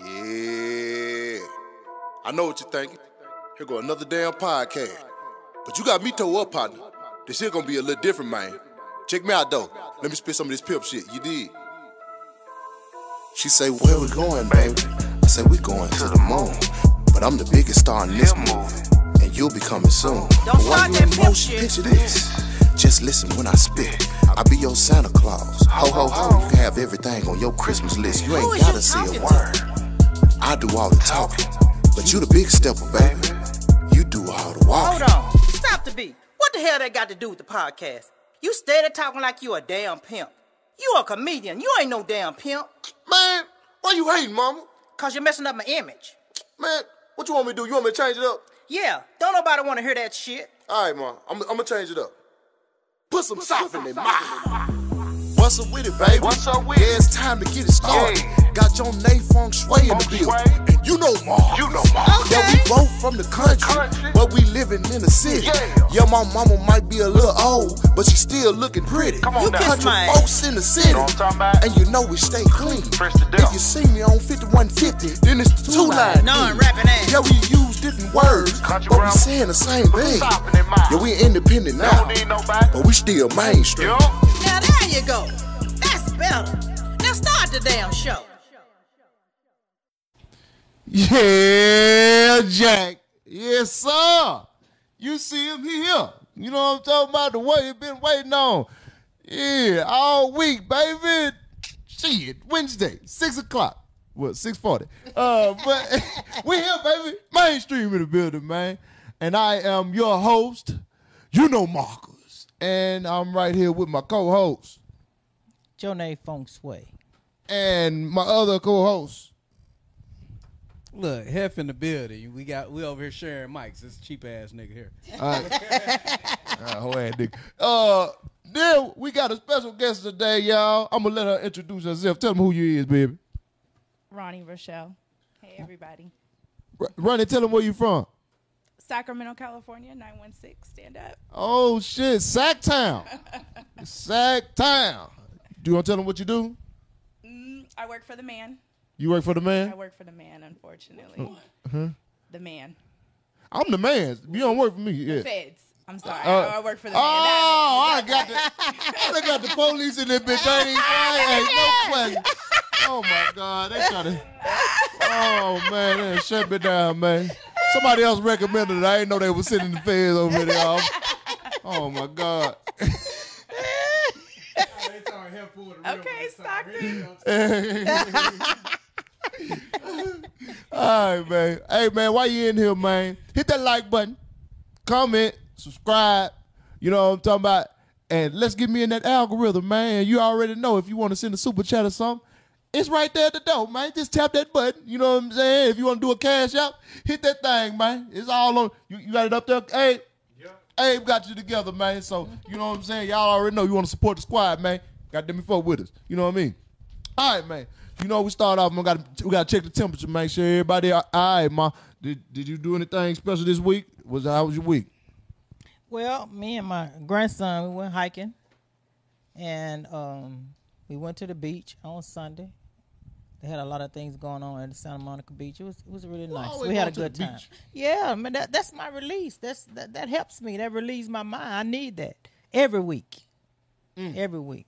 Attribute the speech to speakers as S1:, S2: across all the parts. S1: Yeah. I know what you're thinking. Here go another damn podcast. But you got me toe up, partner. This here gonna be a little different, man. Check me out though. Let me spit some of this pimp shit. You did. She say, Where we going, baby? I say, We going to the moon. But I'm the biggest star in this movie, and you'll be coming soon.
S2: Don't
S1: But while
S2: start
S1: you
S2: that
S1: in
S2: pimp
S1: motion,
S2: shit.
S1: Picture this. Just listen when I spit. I be your Santa Claus. Ho ho ho! You can have everything on your Christmas list. You
S2: Who
S1: ain't
S2: is you
S1: gotta say
S2: talking
S1: a
S2: to?
S1: word. I do all the talking, but you the big stepper, baby. You do all the
S2: Hold
S1: walking.
S2: on. Stop the beat. What the hell that got to do with the podcast? You steady talking like you a damn pimp. You a comedian. You ain't no damn pimp.
S3: Man, why you hating, mama?
S2: Cause you're messing up my image.
S3: Man, what you want me to do? You want me to change it up?
S2: Yeah, don't nobody want to hear that shit.
S3: All right, mom, I'm, I'm gonna change it up.
S1: Put some soft in their mouth. What's up with it, baby?
S3: What's up with
S1: Yeah, it's time to get it started.
S3: Yeah.
S1: Got your name feng shui in the
S3: Feng
S1: building.
S3: shui.
S1: And you know Ma.
S3: You know Ma.
S1: Yeah,
S2: Okay.
S1: we both from the country,
S3: Country.
S1: but we living in the city.
S3: Yeah.
S1: my mama might be a little old, but she still looking pretty.
S3: Come on You now. kiss
S1: country
S2: my ass.
S1: folks in the city.
S3: know what I'm talking about?
S1: And you know we stay clean.
S3: Fresh to
S1: If
S3: death.
S1: you see me on 5150, then it's the two line.
S2: None rapping ass.
S1: Yeah, we use different words,
S3: Country
S1: but we
S3: grammar.
S1: saying the same
S3: Put
S1: thing.
S3: some soft in their mouth.
S1: Yeah, we independent now,
S3: nobody.
S1: but we still mainstream.
S2: Now there you go. That's better. Now start the damn show.
S4: Yeah, Jack. Yes, sir. You see him he here. You know what I'm talking about? The way you been waiting on. Yeah, all week, baby. Shit, Wednesday, 6 o'clock. Well, 6.40. Uh, but we here, baby. Mainstream in the building, man. And I am your host, you know Marcus. And I'm right here with my co-host
S5: Jonay Feng Sway.
S4: and my other co-host.
S6: Look, Hef in the building. We got we over here sharing mics. This cheap ass nigga here.
S4: Uh, whole ass nigga. Uh, then we got a special guest today, y'all. I'm gonna let her introduce herself. Tell them who you is, baby.
S7: Ronnie Rochelle. Hey everybody.
S4: R- Ronnie, tell them where you from.
S7: Sacramento, California, 916. Stand up.
S4: Oh shit, Sack Town, Sack Town. Do you want to tell them what you do?
S7: Mm, I work for the man.
S4: You work for the
S7: I
S4: man.
S7: work for the man, unfortunately. The man.
S4: I'm the man. You don't work for me. Yeah.
S7: Feds. I'm sorry.
S4: Uh,
S7: I work for the man.
S4: Oh,
S7: That
S4: I got the I done got the police in this bitch. They ain't lying. Ain't no question. Oh my God, they trying to. Oh man, they done shut me down, man. Somebody else recommended it. I didn't know they was sitting in the feds over there. Oh, Oh my God.
S7: man.
S4: Oh.
S7: Okay, Stockton.
S4: All right, man. Hey man, why you in here, man? Hit that like button, comment, subscribe. You know what I'm talking about. And let's get me in that algorithm, man. You already know if you want to send a super chat or something, it's right there at the door, man. Just tap that button. You know what I'm saying? If you want to do a cash out, hit that thing, man. It's all on. You, you got it up there, hey. Abe got you together, man. So you know what I'm saying. Y'all already know you want to support the squad, man. Got them before with us. You know what I mean? All right, man. You know we start off. Man, got to, we got to check the temperature, make sure everybody. All right, ma. Did Did you do anything special this week? Was how was your week?
S5: Well, me and my grandson we went hiking, and um, we went to the beach on Sunday. They had a lot of things going on at the Santa Monica beach. It was it was really nice.
S4: always
S5: We had a
S4: going to
S5: good
S4: the
S5: time.
S4: beach.
S5: Yeah, man, that, that's my release. That's that, that helps me. That relieves my mind. I need that every week. Every week.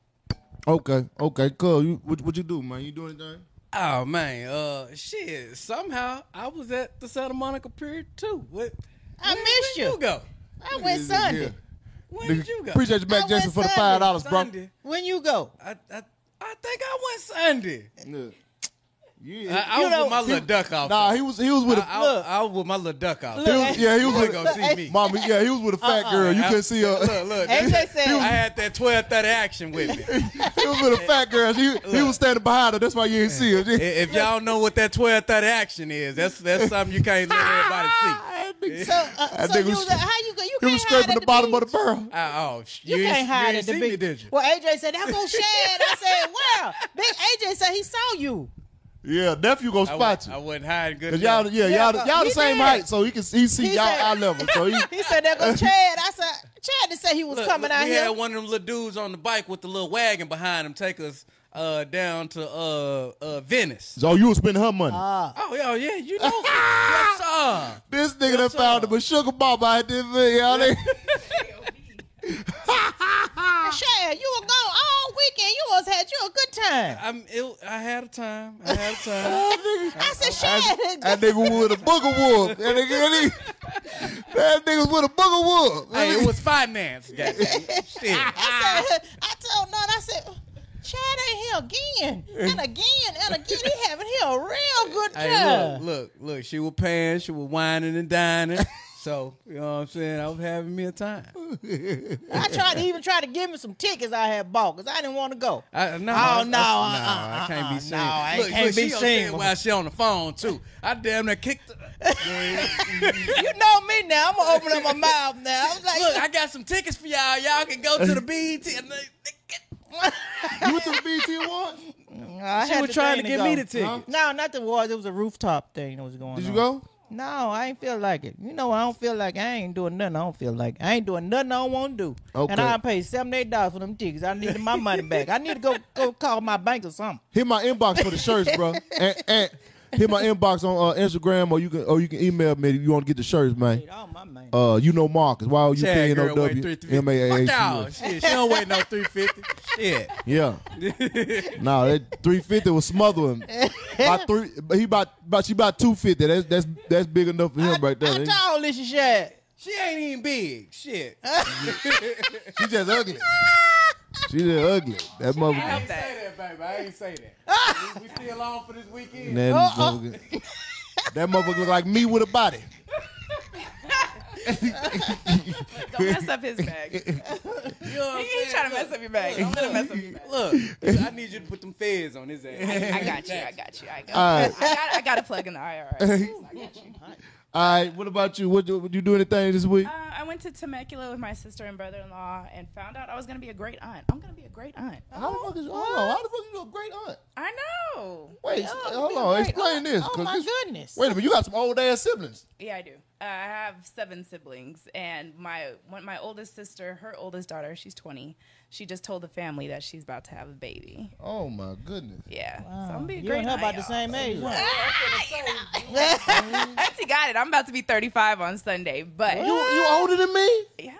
S4: Okay, okay, cool. You what, what you do, man? You do anything?
S6: Oh man, uh shit. Somehow I was at the Santa Monica Pier too. What
S5: I
S6: where,
S5: missed
S6: where
S5: you.
S6: you go?
S5: I went Sunday.
S6: When
S4: Yeah.
S6: did you go?
S4: Appreciate you, Mac
S5: I
S4: Jackson,
S5: went
S4: for the
S5: Sunday.
S4: five dollars, bro.
S6: Sunday.
S5: When you go,
S6: I, I I think I went Sunday.
S4: Yeah.
S6: I,
S4: Yeah.
S6: I was with my little duck off.
S4: Nah, he was he was with a
S6: I, I,
S5: Look.
S6: I was with my little duck off.
S5: Look.
S4: was- yeah he was
S6: You ain't
S4: with
S6: gonna see me.
S4: mommy yeah he was with a
S5: Uh-uh.
S4: fat girl. You
S6: I-
S4: couldn't see uh, her.
S6: Look, look.
S5: AJ said-
S6: I had that twelve thirty action with me.
S4: He was with a fat girl. He, he was standing behind her. That's why you didn't see her.
S6: I- If y'all know what that twelve thirty action is, that's that's something you can't let everybody see.
S5: so, uh,
S4: That
S5: so
S4: nigga
S5: you
S4: was-
S5: was, how you go? You
S4: He
S5: can't
S4: was
S5: hide
S4: scraping
S5: at
S4: the bottom
S5: beach.
S4: of the barrel.
S6: Oh, oh, sh-
S5: You,
S6: ain't-
S5: can't hide at
S6: ain't
S5: the
S6: see
S5: beach.
S6: me, did you?
S5: Well, AJ said, I'm going to share it. I said, well, Big AJ said he saw you.
S4: Yeah, nephew gonna
S6: I,
S4: spot
S6: I
S4: you.
S6: wasn't hiding good.
S4: Cause y'all,
S6: enough.
S4: yeah,
S5: Yeah,
S4: y'all,
S5: but
S4: y'all the
S5: he
S4: same
S5: did.
S4: height, so he can he see
S5: He
S4: y'all
S5: said-
S4: eye level. So he,
S5: He said, there go Chad. I said, Chad did say he was
S6: Look,
S5: coming
S6: look,
S5: out
S6: we
S5: here.
S6: had one of them little dudes on the bike with the little wagon behind him take us uh, down to uh, uh, Venice.
S4: So you was spending her money.
S5: Uh,
S6: Oh, yeah, yeah, you know. yes, sir.
S4: this nigga done
S6: that's
S4: found
S6: all.
S4: him a sugar mama out this video. y'all nigga.
S5: Michelle, you were gone all weekend. You must had you a good time.
S6: I'm ill. I had a time. I had a time.
S5: I said, Shad,
S4: That nigga was with a booger whoop. That nigga, that nigga, that nigga was with a booger whoop.
S6: hey, it was finance. goddamn. Shit.
S5: I said, I told none. I said, Chad ain't here again and again and again. He having here a real good time.
S6: Hey, look, look, look. She was paying. She was whining and dining. So you know what I'm saying. I was having me a time.
S5: I tried to even try to give him some tickets I had bought because I didn't want to go.
S6: I, no,
S5: Oh,
S6: I,
S5: no, uh-uh,
S6: I can't
S5: uh-uh,
S6: be seen.
S5: no, I
S6: look,
S5: can't
S6: look,
S5: be
S6: she upset
S5: seen.
S6: While she on the phone too, I damn near kicked. Her.
S5: You know me now. I'm gonna open up my mouth now. I was like,
S6: Look, I got some tickets for y'all. Y'all can go to the BET. And they,
S4: You went to the BT Awards?
S5: I
S6: she
S5: had
S6: was
S5: the
S6: trying to
S5: thing
S6: get
S5: go.
S6: me the ticket.
S5: No, not the awards. It was a rooftop thing that was going on.
S4: Did you go?
S5: No, I ain't feel like it. You know, I don't feel like I ain't doing nothing. I don't feel like I ain't doing nothing I don't want to do. And
S4: Okay.
S5: I paid seventy eight dollars for them tickets. I needed my money back. I need to go go call my bank or something.
S4: Hit my inbox for the shirts, bro. And, and hit my inbox on uh, Instagram or you can or you can email me if you want to get the shirts, man.
S5: Need all my money.
S4: Uh, you know Marcus. Y O U K
S6: Chad
S4: N O
S6: girl weigh
S4: W
S6: 350.
S4: M A A
S6: Fuck
S4: H U
S6: y'all.
S4: S.
S6: Shit, she don't weigh no 350. Shit.
S4: Yeah. nah, that three fifty was smothering. About three, but he about, about she about two fifty. That's that's that's big enough for him right there.
S5: How tall is your shad?
S6: She ain't even big. Shit.
S4: She just ugly. She just ugly. That motherfucker.
S6: say that, baby. I ain't say that. we, still on for this weekend.
S4: That motherfucker, that motherfucker look like me with a body.
S7: Don't mess up his bag.
S6: You know what I'm
S7: He ain't
S6: saying?
S7: trying to mess up your bag. Don't let him mess up your bag.
S6: Look, I need you to put them feds on his ass.
S7: I got you. I got you. I got you.
S4: All right. Uh-huh.
S7: I got, I got a plug in the IRS.
S4: All right, what about you? What, what you do anything this week?
S7: Uh, I went to Temecula with my sister and brother-in-law and found out I was going to be a great aunt. I'm going to be a great aunt.
S4: How the fuck is hold on? How the fuck you a great aunt?
S7: I know.
S4: Wait, hold on. Explain this.
S5: Oh
S4: 'cause
S5: my
S4: this-
S5: goodness.
S4: Wait a minute, you got some old ass siblings.
S7: Yeah, I do. Uh, I have seven siblings, and my one, my oldest sister, her oldest daughter, she's 20. She just told the family that she's about to have a baby.
S4: Oh my goodness.
S7: Yeah, so I'm gonna be a
S5: You
S7: great
S5: and her
S7: aunt,
S5: about the
S7: y'all.
S5: same age. huh?
S7: I actually got it. I'm about to be 35 on Sunday, but
S4: You you older than me?
S7: yeah,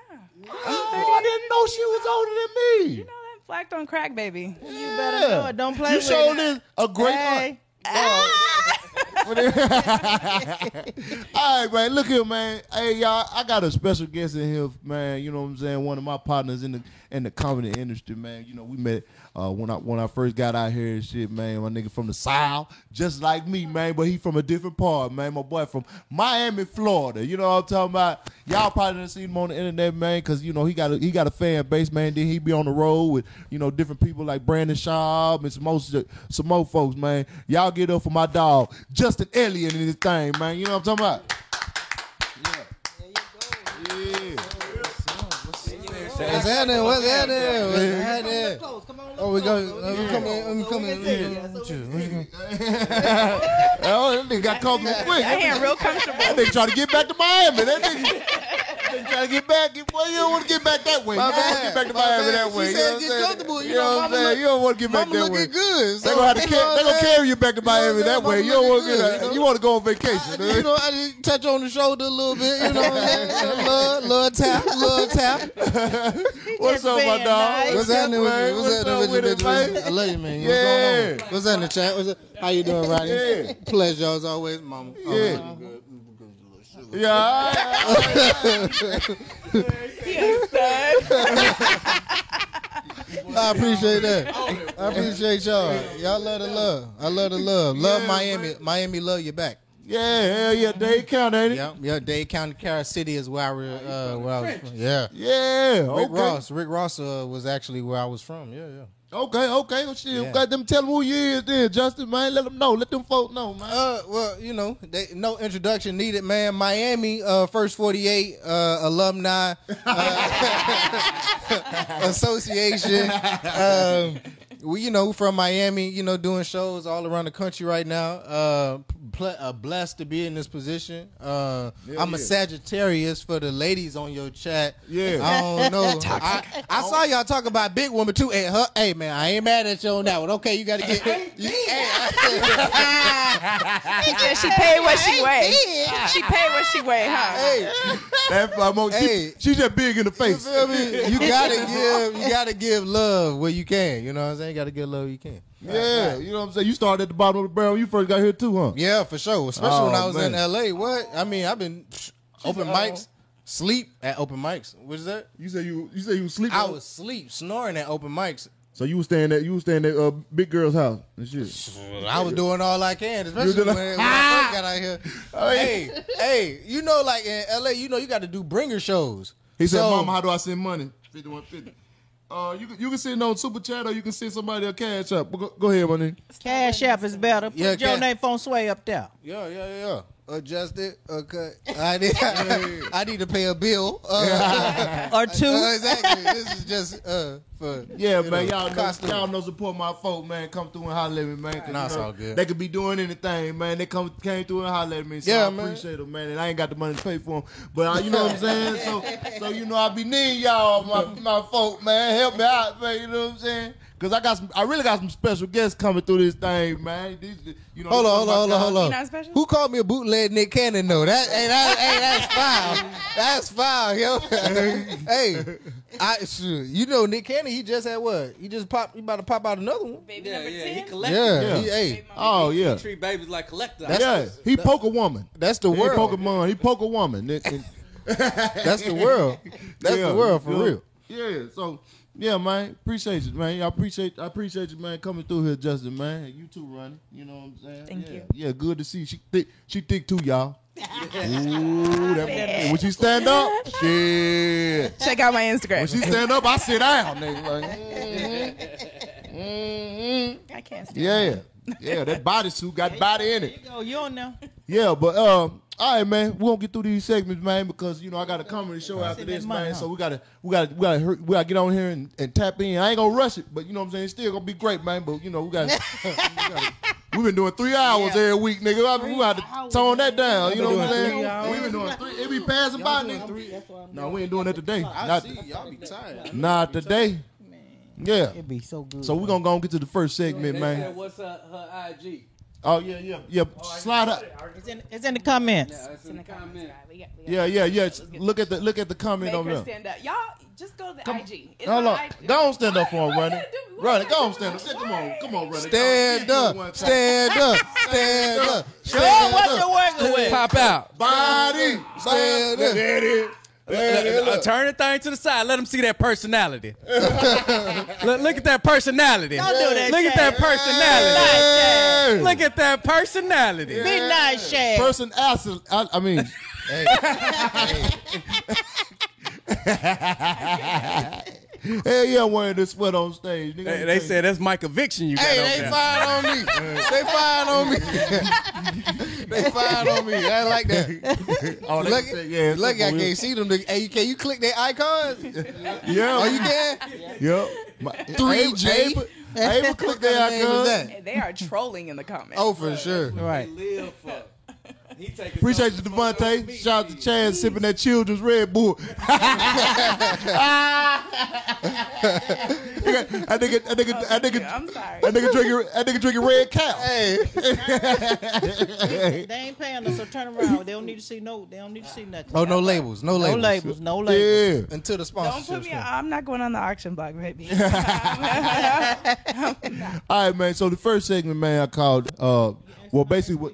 S4: Oh, I didn't know she was older than me.
S7: you know that black on crack, baby.
S5: You better know it. Don't play
S4: You
S5: with
S4: showed
S5: it.
S4: this a great
S5: Hey.
S4: aunt. All right, man. Look here, man. Hey, y'all. I got a special guest in here, man. You know what I'm saying? One of my partners in the in the comedy industry, man. You know, we met uh, when I when I first got out here and shit, man. My nigga from the South, just like me, man. But he from a different part, man. My boy from Miami, Florida. You know what I'm talking about? Y'all probably done seen him on the internet, man, because you know he got a, he got a fan base, man. Then he be on the road with you know different people like Brandon Shaw and some more some more folks, man. Y'all get up for my dog Justin Elliott and his thing, man. You know what I'm talking about?
S3: What's happening? What's happening? What's happening?
S5: Close. Come on,
S3: Oh,
S5: look
S3: we go.
S5: close.
S3: Let me come in. Let me come in. Let me come in.
S4: Oh, that nigga got comfortable quick.
S7: I am real comfortable.
S4: That nigga trying to get back to Miami. That nigga, nigga trying to get back. Boy, you don't want to get back that way.
S3: My
S4: you don't want
S3: bad.
S4: to get back to
S3: My
S4: Miami
S3: bad.
S4: that
S3: She
S4: way. you
S3: said
S4: know
S3: get
S4: what I'm saying?
S3: comfortable. You
S4: You
S3: know,
S4: know what I'm
S3: mama
S4: saying?
S3: look-
S4: You don't want to get back
S3: Mama
S4: that way.
S3: looking good.
S4: They gonna have to carry, they gonna carry you back to Miami
S3: Yeah,
S4: that
S3: mama
S4: way. You don't want
S3: looking
S4: to get
S3: good, you
S4: out.
S3: know?
S4: You want to go on vacation.
S3: You
S4: dude.
S3: know, I just touch on the shoulder a little bit. You know, what I'm saying? love, love tap, love tap.
S4: What's up, my
S5: being
S4: dog?
S5: nice.
S3: What's happening with
S4: man?
S3: you? What's happening
S4: up
S3: with you,
S4: it,
S3: baby?
S4: man?
S3: I love you, man. What's
S4: Yeah.
S3: going on? What's happening, chat? What's up? How you doing, Rodney?
S4: Yeah.
S3: Pleasure as always, mama. Oh, you
S4: Yeah.
S3: good. You good, you little sugar.
S4: Yeah. all right.
S3: I appreciate that. I appreciate y'all. Y'all love the love. I love the love. Love Miami. Miami love you back.
S4: Yeah, hell yeah, Dade County, ain't it?
S3: Yeah, yeah. Dade County, Carroll City is where I, re- uh, where I was from. Yeah.
S4: Yeah,
S3: Rick
S4: okay.
S3: Ross. Rick Ross uh, was actually where I was from. Yeah, yeah.
S4: Okay, okay. Well, shit,
S3: Yeah.
S4: got them tell them who you is then, Justin, man. Let them know. Let them folk know, man.
S3: Uh, well, you know, they, no introduction needed, man. Miami, uh, first forty-eight uh, alumni uh, association. Um,
S8: we you know from Miami, you know doing shows all around the country right now. Uh, pl- uh blessed to be in this position. Uh, I'm a
S4: yeah.
S8: Sagittarius for the ladies on your chat.
S4: Yeah.
S8: I don't know. I, I saw y'all talk about big woman too. Hey, huh? hey man, I ain't mad at you on that one. Okay, you got to get. you, hey,
S7: She said she paid what she weighed. She paid what she weighed, huh?
S8: hey,
S4: That five months, she-
S8: Hey.
S4: she, just big in the
S8: you
S4: face.
S8: feel me? You gotta give. You gotta give love where you can. You know what I'm saying? You gotta give love where you can.
S4: Yeah, you know what I'm saying. You started at the bottom of the barrel. when You first got here too, huh?
S8: Yeah, for sure. Especially when I
S4: Oh,
S8: was
S4: man. Oh.
S8: in LA. What? I mean, I've been psh, open mics, sleep at open mics. What is that?
S4: You said you you said you was sleeping.
S8: I was sleep snoring at open mics.
S4: So you was staying at you was staying at uh, big girl's house and shit.
S8: I was doing all I can, especially
S4: Mm, doing Oh,
S8: when, when I first got out here. Hey, hey, you know, like in LA, you know, you got to do bringer shows.
S4: He said,
S8: So-
S4: "Mama, how do I send money? Fifty one fifty. Uh, you can- you can send on super chat or you can send somebody a cash up. Go, go ahead, my nigga.
S5: Cash App is better. Put
S8: Yeah,
S5: your
S8: cash-
S5: name phone sway up there.
S8: Yeah, yeah, yeah. yeah. Adjust it. Okay. I need, I need to pay a bill. Uh,
S5: Or two.
S8: uh, exactly. This is just uh, for
S4: Yeah,
S8: you
S4: man.
S8: know,
S4: Y'all know,
S8: costume.
S4: y'all know support my folk, man. Come through and holler at me, man. 'cause,
S8: Nah,
S4: you
S8: it's
S4: know,
S8: all good.
S4: They could be doing anything, man. They come came through and holler at me. So
S8: Yeah,
S4: I
S8: man.
S4: appreciate them, man. And I ain't got the money to pay for them. But I, you know what I'm saying? So so you know I be needing y'all, my my folk, man. Help me out, man. You know what I'm saying? Cause I got some, I really got some special guests coming through this thing, man. These, you know,
S8: Hold on, hold on, hold on,
S7: You
S8: hold
S7: not
S8: on.
S7: special?
S8: Who called me a bootleg Nick Cannon though? That hey, that hey, that's foul. That's foul, yo. hey, I shoot, you know Nick Cannon, he just had what? He just popped. He about to pop out another one.
S7: Baby
S6: Yeah,
S7: number
S6: yeah, he
S7: 10.
S6: collected.
S8: Yeah,
S4: Yeah.
S8: He, hey,
S4: Oh yeah,
S6: Treat babies like collector.
S4: yeah. He poke a woman.
S8: that's the
S4: He
S8: world.
S4: Pokemon. He poke a woman. That- that-
S8: That's the world. That's
S4: Yeah,
S8: the world for
S4: you feel-
S8: real.
S4: Yeah. So yeah, man. Appreciate you, man. I appreciate I appreciate you, man, coming through here, Justin, man. You too, running. You know what I'm saying?
S7: Thank
S4: yeah.
S7: you.
S4: Yeah, good to see you. She thick. She thick too, y'all. Ooh, that, and when she stand up, shit.
S7: Check out my
S4: When
S7: Instagram.
S4: she stand up, I sit down. Nigga. Like, mhm, mhm.
S7: I can't stand
S4: Yeah, yeah. That bodysuit got body in it.
S5: Oh, you on now?
S4: Yeah, but um, all right, man. We gonna get through these segments, man, because you know I got a comedy show after
S5: Send that
S4: this,
S5: money,
S4: man.
S5: huh?
S4: So we gotta, we gotta, we gotta, hur- we gotta get on here and, and tap in. I ain't gonna rush it, but you know what I'm saying. It's still gonna be great, man. But you know we gotta. we gotta- We've been doing three hours every week, nigga. I, we got to tone that down. You know what I'm saying? We've been doing three. It be passing by, nigga. No, we ain't doing that today. Not,
S8: y'all be tired.
S4: not today. Yeah.
S5: It'd be so good.
S4: So we gonna go and get to the first segment,
S6: They
S4: man.
S6: said, what's her, her IG?
S4: Oh yeah, yeah, yeah. Slide up.
S5: It's in, it's in the comments.
S6: Yeah, it's
S7: in the comments. guy. We got, we got
S4: Yeah, yeah, yeah. Look at the look at the comment
S7: Make
S4: over
S7: her
S4: there.
S7: stand up. Y'all, just go to the IG. It's
S4: Hold on.
S7: IG.
S4: Go on, stand up
S7: What?
S4: for him,
S7: What
S4: Ronnie.
S7: you do? What
S4: Ronnie,
S7: you
S4: go on,
S7: do?
S4: stand up. Stand, come on, come on, Ronnie.
S8: Stand
S4: Go on.
S8: up, stand up, stand up, stand
S5: What's
S8: up,
S5: your word with?
S6: Pop out.
S4: Body,
S8: stand up.
S4: There it is. There it is.
S6: Uh, turn the thing to the side. Let them see that personality. look, look at that personality.
S5: Don't do that
S6: Look at that
S5: shit.
S6: personality.
S4: Hey.
S6: Look at that personality.
S5: Be nice, Shad.
S4: Person acid. I, I mean,
S8: Hey,
S4: hell yeah, wearing this sweat on stage. Nigga,
S6: They, they said that's Mike eviction you got over
S8: hey, they
S6: there.
S8: fired on me. They fired on me. they fired on me. I like that.
S4: oh, they
S8: Look,
S4: said, yeah,
S8: look, I
S4: yeah.
S8: can't see them. Hey, you- can you click their icons?
S4: Yeah,
S8: Oh, you can.
S4: yeah. My,
S8: 3G.
S4: Ava, Ava, Ava click there,
S8: What kind of name is
S4: I
S8: that?
S7: They are trolling in the comments.
S8: Oh, for sure.
S5: Right.
S6: live for. He taking
S4: Appreciate you,
S6: something from those
S4: Devontae.
S6: meat
S4: Shout out to
S6: eaters.
S4: Chad sipping that children's Red Bull. that nigga, that nigga, that nigga, that nigga,
S7: I'm sorry.
S4: That nigga drinking, that nigga drinking red cow.
S8: Hey,
S5: They ain't paying us, so turn around. They don't need to see no. They don't need to see nothing.
S8: oh no labels, no
S5: No
S8: labels,
S5: labels. No labels.
S4: Yeah.
S8: until the
S7: Don't
S8: sponsorship.
S7: put me.
S8: come.
S7: I'm not going on the auction block, baby.
S4: All right, man. So the first segment, man, I called. Uh, well, basically, what?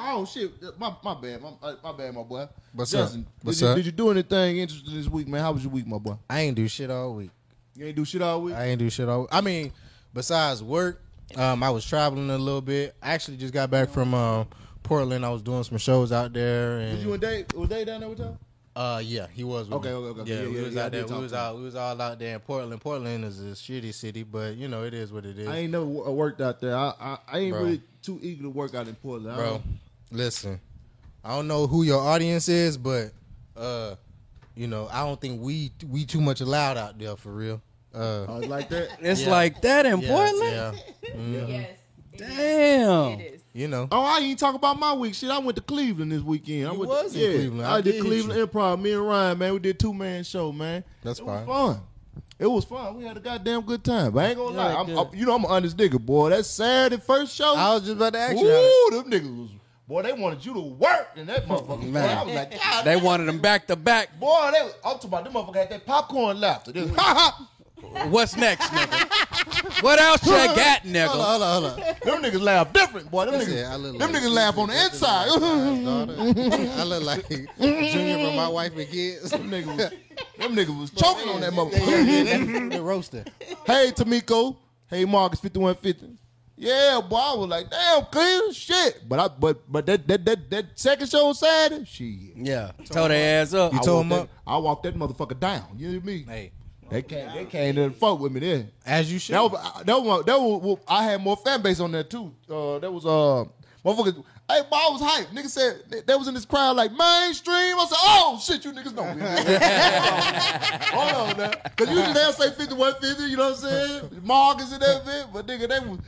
S4: Oh shit! My my bad, my uh, my bad, my boy.
S8: What's
S4: Justin,
S8: up? What's
S4: did, you,
S8: up?
S4: did you do anything interesting this week, man? How was your week, my boy?
S8: I ain't do shit all week.
S4: You ain't do shit all week.
S8: I ain't do shit all. I mean, besides work, um, I was traveling a little bit. I actually just got back from um, Portland. I was doing some shows out there,
S4: Was you and
S8: and
S4: Dave? Was Dave down there with y'all?
S8: uh, yeah, he was. With
S4: Okay,
S8: me.
S4: okay, okay.
S8: Yeah,
S4: Yeah,
S8: we
S4: yeah,
S8: was
S4: yeah, I
S8: out
S4: did
S8: there.
S4: talk
S8: We was
S4: to him.
S8: out. We was all out there in Portland. Portland is a shitty city, but you know it is what it is.
S4: I ain't never wo- uh, worked out there. I I, I ain't
S8: Bro.
S4: really too eager to work out in Portland, I
S8: bro.
S4: don't-
S3: Um,
S8: Listen, I don't know who your audience is, but uh, you know, I don't think we we too much allowed out there for real.
S4: I was like that.
S6: It's
S3: Yeah.
S6: like that in
S3: Yeah,
S6: Portland.
S3: Yeah.
S7: Yes. it is.
S6: Damn.
S7: It is.
S3: You know.
S4: Oh, I ain't talk about my week. Shit, I went to Cleveland this weekend. I
S3: You
S4: went
S3: was
S4: to,
S3: in Cleveland.
S4: I,
S3: I
S4: did
S3: did
S4: Cleveland Improv. Me and Ryan, man, we did two man show, man.
S3: That's
S4: it
S3: fine.
S4: Was fun. It was fun. We had a goddamn good time. But I ain't gonna
S6: Yeah,
S4: lie, I'm,
S6: good.
S4: I'm- you know I'm an honest nigga, boy. That Saturday first show,
S3: I was just about to ask you. how-
S4: ooh, them niggas was boy. They wanted you to work in that motherfucker. boy, I was like, God,
S6: They wanted them back to back.
S4: boy, they. I'm talking about them motherfucker had that popcorn laughter. They was, ha ha.
S6: What's next, nigga? what else you got,
S3: Hold
S6: nigga?
S3: on, hold on, hold on.
S4: Them niggas laugh different, boy. Them
S3: That's it.
S4: niggas,
S3: I look
S4: them
S3: like-
S4: niggas laugh on the inside.
S3: I look like Junior from my wife and kids.
S4: Them niggas, was, them niggas was choking on that motherfucker.
S3: the roaster.
S4: hey Tamiko. Hey Marcus, fifty one fifty. Yeah, boy, I was like, damn, clean shit. But I, but, but that that that, that second show on Saturday, shit.
S6: Yeah. Tow their ass up.
S3: You
S4: I
S3: told
S4: walked
S3: him up.
S4: that- I walked that motherfucker down. You know what I mean?
S3: Hey,
S4: They came, they came to fuck with me then.
S3: as you should.
S4: That was, that was, that was, well, I had more fan base on that too. Uh, that was, uh, motherfuckers. Hey, boy, I was hyped. Nigga said, they, they was in this crowd like mainstream. I said, oh, shit, you niggas know me. Hold on now. Because usually they'll say 5150, you know what I'm saying? Marcus and that bit. But nigga, they was,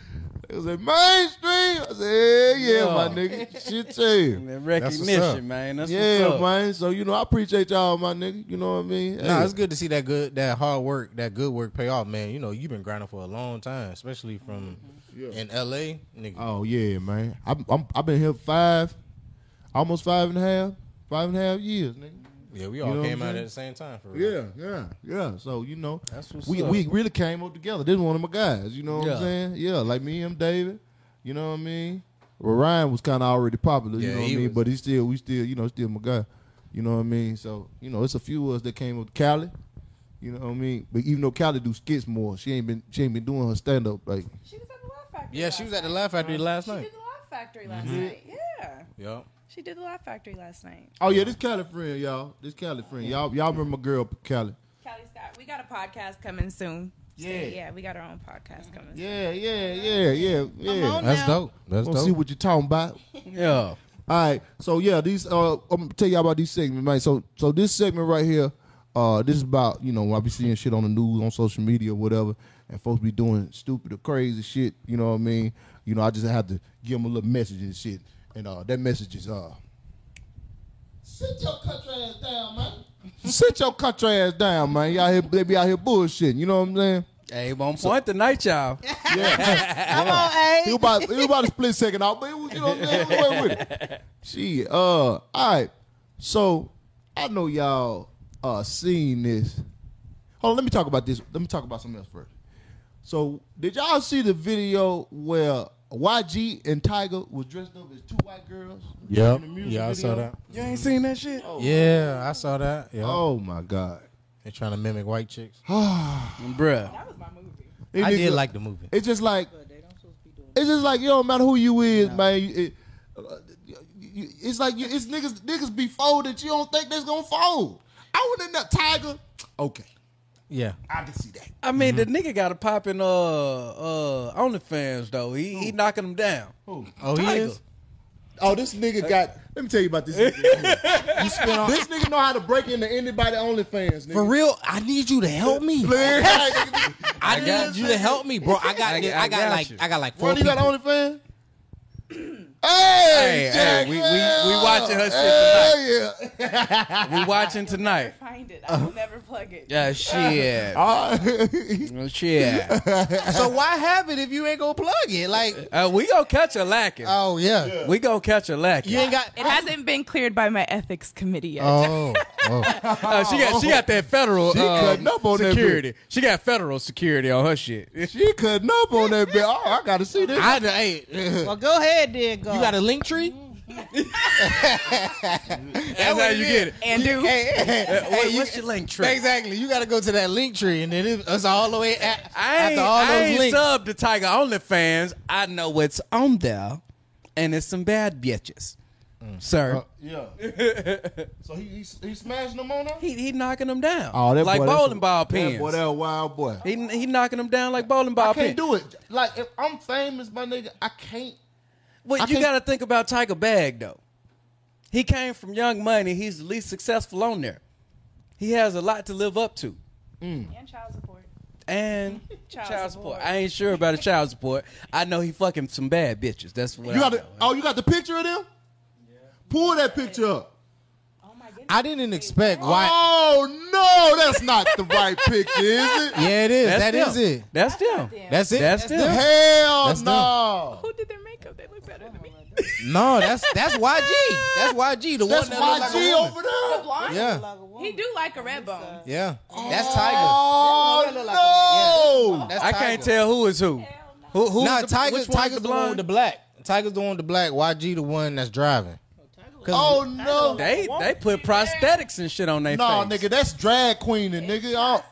S4: they was like mainstream. I said, "Hell yeah, my nigga. Shit, too.
S6: That
S3: what's up.
S6: recognition, man. That's
S4: Yeah,
S6: what's up.
S4: man. So, you know, I appreciate y'all, my nigga. You know what I mean?
S3: Nah,
S4: Hey.
S3: it's good to see that good, that hard work, that good work pay off, man. You know, you've been grinding for a long time, especially from in LA, nigga.
S4: Oh yeah, man. I'm, I'm I've been here five, almost five and a half, five and a half years, nigga.
S3: yeah, we all
S4: know what
S3: came
S4: I'm
S3: out
S4: saying?
S3: at the same time for real.
S4: Yeah, yeah, yeah. So you know,
S3: That's what's
S4: we
S3: up.
S4: we really came up together. This is one of my guys. You know what
S6: Yeah.
S4: I'm saying? Yeah, like me, I'm David. You know what I mean? Well, Ryan was kind of already popular. you
S3: Yeah,
S4: know what I
S3: he
S4: mean?
S3: was.
S4: But he still, we still, you know, still my guy. You know what I mean? So you know, it's a few of us that came up. Callie. You know what I mean? But even though Callie do skits more, she ain't been she ain't been doing her stand up like
S7: She was at the Laugh Factory.
S3: Yeah, she was at the
S7: last
S3: Laugh Factory last
S7: night. She
S3: night.
S7: did the Laugh Factory last
S4: Mm-hmm.
S7: night. Yeah.
S3: Yup.
S7: She did the Laugh Factory last night.
S4: Oh yeah, this Callie friend, y'all. This Callie friend, y'all. Y'all remember my girl Callie?
S7: Callie Scott, we got a podcast coming soon.
S4: Yeah.
S7: yeah, we got our own podcast coming soon.
S4: Yeah, yeah, yeah, yeah, yeah.
S3: That's dope. That's
S4: Let's see
S3: dope.
S4: what you're talking about.
S6: Yeah.
S4: All right, so yeah, these uh, I'm gonna tell y'all about these segments, man. So, so this segment right here, uh, this is about you know I be seeing shit on the news, on social media, or whatever, and folks be doing stupid or crazy shit. You know what I mean? You know, I just have to give them a little message and shit, and uh, that message is uh, sit your country ass down, man. sit your country ass down, man. Y'all here, they be out here bullshitting. You know what I'm saying?
S6: Hey, on point tonight, y'all.
S5: Come on, A.
S4: He was about, he was about a split second out, but it was, you know what I'm saying? It wasn't with it. Shit. Uh, all right. So I know y'all uh seen this. Hold on, let me talk about this. Let me talk about something else first. So did y'all see the video where YG and Tiger was dressed up as two white girls?
S3: Yep.
S4: in the music
S3: Yeah, I saw
S4: video?
S3: that.
S6: You ain't seen that shit?
S3: Oh. Yeah, I saw that. Yeah.
S4: Oh my God.
S3: They're trying to mimic white chicks.
S6: Bruh.
S7: That was my movie.
S3: I did like the movie.
S4: It's just like it's just like it don't matter who you is, man. You- it- you- it's like you, it's niggas niggas be folded. You don't think that's gonna fold. I wouldn't know Tiger. Okay,
S3: Yeah.
S4: I can see that.
S6: I mean,
S3: Mm-hmm.
S6: the nigga got to pop in uh uh OnlyFans though. He he knocking them down.
S3: Oh, he
S6: Tiger.
S3: is.
S4: Oh, this nigga got. Let me tell you about this. nigga. this nigga know how to break into anybody OnlyFans. Nigga.
S3: For real, I need you to help me.
S4: Right.
S3: I need you to help me, bro. I got,
S6: I-
S3: I,
S6: I
S3: got,
S6: got
S3: like,
S6: you.
S3: I got like four
S4: Bro, you got
S3: people.
S4: OnlyFans? hey,
S6: Hey, hey,
S4: Jack,
S6: we, we,
S4: yeah.
S6: we watching her shit
S4: Hell yeah.
S6: tonight. We watching tonight.
S7: Find it.
S4: Uh-huh.
S7: I'll never plug it.
S6: Yeah, shit. Well, shit.
S3: so why have it if you ain't gonna plug it? Like,
S6: Uh, we gonna catch her lacking.
S3: oh yeah,
S6: we gonna catch her lacking.
S3: you ain't got.
S7: It hasn't been cleared by my ethics committee yet.
S3: Oh,
S6: Uh, she got she got that federal
S4: She
S6: uh,
S4: cutting up on that
S6: security. She got federal security on her shit.
S4: She cutting up on that bitch. Oh, I gotta see this.
S3: I hey, you
S5: Well, go ahead, dear God.
S3: got a link tree?
S6: That's how you get it.
S7: and do.
S3: Hey, hey, hey,
S6: What-
S3: you-
S6: what's your link tree?
S3: Exactly, you got to go to that link tree, and then it, it's all the way at,
S6: I ain't,
S3: after all
S6: I
S3: those
S6: ain't
S3: links.
S6: sub to Tiger OnlyFans. I know what's on there, and it's some bad bitches,
S4: Mm.
S6: sir.
S4: Yeah. so he, he he smashing them on her.
S6: he he knocking them down.
S4: Oh, that
S6: like
S4: boy, that's
S6: bowling
S4: a-
S6: ball
S4: That
S6: pins.
S4: boy, that a wild boy.
S6: he he knocking them down like bowling ball
S4: I
S6: pins.
S4: can't do it. Like if I'm famous, my nigga, I can't.
S6: Well,
S4: I
S6: you
S4: can't-
S6: got to think about Tiger Bag though. He came from Young Money. He's the least successful on there. He has a lot to live up to.
S7: and child support.
S6: and
S7: Child
S6: child,
S7: support.
S6: support. I ain't sure about the child support. I know he fucking some bad bitches. That's what
S4: You
S6: I
S4: got
S6: know.
S4: the, oh, you got the picture of them? Pull that picture up.
S3: I didn't expect white.
S4: Oh no, that's not the right picture, is it?
S3: Yeah, it is.
S6: That's
S3: That
S6: them.
S3: is it.
S6: That's them.
S3: That's it.
S6: That's them.
S4: Hell
S3: That's
S4: no.
S7: Who did their makeup? They look better than me.
S3: No, that's that's YG. That's YG. The
S4: That's
S3: one that look like a
S4: YG
S3: woman.
S4: over there.
S7: The blonde?
S3: Yeah,
S7: He do like a red
S5: uh,
S7: bone.
S3: yeah. That's Tiger.
S4: Oh no.
S3: That's
S6: I
S3: Tiger.
S6: can't tell who is who. Who? Who?
S3: Nah,
S6: is the,
S3: Tiger.
S6: which one's
S3: Tiger's the, one with the black. Tiger's the one with the black. YG the one that's driving.
S4: Oh no.
S6: They they put prosthetics and shit on their
S4: No,
S6: face.
S4: nigga, that's drag queening, nigga. Oh,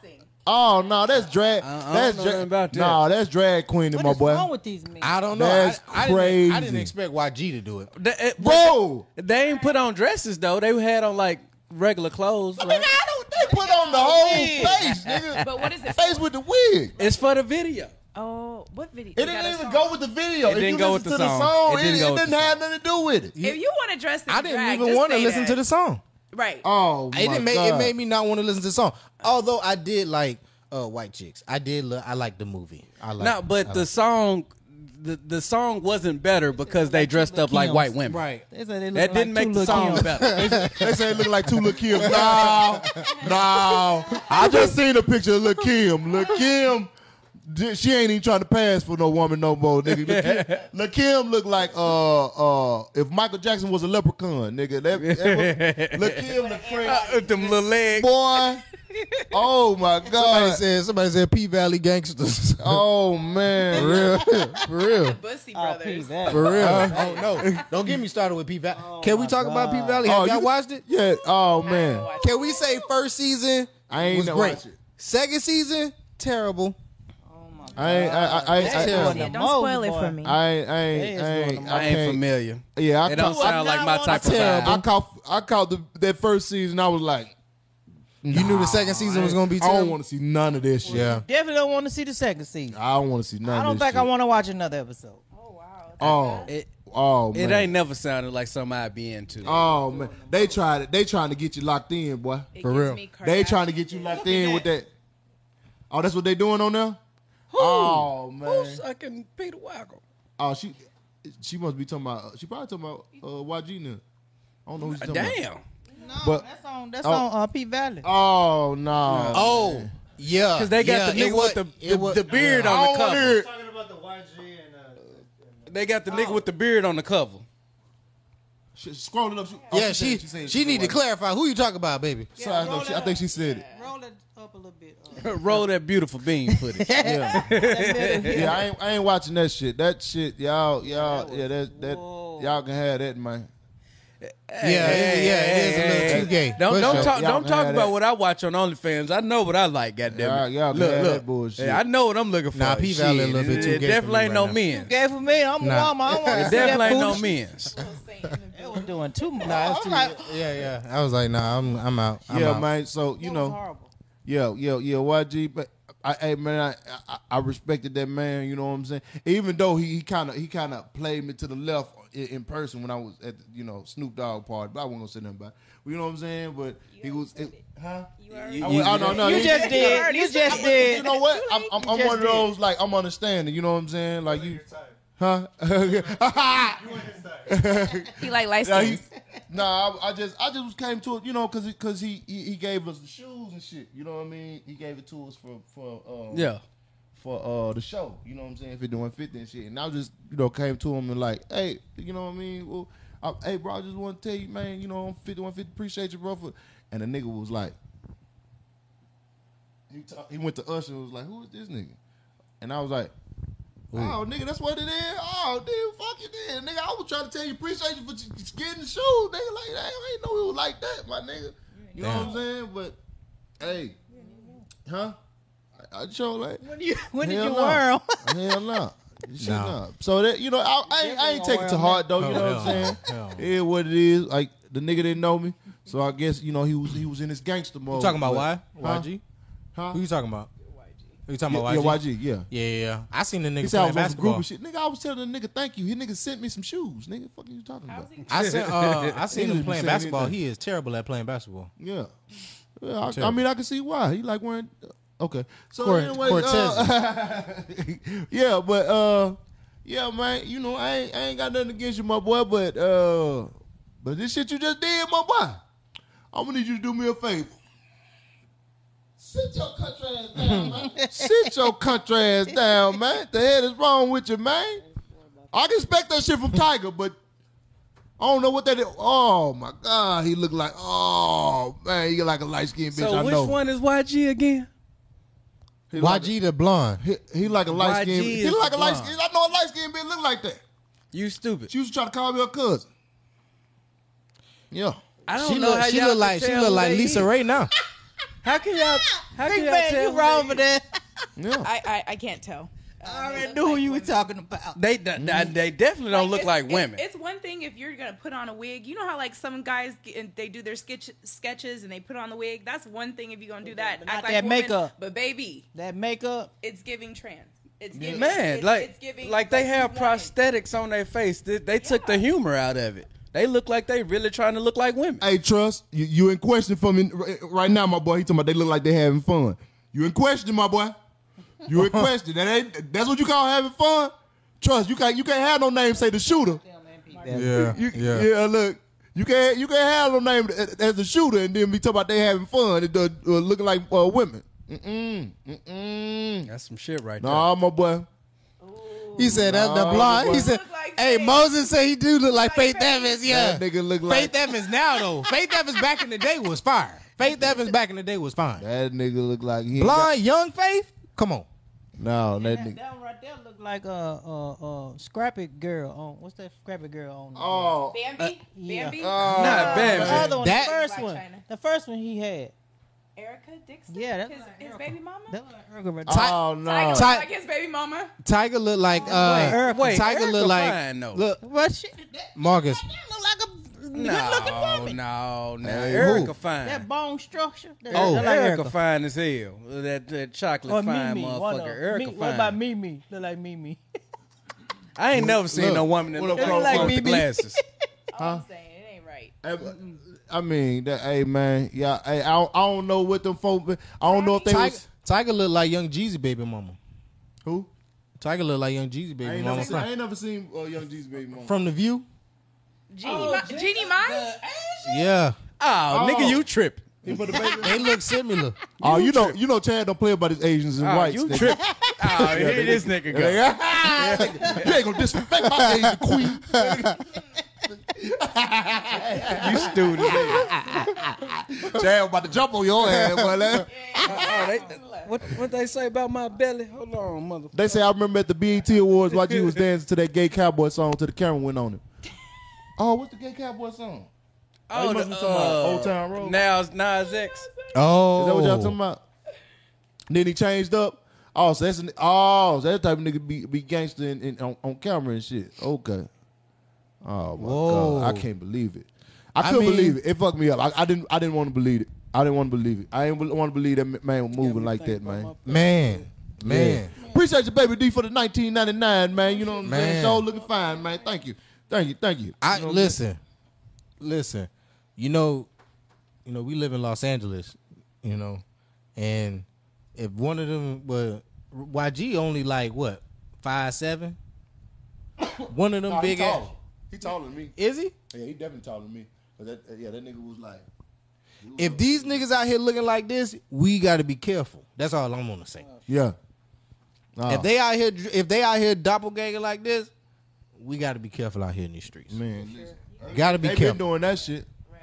S4: oh no, that's drag.
S6: I don't
S4: that's
S6: know
S4: dra-
S6: nothing about that.
S4: No, that's drag queening,
S5: What
S4: my
S5: is wrong
S4: boy.
S5: with these men?
S3: I don't know.
S4: That's
S3: I, I Didn't, I
S4: crazy.
S3: didn't expect YG to do it.
S6: They, it-
S4: Bro,
S6: they ain't put on dresses though. They had on like regular clothes. right?
S4: I don't. They put on the whole face, nigga.
S7: But what is it?
S4: Face with the wig.
S6: It's for the video.
S7: Oh, what video?
S4: It didn't even go with the video.
S6: It
S4: if
S6: didn't
S4: you
S6: go
S4: listen
S6: with the
S4: to
S6: song.
S4: the song,
S6: It
S4: it,
S6: didn't
S4: it
S6: go with
S4: didn't
S6: the
S4: have nothing to do with it.
S7: If you want to dress in
S3: I didn't
S7: drag,
S3: even
S7: just
S3: want to
S7: say
S3: listen
S7: that.
S3: to the song.
S7: Right.
S4: Oh, my
S3: It didn't make
S4: God.
S3: it made me not want to listen to the song. Although I did like uh, White Chicks. I did. Lo- I like the movie. I like.
S6: No, but
S3: I
S6: the
S3: like-
S6: song, the, the song wasn't better because they dressed up like white women.
S3: right.
S5: They said they look
S6: That
S5: like
S6: didn't
S5: two
S6: make the
S5: little
S6: song
S5: kids.
S6: better.
S4: They say it look like two Lil Kim. No, no. I just seen a picture of Lil Kim. Lil Kim, di- she ain't even trying to pass for no woman no more, nigga. Lil Kim, Lil Kim look like uh uh if Michael Jackson was a leprechaun, nigga. That, that was, Lil Kim look crazy.
S6: With them little legs.
S4: Boy, oh my
S3: Somebody
S4: god,
S3: said. Somebody said P Valley gangsters.
S4: oh man, real.
S3: for real.
S7: Bussy
S5: Oh,
S7: Brothers.
S5: peace that.
S3: For real.
S4: Uh,
S3: oh no! Don't get me started with P Valley.
S6: Oh
S3: Can we talk about P Valley? Have
S4: Oh,
S3: y'all
S4: you-
S3: watched it?
S4: Yeah, oh man,
S3: Can we say first season
S4: I ain't
S3: was
S4: know
S3: great?
S4: watch it.
S3: Second season terrible.
S5: Oh,
S4: I ain't, I, I, I, I,
S3: terrible.
S5: Yeah,
S7: Yeah,
S5: don't
S7: don't
S5: Moses
S7: spoil it
S5: boy.
S7: for me.
S4: I, ain't- I, ain't-
S5: They
S4: I,
S5: is doing
S4: ain't-
S5: them.
S4: I
S6: I ain't
S4: can't-
S6: familiar.
S4: Yeah, I
S6: They don't
S4: caught-
S6: sound like my type of
S3: terrible.
S6: vibe.
S4: I caught I caught the that first season. I was like,
S3: You knew the second season was gonna be
S4: I don't
S3: terrible.
S4: want to see none of this shit. Yeah,
S5: Definitely don't want to see the second season.
S4: I don't want to see none.
S5: I
S4: of
S5: don't
S4: this
S5: think I want to watch another episode.
S4: want. Oh,
S6: It,
S4: oh
S6: it
S4: man.
S6: ain't never sounded like something I'd be into.
S4: Oh man, they tried it. They trying to get you locked in, boy.
S3: For real.
S4: They trying to get you locked in with that. Oh, that's what they doing on there. Oh man.
S6: sucking Peter Waggle?
S4: Oh she, she must be talking about. She probably talking about uh, YG now. I don't know who she's talking about.
S6: Damn.
S5: No,
S4: But-
S5: that's on that's
S4: Oh.
S5: on uh, P Valley.
S4: Oh no.
S3: Oh yeah,
S6: Because they got
S3: yeah,
S6: the
S3: it
S6: nigga
S3: was-
S6: with the,
S3: it
S6: the,
S3: was-
S6: the beard
S4: I
S6: on
S4: don't
S6: the
S4: want to hear
S6: cover.
S4: it.
S9: Talking about the YG and uh,
S6: They got the nigga with the beard on the cover.
S4: She, scrolling up. She, oh,
S3: Yeah,
S4: said-
S3: she
S4: said
S3: she need to
S4: said-
S3: clarify who you talking about, baby.
S4: So I, know, she, I think she said it.
S5: Roll it up a little bit. uh.
S6: Roll that beautiful bean footage.
S4: Yeah, I ain't, I ain't watching that shit. That shit, y'all, y'all, yeah, that that
S5: Whoa.
S4: y'all can have that, man.
S3: yeah, it- yeah, it is a little
S6: hey,
S3: too
S6: hey.
S3: gay.
S6: Don't
S4: For
S6: don't
S4: sure.
S6: talk
S4: Y'all
S6: don't
S4: can
S6: talk
S4: have
S6: about
S4: that.
S6: what I watch on OnlyFans. I know what I like. Goddamn
S4: Y'all-
S6: it!
S4: y'all can have that bullshit.
S6: Yeah, I know what I'm looking for.
S3: Nah, P-Valley a little
S6: Shit,
S3: bit too
S6: it
S3: gay for
S6: Definitely
S3: me
S6: ain't
S3: right
S6: no
S3: now.
S6: men.
S5: Gay for me. I'm
S3: Nah.
S5: a woman. I don't want to
S6: It
S5: see
S6: definitely
S5: that
S6: ain't no
S5: foolishness.
S6: men's.
S5: They was doing too much.
S3: Nah,
S5: I
S3: it's
S5: was
S3: too-
S5: like,
S3: yeah, yeah. I was like, nah, I'm I'm out. I'm
S4: yeah,
S3: out.
S4: man. So you
S5: that was
S4: know,
S5: horrible.
S4: yeah, yeah, yeah. YG, but I, hey, man, I, I, I respected that man. You know what I'm saying? Even though he he kind of he kind of played me to the left in, in person when I was at the, you know Snoop Dogg party, but I wasn't gonna say nothing about. It. You know what I'm saying? But he was, it, huh?
S6: You-
S4: I,
S6: you-
S4: went- I, no, no,
S5: you
S4: he-
S5: just did. You just
S4: You
S5: did.
S4: know what? I'm, I'm, I'm
S5: just
S4: one of
S5: did.
S4: those like I'm understanding. You know what I'm saying? Like you, huh?
S7: He like light
S4: Nah, he,
S7: skins.
S4: nah I, I just I just came to it, you know, cause it- cause he, he he gave us the shoes and shit. You know what I mean? He gave it to us for for uh,
S6: Yeah.
S4: for uh the show. You know what I'm saying? Fifty one fifty and shit. And I just you know came to him and like, hey, you know what I mean? Well, I, hey, bro, I just want to tell you, man. You know, I'm fifty one fifty. Appreciate you, bro. For and the nigga was like, he talk, he went to us and was like, who is this nigga? And I was like. Oh, nigga, that's what it is. Oh, dude, fuck it then. Nigga, I was trying to tell you, appreciate you for j- just getting the shoes. Nigga, like, damn, I ain't know it was like that, my nigga. You know what I'm saying? But, hey, huh? I, I show like,
S5: When did
S4: Hell
S5: you
S4: no.
S5: wear 'em?
S4: Hell no. Shit,
S3: Nah.
S4: no. So that you know, I, I, ain't- I ain't take it to heart though. You know what I'm
S3: Oh, Hell
S4: saying? It is what it is. Like the nigga didn't know me, so I guess you know he was he was in his gangster mode.
S3: You talking about
S4: but-
S3: why? YG?
S4: Huh?
S3: Who you talking about? Who you talking
S4: Yeah,
S3: about?
S4: yeah,
S3: YG?
S4: YG. Yeah.
S3: Yeah, yeah, yeah. I seen the
S4: He
S3: nigga
S4: said I
S3: playing
S4: was on some group
S3: basketball.
S4: of shit. Nigga, I was telling the nigga thank you. He nigga sent me some shoes. Nigga, fuck you talking about?
S3: I seen uh, I seen
S4: Niggas
S3: him
S4: be
S3: playing
S4: saying
S3: basketball.
S4: anything.
S3: He is terrible at playing basketball.
S4: Yeah. Yeah, I, I
S3: Terrible.
S4: mean, I can see why he like wearing uh, Okay. So
S8: Quart-
S4: anyway, uh, yeah, but uh, yeah, man. You know, I ain't, I ain't got nothing against you, my boy. But uh, but this shit you just did, my boy. I'm gonna need you to do me a favor. Sit your country ass down, man. Sit your country ass down, man. The hell is wrong with you, man? I can expect that shit from Tiger, but I don't know what that is. Oh my God, he looked like oh man, he like a light skinned bitch.
S6: So
S4: I
S6: which
S4: know.
S6: one is YG again?
S4: He like-
S8: YG the blonde.
S4: He, he like a light skin.
S6: YG
S4: He
S6: is
S4: like a light
S6: blonde.
S4: skin. I know a light skin bitch look like that.
S6: You stupid.
S4: She used to try to call me her cousin. Yeah.
S6: I don't
S8: She
S6: know
S8: look.
S6: how
S8: She
S6: y'all
S8: look
S6: can
S8: like. She
S6: tell
S8: look
S6: who
S8: like
S6: they
S8: Lisa
S6: is.
S8: Ray now.
S6: How can y'all? How can
S5: Big
S6: y'all
S5: man,
S6: tell?
S5: you
S6: who
S5: wrong
S6: they
S5: for
S6: is?
S5: that.
S4: Yeah.
S7: I, I I can't tell. Um,
S5: I already knew who you were talking about.
S6: They d- d- they definitely don't look
S7: it's-
S6: like
S7: it's-
S6: women.
S7: It's, one thing if you're gonna put on a wig. You know how like some guys get- and they do their sketch, sketches and they put on the wig. That's one thing if you're gonna do that.
S5: But not
S7: act like
S5: that
S7: woman,
S5: makeup.
S7: But baby,
S5: That makeup.
S7: it's giving trans. It's giving
S6: Man,
S7: it's,
S6: like
S7: it's giving,
S6: like they have
S7: you want it.
S6: prosthetics on their face. They, they took the humor out of it. They look like they really trying to look like women.
S4: Hey, trust you. You in question for me r- right now, my boy. He talking about they look like they having fun. You in question, my boy. You in question. That ain't. That's what you call having fun. Trust you can't. You can't have no name. Say the shooter.
S8: Yeah,
S4: You, yeah. Look. You can't. You can't have no name as- as the shooter and then be talking about they having fun and uh, uh, looking like uh, women. Mm-mm. Mm-mm.
S6: That's some shit right
S4: Nah, my boy.
S8: He said that the
S4: No,
S8: blonde. He
S4: boy.
S8: said,
S7: Look like
S8: "Hey,
S7: Faith.
S8: Moses said he do look like Faith
S7: Like Faith.
S8: Evans." Yeah,
S4: That nigga look
S8: Faith
S4: like
S8: Evans now though. Faith Evans back in the day was fire. Faith Evans back in the day was fine.
S4: that nigga look like he ain't got-
S8: Blonde, young Faith. Come on.
S4: No, that
S5: That,
S4: nigga.
S5: that one right there look like a uh, uh, scrappy girl on what's that scrappy girl on?
S4: Oh,
S7: Bambi, Uh, Bambi,
S6: there. Not
S5: the
S6: bad.
S5: other one,
S8: That-
S5: the first one,
S7: China.
S5: the first one he had.
S7: Erica Dixon.
S5: Yeah, that
S7: his,
S5: was like
S7: his
S5: Erica.
S7: baby mama.
S5: That was like Erica right there.
S8: Ty-
S4: oh
S7: Tiger
S4: no.
S7: looks
S8: Ty-
S7: like his baby mama.
S8: Tiger look like uh,
S5: Wait, Erica-
S6: wait,
S8: Tiger
S6: Erica
S8: look like
S6: fine, though.
S8: look
S5: Well, shit, that,
S8: Marcus.
S5: that look like a good-looking
S6: No,
S5: woman.
S6: no, no.
S8: Hey,
S6: Erica
S8: who?
S6: fine.
S5: That bone structure. That,
S8: Oh,
S5: that
S6: Erica,
S5: like
S6: fine as hell. That, that chocolate
S5: Or
S6: fine
S5: Oh, Mimi.
S6: motherfucker.
S5: One of,
S6: Erica
S5: Me-
S6: fine.
S5: What about Mimi? Look like Mimi.
S6: I ain't never seen
S4: Look,
S6: no woman that
S4: what
S6: look
S4: up,
S6: like,
S4: bro?
S6: with the
S4: Mimi.
S6: glasses.
S7: All I'm saying it ain't right.
S4: I mean, that, hey man, yeah, hey, I, don't, I don't know what them folk. I don't know if they
S8: Tiger,
S4: was
S8: Tiger look like young Jeezy baby mama.
S4: who.
S8: Tiger look like young Jeezy
S4: I
S8: baby
S4: ain't
S8: mama
S4: never seen, I
S8: from,
S4: ain't never seen uh, Young G's baby mama.
S8: from the View.
S7: Jeannie,
S5: Oh,
S7: Ma- Jeannie, mine.
S8: Yeah,
S6: Oh, nigga, you tripping.
S4: He put the baby-
S8: they look similar.
S4: oh, you know, you know, Chad don't play about his Asians and
S6: Oh,
S4: whites.
S6: you
S4: nigga.
S6: tripping. Oh, here this nigga go.
S4: you ain't gonna disrespect my Asian queen.
S6: You stupid. nigga.
S4: Chad about to jump on your ass, boy. that-
S6: Oh, they, what what they say about my belly? Hold on, motherfucker.
S4: They say I remember at the BET Awards, YG was dancing to that gay cowboy song till the camera went on him. Oh, what's the gay cowboy song? Oh, you must be talking about
S6: uh,
S4: Old Town Road.
S6: Now it's Nas X.
S8: Oh,
S4: Is that what y'all talking about? Then he changed up. Oh, so that's an, oh, so that type of nigga be be gangster in, in, on, on camera and shit. Okay. Oh my
S8: Whoa.
S4: god, I can't believe it. I
S8: I
S4: couldn't
S8: mean-
S4: believe it. It fucked me up. I, I didn't. I didn't want to believe it. I didn't want to believe it. I didn't want to believe that ma- man was moving like that, man.
S8: Man, man,
S4: Yeah. Appreciate you, baby D, for the 1999, man. You know what I'm saying?
S8: Man.
S4: Show looking fine, man. Thank you, thank you, thank you.
S8: I
S4: You know what I'm saying?
S8: listen, listen. You know, you know, we live in Los Angeles. You know, and if one of them were YG, only like what five seven. One of them
S4: Nah, he
S8: big ass.
S4: taller. He taller than me.
S8: Is he?
S4: Yeah, he definitely taller than me. 'Cause that- yeah, that nigga was like.
S8: If these niggas out here looking like this, we got to be careful. That's all I'm gonna say.
S4: Yeah. Nah.
S8: If they out here, if they out here doppelganger like this, we got to be careful out here in these streets.
S4: man, listen.
S8: Got to be
S4: they been
S8: careful.
S4: doing that shit.
S7: Right.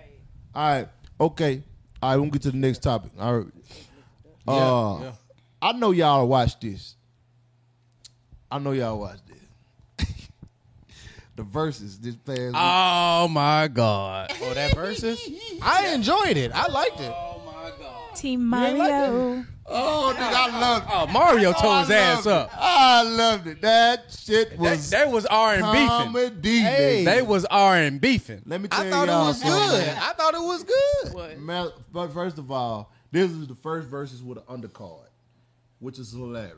S4: All right, okay. All right, we'll get to the next topic. All right. Uh,
S8: yeah.
S4: I know y'all watch this. I know y'all watch this. the verses this past.
S8: Ah,
S6: Oh my god.
S8: Oh, that versus? I enjoyed it. I liked it.
S6: Oh my god.
S7: Team Mario.
S4: oh, nigga, I loved.
S6: Oh, Mario tore his
S4: I
S6: ass
S4: loved
S6: up.
S4: It. I loved it. That shit
S6: They,
S4: was
S6: they was R and beefing.
S4: comedy.
S8: Hey.
S4: nigga.
S6: They was R and beefing.
S4: Let me tell
S8: I thought it
S4: y'all
S8: was
S4: something,
S8: good.
S4: man.
S8: I thought it was good.
S7: What?
S4: Ma- But first of all, this is the first verses with an undercard, which is hilarious.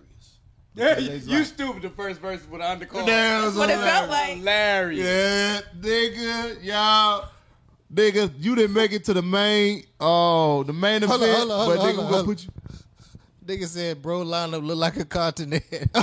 S6: you stupid. The first verse with an undercard.
S4: That's
S7: What it felt like.
S6: Hilarious.
S4: Yeah, nigga, y'all. Nigga, you didn't make it to the main, oh, the main
S8: Hold on,
S4: event,
S8: hold on,
S4: but
S8: hold on,
S4: nigga, we
S8: hold
S4: gonna
S8: on.
S4: put you.
S3: Nigga said, bro, lineup look like a continent.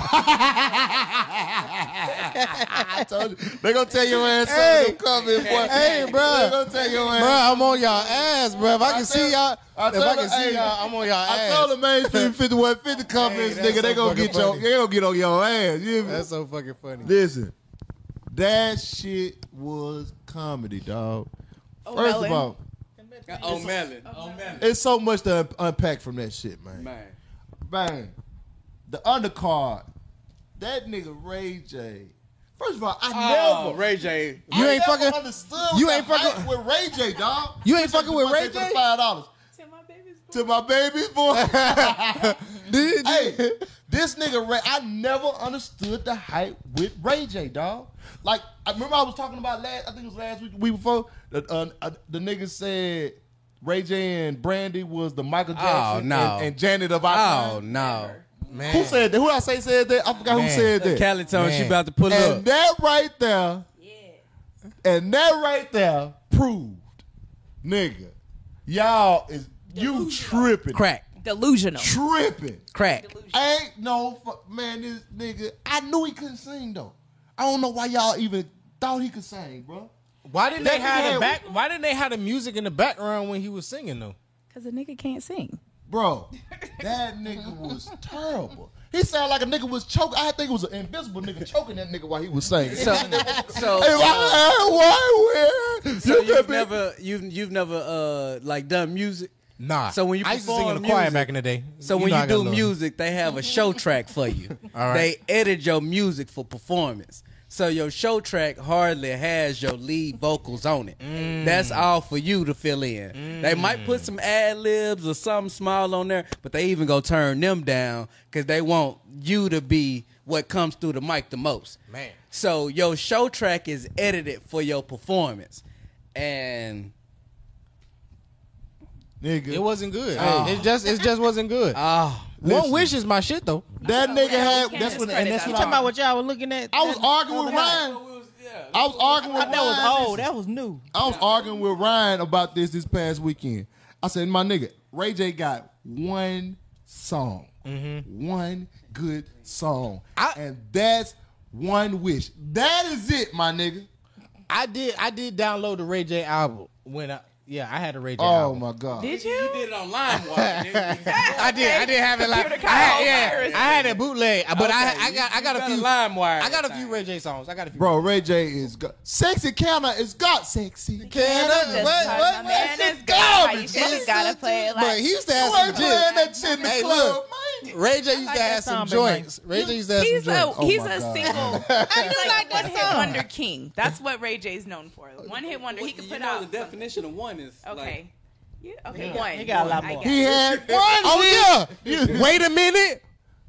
S4: I told you. They gonna tell your ass
S3: Hey.
S4: something coming, boy.
S3: Hey, bruh.
S4: They gonna tell your ass.
S3: bro, I'm on y'all ass, bro. If I can
S4: I
S3: see
S4: told-
S3: y'all,
S4: I
S3: if I
S4: told
S3: can
S4: her,
S3: see
S4: hey,
S3: y'all, I'm on y'all
S4: I
S3: ass.
S4: told the mainstream 5150 comments,
S3: that's
S4: nigga,
S3: so
S4: they gonna
S3: fucking
S4: get your,
S3: funny.
S4: they gonna get on your ass. You hear me?
S3: That's so fucking funny.
S4: Listen, that shit was comedy, dog.
S3: Oh,
S4: First of
S7: O'Malley.
S4: all,
S6: Uh, O'Malley. O'Malley.
S4: it's so much to un- unpack from that shit, man.
S6: Oh, Man.
S4: Bang. The undercard. That nigga Ray J. First of all, I
S6: Oh,
S4: never.
S6: Ray J.
S3: You
S4: I
S3: ain't
S4: never
S3: fucking-
S4: Understood
S3: you
S4: the
S3: ain't fucking-
S4: hype with Ray J, dog.
S3: You ain't fucking with Ray
S4: For the
S3: J?
S4: five dollars
S7: Till my baby's born.
S4: to my baby's boy.
S3: Did you?
S4: hey, this nigga Ray, I never understood the hype with Ray J, dog. Like, I remember I was talking about last, I think it was last week, week before, the, uh, uh, the nigga said Ray J and Brandy was the Michael Jackson
S6: Oh, no.
S4: and, and Janet of our
S6: Oh,
S4: time.
S6: no.
S3: Man.
S4: Who said that? Who I say said that? I forgot who
S3: Man.
S4: said that.
S6: Callie told
S3: Man.
S6: she about to pull
S4: and
S6: up.
S4: that right there, and that right there proved, nigga, y'all is, you tripping.
S6: Crack.
S7: Delusional.
S4: Tripping.
S6: Crack.
S4: Ain't no fuck, man. This nigga, I knew he couldn't sing though. I don't know why y'all even thought he could sing, bro.
S3: Why didn't
S4: That
S3: they have
S4: nigga
S3: the
S4: had-
S3: back? Why didn't they have the music in the background when he was singing though?
S7: Because the nigga can't sing.
S4: Bro, that nigga was terrible. He sounded like a nigga was choking. I think it was an invisible nigga choking that nigga while he was singing.
S6: So, so,
S4: Hey, why- hey, why we-
S6: so
S4: you
S6: you've
S4: could be-
S6: never, you've, you've never, uh, like done music.
S3: Nah.
S6: So when you
S3: I used to sing in the
S6: perform
S3: choir
S6: music-
S3: back in the day.
S6: So when
S3: know
S6: you
S3: I got a
S6: do
S3: little-
S6: music, they have a show track for you.
S3: All right.
S6: They edit your music for performance. So your show track hardly has your lead vocals on it.
S3: Mm.
S6: That's all for you to fill in. They might put some ad libs or something small on there, but they even go turn them down because they want you to be what comes through the mic the most.
S3: Man.
S6: So your show track is edited for your performance, and
S3: it
S4: nigga,
S3: wasn't good. It just it just wasn't good.
S6: ah,
S3: One wish is my shit though.
S4: that nigga had.
S7: can't
S4: That's what.
S7: discredit
S4: And that's what
S7: that. You
S5: Talking about
S4: I,
S5: what y'all were looking at.
S4: I was
S5: that-
S4: arguing with
S5: that-
S4: Ryan. I was arguing with
S5: That was
S4: Ryan.
S5: old. That was new.
S4: I was arguing with Ryan about this this past weekend. I said, my nigga, Ray J got one song, one good song,
S3: I-
S4: and that's one wish. That is it, my nigga.
S3: I did I did download the Ray J album when I yeah I had a Ray J.
S4: Oh
S3: album.
S4: my god.
S7: Did you?
S6: did it on LimeWire.
S3: I did I did have it like I
S7: Computer
S3: had,
S7: called
S3: yeah
S7: viruses.
S3: I had a bootleg but I I got I got a few
S6: LimeWire.
S3: I got a few Ray J songs I got a few.
S4: Bro, Ray J is go- sexy. Counter is got sexy.
S3: Can
S7: Just
S3: I- what- what-
S7: like my
S3: what-
S7: man
S3: shit
S7: is gone. You
S3: garbage.
S7: just
S3: It's
S7: gotta
S3: so
S7: play it
S3: good.
S7: like-
S3: But he used to
S4: You
S3: have some
S4: ain't playing that
S3: jits.
S4: shit in the
S3: Hey,
S4: club,
S3: look.
S4: man.
S3: Ray J used
S5: like
S3: to
S5: that
S3: have some
S5: song, Big Mike.
S3: joints. Ray J used to have some
S7: He's a
S8: Oh
S3: joints. Oh
S7: he's
S4: my
S7: a
S4: God.
S7: single. He's like one hit wonder king. That's what Ray J is known for. One hit wonder. He can
S6: You
S7: put
S6: know
S7: out
S6: the definition of one is
S7: something.
S6: like,
S7: Okay. Yeah, okay. One.
S5: He got a lot
S7: One, I
S5: more.
S7: guess.
S4: He had one.
S3: Oh yeah. Wait a minute.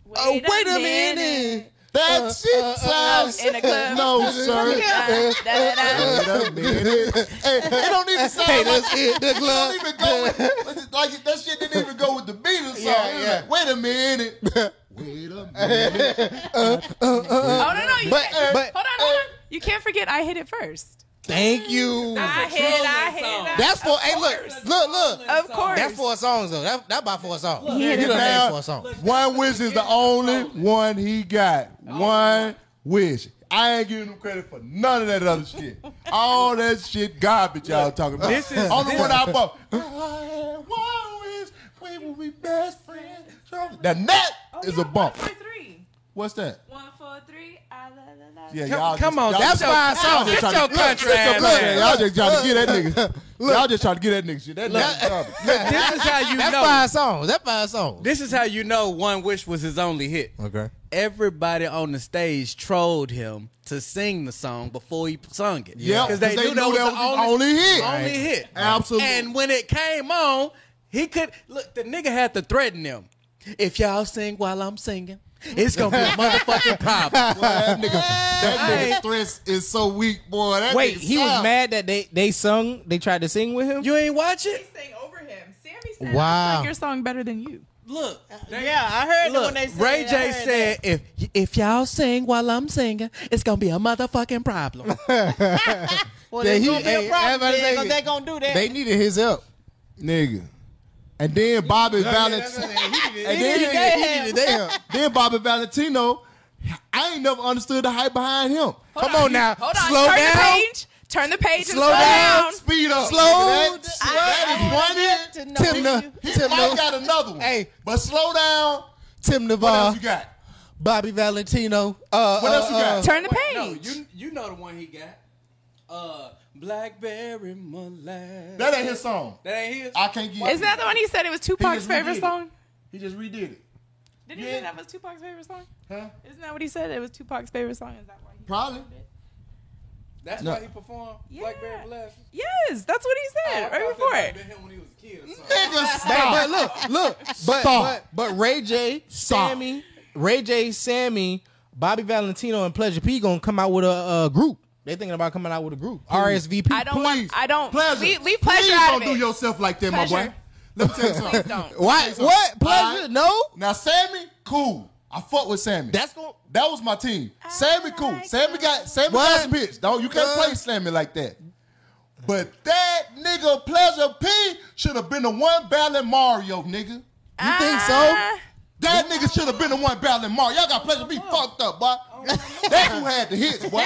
S7: Wait,
S3: Oh wait a minute.
S4: That
S3: Uh,
S4: shit
S3: uh, uh,
S4: sounds.
S7: in the club.
S4: no, sir.
S7: Da, da, da, da.
S4: Wait a minute. Hey, it don't even sound
S3: Hey,
S4: like
S3: that's it. The
S4: don't
S3: glove.
S4: even go with, like that shit didn't even go with the Beatles song.
S3: Yeah,
S4: It was
S3: yeah.
S4: like, Wait a minute. Wait a minute.
S7: Oh no no. You
S3: But-
S7: can't-
S3: but-
S7: hold on hold on. You can't forget I hit it first.
S3: Thank you.
S7: I hit I hit
S6: song.
S7: I-
S3: That's for hey look look look.
S7: Of course.
S3: That's four songs though. That that by four songs.
S7: He hit
S3: you
S7: it
S3: done
S4: down.
S3: named four songs.
S4: One wish is the only one he got. One wish. I ain't giving him credit for none of that other shit. All that shit garbage y'all talking about.
S6: this is-
S4: only
S6: this-
S4: one I bought. I had one wish we will be best friends. Now that is
S6: Oh,
S7: Yeah,
S4: a bump.
S7: One, four, three.
S4: What's that?
S7: One, four, three. Ah, la, la, la.
S4: Yeah,
S6: Come-
S4: y'all
S6: come
S4: just-
S6: on,
S4: y'all
S6: that's
S4: just-
S6: five
S4: y'all
S6: songs.
S4: just
S6: Get
S4: trying
S6: your
S4: to- look,
S6: country
S4: get your
S6: ass
S4: country
S6: out.
S4: ass. Y'all just trying to get that nigga. Y'all just trying to get that nigga shit. That nigga garbage.
S6: this is how you
S3: That
S6: know.
S3: five songs. That five songs.
S6: This is how you know One Wish was his only hit.
S3: Okay.
S6: Everybody on the stage trolled him to sing the song before he sung it.
S4: Yeah,
S6: because they, knew that was the only,
S4: only hit.
S6: only
S4: Right.
S6: hit.
S4: Absolutely.
S6: And when it came on, he could look. The nigga had to threaten them. If y'all sing while I'm singing, it's gonna be a motherfucking problem.
S4: that nigga, that
S6: Hey.
S4: nigga stress is so weak, boy. That
S3: Wait,
S4: nigga
S3: he was
S4: sound-
S3: mad that they they sung. They tried to sing with him.
S6: You ain't watch
S7: He
S6: it.
S7: sang over him. Sammy said,
S3: Wow.
S7: I like your song better than you.
S6: Look, they-
S5: Yeah, I heard it when
S6: Look,
S5: they said
S6: Ray
S5: it. I
S6: J
S5: heard
S6: said, "If if y'all sing while I'm singing, it's gonna be a motherfucking problem."
S5: Well,
S3: Yeah,
S5: there's
S3: he-
S5: gonna be
S3: hey,
S5: a problem
S3: everybody
S5: then,
S3: say-
S5: 'cause they gonna do that.
S3: they needed his help.
S4: nigga. And then Bobby
S3: That's what
S4: Valentino.
S3: I'm saying. He did it.
S4: And
S5: that
S4: then,
S5: half.
S4: damn, then Bobby Valentino. I ain't never understood the hype behind him.
S7: Hold
S6: Come on now.
S7: Hold on.
S6: Slow
S7: Turn the
S6: down.
S7: page. Turn the page
S6: Slow
S7: and slow
S6: down.
S7: down.
S4: Speed up.
S6: Slow
S4: That,
S6: down.
S4: that is
S5: To
S4: one end.
S5: know
S4: Tim,
S5: you.
S4: Na- Tim might got another one.
S3: Hey.
S4: but slow down.
S3: Tim
S4: What else
S3: Navarre,
S4: you got?
S3: Bobby Valentino. Uh,
S4: What
S3: uh,
S4: else you got?
S3: uh,
S7: Turn the
S6: Wait,
S7: page.
S6: No, you you know the one he got. Uh, Blackberry Molasses.
S4: That ain't his song.
S6: That ain't his.
S4: I can't get.
S7: Is that the one he said it was Tupac's
S4: just redid
S7: favorite
S4: it.
S7: song?
S4: He just redid it.
S7: Did he say that was Tupac's favorite song?
S4: Huh?
S7: Isn't that what he said? It was Tupac's favorite song. Is that why? He
S4: Probably.
S6: That's
S4: No.
S6: why he performed Blackberry
S7: Yeah.
S6: Molasses.
S7: Yes, that's what he said
S4: Oh,
S6: I thought
S7: right
S6: that
S7: before
S6: might have been
S7: it.
S6: him when he was a kid. or something.
S4: Nigga,
S3: But,
S4: stop.
S3: but look, look, but,
S4: Stop.
S3: but but Ray J,
S4: Stop.
S3: Sammy, Ray J, Sammy, Bobby Valentino, and Pleasure P gonna come out with a, uh group. They thinking about coming out with a group. RSVP.
S7: I don't
S4: Please.
S7: want. I don't.
S4: Pleasure.
S7: Leave, leave pleasure
S4: Please
S7: out
S4: don't
S7: of
S4: do
S7: it.
S4: yourself like that, my boy.
S7: Pleasure.
S4: Let me tell you
S7: Please
S4: something.
S7: don't.
S3: Why? What? Pleasure?
S4: Alright.
S3: No.
S4: Now Sammy, cool. I fuck with Sammy.
S3: That's going.
S4: that was my team. Sammy, cool.
S7: like
S4: Sammy got Sammy got
S3: What?
S4: some hits. Don't you can't
S3: What?
S4: play Sammy like that. But that nigga Pleasure P should have been the one battling Mario, nigga.
S3: You think
S7: Ah.
S3: so?
S4: That nigga should have been the one battling Mario. Y'all got Pleasure P fucked up, boy. That's who had the hits, boy.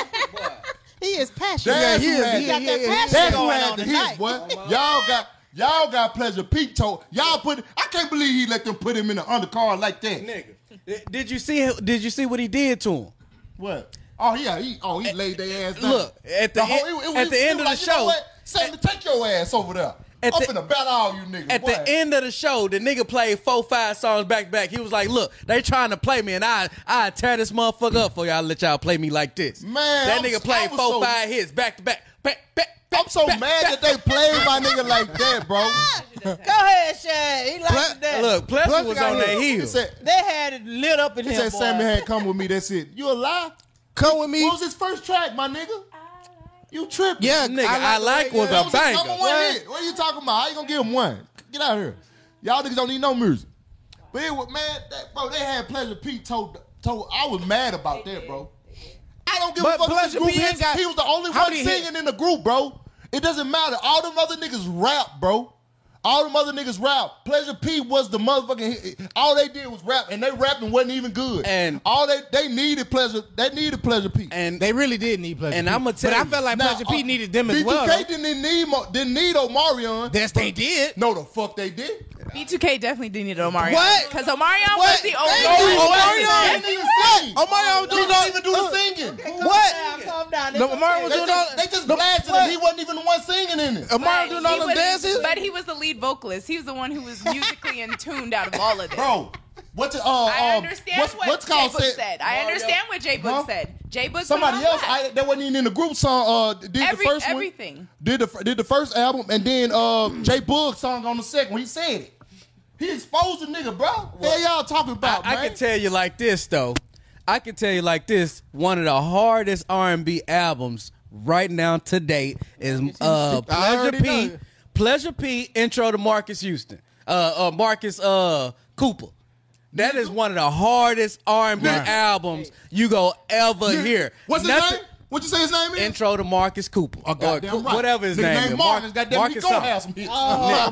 S5: He is passionate.
S4: That's
S3: he
S4: who
S3: is,
S4: had
S3: he
S4: the
S3: is, yeah, yeah, yeah.
S4: hits. That's who had the hits, boy. Y'all got y'all got Pleasure P told. Y'all put I can't believe he let them put him in the undercard like that.
S6: Nigga, Did- did you see? Did you see what he did to him?
S4: What? Oh yeah, he oh he laid their ass down.
S6: Look, at the en- at the end of the
S4: you know
S6: show-
S4: what? Sammy, take your ass over there.
S6: At
S4: I'm
S6: the-
S4: finna battle all you niggas.
S6: At
S4: boy.
S6: the end of the show, the nigga played four, five songs back to back. He was like, "Look, they trying to play me, and I, I tear this motherfucker up for y'all. Let y'all play me like this."
S4: Man,
S6: that
S4: I'm-
S6: nigga
S4: I
S6: played
S4: was
S6: four,
S4: so-
S6: five hits back to back. back, back, back
S4: I'm so
S6: back,
S4: mad
S6: back.
S4: that they played my nigga like that, bro.
S5: Go ahead, Shad. He likes that.
S6: Look, Pleasure
S4: Plus,
S6: was
S4: I got
S6: on that
S4: hit. He
S6: heel.
S4: said,
S5: They had it lit up in
S4: he
S5: him,
S4: said
S5: boy.
S4: Sammy had come with me. That's it. You a lie?
S3: Come with me.
S4: What was his first track, my nigga? You tripping?
S3: Yeah,
S6: Nigga, I like was
S4: That
S6: a
S4: was his number
S6: banger.
S4: one hit. What are you talking about? How you gonna give him one? Get out of here. Y'all niggas don't need no music. But it was man, that, bro, they had Pleasure Pete told told I was mad about that, bro. I don't give
S3: But
S4: a fuck. if this
S3: Pleasure
S4: group
S3: P ain't
S4: hits.
S3: got-
S4: he was the only
S3: How
S4: one
S3: did he hit?
S4: singing in the group, bro. It doesn't matter. All them other niggas rap, bro. All them other niggas rap. Pleasure P was the motherfucking. hit. All they did was rap, and they rapping wasn't even good.
S6: And-
S4: all they they needed pleasure. They needed pleasure P.
S6: And
S3: They really did need Pleasure.
S6: And
S3: P.
S6: I'ma tell
S3: but I
S6: you. uh,
S3: felt like Pleasure
S4: uh,
S3: P needed them as well.
S4: B2K didn't need Mo- didn't need Omarion.
S3: Yes, they did.
S4: No, the fuck they did.
S7: B2K definitely did need Omarion.
S3: What?
S7: Because Omarion was
S3: What?
S7: the
S3: They
S7: only
S3: knew
S7: one.
S3: Oh, Omarion.
S7: Yes,
S4: They
S7: he
S4: didn't even
S7: was.
S4: sing.
S3: Oh my
S4: They didn't even do
S3: Uh,
S4: the singing.
S3: What?
S5: Calm down.
S3: No, Omar was
S4: They
S3: doing all.
S4: just, they just blasted him. He wasn't even the one singing in it.
S3: Amari
S7: But
S3: doing all
S7: he
S3: them
S7: was-
S3: dances.
S7: But he was the lead vocalist. He was the one who was musically in tuned out of all of them.
S4: Bro, what the, uh,
S7: I
S4: um,
S7: understand
S4: what's,
S7: what
S4: what's
S7: Jay
S4: called
S7: Book
S4: said,
S7: said. I understand what Jay Book
S4: Huh?
S7: said. Jay Book. put
S4: Somebody
S7: him on
S4: else
S7: blast.
S4: I, that wasn't even in the group song. Uh, did
S7: Every-
S4: the first
S7: everything.
S4: one? Did the did the first album and then uh Jay Bug song on the second one. He said it. He exposed the nigga, bro. What the hell y'all talking about,
S6: I
S4: man?
S6: can tell you like this though. I can tell you like this. One of the hardest R and B albums right now to date is uh,
S3: I
S6: Pleasure
S3: already
S6: P.
S3: know.
S6: Pleasure P. Intro to Marcus Houston. Uh, uh Marcus uh Cooper. That is one of the hardest R and B
S4: Right.
S6: albums you go ever hear.
S4: What's his
S6: Nothing-
S4: name? What you say his name is?
S6: Intro to Marcus Cooper. Or
S4: Goddamn
S6: Coop-
S4: right.
S6: Whatever his
S4: Nigga
S6: name,
S4: named
S6: is.
S4: Marcus. Goddamn, he gonna
S6: something.
S4: have some hits.
S5: Oh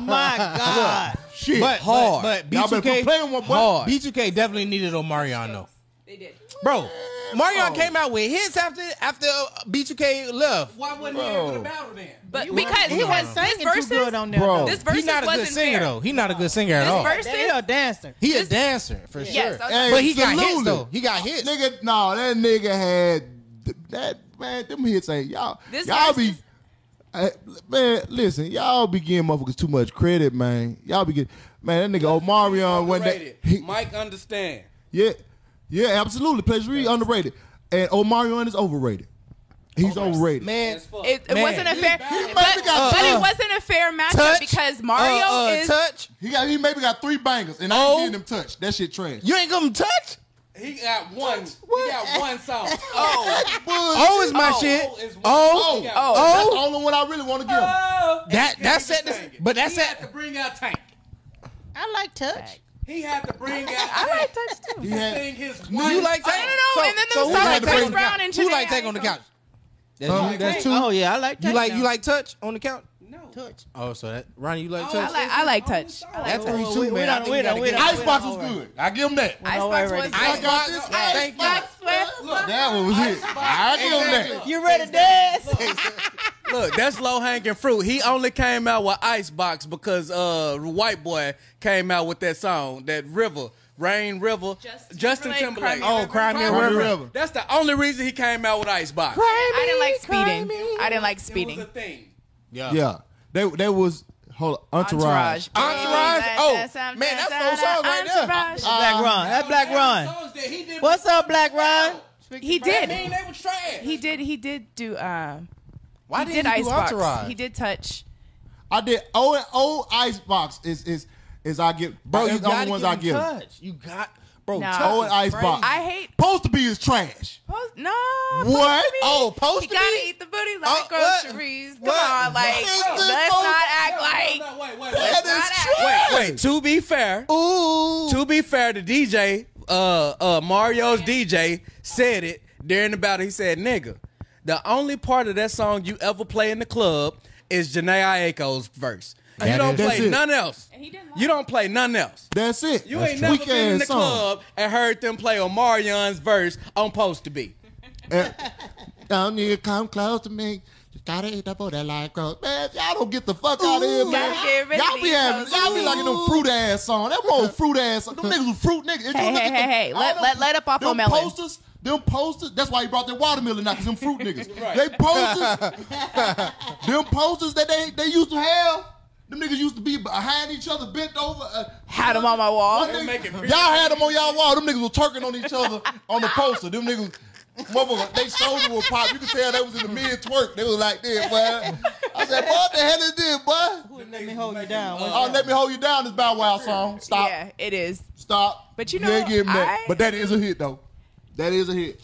S5: my God.
S4: Shit,
S3: But,
S6: hard.
S3: but,
S4: Y'all
S3: but
S4: better quit
S3: B2K,
S4: playing with boy.
S6: Hard.
S3: B2K definitely needed Omarion though.
S7: They did.
S3: Bro,
S4: Oh.
S3: Marion came out with hits after after uh, B2K left.
S6: Why wasn't he able to battle then?
S7: But because
S5: he wasn't
S7: because
S5: singing
S7: this
S5: too good
S7: versus
S5: on there.
S4: Bro.
S5: though.
S7: this versus
S3: He's not a
S7: wasn't
S3: good singer
S7: fair.
S3: though. He's not a good singer at
S7: This
S3: all.
S7: versus
S5: They a dancer.
S3: he a dancer for
S7: yes,
S3: sure.
S7: I was
S4: Hey,
S3: But he got hits
S4: absolutely.
S3: though. He got hits.
S4: Nigga, no, that nigga had that man. Them hits ain't y'all.
S7: This
S4: y'all
S7: verse
S4: be
S7: is-
S4: I- man. Listen, y'all be giving motherfuckers too much credit, man. Y'all be getting man. That nigga Omarion one day. He,
S6: Mike understand.
S4: yeah, yeah, absolutely. Pleasure Reed underrated, and Omarion is overrated. He's overrated.
S3: Man,
S7: It, it
S3: Man.
S7: wasn't a
S4: he
S7: fair, but,
S4: maybe got-
S7: but
S3: uh,
S7: it wasn't a fair matchup
S3: touch
S7: because Mario
S3: uh, uh,
S7: is.
S3: touch.
S4: He got he maybe got three bangers, and I
S3: Oh.
S4: ain't getting him touched. That shit trash.
S3: You ain't gonna touch.
S6: He got one. He got one song. Oh,
S3: Oh, is my
S6: Oh,
S3: shit.
S6: oh, is one.
S3: Oh,
S6: Oh,
S3: oh,
S4: That's the only one I really want to give. him.
S3: that that's
S6: He
S3: set.
S6: can
S3: This,
S6: sing it.
S3: but that's
S6: he had
S3: set.
S6: to bring out Tank.
S5: I like touch.
S6: He had to bring out.
S7: I
S6: Tank
S7: like touch too.
S4: He had-
S6: to sing his
S4: No,
S6: one.
S3: You like
S7: I
S3: Tank?
S7: don't know, and then there was
S3: who
S7: songs
S3: like
S7: with
S3: Tank
S7: Chris
S3: on the
S7: Brown
S3: couch?
S7: and
S3: Who
S7: Janae
S3: like Tank on the
S7: Icon.
S3: couch? That's,
S4: Huh?
S3: that's two.
S5: Oh yeah, I like touch.
S3: You like
S5: now.
S3: you like touch on the couch?
S6: No.
S5: Touch.
S3: Oh, so that Ronnie, you like
S6: Oh,
S3: touch?
S7: I like I like touch. I like
S3: That's
S7: touch.
S3: me
S5: Oh,
S3: too,
S5: we- we
S3: man. I
S5: done-
S3: think we
S5: we done-
S3: gotta
S5: we
S3: get-
S5: done-
S4: Icebox was good. I give him that.
S5: Went over
S7: Icebox
S5: already.
S7: was
S4: Icebox is
S7: Ice
S4: Thank you.
S7: box with-
S4: That one was it. I give him that.
S5: You ready to dance?
S6: Look, that's low hanging fruit. He only came out with Icebox because uh White Boy came out with that song, that River, Rain River.
S7: Justin
S6: Justin
S7: Timberlake,
S6: Timberlake.
S7: Cry Me Oh, River. Cry Me a
S4: River.
S6: That's the only reason he came out with Icebox.
S7: I didn't like speeding. I didn't like
S6: It was
S7: speeding.
S6: a thing.
S4: Yeah. They they was hold on, entourage.
S7: Entourage. Entourage?
S4: Oh,
S7: Something
S4: man, that's
S7: that
S4: those songs right there. Uh,
S7: entourage.
S6: Uh,
S5: Black Ron. That's Black Ron.
S6: Songs that he did.
S5: What's up, Black Ron?
S7: He
S6: That mean
S7: did.
S6: they was trash.
S7: He did. He did do. Uh,
S3: Why
S7: he
S3: did
S7: did
S3: he do
S7: icebox.
S3: Entourage?
S7: He did touch.
S4: I did old old Icebox is is is I get bro. You the only ones I give. him.
S3: touch. You got bro.
S7: No.
S3: Touch
S4: Old
S3: is
S4: Icebox.
S7: I hate.
S4: Supposed to be is trash.
S7: Post, no.
S4: Oh. What?
S7: Post to me.
S4: Oh, post
S7: He
S4: to
S7: gotta
S4: me?
S7: eat the booty
S4: Oh,
S7: like
S4: what?
S7: groceries. Come
S4: What?
S7: on, like
S4: What is this
S7: let's
S4: post-
S7: not act
S6: No,
S7: like.
S6: no, no, wait, wait,
S4: That
S6: wait.
S4: is
S7: not
S4: trash.
S6: Wait, wait. To be fair,
S4: Ooh.
S6: to be fair, the DJ, uh, uh, Mario's DJ said it during the battle. He said, "Nigga, the only part of that song you ever play in the club is Janae Aiko's verse. You
S3: That
S6: don't
S3: is-
S4: that's
S6: play
S4: it.
S6: none else.
S7: he didn't like
S6: You don't play none else.
S4: That's it.
S6: You
S4: That's
S6: ain't
S4: true.
S6: never
S4: Weak
S6: been in
S4: ass
S6: the
S4: song.
S6: club and heard them play Omarion's verse on "Post to Be."
S4: And, don't you come close to me. You gotta eat up all that light growth. Man, y'all don't get the fuck out of here, man.
S7: Gotta get rid of
S4: Y'all be
S7: these
S4: having,
S7: hoes.
S4: y'all be liking them fruit ass song. That one fruit ass song. Them niggas was fruit niggas. If you
S7: Hey,
S4: look
S7: hey,
S4: at them-
S7: hey, hey.
S4: all
S7: Let-
S4: them-
S7: let- let up off
S4: them
S7: on Melon.
S4: posters, them posters. That's why he brought that watermelon out, cause them fruit niggas.
S6: Right.
S4: They posters, them posters that they, they used to have. Them niggas used to be behind each other, bent over. Uh,
S7: Had 'em on my wall.
S4: One
S7: They
S6: were
S4: nigga-
S6: making pictures.
S4: y'all had them on y'all wall. Them niggas were twerking on each other on the poster. Them niggas, motherfucker, they shoulder would pop. You could tell they was in the mid twerk. They was like this, boy. I said, boy, what the hell is this, boy?
S5: Let me hold you down.
S4: Oh, let me hold you down. This Bow Wow song. Stop.
S7: Yeah, it is.
S4: Stop.
S7: But you
S4: you
S7: know,
S4: ain't getting that.
S7: I-
S4: But that is a hit though. That is a hit.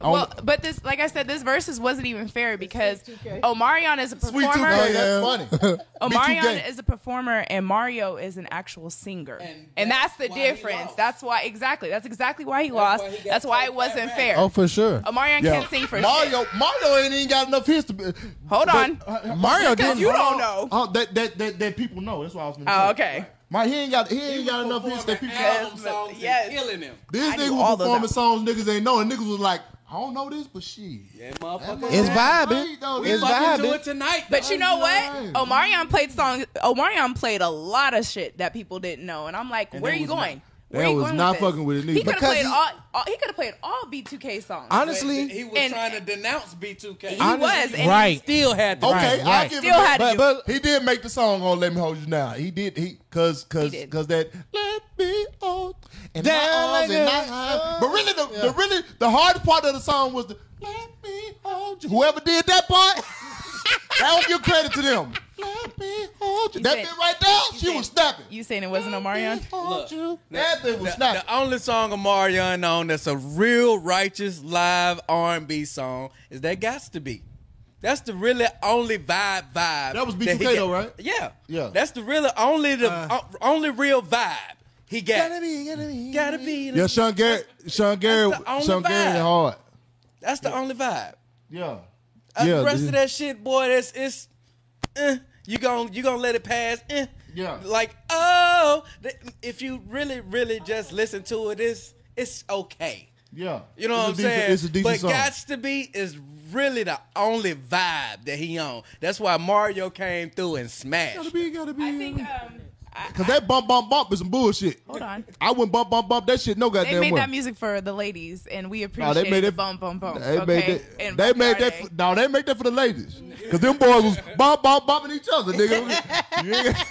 S4: I
S7: Well,
S4: don't-
S7: but this, like I said, this versus wasn't even fair because Omarion is a
S4: Sweet tooth,
S7: performer.
S4: hey, that's funny.
S7: Oh, Omarion
S4: B2K.
S7: is a performer and Mario is an actual singer. And, that's, the
S6: why he
S7: difference.
S6: lost.
S7: That's why exactly. That's exactly why he
S6: why he
S7: lost.
S6: got
S7: that's why
S6: so
S7: it wasn't
S6: fat
S7: fair.
S3: Oh, for sure.
S7: Omarion can't sing for shit.
S4: Mario. Mario ain't even got enough uh, hits to be.
S7: Hold on.
S4: Mario
S7: Because
S4: didn't.
S7: you don't know.
S4: Oh, that, that that that people know. That's why I was. Gonna
S7: Oh,
S4: say.
S7: okay.
S4: My he ain't got he ain't got enough hits that people.
S7: album
S6: Album
S7: but-
S6: songs and
S7: yes.
S6: killing him.
S4: This
S7: I knew
S4: nigga
S7: all
S4: was
S7: those
S4: performing
S7: albums.
S4: songs niggas ain't know, and niggas was like, I don't know this, but shit.
S6: That motherfucker.
S3: It's
S4: That's
S3: vibing.
S4: great, though.
S3: It's
S4: That's-
S6: fucking do
S3: vibing.
S6: it tonight.
S7: But you know what?
S4: Alright.
S7: Omarion played songs. Omarion played a lot of shit that people didn't know, and I'm like, where are
S4: that
S7: you
S4: was
S7: going?
S4: not-
S7: Where
S4: that
S7: are you
S4: was
S7: going
S4: not
S7: with
S4: fucking with it
S7: this?
S4: neither.
S7: He could have
S3: Because
S7: played
S3: he-
S7: all, all. He could have played all B2K songs.
S3: Honestly,
S6: He was
S7: And-
S6: trying to denounce B2K.
S7: he was, and
S3: right.
S6: still had the
S4: Okay,
S3: Right,
S4: I
S3: right.
S4: give
S7: Still
S4: him that.
S7: had to
S4: But,
S7: do
S4: but he did make the song on "Let Me Hold You Now." He did. He cause cause
S7: He did.
S4: cause that "Let Me Hold" and
S3: Down
S4: my arms and my
S3: again.
S4: eyes. But really, the, the really the hardest part of the song was the "Let Me Hold You." Whoever did that part, that would give credit to them. Let me hold you.
S7: You
S4: that
S7: said-
S4: bit right there,
S7: you
S4: she
S7: said-
S4: was snapping.
S7: You saying it wasn't
S4: Let
S7: Omarion?
S4: me hold
S6: Look,
S4: you. that thing was
S6: The,
S4: snapping.
S6: the only song of Marion on that's a real righteous live R&B song is that Gots to Be. That's the really only vibe vibe. That
S4: was
S6: he
S4: B2K though,
S6: got.
S4: right?
S6: Yeah.
S4: Yeah.
S6: That's the really only the o- only real vibe he got.
S3: Gotta be, gotta be.
S6: Gotta be.
S4: Yeah, Sean Garrett. Sean Garrett.
S6: the only
S4: Sean Garrett
S6: vibe.
S4: is hard.
S6: That's the only vibe.
S4: Yeah.
S6: Uh,
S4: yeah,
S6: the rest
S4: this-
S6: of that shit, boy, that's it's eh, you gon' you gonna let it pass. eh.
S4: Yeah.
S6: Like, oh th- if you really, really just listen to it, it's it's okay.
S4: Yeah.
S6: You know what
S4: It's a
S6: I'm
S4: decent-
S6: saying?
S4: It's a decent
S6: but
S4: song.
S6: Gots to Be is really the only vibe that he on. That's why Mario came through and smashed.
S4: gotta be, gotta be.
S7: I think. Um, I,
S4: Cause that bump, bump, bump is some bullshit.
S7: hold on.
S4: I wouldn't bump, bump, bump that shit no goddamn
S7: They made
S4: way.
S7: that music for the ladies, and we
S4: Nah,
S7: appreciate
S4: they made
S7: the
S4: that.
S7: bum bum bum.
S4: They
S7: okay?
S4: made that.
S7: And
S4: They
S7: Bump
S4: made that.
S7: Friday.
S4: For, no, they make that for the ladies. Cause them boys was bump, bump, bumping each other, nigga. yeah,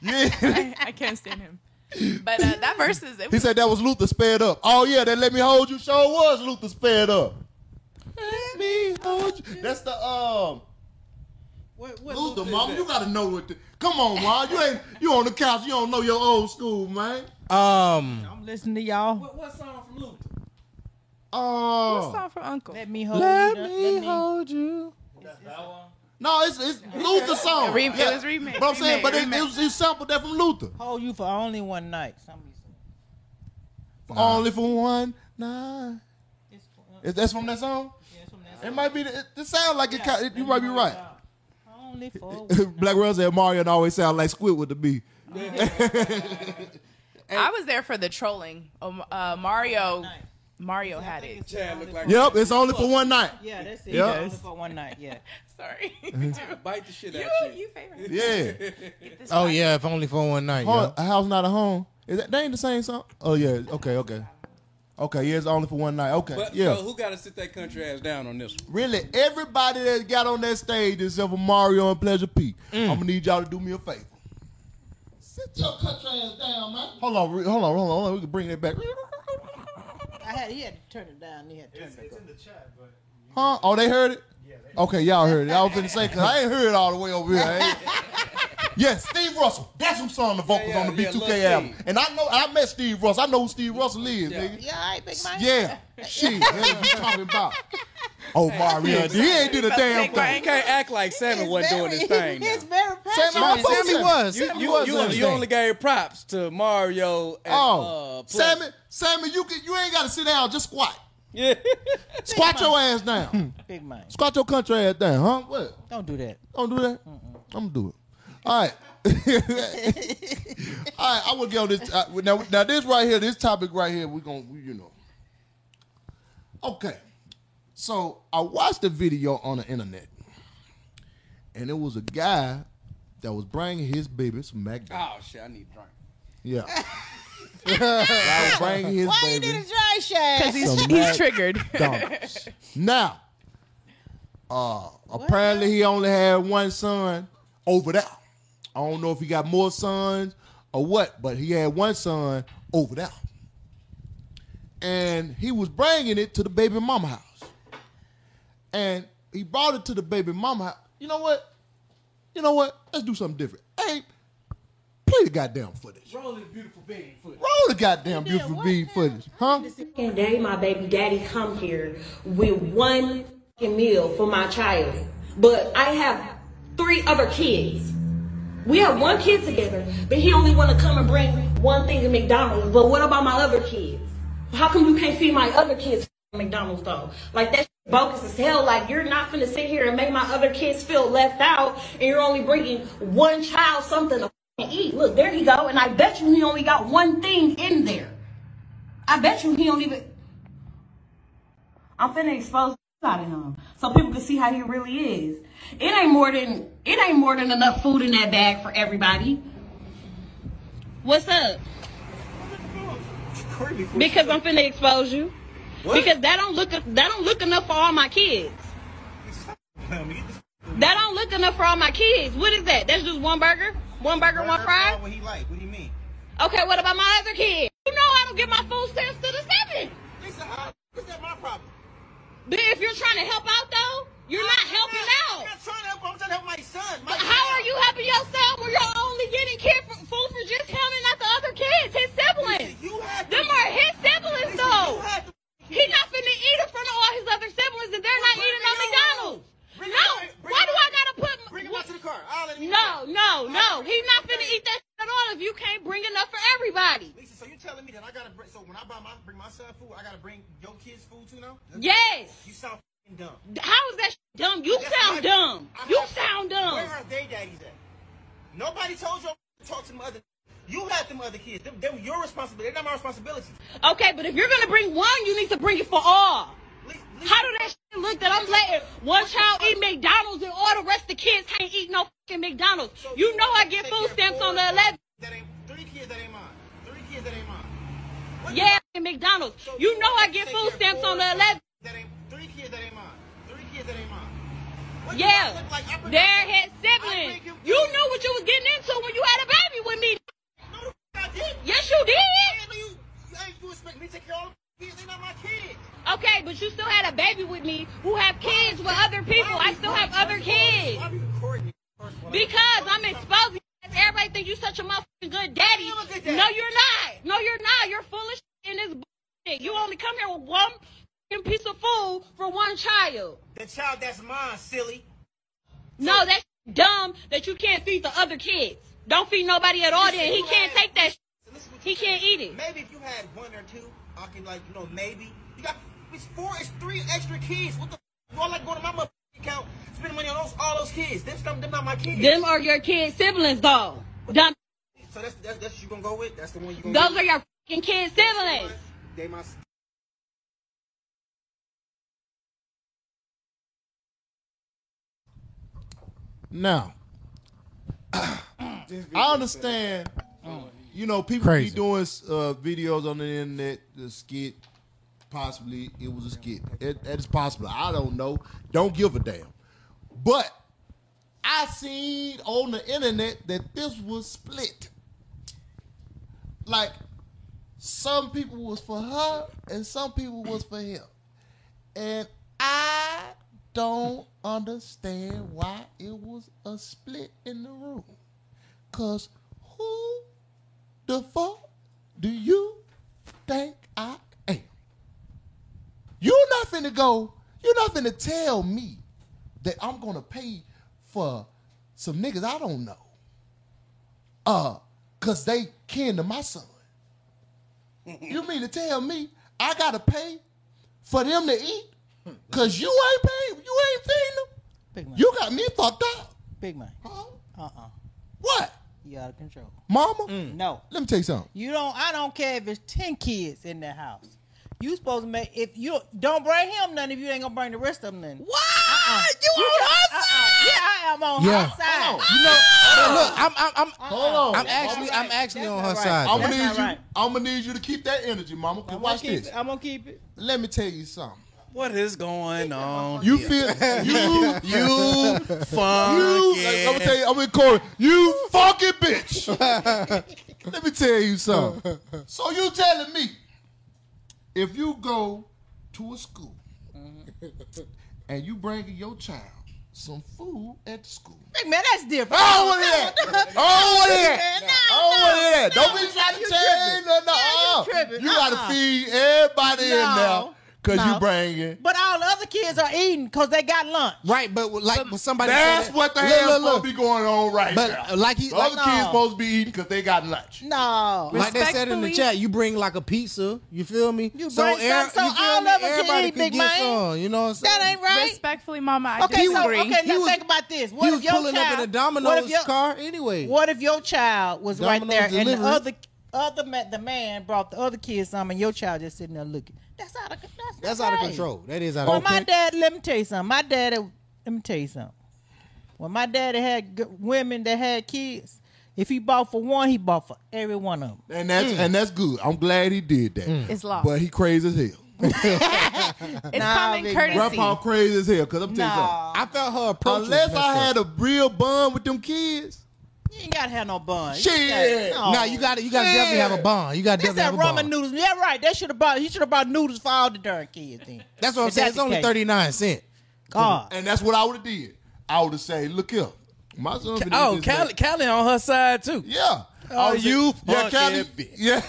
S4: yeah.
S7: I, I can't stand him. But uh, that verse is.
S4: He said that was Luther spared up. Oh yeah, they let me hold you. Sure was Luther spared up. Let me hold you. That's the um.
S6: What, what
S4: Luther,
S6: Luther
S4: mom,
S6: is
S4: you
S6: that?
S4: gotta know what. The, come on, mom, you ain't you on the couch. You don't know your old school, man.
S3: Um,
S5: I'm listening to y'all.
S6: what, what song from Luther?
S4: Oh, Uh,
S7: What's song for Uncle?
S5: Let me hold you. down. Let me
S3: hold you.
S4: no, it's it's Luther song.
S7: Re- It
S4: Yeah.
S7: was remade.
S4: But I'm saying,
S7: remade,
S4: but it,
S7: remade.
S4: it was he sampled that from Luther.
S5: hold you for only one night. Somebody said.
S4: Only for one night.
S5: It's for-
S4: Is that's from that song?
S5: yeah, it's from
S4: It
S5: that song.
S4: might be. The, it, it sound like it. ki- it- You might be right.
S5: I don't only for
S4: Black Rose said Mario always sound like Squidward to me.
S7: I was there for the trolling. Um, uh, Mario, Mario had it.
S6: Chad look like
S4: Yep, it's only for one night.
S5: Yeah, that's it.
S4: Yeah.
S5: Only for one night. Yeah.
S7: Sorry,
S6: bite the shit
S7: you,
S6: out you.
S7: you favorite.
S4: Yeah,
S10: Oh yeah, if only for one night.
S4: Home-
S10: Yo.
S4: a house not a home. Is that they ain't the same song? Oh yeah, okay, okay, okay. Yeah, it's only for one night. Okay,
S6: But
S4: yeah.
S6: so who got to sit that country ass down on this one?
S4: really, everybody that got on that stage except for Mario and Pleasure P.
S6: Mm.
S4: am gonna need y'all to do me a favor. Sit your country ass down, man. Hold on, re- hold on, hold on, hold on. We can bring that back.
S5: I had he had to turn it down. He had to turn
S3: It's,
S5: it
S3: it's
S5: up.
S3: in the chat, but
S4: Huh? Oh, they heard it?
S3: yeah, they
S4: Okay, y'all heard it. I was finna say, because I ain't heard it all the way over here. I ain't- Yes, Steve Russell. That's who sung the vocals
S6: Yeah,
S4: on the
S6: yeah,
S4: B2K
S6: Lil
S4: album.
S6: Steve.
S4: And I know, I met Steve Russell. I know who Steve Russell is,
S6: Yeah.
S4: nigga.
S5: Yeah, all right, big man.
S4: Yeah. Shit, that's what you talking about. Oh, Mario, he ain't did a damn
S7: Big Bang.
S6: You
S4: thing.
S6: can't act like Sammy wasn't doing his thing.
S5: It's
S6: now.
S5: very
S4: Sammy
S5: passionate.
S4: was-
S10: Sammy was.
S6: You,
S10: Sammy
S6: you,
S10: was
S6: you,
S10: doing his
S6: you
S10: thing.
S6: only gave props to Mario. And,
S4: Oh,
S6: uh, Pleasure.
S4: Sammy, Sammy, you can, you ain't got to sit down. Just squat.
S6: Yeah.
S4: Squat your ass down.
S5: Big man.
S4: Squat your country ass down, huh? What?
S5: Don't do that.
S4: Don't do that. I'm gonna do it. All right. All right. I will get on this. Uh, now, now this right here, this topic right here, we're gonna, we, you know. Okay. So I watched a video on the internet, and it was a guy that was bringing his baby some McDonald's.
S6: oh shit! I need a drink.
S4: Yeah. I was bringing his
S5: Why you
S4: baby
S5: did a dry shot?
S7: Because he's,
S4: Some
S7: he's
S4: mad-
S7: triggered.
S4: McDonald's. now, uh, apparently he only had one son over there. I don't know if he got more sons or what, but he had one son over there. And he was bringing it to the baby mama house. And he brought it to the baby mama house. You know what? You know what? Let's do something different. Hey, play the goddamn footage. Roll the beautiful bean footage. Roll the goddamn beautiful
S5: what
S4: bean
S5: now?
S4: footage. Huh?
S8: fucking day my baby daddy come here with one fucking meal for my child. But I have three other kids. We have one kid together, but he only want to come and bring one thing to McDonald's. But what about my other kids? How come you can't feed my other kids McDonald's though? Like that shit bogus as hell. Like you're not finna sit here and make my other kids feel left out, and you're only bringing one child something to fucking eat. Look, there he go, and I bet you he only got one thing in there. I bet you he don't even. I'm finna expose the out of him so people can see how he really is. It ain't more than it ain't more than enough food in that bag for everybody. What's up? Because I'm finna expose you. Because that don't look that don't look enough for all my kids. That don't look enough for all my kids. What is that? That's just one burger, one burger, one fry.
S3: what he like. What do you mean?
S8: Okay, what about my other kid? You know I don't get my food stamps to the seven.
S3: uh,
S8: But if you're trying to help out though, you're not helping out.
S3: trying to help. I'm trying to help my son.
S8: But how are you helping yourself when you're only getting care for, food for just him and not the other kids, his siblings?
S3: You had
S8: Them are his siblings though.
S3: had to-
S8: He not finna eat in front of all his other siblings and they're not
S3: Bring
S8: eating
S3: it
S8: on
S3: on.
S8: McDonald's.
S3: Bring it
S8: No,
S3: on. Bring
S8: why
S3: it
S8: do
S3: on.
S8: I gotta put?
S3: Bring him out to the car. I'll let him
S8: No, no, no. He's not finna eat that shit at all if you can't bring enough for everybody.
S3: Lisa, so you telling me that I gotta bring? So when I buy my bring my son food, I gotta bring your kids food too now?
S8: Yes.
S3: You sound fing dumb.
S8: How is that shit dumb? You
S3: That's
S8: sound
S3: my-
S8: dumb.
S3: I
S8: You
S3: have-
S8: sound
S3: Where
S8: dumb.
S3: are they daddies at? Nobody told you to talk to them other. You had them other kids. Them, they were your responsibility. They're not my responsibility.
S8: Okay, but if you're gonna bring one, you need to bring it for all.
S3: Lisa, Lisa,
S8: How do that shit look that I'm letting one child eat McDonald's and all the rest of the kids can't eat no fucking McDonald's? You know I get food stamps on the 11th.
S3: That ain't three kids. That ain't mine. Three kids. That ain't mine. What the
S8: Yeah, fucking McDonald's. You know I get food stamps on the 11th.
S3: That ain't three kids that ain't mine. Three kids that ain't mine. What do I
S8: Yeah,
S3: look like? I bring-
S8: they're his
S3: I
S8: siblings.
S3: bring him-
S8: You knew what you was getting into when you had a baby with me.
S3: No, the f- I did.
S8: Yes, you did.
S3: You, you, hey, you expect me to take care of all the kids? They not my kids.
S8: Okay, but you still had a baby with me who have kids with other people. I still have other kids.
S3: Why are you recording me? First of all,
S8: Because I'm exposing you. Everybody think you such a motherfucking good daddy.
S3: I am a good daddy.
S8: No, you're not. No, you're not. You're full of shit in this bullshit. You only come here with one fucking piece of food for one child.
S3: the child that's mine, silly.
S8: No, that's dumb that you can't feed the other kids. Don't feed nobody at all. Then he can't take that. shit.
S3: So listen what
S8: He
S3: you
S8: can't
S3: saying.
S8: eat it.
S3: Maybe if you had one or two, I can like you know maybe you got it's four, it's three extra kids. What the? f- You all like going to my mother account, spending money on those all
S9: those kids. Them, them, them not my kids.
S11: Them are your kids' siblings, though. Dumb-
S9: so that's, that's, that's what you gonna go with? That's the one you gonna
S11: Those
S9: go
S11: are your fucking kids' siblings.
S9: with? They my...
S4: Now, I understand.
S5: uh,
S4: You know, people
S3: Crazy.
S4: be doing uh, videos on the internet, the skit. Possibly it was a skit. It- that is possible. I don't know. Don't give a damn. But I seen on the internet that this was split. Like some people was for her and some people was for him. And I don't understand why it was a split in the room. Cause who the fuck do you think I am? You're not finna go, you're not finna tell me that I'm gonna pay for some niggas I don't know. Uh, cause they kin to my son. You mean to tell me I gotta pay for them to eat? Cause you ain't paying, you ain't feeding
S5: Big
S4: them.
S5: man.
S4: You got me fucked up.
S5: Big man.
S4: Huh?
S5: Uh-uh.
S4: What?
S5: You out of control.
S4: Mama?
S5: No.
S4: Let me tell you something.
S5: You don't. I don't care if it's ten kids in that house. You supposed to make if you don't bring him none if you ain't gonna bring the rest of them none. What? You on her side? Yeah, I am on
S3: Yeah.
S5: her side.
S3: You know, but look, I'm, I'm, I'm,
S4: Hold on.
S3: I'm actually, I'm actually
S5: That's
S3: on her
S5: not right.
S3: side.
S4: I'm
S5: That's
S4: gonna need
S5: not
S4: you.
S5: right.
S4: I'm gonna need you to keep that energy, Mama. 'cause
S5: I'm
S4: watch
S5: gonna keep
S4: this.
S5: It. I'm gonna keep it.
S4: Let me tell you something.
S6: What is going on?
S4: You
S6: here?
S4: feel you
S6: you fun.
S4: you. Like, I'm gonna tell you. I'm gonna call it, you fucking bitch. Let me tell you something. So you telling me if you go to a school
S5: Mm-hmm.
S4: and you bringing your child some food at the school?
S5: Big man, that's different.
S4: I don't want to hear that. I don't want to hear that.
S5: No,
S4: I don't want to hear that. Don't
S5: no,
S4: be trying to
S5: you
S4: change
S5: tripping.
S4: nothing. Uh-uh.
S5: Yeah, you tripping.
S4: You got
S5: Uh-uh.
S4: to feed everybody in
S5: No.
S4: now because
S5: No.
S4: you bringing.
S5: But all the other kids are eating because they got lunch.
S3: Right, but like when somebody
S4: That's
S3: said that-
S4: what the
S3: Look,
S4: hell's
S3: look,
S4: supposed
S3: look.
S4: to be going on right now.
S3: But like he,
S4: the
S3: like,
S4: other kids
S5: no.
S4: supposed to be eating because they got lunch.
S5: No.
S3: like they said in the
S7: Respectfully-
S3: chat, you bring like a pizza. You feel me?
S5: You bring some,
S3: air-
S5: so
S3: you feel
S5: all
S3: me?
S5: of us can
S3: Everybody
S5: eat, Big
S3: get
S5: man.
S3: some, you know what I'm saying?
S5: That ain't right.
S7: Respectfully, Mama, I
S5: okay, so
S7: disagree.
S5: okay,
S3: He
S5: now
S3: was-
S5: think about this. What
S3: he
S5: if
S3: was
S5: your
S3: pulling up
S5: child,
S3: in a
S5: what if
S3: Domino's
S5: your,
S3: car anyway.
S5: What if your child was
S3: Domino's
S5: right there and
S3: delivery.
S5: the other other ma- the man brought the other kid some and your child just sitting there looking? That's out of con- that's,
S3: That's
S5: not
S3: out of
S5: right.
S3: control. That is out
S5: Well,
S3: of
S5: my
S3: control.
S5: dad, let me tell you something. My daddy, let me tell you something. When my daddy had g- women that had kids, if he bought for one, he bought for every one of them.
S4: And that's
S3: Mm.
S4: and that's good. I'm glad he did that.
S7: It's law.
S4: But he crazy as hell.
S7: it's
S5: Nah,
S7: common
S5: Big
S7: courtesy.
S4: Grandpa crazy as hell. Cause I'm telling you something.
S3: I felt her approach.
S4: Unless I had a real bond with them kids,
S5: You ain't gotta have no bun. You
S4: Shit.
S5: just gotta-
S3: Now you got to you got to
S4: Yeah.
S3: definitely have a bond. You got to
S5: This
S3: definitely
S5: that
S3: have a
S5: ramen
S3: bond.
S5: noodles. Yeah, right. They should have bought. He should have bought noodles for all the darn kids. Then
S3: That's what I'm
S5: If
S3: saying.
S5: that's
S3: It's
S5: the
S3: only
S5: case.
S3: thirty nine cent.
S5: God.
S4: and that's what I would have did. I would have said, "Look here, my son." finna eat
S6: Oh,
S4: this
S6: Callie,
S4: day."
S6: Callie on her side too.
S4: Yeah.
S6: Oh,
S4: I would've
S6: you
S4: said, yeah, Callie,
S6: fucking bitch.
S4: yeah.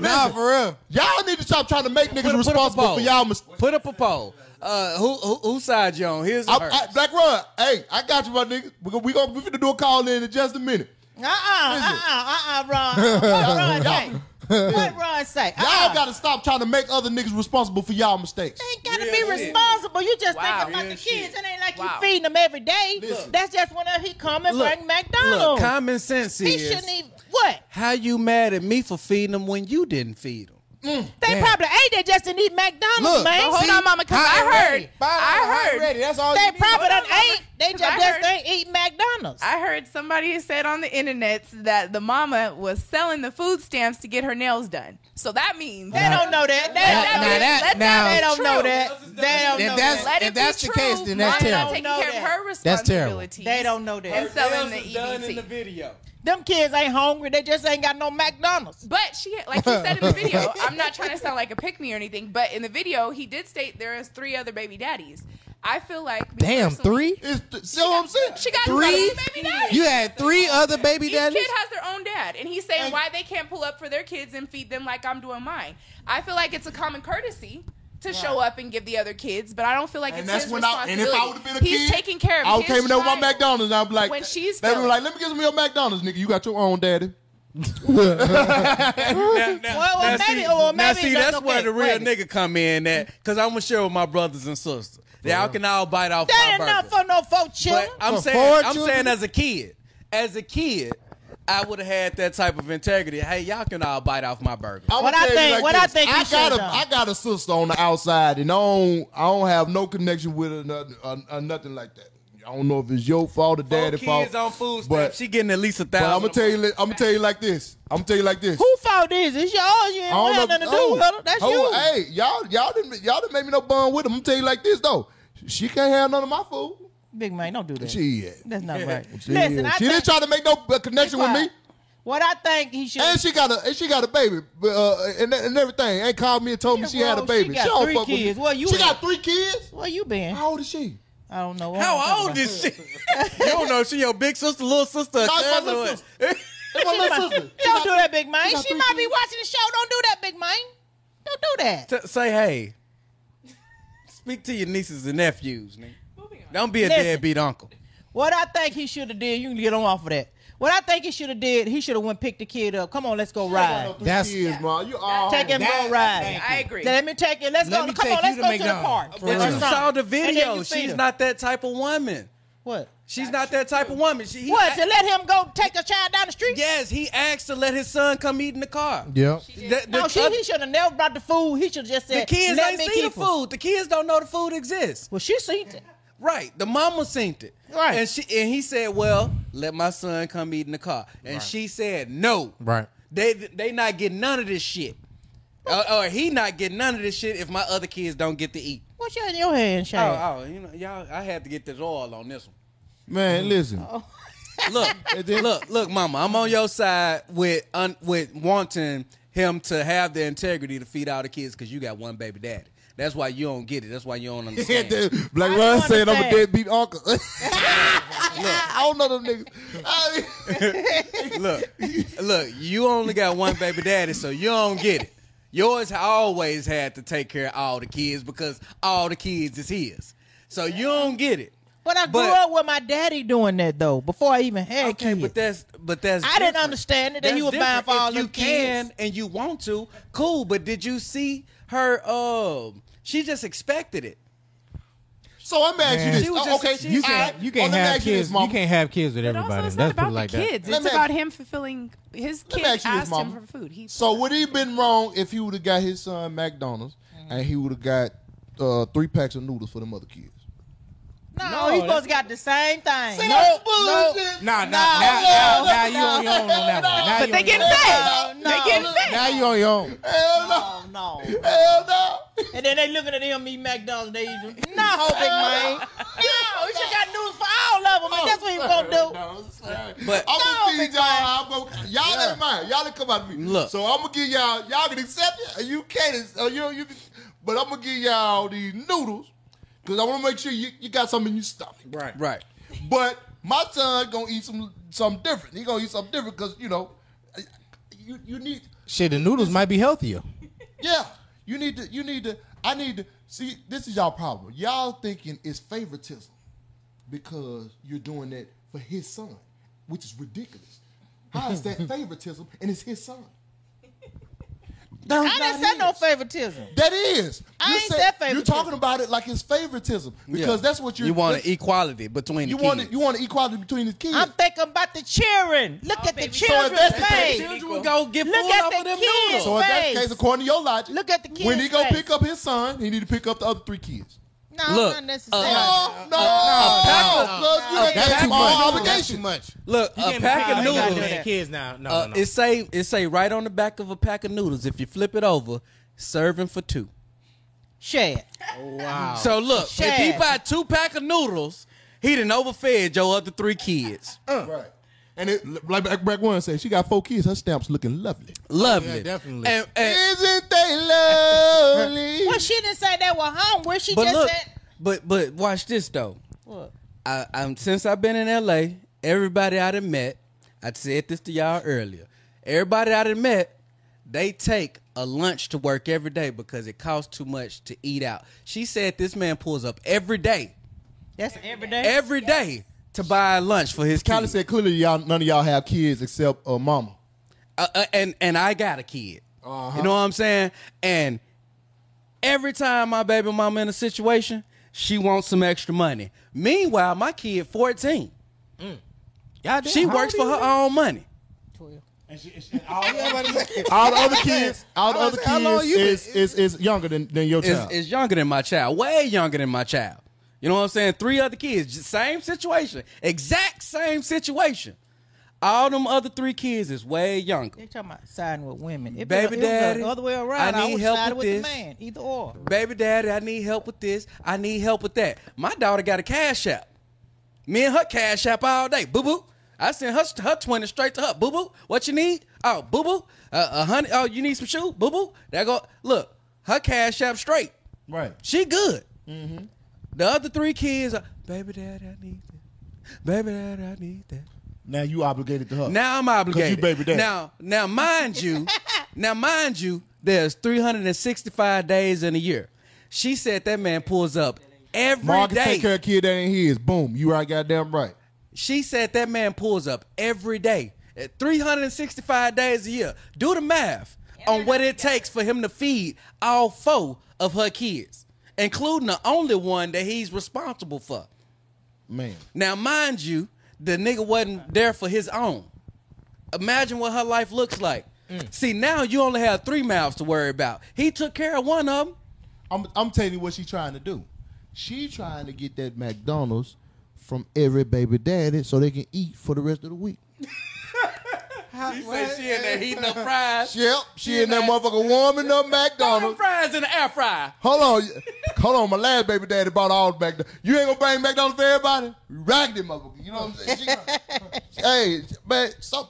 S3: Nah, for real.
S4: Y'all need to stop trying to make niggas
S6: up- put up a
S4: responsible
S6: poll.
S4: for y'all mistakes.
S6: Put up a poll. Uh, who, who who side you on? His or
S4: I,
S6: her?
S4: I, Black Run, hey, I got you, my nigga. We gon' we gonna we finna do a call in in just a minute.
S5: Uh uh-uh, uh uh uh uh Ron. What Ron say? What Ron say?
S4: Y'all
S5: Uh-uh.
S4: gotta stop trying to make other niggas responsible for y'all mistakes.
S5: They ain't got
S6: Real
S5: to be
S6: shit.
S5: responsible. You just
S7: Wow.
S5: think about
S6: Real
S5: the
S6: shit.
S5: kids. It ain't like
S7: Wow.
S5: you feeding them every day.
S4: Listen.
S5: That's just whenever he come and bring
S6: look,
S5: McDonald's.
S6: common sense
S5: he
S6: is
S5: shouldn't even. What?
S6: how you mad at me for feeding them when you didn't feed them.
S5: They probably ate. They just didn't eat McDonald's,
S3: Look,
S5: man.
S7: Hold on, Mama, because I heard, I heard,
S3: Ready. That's all.
S5: they
S3: you need.
S5: probably
S7: Hold on,
S5: done
S7: Mama,
S5: ate. They
S7: 'cause
S5: just,
S7: I
S5: just
S7: heard-
S5: ain't eat McDonald's.
S7: I heard somebody said on the internet that the mama was selling the food stamps to get her nails done. So that means
S5: they don't know that. They
S3: Now- now
S5: don't know
S3: that-
S5: that.
S7: let
S3: now-
S5: They
S7: be
S5: don't
S7: true.
S5: know that. They don't
S3: If
S5: know
S3: that's-
S5: that.
S7: Let it
S3: if that's
S7: be
S3: the
S7: true.
S3: case, then that's
S7: Mama
S3: terrible.
S7: Taking
S5: Don't know
S7: care of
S5: that.
S7: her
S3: That's terrible.
S7: responsibilities.
S5: They don't know
S7: And
S5: that. E
S7: selling the E EBT.
S6: video.
S5: Them kids ain't hungry. They just ain't got no McDonald's.
S7: But she, like you said in the video, I'm not trying to sound like a pick me or anything, but in the video, he did state there is three other baby daddies. I feel like me
S3: Damn,
S7: personally-
S3: three.
S4: It's th- see what I'm saying?
S7: She got
S3: Three?
S7: three baby daddies.
S3: You had three other baby
S7: Each
S3: daddies.
S7: kid has their own dad, and he's saying why they can't pull up for their kids and feed them like I'm doing mine. I feel like it's a common courtesy to show up and give the other kids, but I don't feel like
S4: and
S7: it's
S4: that's
S7: his
S4: when I and if I would
S7: responsibility.
S4: have been a
S7: he's
S4: kid,
S7: taking care of.
S4: I
S7: his
S4: came in there with my
S7: child.
S4: McDonald's. and I'm like,
S7: When she's
S4: they were
S7: feeling-
S4: like, let me get some of your McDonald's, nigga. You got your own daddy.
S6: Now, now,
S5: Well, well,
S6: now
S5: maybe-
S6: see,
S5: oh, well,
S6: now
S5: maybe
S6: see,
S5: that's
S6: that's where
S5: okay.
S6: the real
S5: Wait a
S6: nigga come in. That because I'm gonna share with my brothers and sisters. Y'all can all bite off.
S5: That
S6: my
S5: ain't not
S6: burger.
S5: for no four children.
S6: But I'm
S4: For
S6: saying,
S4: four
S6: I'm
S4: children?
S6: saying as a kid, as a kid, I would have had that type of integrity. Hey, y'all can all bite off my burger.
S4: I'ma
S5: What I
S4: tell you
S5: think-
S4: like
S5: what I
S4: this.
S5: think he
S4: I got
S5: should've
S4: a,
S5: done.
S4: I got a sister on the outside, and I don't, I don't have no connection with her, nothing, uh, uh, nothing like that. I don't know if it's your fault or
S6: Four
S4: daddy's
S6: kids
S4: fault.
S6: on food
S4: but-
S6: stamps. She getting at least a
S4: but
S6: thousand.
S4: I'm gonna tell you, I'm gonna tell you like this. I'm gonna tell you like this.
S5: Who fault is it? It's yours. You ain't
S4: I
S5: had
S4: don't know-
S5: nothing to
S4: oh,
S5: do with it. That's
S4: oh,
S5: you.
S4: Hey, y'all, y'all didn't, y'all didn't make me no bond with them. I'm gonna tell you like this though. She can't have none of my food.
S5: Big man, don't do that.
S4: Shit.
S5: That's not right.
S4: She,
S5: Listen, I
S4: she
S5: think,
S4: didn't try to make no uh, connection with me.
S5: What I think he should.
S4: And she got a and she got a baby uh, and, and everything. And called me and told me
S5: Yeah,
S4: she had a
S5: bro, she
S4: baby. She,
S5: got
S4: don't
S5: three
S4: fuck with me.
S5: kids. Where you
S4: she
S5: at?
S4: got three kids.
S5: Where you been?
S4: How old is she?
S5: I don't know.
S6: How old is she? you don't know. if She your big sister, little sister, or
S4: Nah, it's my
S6: cousin. or
S4: little
S6: what?
S4: That's my little sister.
S5: You don't do that, big man.
S4: got
S5: She
S4: three
S5: might be
S4: kids.
S5: watching the show. Don't do that, big man. Don't do that.
S6: T- say hey. Speak to your nieces and nephews, man. Don't be a
S5: Listen.
S6: deadbeat uncle.
S5: What I think he should have did, you can get on off of that. What I think he should have did, he should have went pick the kid up. Come on, let's go ride.
S4: Three
S3: That's-
S4: kids, ma. You all
S5: Take him
S3: That-
S5: on a ride.
S3: thank
S7: I agree.
S5: Let me take it. Let's
S3: Let
S5: go.
S3: me
S5: Come
S3: take
S5: on,
S3: you
S5: let's
S3: to
S5: go to the
S3: McDonald's.
S5: park.
S3: For
S5: or
S3: real.
S6: But you
S5: something.
S6: saw the
S5: And then
S6: video.
S5: you see
S6: She's
S5: them.
S6: not that type of woman.
S5: What?
S6: She's not that type of woman. She, he-
S5: What? To let him go take a child down the street?
S6: Yes, he asked to let his son come eat in the car.
S3: Yeah.
S6: The,
S5: No,
S6: the
S5: she,
S6: other-
S5: he should have never brought the food. He should have just said,
S6: the kids
S5: let
S6: ain't
S5: me
S6: see the
S5: keep it."
S6: food. The kids don't know the food exists.
S5: Well, she seen it.
S6: Right. The mama seen it.
S5: Right.
S6: And she and he said, "Well, let my son come eat in the car." And she said, "No."
S3: Right.
S6: They they not getting none of this shit. Or, or he not getting none of this shit if my other kids don't get to eat.
S5: What you in your hand, Shane?
S6: Oh, oh, you know, y'all, I had to get this oil on this one.
S4: Man, listen.
S5: Oh.
S6: look, look, look, Mama. I'm on your side with un, with wanting him to have the integrity to feed all the kids because you got one baby daddy. That's why you don't get it. That's why you don't understand.
S4: Black
S5: I
S4: Ron
S5: don't
S4: said I'm a
S5: understand.
S4: deadbeat uncle. Look, I don't know them niggas. I mean,
S6: look, look, you only got one baby daddy, so you don't get it. Yours always had to take care of all the kids because all the kids is his. So you don't get it.
S5: But I grew
S6: But-
S5: up with my daddy doing that though. Before I even had
S6: Okay,
S5: kids.
S6: but that's but that's.
S5: I didn't
S6: different.
S5: understand it, that you were buying
S6: different.
S5: for all
S6: If
S5: them
S6: you can
S5: kids.
S6: and you want to, cool. But did you see her? Um, she just expected it.
S4: so I'm gonna ask you
S3: Man.
S4: this.
S6: She was
S4: Oh,
S6: just-
S4: okay,
S6: she-
S3: You
S6: All
S3: can't,
S4: right.
S3: you can't
S4: Oh, let me
S3: have
S4: ask you this,
S3: kids. You
S4: Mama.
S3: can't have kids with
S7: But
S3: everybody.
S7: also,
S3: Let's
S7: it's not
S3: put it
S7: about
S3: like
S7: the
S3: that.
S7: kids.
S4: Let
S7: It's
S4: me
S7: about
S4: ask-
S7: him fulfilling his
S4: Let me ask you
S7: kid
S4: this,
S7: asked him
S4: Mama.
S7: for food. He
S4: So would he been wrong if he would have got his son McDonald's and he would have got uh, three packs of noodles for them other kids?
S5: no,
S3: No,
S5: he
S3: that's-
S5: supposed to got the same thing.
S4: See,
S5: No,
S4: that's
S5: no.
S4: bullshit.
S3: Nah, nah,
S5: No,
S3: now, now,
S5: no,
S3: now you on your own on that one. Now
S7: But
S3: you
S7: they
S3: on your
S7: getting fed.
S5: no,
S7: They getting
S5: no.
S7: fed.
S3: own. Now you on your own.
S4: Hell no.
S5: Oh no.
S4: Hell no.
S5: And then they looking at him eat McDonald's. They eat them. No, big man. No, you should got news for all of them. And that's what
S4: Oh.
S5: he gonna do.
S6: But-
S4: I'm gonna
S5: No,
S4: feed y'all. I'm gonna, y'all ain't mine. Y'all didn't come out of me.
S6: Look.
S4: So I'm gonna give y'all. Y'all can accept it. or You can't. ac- Or you, you can, but I'm gonna give y'all these noodles because I want to make sure you, you got something in your stomach.
S3: Right.
S6: Right.
S4: But my son gonna eat some something different. He gonna eat something different because you know, you you need.
S3: Shit, the noodles might be healthier.
S4: Yeah, you need to. You need to. I need to see. This is y'all problem. Y'all thinking it's favoritism because you're doing that for his son, which is ridiculous. How is that favoritism? And it's his son.
S5: I didn't say no favoritism.
S4: That is.
S5: I
S4: You
S5: ain't
S4: said-
S5: said
S4: You're
S5: favoritism.
S4: talking about it like it's favoritism because that's what you're.
S6: you want
S4: that's-
S6: equality between
S4: You
S6: the
S4: want
S6: kids.
S4: it. You want equality between his kids.
S5: I'm thinking about the children. Look at the
S7: baby. So
S5: children's
S4: that's the
S5: face.
S4: case-
S6: Children go get
S5: Look
S6: full
S5: at
S6: off
S5: the
S6: of them
S5: kids.
S6: noodles.
S4: so if that's the
S5: face.
S4: case, according to your logic,
S5: Look at the
S4: When
S5: kid's
S4: he go
S5: face.
S4: pick up his son, he need to pick up the other three kids.
S5: No,
S6: Look, uh,
S5: not necessarily. Oh,
S4: No, no, no, no,
S3: That's too much. That's too
S4: Obligation.
S3: much.
S6: Look,
S3: You
S6: a
S3: can't
S6: pack of
S3: have
S5: gotta do
S6: noodles.
S5: that.
S3: Kids now. No, no,
S6: Uh,
S3: no.
S6: it say it say right on the back of a pack of noodles. If you flip it over, serving for two.
S5: Share. Oh.
S3: wow.
S6: So look, if he
S5: Shad.
S6: buy two pack of noodles, he done overfed your other three kids.
S5: Uh,
S4: Right. And it, like Black Black One said, she got four kids. Her stamps looking lovely.
S6: Lovely,
S3: yeah, definitely.
S6: And, and-
S4: Isn't they lovely?
S5: Well, she didn't say that was hungry. She
S6: but
S5: just
S6: look,
S5: said.
S6: but but watch this though.
S5: What?
S6: I, I'm since I've been in L.A., everybody I done met, I said this to y'all earlier. Everybody I done met, they take a lunch to work every day because it costs too much to eat out. She said this man pulls up every day,
S5: That's every day.
S6: every day to buy lunch for his
S4: Kylie
S6: kids.
S4: said clearly y'all none of y'all have kids except uh, mama.
S6: uh, uh, and and I got a kid.
S3: Uh-huh.
S6: You know what I'm saying? And every time my baby mama in a situation, she wants some extra money. Meanwhile, my kid 14.
S3: Goddamn,
S6: she
S3: Mm. how old
S6: works
S3: are
S6: for
S3: you?
S6: her own money.
S9: And she, and she, all yeah, but it's-
S4: All the other kids, all the
S3: I'm
S4: other
S3: gonna say, how long
S4: kids
S3: you been-
S4: is, is is younger than, than your
S6: Is
S4: child.
S6: is younger than my child. Way younger than my child. You know what I'm saying? Three other kids, j- same situation, exact same situation. All them other three kids is way younger.
S5: They talking about siding with women. If
S6: Baby
S5: it, was- it was
S6: daddy,
S5: the other way
S6: I
S5: around, I,
S6: need
S5: would
S6: help
S5: side
S6: with
S5: with,
S6: this.
S5: the man. Either or.
S6: baby daddy, I need help with this. I need help with that. My daughter got a cash app. Me and her cash app all day. Boo boo. I send her her twenty straight to her. Boo boo. What you need? Oh, boo boo. Uh, a hundred. Oh, you need some shoe? Boo boo. There go. Look, her cash app straight.
S3: Right.
S6: She good. The other three kids, are, baby daddy, I need that. Baby daddy, I need that.
S4: Now you obligated to her.
S6: Now I'm obligated.
S4: you baby daddy.
S6: Now, now mind you, now mind you, there's 365 days in a year. She said that man pulls up every day.
S4: Marcus take care of kid that ain't his. Boom, you right, goddamn right.
S6: She said that man pulls up every day, at 365 days a year. Do the math on what it takes for him to feed all four of her kids, including the only one that he's responsible for.
S4: Man,
S6: Now, mind you, the nigga wasn't there for his own. Imagine what her life looks like.
S4: Mm.
S6: See, now you only have three mouths to worry about. He took care of one of them.
S4: I'm I'm telling you what she trying to do. She trying to get that McDonald's from every baby daddy so they can eat for the rest of the week.
S6: He said she in there heating up fries.
S4: Yep, she and that motherfucker warming up
S6: Throwing
S4: McDonald's.
S6: fries in the air fryer.
S4: Hold on, hold on. My last baby daddy bought all the McDonald's. You ain't gonna bring McDonald's for everybody. Raggedy motherfucker. You know what I'm saying? She gonna- hey, man, so,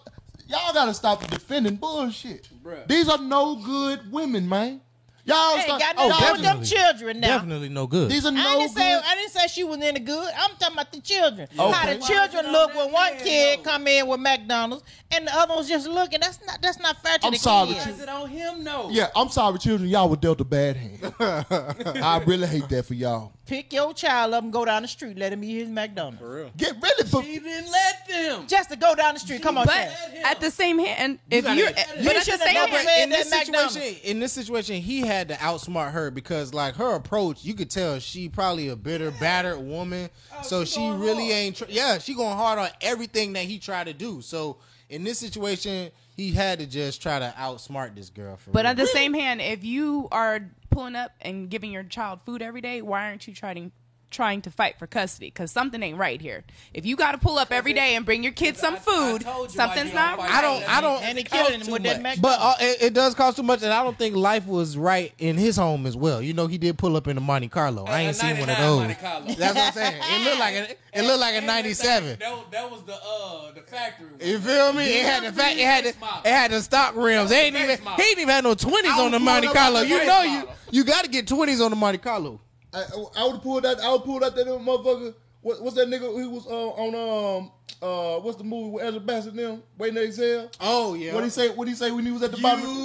S4: y'all gotta stop defending bullshit.
S6: Bruh.
S4: These are no good women, man. Y'all
S5: Hey,
S4: stop.
S5: got
S4: oh,
S5: nothing to do with
S4: definitely.
S5: them children now.
S3: Definitely no good.
S4: These are
S5: I
S4: no
S5: didn't
S4: good.
S5: say I didn't say she was any good. I'm talking about the children. How
S4: Okay.
S5: the children look when one kid come in with McDonald's and the other one's just looking. That's not that's not fair to
S4: I'm
S5: the
S4: sorry,
S5: kids.
S4: but
S6: Is it on him? No.
S4: yeah, I'm sorry, children. Y'all were dealt a bad hand. I really hate that for y'all.
S5: Pick your child up and go down the street. Let him eat his McDonald's.
S4: Get ready for.
S6: He didn't let them.
S5: Just to go down the street. Come on,
S7: But
S5: Chad.
S7: at the same hand, if you,
S5: you
S7: but at the
S5: should've
S7: same
S5: never
S7: hand,
S5: said
S3: in this
S5: that McDonald's.
S3: situation, in this situation, he had to outsmart her because, like, her approach, you could tell she probably a bitter, battered woman.
S6: Oh,
S3: so she really ain't. Tr- yeah, she going hard on everything that he tried to do. So in this situation, he had to just try to outsmart this girl. For
S7: but
S3: real.
S7: at the same hand, if you are pulling up and giving your child food every day, why aren't you trying trying to fight for custody? Because something ain't right here. If you got to pull up every day and bring your kids some
S6: told
S7: food,
S6: you why
S7: something's
S6: you don't
S7: not
S6: fight.
S7: right.
S3: I don't. I don't.
S5: And they
S3: it costs
S5: killed him
S3: too
S5: with that
S3: much.
S5: Mac-
S3: But uh, it, it does cost too much, and I don't think life was right in his home as well. You know, he did pull up in the Monte Carlo. I
S6: A
S3: ain't seen one
S6: 99
S3: of those.
S6: Monte Carlo.
S3: That's what I'm saying. It looked like a, it looked like a '97.
S6: That, was the uh the factory.
S3: You feel me? It had the fact. It had the, it had the stock rims. They ain't even. He ain't even had no twenties on the Monte Carlo. You know you you got to get twenties on the Monte Carlo.
S4: I, I would pull that. I would pull that that little motherfucker. What, what's that nigga who was uh, on um uh what's the movie with Angela Bassett and them waiting to exhale?
S3: Oh yeah.
S4: What he say? What he say when he was at the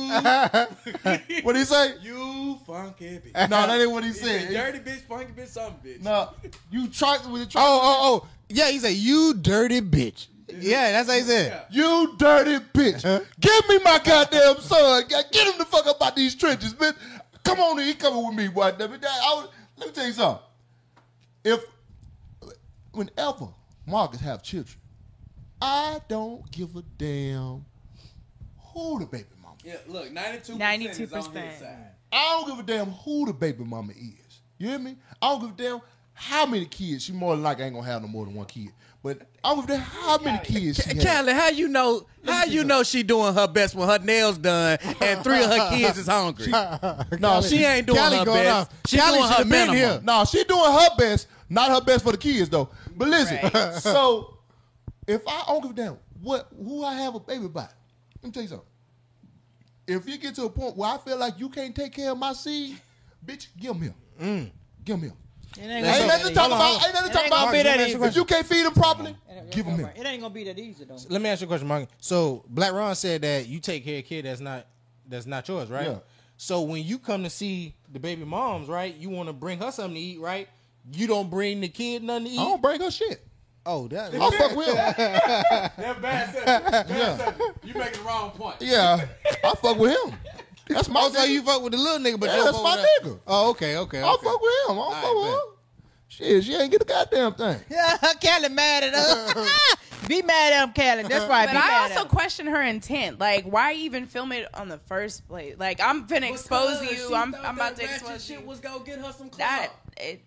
S4: bottom? what he say?
S6: You funky bitch.
S4: No, that ain't what he said.
S6: Dirty bitch, funky bitch, something bitch.
S4: No, you try with the try.
S3: Oh oh oh. Yeah, he said you dirty bitch. Yeah, that's how he said.
S4: You dirty bitch! Give me my goddamn son! G- Get him the fuck up out these trenches, bitch! Come on, in. he coming with me, boy. Let me, I would- let me tell you something. If whenever Marcus have children, I don't give a damn who the baby mama.
S6: Yeah, look, 92
S7: 92%.
S4: I don't give a damn who the baby mama is. You hear me? I don't give a damn how many kids. She more than likely ain't gonna have no more than one kid. But I don't give a damn how many kids she has.
S6: Callie, how you know? How you know she doing her best when her nails done and three of her kids is hungry?
S4: No,
S6: She ain't doing
S3: Callie
S6: her
S3: going
S6: best.
S3: off.
S6: She
S3: Callie
S6: doing her
S3: should've been
S6: minimum.
S3: here.
S4: No, she doing her best, not her best for the kids though. But listen, so if I I don't give a damn what who I have a baby by, let me tell you something. If you get to a point where I feel like you can't take care of my seed, bitch, give him here.
S3: Mm.
S4: Give him here.
S5: It ain't
S4: Ain't
S5: gonna
S4: nothing to
S5: be that
S4: talk
S5: easy.
S4: about. Ain't nothing to talk
S5: It ain't gonna
S4: about.
S5: be that
S3: easy.
S4: If you can't feed him properly, give him here.
S5: It ain't gonna be that easy though.
S3: Let me ask you a question, Monkey. So Black Ron said that you take care of kid that's not that's not yours, right?
S4: Yeah.
S3: So when you come to see the baby moms, right, you want to bring her something to eat, right? You don't bring the kid nothing to eat.
S4: I don't break her shit.
S3: Oh, that.
S4: I fuck with him.
S6: That's bad sentence. You making the wrong point.
S4: Yeah, I fuck with him. That's my.
S3: Oh, so
S4: nigga.
S3: you fuck with the little nigga, but
S4: Yeah,
S3: you don't
S4: that's
S3: fuck
S4: my
S3: with that-
S4: nigga.
S3: Oh, okay, okay.
S4: I
S3: okay.
S4: fuck with him. I don't fuck
S3: All
S4: with
S3: right,
S4: him. Shit, she ain't get a goddamn thing.
S5: Kelly mad at us. be mad at him, Kelly. That's right.
S7: But
S5: be
S7: I
S5: mad at
S7: also
S5: him.
S7: question her intent. Like, why even film it on the first place? Like, I'm finna expose you. I'm, I'm about to expose you.
S6: was gonna get her some
S7: That it,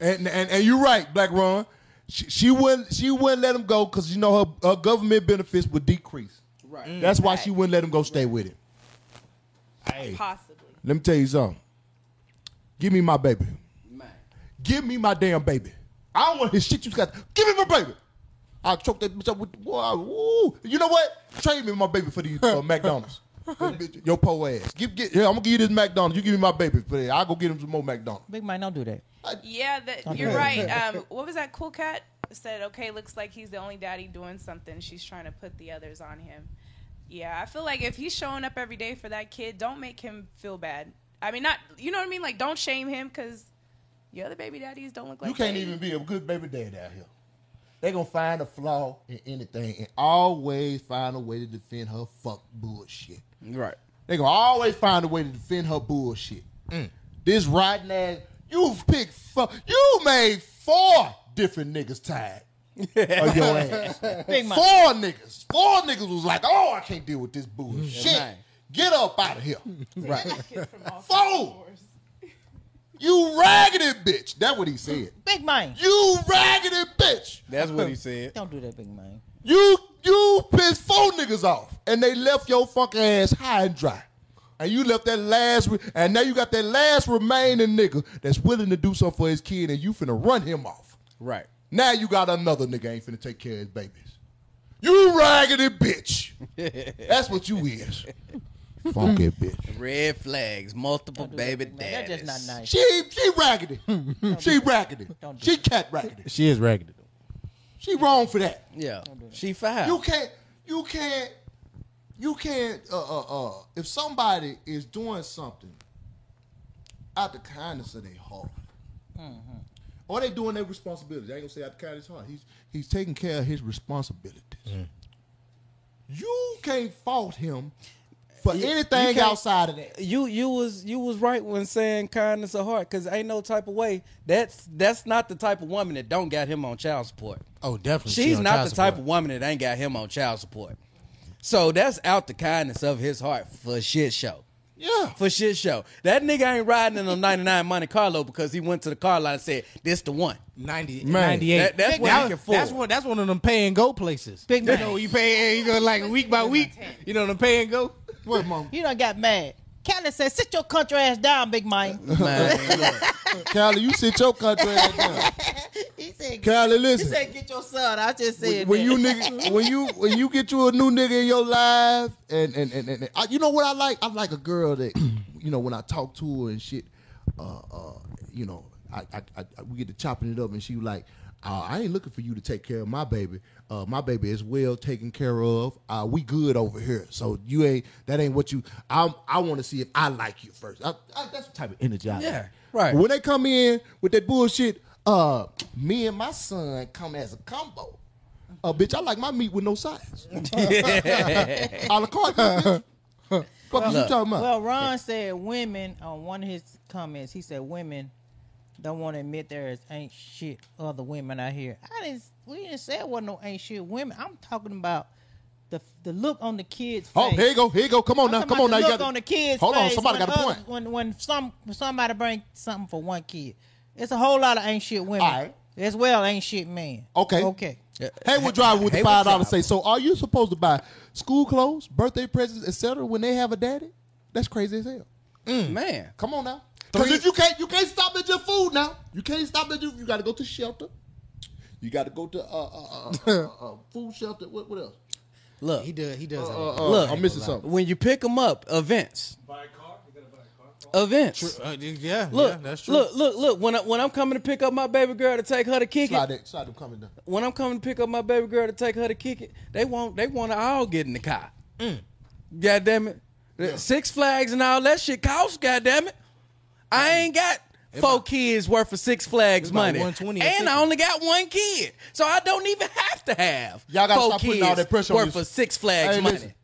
S4: And and, and you're right, Black Ron. She, she wouldn't she wouldn't let him go because you know her, her government benefits would decrease. Mm.
S6: Right.
S4: That's why she wouldn't let him go stay with him.
S7: possibly.
S4: Let me tell you something. Give me my baby. Give me my damn baby. I don't want his shit you got. Give me my baby. I'll choke that bitch up with boy. I- Ooh. You know what? Trade me my baby for the uh, McDonald's. Bitch, Your po ass. Give, get, here, I'm gonna give you this McDonald's. You give me my baby for that. I'll go get him some more McDonald's.
S5: Big Mike, don't do that.
S7: Yeah, that, you're right. Um, what was that? Cool Cat said, "Okay, looks like he's the only daddy doing something. She's trying to put the others on him." Yeah, I feel like if he's showing up every day for that kid, don't make him feel bad. I mean, not you know what I mean. Like, don't shame him because your other baby daddies don't look like
S4: You can't
S7: they-
S4: even be a good baby dad out here. They gonna find a flaw in anything and always find a way to defend her fuck bullshit.
S6: Right.
S4: They gonna always find a way to defend her bullshit. Mm. This rotten ass, you've picked four, you made four different niggas tired of your ass.
S5: Big Mike.
S4: Four niggas. Four niggas was like, oh, I can't deal with this bullshit.
S6: Right.
S4: Get up out of here. right.
S7: Kid from all
S4: Four. You raggedy bitch. That's what he said.
S5: Big Mike.
S4: You raggedy bitch.
S6: That's what he said.
S5: Don't do that, Big Mike.
S4: You you pissed four niggas off, and they left your fucking ass high and dry, and you left that last, re- and now you got that last remaining nigga that's willing to do something for his kid, and you finna run him off.
S6: Right.
S4: Now you got another nigga ain't finna take care of his babies. You raggedy bitch. that's what you is. Funky bitch.
S6: Red flags, multiple baby
S5: Big Mike, That's
S6: daddies.
S5: just not nice.
S4: She she raggedy. she raggedy.
S5: Don't do
S4: She cat raggedy.
S3: She is raggedy.
S4: She wrong for that.
S6: Yeah. She foul.
S4: You can't. You can't. You can't. Uh, uh, uh. If somebody is doing something out the kindness of their heart,
S6: Mm-hmm.
S4: or they doing their responsibilities, I ain't gonna say out the kindness of his heart. He's he's taking care of his responsibilities.
S6: Mm.
S4: You can't fault him for
S6: You- you
S4: anything
S6: can't-
S4: outside of that.
S6: you you was you was right when saying kindness of heart because ain't no type of way that's that's not the type of woman that don't got him on child support
S3: Oh, definitely. she
S6: she's
S3: on
S6: not
S3: child
S6: the type
S3: support.
S6: of woman that ain't got him on child support so that's out the kindness of his heart for shit show
S4: Yeah.
S6: for shit show that nigga ain't riding in a 99 monte carlo because he went to the car lot and said this the one
S3: 90,
S4: Man.
S3: 98.
S6: That- that's what
S3: That-
S6: we can
S3: That's
S6: afford.
S3: one. That's one of them pay and go places.
S5: Big
S3: you
S5: man.
S3: know, you pay you go like week by week. You know, the pay and go.
S4: What, mom?
S5: You done got mad. Kelly said, sit your country ass down, Big Mike.
S6: man
S4: Callie, you sit your country ass down.
S5: he said,
S4: Callie,
S5: he
S4: listen.
S5: said, get your son. I just said
S4: when, when
S5: that.
S4: you nigga, when you when you get you a new nigga in your life, and and and, and I, you know what I like? I like a girl that you know when I talk to her and shit, uh, uh you know, I, I, I I- we get to chopping it up, and she like. Uh, I ain't looking for you to take care of my baby. Uh, my baby is well taken care of. Uh, we good over here. So you ain't that ain't what you. I I want to see if I like you first. I, I, that's the type of energy. I
S6: Yeah,
S4: like.
S6: right.
S4: But When they come in with that bullshit, uh, me and my son come as a combo. Uh, bitch, I like my meat with no sides. A la carte, bitch. Fuck is you talking about?
S5: Well, Ron said women on one of his comments. He said women don't want to admit there is ain't shit other women out here. I didn't. We didn't say it wasn't no ain't shit women. I'm talking about the the look on the kids.
S4: oh,
S5: face.
S4: here you go, here you go. Come on
S5: I'm
S4: now,
S5: talking
S4: come
S5: about
S4: on now.
S5: The
S4: You
S5: look
S4: got
S5: on the kids.
S4: Hold on,
S5: face uh,
S4: somebody
S5: when
S4: got a
S5: others-
S4: point.
S5: When when some somebody bring something for one kid, it's a whole lot of ain't shit women.
S4: All right.
S5: As well, ain't shit men.
S4: Okay.
S5: Okay.
S4: Haywood Driver with the
S6: Haywood
S4: five dollars
S6: Driver.
S4: say. So, are you supposed to buy school clothes, birthday presents, etc. when they have a daddy? That's crazy as hell.
S6: man
S4: Come on now. Because if you can't, you can't stop at your food now. You can't stop at your. You got to go to shelter. You got to go to uh, uh, uh, uh, uh, food shelter. What, what else?
S6: look
S3: He does. He does.
S4: Uh,
S3: Uh,
S4: uh,
S6: Look,
S4: I'm missing something.
S6: when you pick them up events
S9: Buy a car? You gotta buy a car?
S6: events
S3: uh, yeah.
S6: Look,
S3: yeah, that's true.
S6: look, look, look. When I, when I'm coming to pick up my baby girl to take her to kick
S4: Slide
S6: it,
S4: that. Slide them coming down.
S6: when I'm coming to pick up my baby girl to take her to kick it, they want they want to all get in the car. God damn it, The Six Flags and all that shit costs. God damn it, I ain't got four kids worth of Six Flags
S3: about
S6: money,
S3: 120 or
S6: and
S3: 50.
S6: I only got one kid, so I don't even have to have
S4: Y'all gotta
S6: four
S4: stop
S6: kids
S4: putting all that pressure on
S6: worth
S4: this-
S6: of Six Flags
S4: Hey,
S6: money.
S4: listen.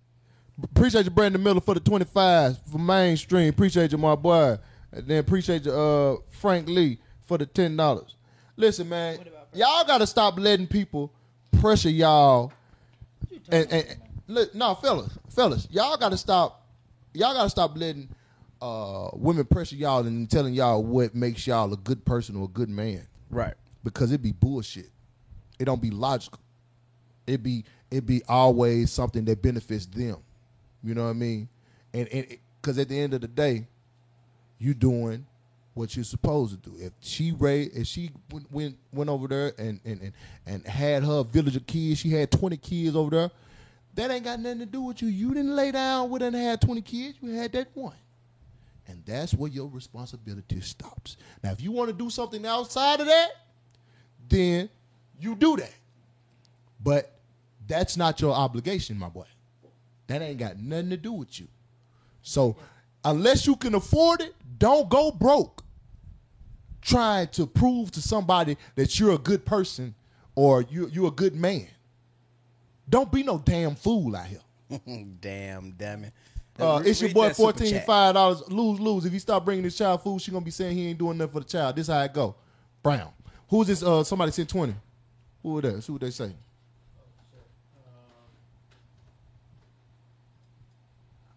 S4: Appreciate you, Brandon Miller, for the 25 for mainstream. Appreciate you, my boy. And then appreciate you, uh, Frank Lee, for the $10. Listen, man, y'all got to stop letting people pressure y'all. And, and, look, no, fellas, fellas, y'all got to stop. Y'all got to stop letting uh, women pressure y'all and telling y'all what makes y'all a good person or a good man.
S6: Right.
S4: Because it be bullshit. It don't be logical it be it be always something that benefits them. You know what I mean? And and because at the end of the day, you doing what you're supposed to do. If she raised, if she went went, went over there and, and and and had her village of kids, she had 20 kids over there. That ain't got nothing to do with you. You didn't lay down with and had 20 kids. You had that one. And that's where your responsibility stops. Now, if you want to do something outside of that, then you do that. But that's not your obligation, my boy. That ain't got nothing to do with you. So unless you can afford it, don't go broke trying to prove to somebody that you're a good person or you, you're a good man. Don't be no damn fool out here.
S6: Mm, Damn, damn it.
S4: Uh, it's your
S6: Read
S4: boy
S6: that super
S4: fourteen
S6: chat.
S4: five dollars lose lose. If you stop bringing this child food, she gonna be saying he ain't doing nothing for the child. This how it go. Brown. Who's this? Uh, somebody sent twenty. Who was that? Let's See what they say.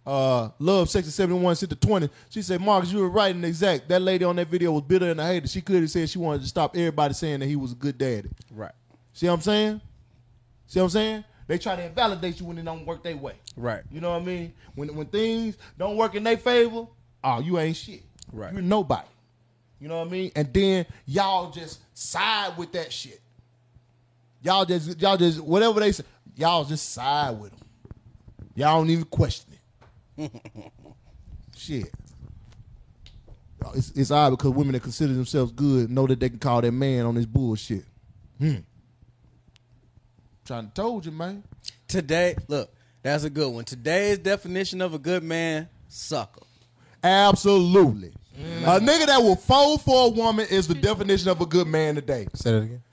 S4: Uh, love sexy seventy one sent the twenty. She said, "Marcus, you were right and exact. That lady on that video was bitter and a hater. She clearly said she wanted to stop everybody saying that he was a good daddy.
S6: Right.
S4: See what I'm saying? See what I'm saying? They try to invalidate you when it don't work their way.
S6: Right.
S4: You know what I mean? When when things don't work in their favor, oh, you ain't shit.
S6: Right.
S4: You're nobody. You know what I mean? And then y'all just side with that shit. Y'all just y'all just whatever they say, y'all just side with them. Y'all don't even question it. shit. Y'all- It's, it's odd because women that consider themselves good know that they can call their man on this bullshit. Hmm. Trying to told you, man.
S6: Today, look, that's a good one. Today's definition of a good man, sucker.
S4: Absolutely.
S3: Mm.
S4: A nigga that will fold for a woman is the definition of a good man today.
S3: Say that again.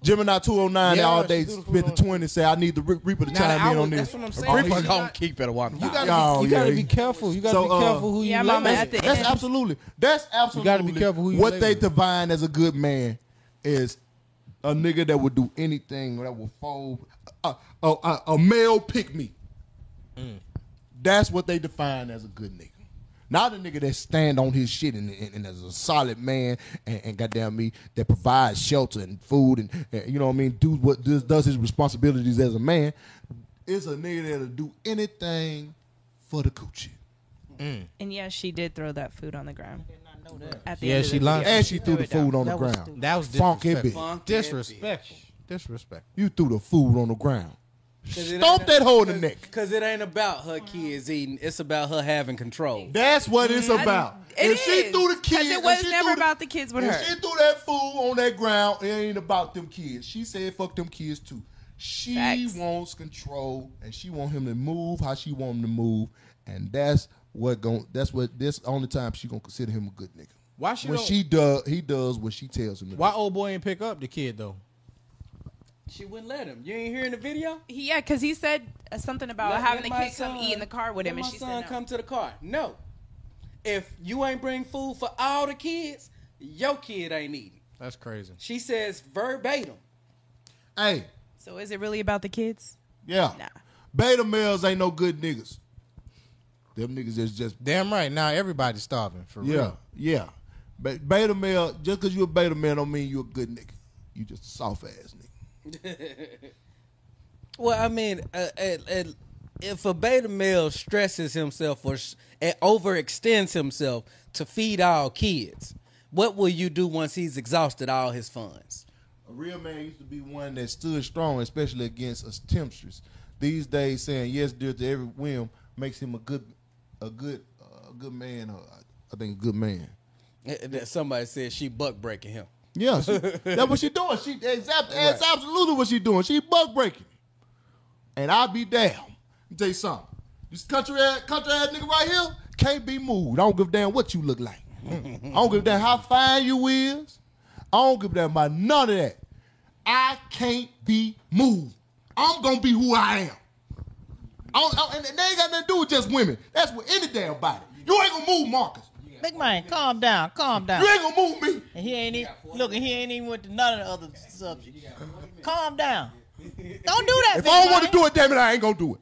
S4: Gemini 209
S3: Yeah,
S4: all day
S3: she do the
S4: spent the
S3: food
S4: 20 say, I need the Re- Reaper to
S3: Now,
S4: chime
S3: I
S4: in
S3: would-
S4: on this.
S3: that's what I'm saying.
S4: Reaper-
S3: Reaper-
S6: Reaper gonna keep better walk.
S3: You gotta,
S4: Oh,
S3: be, you gotta
S4: yeah.
S3: be careful. You gotta
S4: So,
S3: be
S4: uh,
S3: careful who you
S7: Yeah,
S3: yeah,
S7: mama,
S3: label.
S7: at the
S4: That's
S7: end.
S4: absolutely, that's absolutely
S3: be careful who you
S4: what
S3: lay
S4: they
S3: with.
S4: define as a good man is a nigga that will do anything, that will fold, a, a, a, a male pick me.
S7: Mm.
S4: That's what they define as a good nigga. Not a nigga that stand on his shit and, and, and as a solid man and, and goddamn me that provides shelter and food and, and you know what I mean do what does, does his responsibilities as a man. It's a nigga that'll do anything for the coochie.
S7: And yes, she did throw that food on the ground. At the
S3: Yeah,
S7: end of
S3: she
S7: the
S3: lying.
S7: video.
S4: And she threw the
S7: Throw it
S4: food on the
S5: That was
S4: ground.
S5: stupid.
S3: That was
S4: Funky
S3: disrespectful.
S6: Funky
S3: Disrespectful. Disrespectful.
S4: You threw the food on the ground.
S6: it
S4: Stomp
S6: ain't-
S4: that hole
S7: Mm-hmm.
S4: in the neck.
S6: Cause it ain't about her kids eating; it's about her having control.
S4: That's what it's about.
S7: Mm-hmm. It
S4: if she
S7: is,
S4: threw the
S7: 'cause
S4: kids,
S7: it
S4: if
S7: was
S4: she
S7: never
S4: threw
S7: about the kids with
S4: if
S7: her.
S4: She threw that food on that ground. It ain't about them kids. She said, "Fuck them kids too." She
S7: Facts.
S4: wants control, and she want him to move how she want him to move, and that's what gon' that's what this only time she gonna consider him a good nigga.
S3: Why she
S4: when
S3: don't-
S4: she does, he does what she tells him to
S3: Why
S4: do.
S3: old boy ain't pick up the kid though?
S6: She wouldn't let him. You ain't hearing the video?
S7: He- yeah, because he said uh, something about
S6: Let-
S7: having
S6: let
S7: the
S6: my
S7: kids come
S6: son-
S7: eat in the car with
S6: let
S7: him, and
S6: my
S7: she
S6: son
S7: said no.
S6: come to the car. No, if you ain't bring food for all the kids, your kid ain't eating.
S3: That's crazy.
S6: She says verbatim.
S4: Hey,
S7: So is it really about the kids?
S4: yeah,
S7: Nah.
S4: beta males ain't no good niggas. Them niggas is just
S3: Damn right. Now everybody's starving for
S4: Yeah,
S3: real.
S4: yeah. But beta male, just because you a beta male don't mean you a good nigga. You just a soft ass nigga.
S6: Well, I mean, uh, uh, uh, if a beta male stresses himself or s- uh, overextends himself to feed all kids, what will you do once he's exhausted all his funds?
S4: A real man used to be one that stood strong, especially against a temptress. These days, saying yes dear to every whim makes him a good, a good, uh, a good man. Or I think a good man.
S6: Uh, that Somebody said she buck breaking him.
S4: Yeah, she, that's what she doing. She exact, that's absolutely what she doing. She buck breaking, and I be damn. Let me tell you something. This country ass, country ass nigga right here can't be moved. I don't give a damn what you look like. I don't give a damn how fine you is. I don't give a damn about none of that. I can't be moved. I'm gonna be who I am. I don't, I don't- and they ain't got nothing to do with just women. That's with any damn body. You ain't gonna move Marcus.
S5: McMahon, calm down, calm down.
S4: You ain't gonna move me.
S5: And he ain't even look. and He ain't even went to none of the other subjects. Calm down. Don't do that.
S4: If I don't
S5: Big
S4: want to
S5: Mike.
S4: do it, damn it, I ain't gonna do it.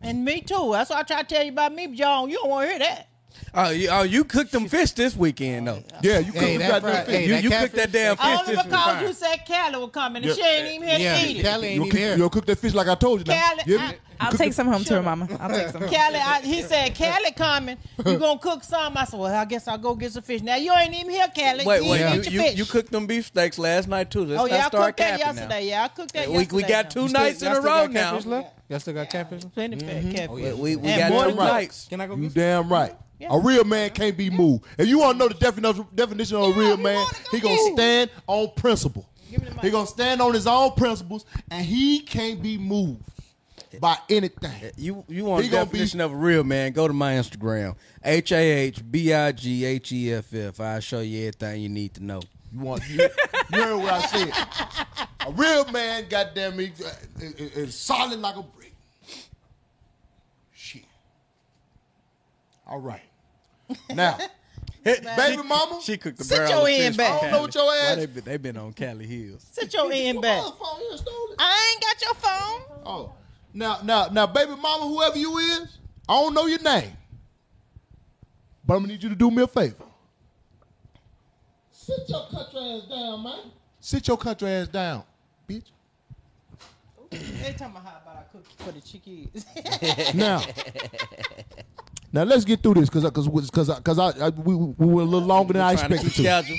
S5: and me too. That's why I try to tell you about me, John. You don't want to hear that.
S6: Oh, you, oh, you cooked them fish this weekend though.
S4: Yeah, you
S3: Hey,
S4: couldn't
S3: that
S4: got
S3: fried-
S4: no
S3: hey,
S4: fish.
S6: you
S3: that
S6: you cooked
S3: catfish-
S6: that damn fish
S5: Only
S6: this
S5: because
S6: weekend.
S5: you said Callie was coming and
S4: Yeah.
S5: she ain't even here
S3: Yeah,
S5: to eat it. Callie,
S3: Kelly
S4: You
S3: ain't
S4: cook,
S3: even
S4: you
S3: here.
S4: don't cook that fish like I told you. Now.
S5: Callie,
S4: You hear
S5: I-
S4: me?
S7: I'll take some home to her, Mama. I'll take some.
S5: I, he said Callie coming. You gonna cook some? I said, well, I guess I'll go get some fish. Now you ain't even here, Callie.
S6: Wait,
S5: you
S6: wait,
S5: ain't
S6: you,
S5: get
S6: you,
S5: your fish.
S6: you cooked them beefsteaks last night too. Let's
S5: oh yeah, I
S6: not start
S5: cooked that
S6: capping now.
S5: yesterday. Yeah, I cooked that
S6: We,
S5: yesterday.
S6: we got two
S3: You still-
S6: nights
S3: y'all
S6: in a
S3: still
S6: row
S3: got
S6: now.
S3: catfish left? Y'all still got catfish left?
S5: Plenty of catfish.
S6: We, we, we
S5: And
S6: got
S5: more
S6: two
S5: than that.
S6: nights.
S3: Can I go
S4: You
S3: get
S4: damn right.
S5: Yeah.
S4: A real man can't be moved. And you want to know the definition definition of a real
S5: we
S4: man?
S5: wanna go
S4: He gonna
S5: moved.
S4: stand on principle.
S5: me the mic.
S4: He gonna stand on his own principles, and he can't be moved by anything.
S6: You you want
S4: He
S6: a
S4: gonna
S6: definition
S4: be-
S6: of a real man? Go to my Instagram, H A H B I G H E F F. I'll show you everything you need to know.
S4: You want you, you heard what I said? A real man, goddamn me, uh, is is solid like a brick. Shit. All right. Now, baby mama,
S6: She cooked the
S5: Sit
S6: barrel
S5: your
S6: of
S5: end
S6: fish
S5: back.
S6: from
S5: I
S4: don't know what your
S6: Cali.
S4: ass-
S6: Why they been, they been on Cali Hills.
S5: Sit your end back.
S6: Oh.
S4: Motherfucker, you done stole it.
S5: I ain't got your phone.
S4: Oh, now, now, now, baby mama, whoever you is, I don't know your name, but I'm gonna need you to do me a favor. Sit your country ass down, man. Sit your country ass down, bitch.
S5: They talking about how about I cook for the chickies.
S4: Now, now let's get through this, cause, I- cause, we- cause, I- cause I, I we, we were a little longer than I
S6: Trying to
S4: expected to.
S6: schedule.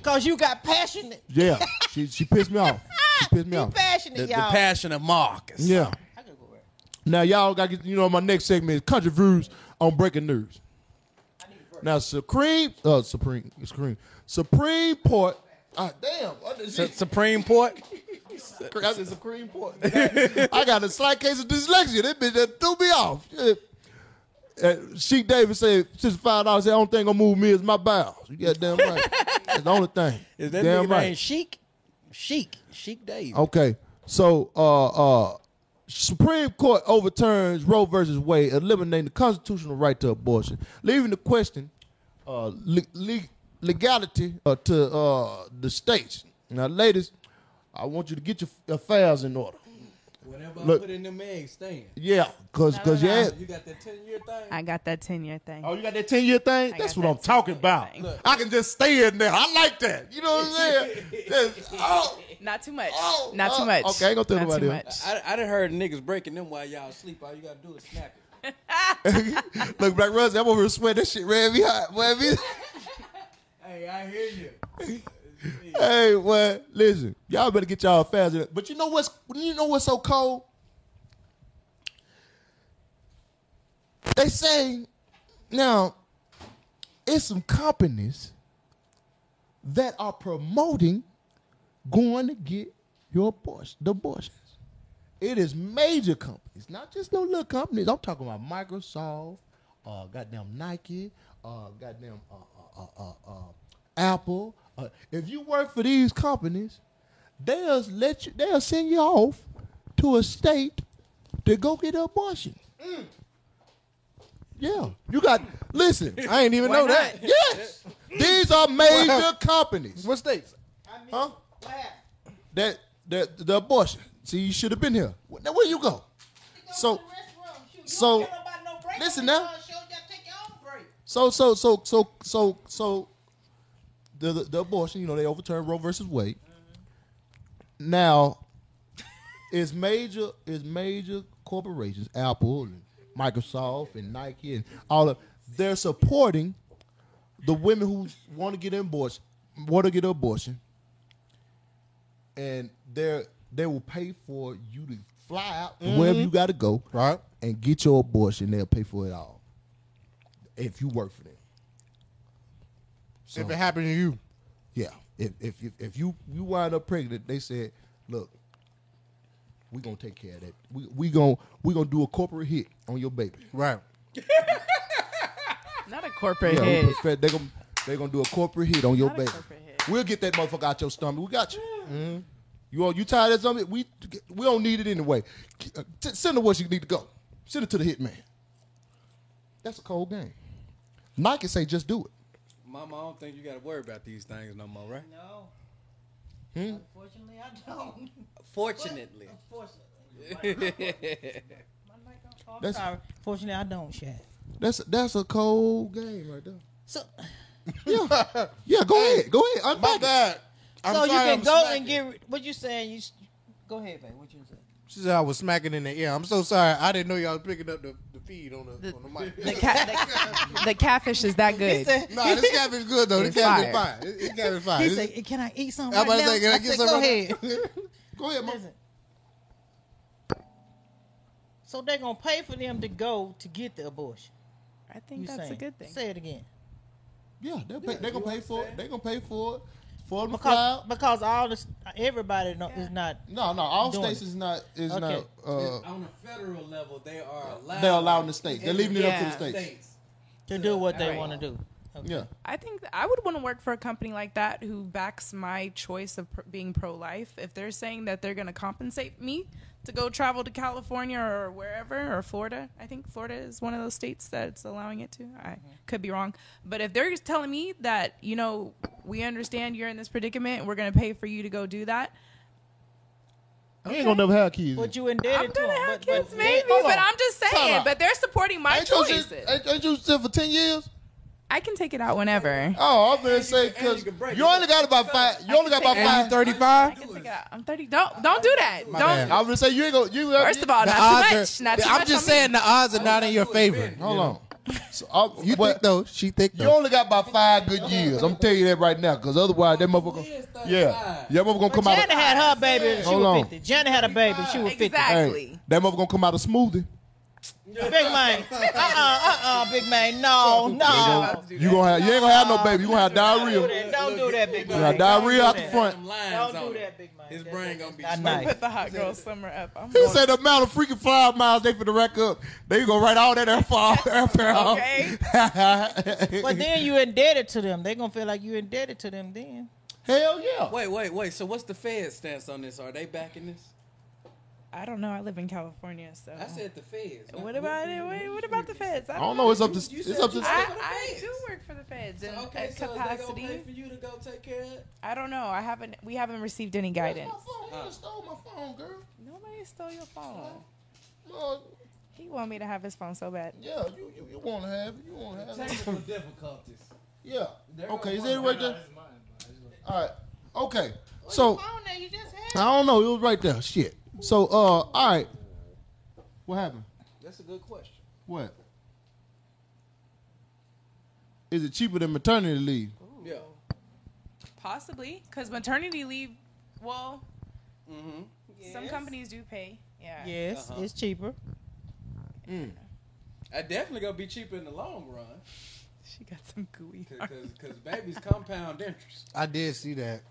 S5: Cause you got passionate.
S4: Yeah, she, she pissed me off. She pissed me
S5: Be
S4: off.
S5: passionate,
S6: The, the
S5: y'all.
S6: passion of Marcus.
S4: Yeah.
S5: I could go where?
S4: Now y'all got to get, you know my next segment is country views on breaking news. Now Supreme, uh, Supreme, Supreme, Supreme Court. Ah, damn, I just-
S6: Su- Supreme Court.
S4: I said Supreme Court. I got a slight case of dyslexia. That bitch that threw me off. Shit. Uh, Sheik Davis said, sixty-five dollars. The only thing gonna move me is my bowels. You got damn right. That's the only thing.
S6: Is that
S4: damn
S6: nigga named Sheik? Sheik. Sheik Dave.
S4: Okay. So uh uh Supreme Court overturns Roe versus Wade, eliminating the constitutional right to abortion, leaving the question uh le- le- legality uh, to uh the states. Now, ladies, I want you to get your affairs in order.
S6: Whenever
S4: Look.
S6: I put in them eggs, stand.
S4: Yeah, cause cause
S7: no, no.
S4: yeah.
S6: You got that 10 year thing?
S7: I got that ten year thing.
S4: Oh, you got that ten year thing?
S7: I
S4: That's
S7: got
S4: what I'm
S7: that
S4: talking
S7: 10-year
S4: about.
S7: thing.
S4: I can just stay in there. I like that. You know what I'm saying? Just- oh,
S7: Not too much.
S4: Oh,
S7: Not
S4: oh,
S7: too much.
S4: okay, I ain't gonna tell
S7: Not
S4: nobody
S7: too
S4: else.
S7: much.
S6: I, I done heard niggas breaking them while y'all sleep. All you gotta do is snap it.
S4: look, Black Rose, I'm over here sweating. That shit ran me hot. Boy, me-
S6: Hey, I hear you.
S4: Hey, what? Listen, y'all better get y'all affairs. in- But you know what's you know what's so cold? They say now it's some companies that are promoting going to get your abortion, the abortions. It is major companies, not just no little companies. I'm talking about Microsoft, uh, goddamn Nike, uh, goddamn uh, uh, uh, uh, uh, Apple. Uh, if you work for these companies, they'll let you. They'll send you off to a state to go get an abortion.
S3: Mm.
S4: Yeah, you got. Listen, I ain't even know that. Yes, these are major companies
S3: What states?
S4: huh? That that the abortion. See, you should have been here. Wh- Now where you go? So, so- listen now. so, so, so, so, so, so, the the, the abortion. You know, they overturned Roe versus Wade. Now, is major is major corporations, Apple and Microsoft and Nike and all of they're supporting the women who want to get an abortion, want to get an abortion, and they they will pay for you to fly out to wherever you got to go,
S3: Right.
S4: and get your abortion. They'll pay for it all if you work for them.
S3: If it happened to you,
S4: Yeah, if if if, if you you wind up pregnant, they said, look, we gonna take care of that. We we gonna we gonna do a corporate hit on your baby.
S3: right?
S12: Not a corporate
S4: Yeah,
S12: head.
S4: we perfect. They gonna they gonna do a corporate hit on your
S12: Not a
S4: baby.
S12: corporate hit.
S4: We'll get that motherfucker out your stomach. We got you.
S3: Mm-hmm.
S4: You all, you tired of something? We we don't need it anyway. Uh, t- Send her where she need to go. Send it to the hitman. That's a cold game. Nike say just do it.
S6: Mama, I don't think you got to worry about these things no more, right?
S5: No. Unfortunately, I don't.
S6: Fortunately.
S5: Oh, I'm
S4: That's-
S5: sorry. Fortunately, I don't, Shaq.
S4: That's that's a cold game right there.
S5: So,
S4: Yeah, go ahead, go ahead.
S12: My
S4: Unpack it.
S12: bad. I'm
S5: so
S12: sorry,
S5: you
S12: I'm
S5: can go
S12: smacking.
S5: and get. rid- What you saying? You s- go ahead, babe. What you saying?
S3: She said I was smacking in the ear. I'm so sorry. I didn't know y'all was picking up the, the feed on the, on the mic.
S7: The, cat, the, the catfish is that
S5: He
S7: good.
S5: said,
S3: nah, this cabin's good though. This
S7: It's
S3: cabin's
S7: fire.
S3: fine. It, it cabin's fine.
S5: he
S3: This-
S5: said, "Can I eat something?"
S3: I'm about
S5: Right
S3: to
S5: now?
S3: say, can I get
S5: said,
S3: some
S5: Go
S3: right
S5: ahead.
S4: Go ahead, mom.
S5: Listen. So they're gonna pay for them to go to get the abortion.
S7: I think
S5: You
S7: that's
S5: saying.
S7: a good thing.
S5: Say it again.
S4: Yeah, they pay, they gonna pay for it. They gonna pay for it for the
S5: Because,
S4: cloud.
S5: because all this, everybody know, is not.
S4: No, no, all
S5: Doing
S4: states
S5: it.
S4: is not is
S5: Okay.
S4: not. Uh,
S6: On a federal level, they are allowed.
S4: they're allowing the states. They're leaving it
S7: Yeah.
S4: up to the states.
S5: to do what they
S7: Right.
S5: want to do. Okay.
S4: Yeah.
S7: I think th- I would want to work for a company like that who backs my choice of pr- being pro life. If they're saying that they're going to compensate me to go travel to California or wherever or Florida, I think Florida is one of those states that's allowing it to. I could be wrong. But if they're just telling me that, you know, we understand you're in this predicament, we're going to pay for you to go do that.
S4: You ain't gonna never have kids.
S5: But you
S7: I'm
S5: indebted to
S7: going to
S5: them.
S7: have
S5: but,
S7: kids
S5: but,
S7: maybe,
S4: hold
S7: but
S4: on.
S7: I'm just
S4: Time
S7: saying,
S4: out.
S7: but they're supporting my
S4: ain't, you
S7: choices.
S4: sit, ain't, ain't you sit for ten years?
S7: I can take it out whenever.
S4: Oh, I'm gonna
S6: can-
S4: say
S6: and
S4: because
S6: you can break
S4: you
S6: it.
S4: only got about five. You only got about
S3: and
S4: five.
S3: you 35.
S7: I can take it out. I'm 30. Don't don't do that. Don't
S3: bad.
S4: I'm gonna say you ain't gonna. You
S7: First of all,
S3: The
S7: not
S3: odds
S7: too
S3: are-
S7: much. Not too
S3: I'm
S7: much
S3: just
S7: on me.
S3: saying the odds are not in your favor.
S4: hold on. So, I'm,
S3: You
S4: but
S3: think though? She think
S4: you
S3: though.
S4: only got about five good years. I'm telling you that right now, because otherwise that motherfucker. Yeah, yeah, motherfucker gonna come out.
S5: Janet
S4: Of,
S5: had her baby. when She
S4: Hold
S5: was
S4: on.
S5: 50. Janet had a baby. She was 50.
S7: Exactly.
S4: hey, that motherfucker gonna come out of smoothie.
S5: Big man. Uh uh-uh, uh big man. No, no.
S4: You gonna have. You ain't gonna have no baby. You gonna have
S5: Don't do
S4: diarrhea.
S5: that. Don't do that, big
S4: You gonna
S5: man.
S4: have diarrhea out the
S5: that.
S4: front.
S5: Don't do that, big man.
S6: His
S5: That-
S6: brain
S5: that-
S6: gonna be
S5: that's not
S6: smoking.
S5: nice.
S7: Put the hot girl summer up. I'm
S4: He
S7: going-
S4: said the amount of freaking fly miles they finna rack up. They gonna write all that airfare airfare off.
S7: Okay.
S5: But then you indebted to them. They're gonna feel like you indebted to them then.
S4: Hell yeah.
S6: Wait, wait, wait. So what's the Fed stance on this? Are they backing this?
S7: I don't know. I live in California, so.
S3: Oh.
S6: I said the Feds.
S7: what about it? Wait, what about the feds?
S4: I don't know. It's up to.
S6: You
S4: It's
S6: said
S4: up
S6: you-
S4: to.
S7: I,
S6: for the
S7: I
S6: feds.
S7: do work for the feds in
S6: Okay,
S7: a
S6: so capacity. they
S7: capacity.
S6: gonna pay for you to go take care of it?
S7: I don't know. I haven't. We haven't received any guidance.
S4: stole my phone, girl.
S7: Nobody stole your phone.
S4: No,
S7: He wanted me to have his phone so bad.
S4: yeah, you, you, you won't have it. You won't have it.
S6: Technical difficulties.
S4: Yeah. Okay, is it right there? All right. Okay. So I don't know. It was right there. Shit. So uh, all right. What happened?
S6: That's a good question.
S4: What? Is it cheaper than maternity leave?
S6: Yeah.
S7: Possibly, because maternity leave. Well, some companies do pay. Yeah.
S5: Yes,
S6: Uh-huh.
S5: it's cheaper.
S6: I definitely gonna be cheaper in the long run
S7: She got some gooey.
S6: because babies compound interest.
S3: I did see that.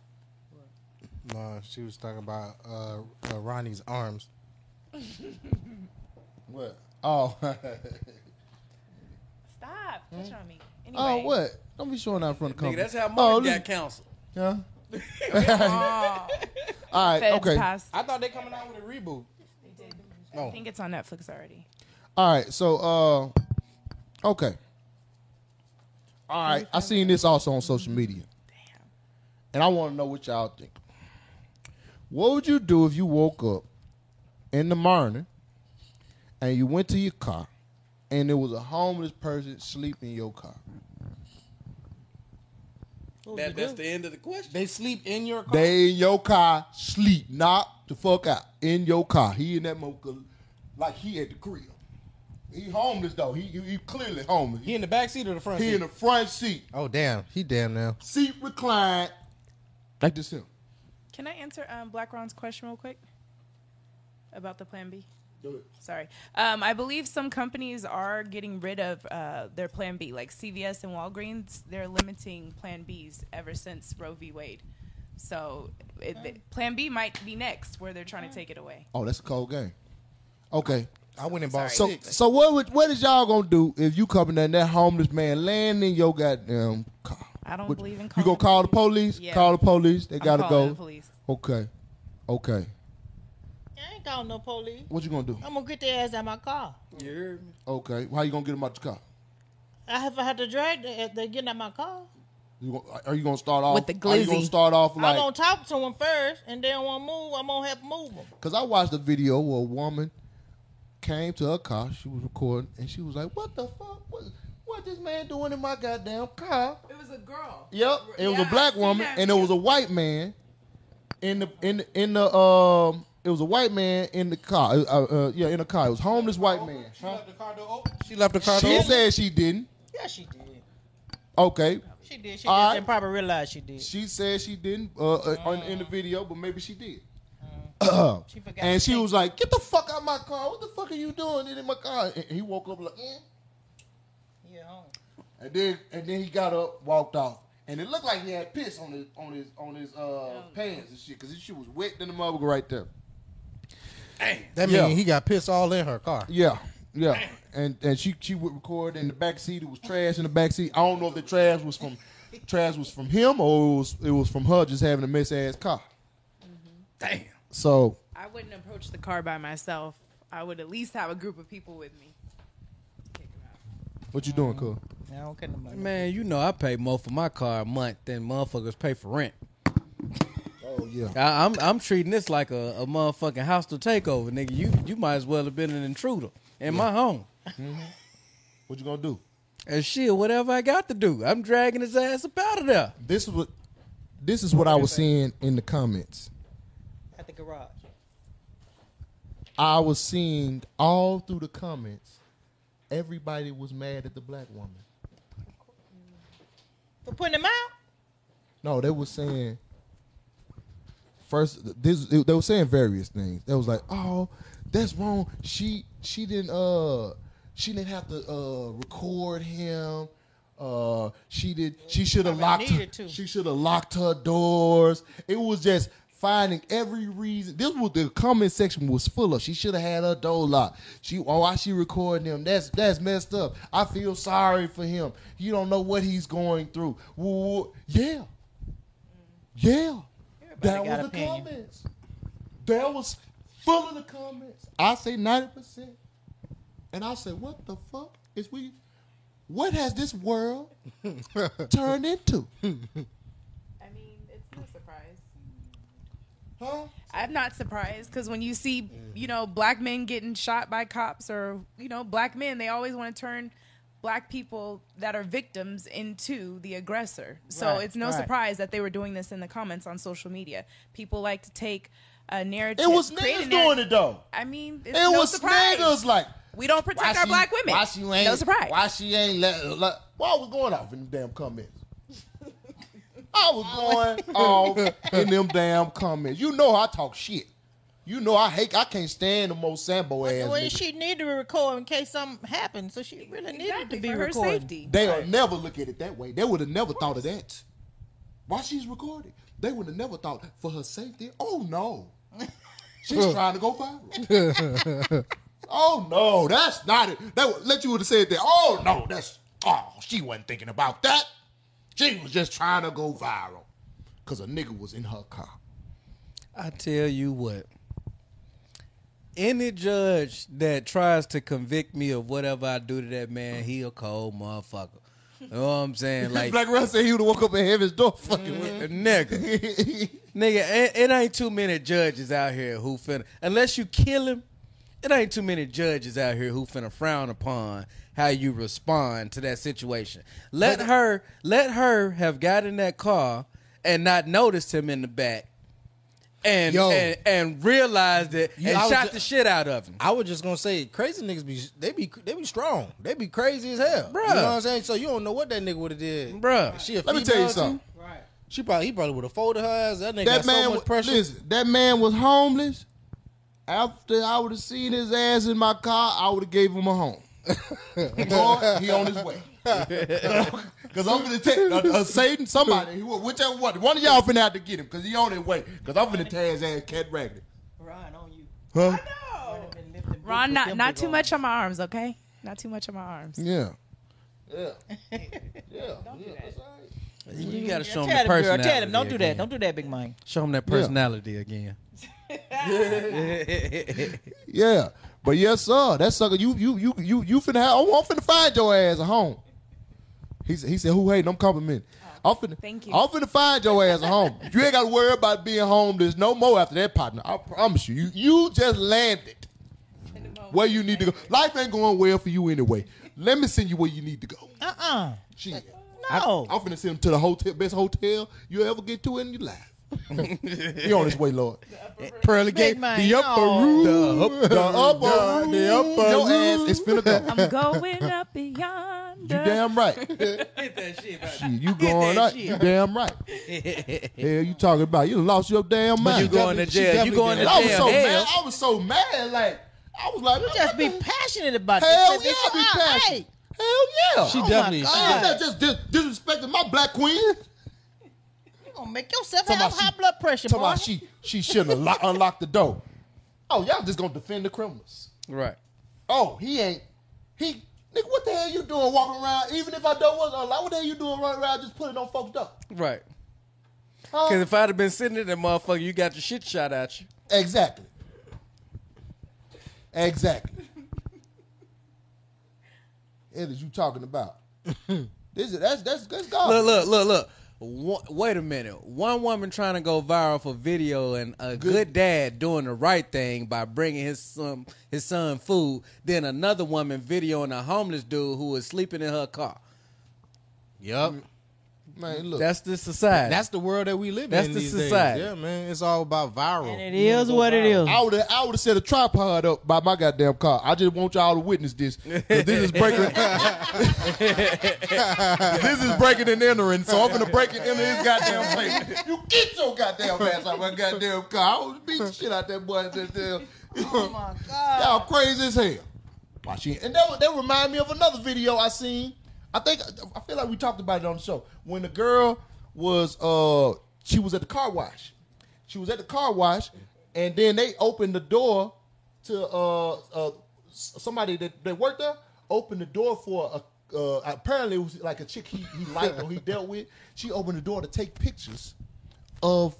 S3: No, she was talking about uh, uh, Ronnie's arms.
S4: What? Oh.
S7: Stop touching on me. Anyway.
S4: oh, what? Don't be showing out in front of
S6: Nigga,
S4: company.
S6: that's how Martin
S4: Oh,
S6: got
S4: look-
S6: counseled.
S4: Huh?
S7: Oh,
S4: All right.
S7: feds
S4: Okay.
S7: passed.
S3: I thought they coming out with a reboot.
S7: I think it's on Netflix already.
S4: All right, so uh okay. All right, I seen this also on social media. And I want to know what y'all think. What would you do if you woke up in the morning and you went to your car and there was a homeless person sleeping in your car?
S6: That, that's the end of the question.
S3: They sleep in your car.
S4: They in your car sleep, not the fuck out in your car. He in that motherfucker like he at the crib. He homeless though. He he, he clearly homeless.
S3: he in the back seat or the front
S4: He
S3: seat?
S4: in the front seat,
S3: oh damn, he damn now.
S4: seat reclined. Like this here.
S7: Can I answer um, Black Ron's question real quick about the Plan B? Sorry. Um, I believe some companies are getting rid of uh, their Plan B, like CVS and Walgreens. They're limiting Plan Bs ever since Roe v. Wade. So it, it- Plan B might be next, where they're trying to take it away.
S4: Oh, that's a cold game. Okay,
S3: I went and bought
S4: So,
S3: six.
S4: so what would, what is y'all gonna do if you coming in that homeless man laying in your goddamn car?
S7: I don't
S4: What-
S7: believe in
S4: You
S7: calling
S4: gonna call the
S7: the police.
S4: police?
S7: Yeah.
S4: Call the police. They gotta
S7: calling
S4: go.
S7: the police.
S4: Okay, okay.
S5: I ain't calling no police.
S4: What you gonna do?
S5: I'm gonna get their ass out my car.
S4: Okay, how you gonna get them out the car?
S5: I have, I have to drag them. They're getting out my car.
S4: You gonna, are you gonna start off
S12: With the
S4: Are you gonna
S12: glizzy.
S4: start off
S5: I'm gonna
S4: like?
S5: talk to them first, and then when I move, I'm gonna help move them.
S4: Because I watched a video where a woman came to her car. She was recording, and she was like, "What the fuck? What, what this man doing in my goddamn car?"
S7: It was a girl.
S4: Yep. It was
S7: Yeah,
S4: a black
S7: I've seen
S4: woman
S7: that
S4: and it was a white man in the in the, in the um it was a white man in the car. Uh, uh, yeah, in the car. It was homeless white man.
S3: left the car door open. She left the car door
S4: She
S3: open.
S4: said she didn't.
S5: Yeah, she did.
S4: Okay.
S5: She did. She
S4: All
S5: just
S4: right.
S5: didn't probably realize she did.
S4: She said she didn't uh, uh, on- in the video, but maybe she did.
S5: She forgot.
S4: And
S5: to
S4: she
S5: take-
S4: was like, "Get the fuck out of my car! What the fuck are you doing in my car?" And he woke up like, eh.
S5: Yeah.
S4: and then and then he got up, walked off, and it looked like he had piss on his on his on his uh, pants and shit because his shit was wet than the motherfucker right there.
S3: That
S4: Yeah.
S3: means he got pissed all in her car.
S4: Yeah, yeah. And and she she would record in the back seat. It was trash in the back seat. I don't know if the trash was from trash was from him or it was it was from her just having a mess ass car.
S6: Damn.
S4: So
S7: I wouldn't approach the car by myself. I would at least have a group of people with me.
S4: what you doing, cuz?
S5: I don't care no more.
S6: Man, you know I pay more for my car a month than motherfuckers pay for rent.
S4: Oh yeah.
S6: I, I'm I'm treating this like a, a motherfucking hostile takeover, nigga. You you might as well have been an intruder in my home.
S4: What you gonna do?
S6: And shit, whatever I got to do, I'm dragging his ass up out of there.
S4: This is what this is what I was seeing in the comments.
S5: At the garage.
S4: I was seeing all through the comments. Everybody was mad at the black woman.
S5: For putting them out.
S4: No, they were saying first this they were saying various things. They was like, "Oh, that's wrong. She she didn't uh she didn't have to uh record him. Uh she did she should have
S5: Probably
S4: locked her,
S5: needed to.
S4: she should have locked her doors. It was just finding every reason. This was the comment section was full of. She should have had her door locked. She oh, why she recording him? That's that's messed up. I feel sorry for him. You don't know what he's going through. Woo, woo. Yeah. Yeah. that
S5: Mm. got
S4: was the
S5: opinion.
S4: comments. That was full of the comments. I say 90%. And I say, what the fuck is we what has this world turned into?
S7: I mean, it's no surprise.
S4: Huh?
S7: I'm not surprised because when you see,
S4: Mm.
S7: you know, black men getting shot by cops or, you know, black men, they always want to turn black people that are victims into the aggressor. So
S5: Right,
S7: it's no
S5: right.
S7: surprise that they were doing this in the comments on social media. People like to take a narrative.
S4: It was
S7: create a
S4: niggas
S7: narr-
S4: doing it though.
S7: I mean, it's
S4: It
S7: no
S4: was
S7: surprise.
S4: niggas like
S7: We don't
S4: why
S7: protect our
S4: she-
S7: black women.
S4: Why she ain't?
S7: no surprise.
S4: Why she ain't let? let why I was going off in them damn comments? I was going off in them damn comments. You know I talk shit. You know I hate. I can't stand the most Sambo ass.
S5: Well,
S4: niggas.
S5: she needed to record in case something happened, so she really needed
S7: Exactly,
S5: to be
S7: for her
S5: recording.
S7: safety.
S4: They'll never look at it that way. They would have never thought of that. Why she's recording? They would have never thought for her safety. Oh no, she's trying to go viral. oh no, that's not it. That would let you would have said that. Oh no, that's oh she wasn't thinking about that. She was just trying to go viral because a nigga was in her car.
S6: I tell you what. Any judge that tries to convict me of whatever I do to that man, he a cold motherfucker. You know what I'm saying? Like
S4: Black Russ said he would have woke up at heaven's door fucking with
S6: a
S3: Mm-hmm.
S6: nigga. Nigga, it, it ain't too many judges out here who finna unless you kill him. It ain't too many judges out here who finna frown upon how you respond to that situation. Let her, let her have got in that car and not noticed him in the back, and
S3: Yo.
S6: and, and realized it
S3: You-
S6: and
S3: I was
S6: shot
S3: ju-
S6: the shit out of him.
S3: I was just gonna say, crazy niggas be they be they be strong. They be crazy as hell.
S6: Bruh.
S3: You know what I'm saying? So you don't know what that nigga would have did.
S6: Bruh.
S3: She a
S4: Let me tell you
S3: Mm, female,
S4: something.
S3: too? She probably he probably would have folded her ass. That nigga
S4: that
S3: got
S4: man
S3: so
S4: was
S3: much pressure.
S4: Listen, that man was homeless. After I would have seen his ass in my car, I would have gave him a home. Boy, he on his way. Cause I'm gonna take a, a Satan, somebody, who- whichever one, one of y'all finna have to get him, cause he on his way. Cause I'm finna tear his ass cat raggedy.
S5: Ryan on you.
S4: Huh?
S7: No.
S5: Been lifting
S7: Ron, not not too much on my arms, okay? Not too much on my arms.
S4: Yeah.
S6: You gotta show them
S5: Tell
S6: the
S5: him, girl.
S6: personality.
S5: Tell him, don't do that.
S6: again.
S5: Don't do that, big man.
S6: Show them that personality again.
S4: Yeah. But yes, sir. That sucker, you you you you you finna have. oh, I'm, I'm finna find your ass a home. He said, he said, who hating? I'm complimenting. I'm finna,
S7: Oh, Thank you.
S4: I'm finna find your ass a home. You ain't gotta worry about being homeless no more after that, partner. I promise you. You you just landed where you need to go. Life ain't going well for you anyway. Let me send you where you need to go.
S5: Uh
S6: Uh-uh.
S5: uh
S4: Shit.
S5: No.
S4: I'm finna send him to the hotel, best hotel you'll ever get to in your life. he on his way, Lord.
S3: Pearly
S5: Big
S3: Gate.
S5: man.
S3: The upper
S5: no.
S3: room.
S4: The upper room.
S3: The upper
S4: Your
S3: room.
S4: ass is finna go.
S7: I'm going up beyond.
S4: You damn right.
S6: Hit that shit.
S4: Shit, you going up. You damn right. Hell, you talking about? You lost your damn
S6: But you
S4: mind.
S6: going to
S3: She
S6: jail. You
S3: definitely
S6: going to
S3: did.
S4: I was so
S6: jail.
S4: mad.
S6: Hell.
S4: I was so mad. Like I was like,
S5: Just be passionate about
S4: hell
S5: this.
S4: yeah,
S5: Just
S4: be
S5: all
S4: passionate.
S5: right.
S4: Hell yeah.
S3: She
S4: She
S3: definitely.
S5: God.
S4: I'm not just dis- disrespecting my black queen.
S5: You gonna make yourself
S4: Talking
S5: have
S4: about
S5: high
S4: she-
S5: blood pressure,
S4: Talking
S5: boy.
S4: about she she shouldn't have lo- unlocked the door. Oh, y'all just gonna defend the criminals.
S6: Right.
S4: Oh, he ain't. He nigga, what the hell you doing walking around? Even if I don't was unlocked, what the hell you doing running around just putting on folks' door?
S6: Right.
S4: Huh?
S6: Because if I'd have been sitting in that motherfucker, you got your shit shot at you.
S4: Exactly. Exactly. What is you talking about? this is that's that's that's God.
S6: Look, look, look, look. One, wait a minute. One woman trying to go viral for video, and a good, dad doing the right thing by bringing his son his son food. Then another woman videoing a homeless dude who was sleeping in her car.
S3: Yup.
S4: man, look.
S6: That's the society.
S3: That's the world that we live
S6: That's
S3: in.
S6: the
S3: these
S6: society.
S3: Days. Yeah, man. It's all about viral.
S5: And it is what it is.
S4: I would have I would have set a tripod up by my goddamn car. I just want y'all to witness this. 'Cause This is breaking. this is breaking and entering. So I'm gonna break and enter his goddamn place. You get your goddamn ass out my goddamn car. I would beat the shit out that boy. That damn.
S5: Oh my God.
S4: Y'all crazy as hell. Why she- And that, that remind me of another video I seen. I think I feel like we talked about it on the show when the girl was uh she was at the car wash. She was at the car wash, and then they opened the door to uh, uh s- somebody that, that worked there opened the door for a uh, apparently it was like a chick he, he liked or he dealt with. She opened the door to take pictures of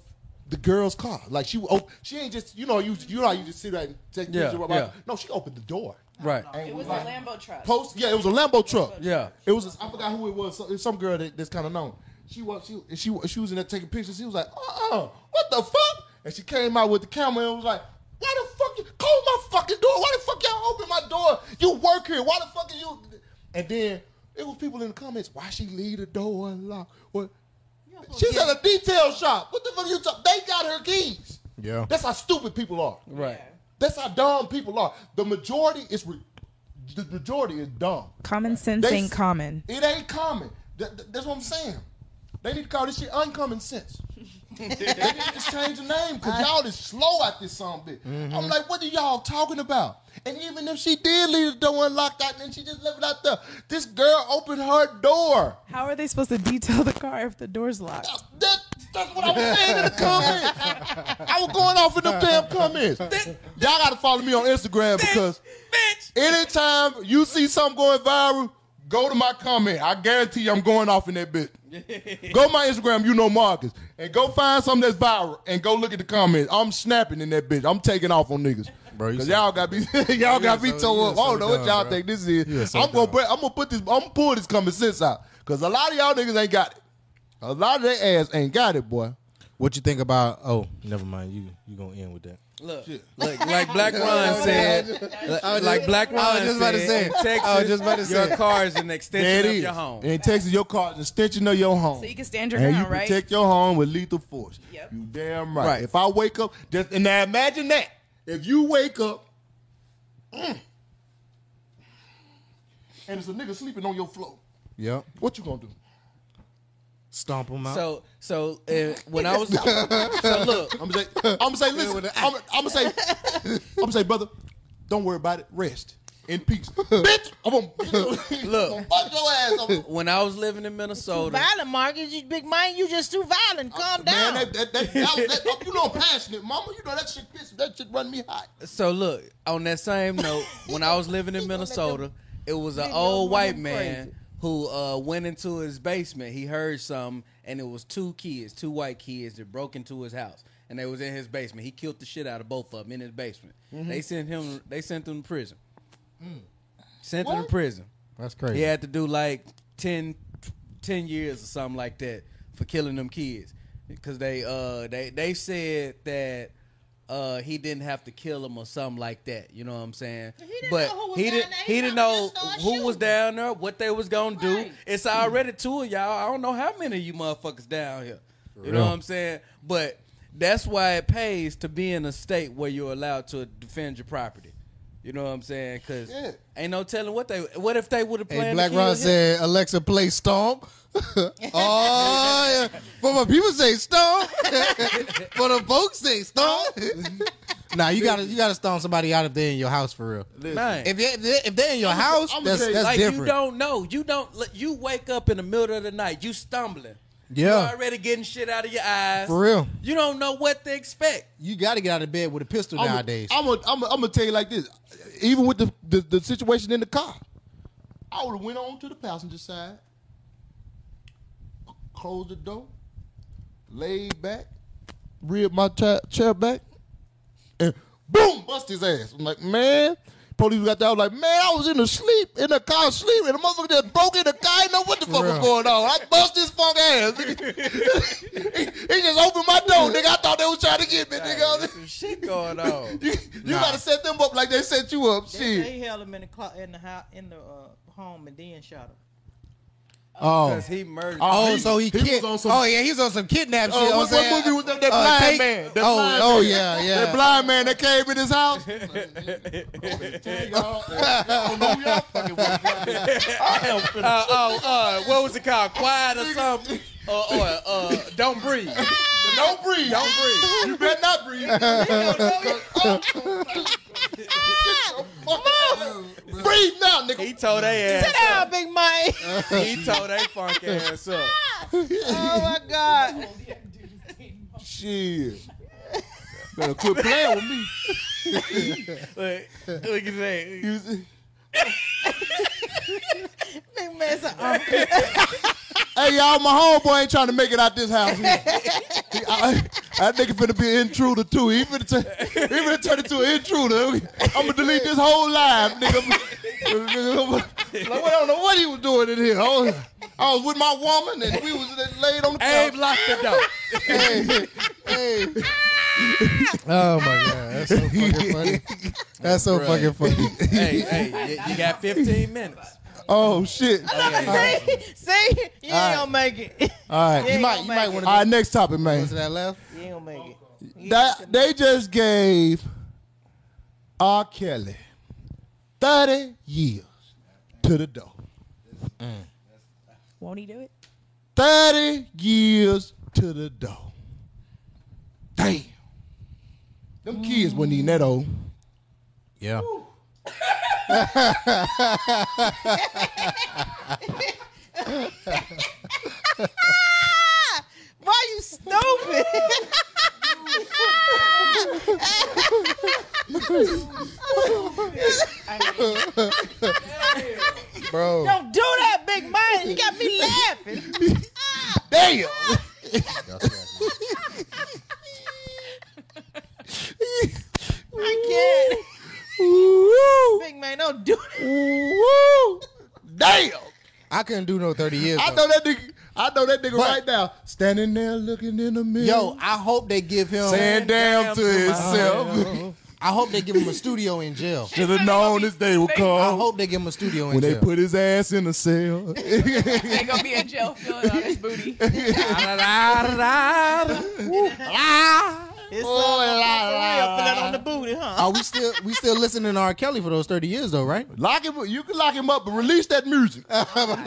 S4: the girl's car. Like she oh, she ain't just you know you you know how you just sit there and take
S6: Yeah,
S4: pictures. of-
S6: yeah.
S4: No, she opened the door.
S6: right.
S7: It was a Lambo truck.
S4: Post yeah, it was a Lambo truck.
S6: Yeah.
S4: It was I forgot who it was. So, it's some girl that, that's kind of known. She was she she she was in there taking pictures. She was like, uh uh what the fuck? And she came out with the camera and was like, why the fuck you close my fucking door? Why the fuck y'all open my door? You work here. Why the fuck are you? And then it was people in the comments. Why she leave the door unlocked? What? She's at a detail shop. What the fuck are you talking? They got her keys.
S3: Yeah.
S4: That's how stupid people are.
S6: Right.
S4: That's how dumb people are. The majority is re- the majority is dumb.
S7: Common sense
S4: They-
S7: ain't common.
S4: It ain't common. Th- th- that's what I'm saying. They need to call this shit uncommon sense. they need to just change the name because y'all is slow at this song bit. I'm like, what are y'all talking about? And even if she did leave the door unlocked out and she just left it out there, this girl opened her door.
S7: How are they supposed to detail the car if the door's locked?
S4: That, that's what I was saying in the comments. I was going off in them damn comments. Y'all got to follow me on Instagram because anytime you see something going viral, go to my comment. I guarantee you I'm going off in that bitch. go to my Instagram, you know Marcus, and go find something that's viral and go look at the comments. I'm snapping in that bitch. I'm taking off on niggas.
S3: Bro, you
S4: Cause
S3: so-
S4: y'all got be y'all got me
S3: so-
S4: toe
S3: you
S4: up.
S3: so
S4: I don't know what
S3: dumb,
S4: y'all
S3: bro.
S4: think this is.
S3: so
S4: I'm gonna
S3: dumb.
S4: bring- I'm gonna put this. I'm gonna pull this common sense out because a lot of y'all niggas ain't got it. A lot of their ass ain't got it, boy.
S3: What you think about? Oh, never mind. You you gonna end with that?
S6: Look, look, like Black Ron said, like, like Black Ron
S3: I was just about to
S6: said,
S3: say it.
S6: Texas,
S3: I was just about to say
S6: your
S3: it.
S6: car is an
S4: There
S6: extension
S4: it
S6: of
S4: is.
S6: your home.
S4: And Texas, your car is an extension of your home.
S7: So you can stand your
S4: and
S7: ground,
S4: you
S7: right?
S4: protect your home with lethal force.
S7: Yep.
S4: You damn right.
S6: Right.
S4: If I wake up, just and now imagine that. If you wake up, mm, and it's a nigga sleeping on your floor,
S3: Yep.
S4: what you gonna do?
S3: Stomp them out.
S6: So, so uh, when I was, so look,
S4: I'm gonna say, I'm gonna say, listen, I'm, I'm gonna say, I'm gonna say, brother, don't worry about it. Rest. in peace. Bitch, I'm gonna, Look. gonna bust your ass. I'm gonna-
S6: When I was living in Minnesota,
S5: Violent, Marcus. You, Big Mike, you just too violent. Calm down.
S4: Man, that, that, that, that, that- you know I'm passionate, mama. You know that shit piss. That shit run me hot.
S6: so look, on that same note, when I was living in Minnesota, it was an
S5: Leave your
S6: old
S5: woman
S6: white man
S5: crazy.
S6: who uh, went into his basement. He heard something, and it was two kids, two white kids that broke into his house, and they was in his basement. He killed the shit out of both of them in his basement.
S5: Mm-hmm.
S6: They sent him. They sent him to prison. Sent him to prison.
S3: That's crazy.
S6: He had to do like 10, 10 years or something like that for killing them kids because they uh they they said that uh he didn't have to kill them or something like that. You know what I'm saying?
S5: didn't
S6: but
S5: know who was
S6: he
S5: down
S6: didn't
S5: there.
S6: he,
S5: He
S6: didn't
S5: probably
S6: know
S5: just started
S6: who was
S5: shooting.
S6: down there, what they was gonna do.
S5: Right.
S6: It's already two of y'all. I don't know how many of you motherfuckers down here. You know what I'm saying? But that's why it pays to be in a state where you're allowed to defend your property. You know what I'm saying? Because ain't no telling what they. What if they would have planned?
S3: Hey,
S6: to
S3: Black
S6: kill him?
S3: Rod said, Alexa, play Storm. oh, yeah. But my people say Storm. but the folks say Storm. nah, you gotta you gotta storm somebody out if they're in your house for real.
S6: Man.
S3: If they if they- if they're in your house,
S4: I'ma
S3: that's
S4: tell you,
S3: that's
S6: like you
S3: different.
S6: don't know. You don't. let- You wake up in the middle of the night. You stumbling.
S3: Yeah.
S6: You already getting shit out of your eyes.
S3: For real.
S6: You don't know what to expect.
S3: You gotta get out of bed with a pistol nowadays.
S4: I'm gonna I'm I'm tell you like this. Even with the, the, the situation in the car, I would have went on to the passenger side, c- closed the door, laid back, reared my cha- chair back, and boom, bust his ass. I'm like, man. Police got there. I was like, man, I was in the sleep, in the car sleep, and the motherfucker just broke in the car. I didn't know what the fuck was
S3: Bruh.
S4: going on. I bust his fuck ass. he, he just opened my door, nigga. I thought they was trying to get me, nigga.
S6: Some shit going on.
S4: You, you gotta set them up like they set you up.
S5: They,
S4: Shit.
S5: they held him in the clo- in the house, in the uh, home and then shot him.
S3: oh.
S6: Because he murdered.
S3: Oh,
S4: he-
S3: so he,
S4: he was
S3: kid.
S4: on some-
S3: oh yeah, he's on some kidnap shit.
S4: Oh,
S3: I'm
S4: what,
S3: saying-
S4: what movie was that? That
S3: uh,
S4: blind
S3: Take-
S4: man. That
S3: oh,
S4: blind
S3: oh
S4: man.
S3: yeah, yeah.
S4: That blind man that came in his house.
S6: Uh, oh, uh, what was it called? Quiet or something? Or uh, uh, don't breathe.
S4: Don't breathe.
S6: Don't breathe.
S4: You better not breathe. breathe now, nigga.
S6: He told they ass.
S5: Ah, Big Mike.
S6: He told they funk ass up.
S5: oh my God.
S4: Shit. Better quit playing with me.
S6: Look, look at that.
S5: Big man said, "Uh,
S4: Hey y'all, my homeboy ain't trying to make it out this house. He- I- that nigga finna be an intruder too. He finna, turn, he finna turn into an intruder. I'ma delete this whole live, nigga. like, well, I don't know what he was doing in here. I was, I was with my woman and we was laid on the couch.
S6: Abe locked the door.
S4: Hey, hey,
S3: Oh my god, that's so fucking funny. That's so fucking funny.
S6: hey, hey, you, you got 15 minutes.
S4: oh shit. All
S5: see, see, you ain't gonna make it. You
S3: All right,
S5: Yeah,
S3: you might
S5: go
S3: you
S5: back.
S3: might want to
S4: right, next topic,
S3: go
S4: man.
S3: to that left.
S5: ain't gonna make it.
S4: That they just gave R. Kelly 30 years to the door.
S7: Won't he do it?
S4: 30 years to the door. Damn. Them kids wasn't even that old.
S3: Yeah.
S5: Why you stupid?
S3: Bro.
S5: Don't do that, Big Mike. You got me laughing.
S4: Damn.
S5: I can't. Big man, don't do that.
S4: Woo. Damn.
S3: I couldn't do no 30 years.
S4: I
S3: though.
S4: know that nigga. I know that nigga right now. Standing there looking in the mirror.
S3: Yo, I hope they give him
S4: saying damn to himself.
S3: I hope they give him a studio in jail.
S4: Should have known this day would
S3: I
S4: come.
S3: hope they give him a studio in
S4: When
S3: jail.
S4: they put his ass in a cell.
S7: They gonna be in jail feeling on his booty.
S5: It's oh, la, la, on the booty, huh?
S3: Are we still we still listening to R. Kelly for those 30 years though, right?
S4: lock him up. You can lock him up, but release that music. Let that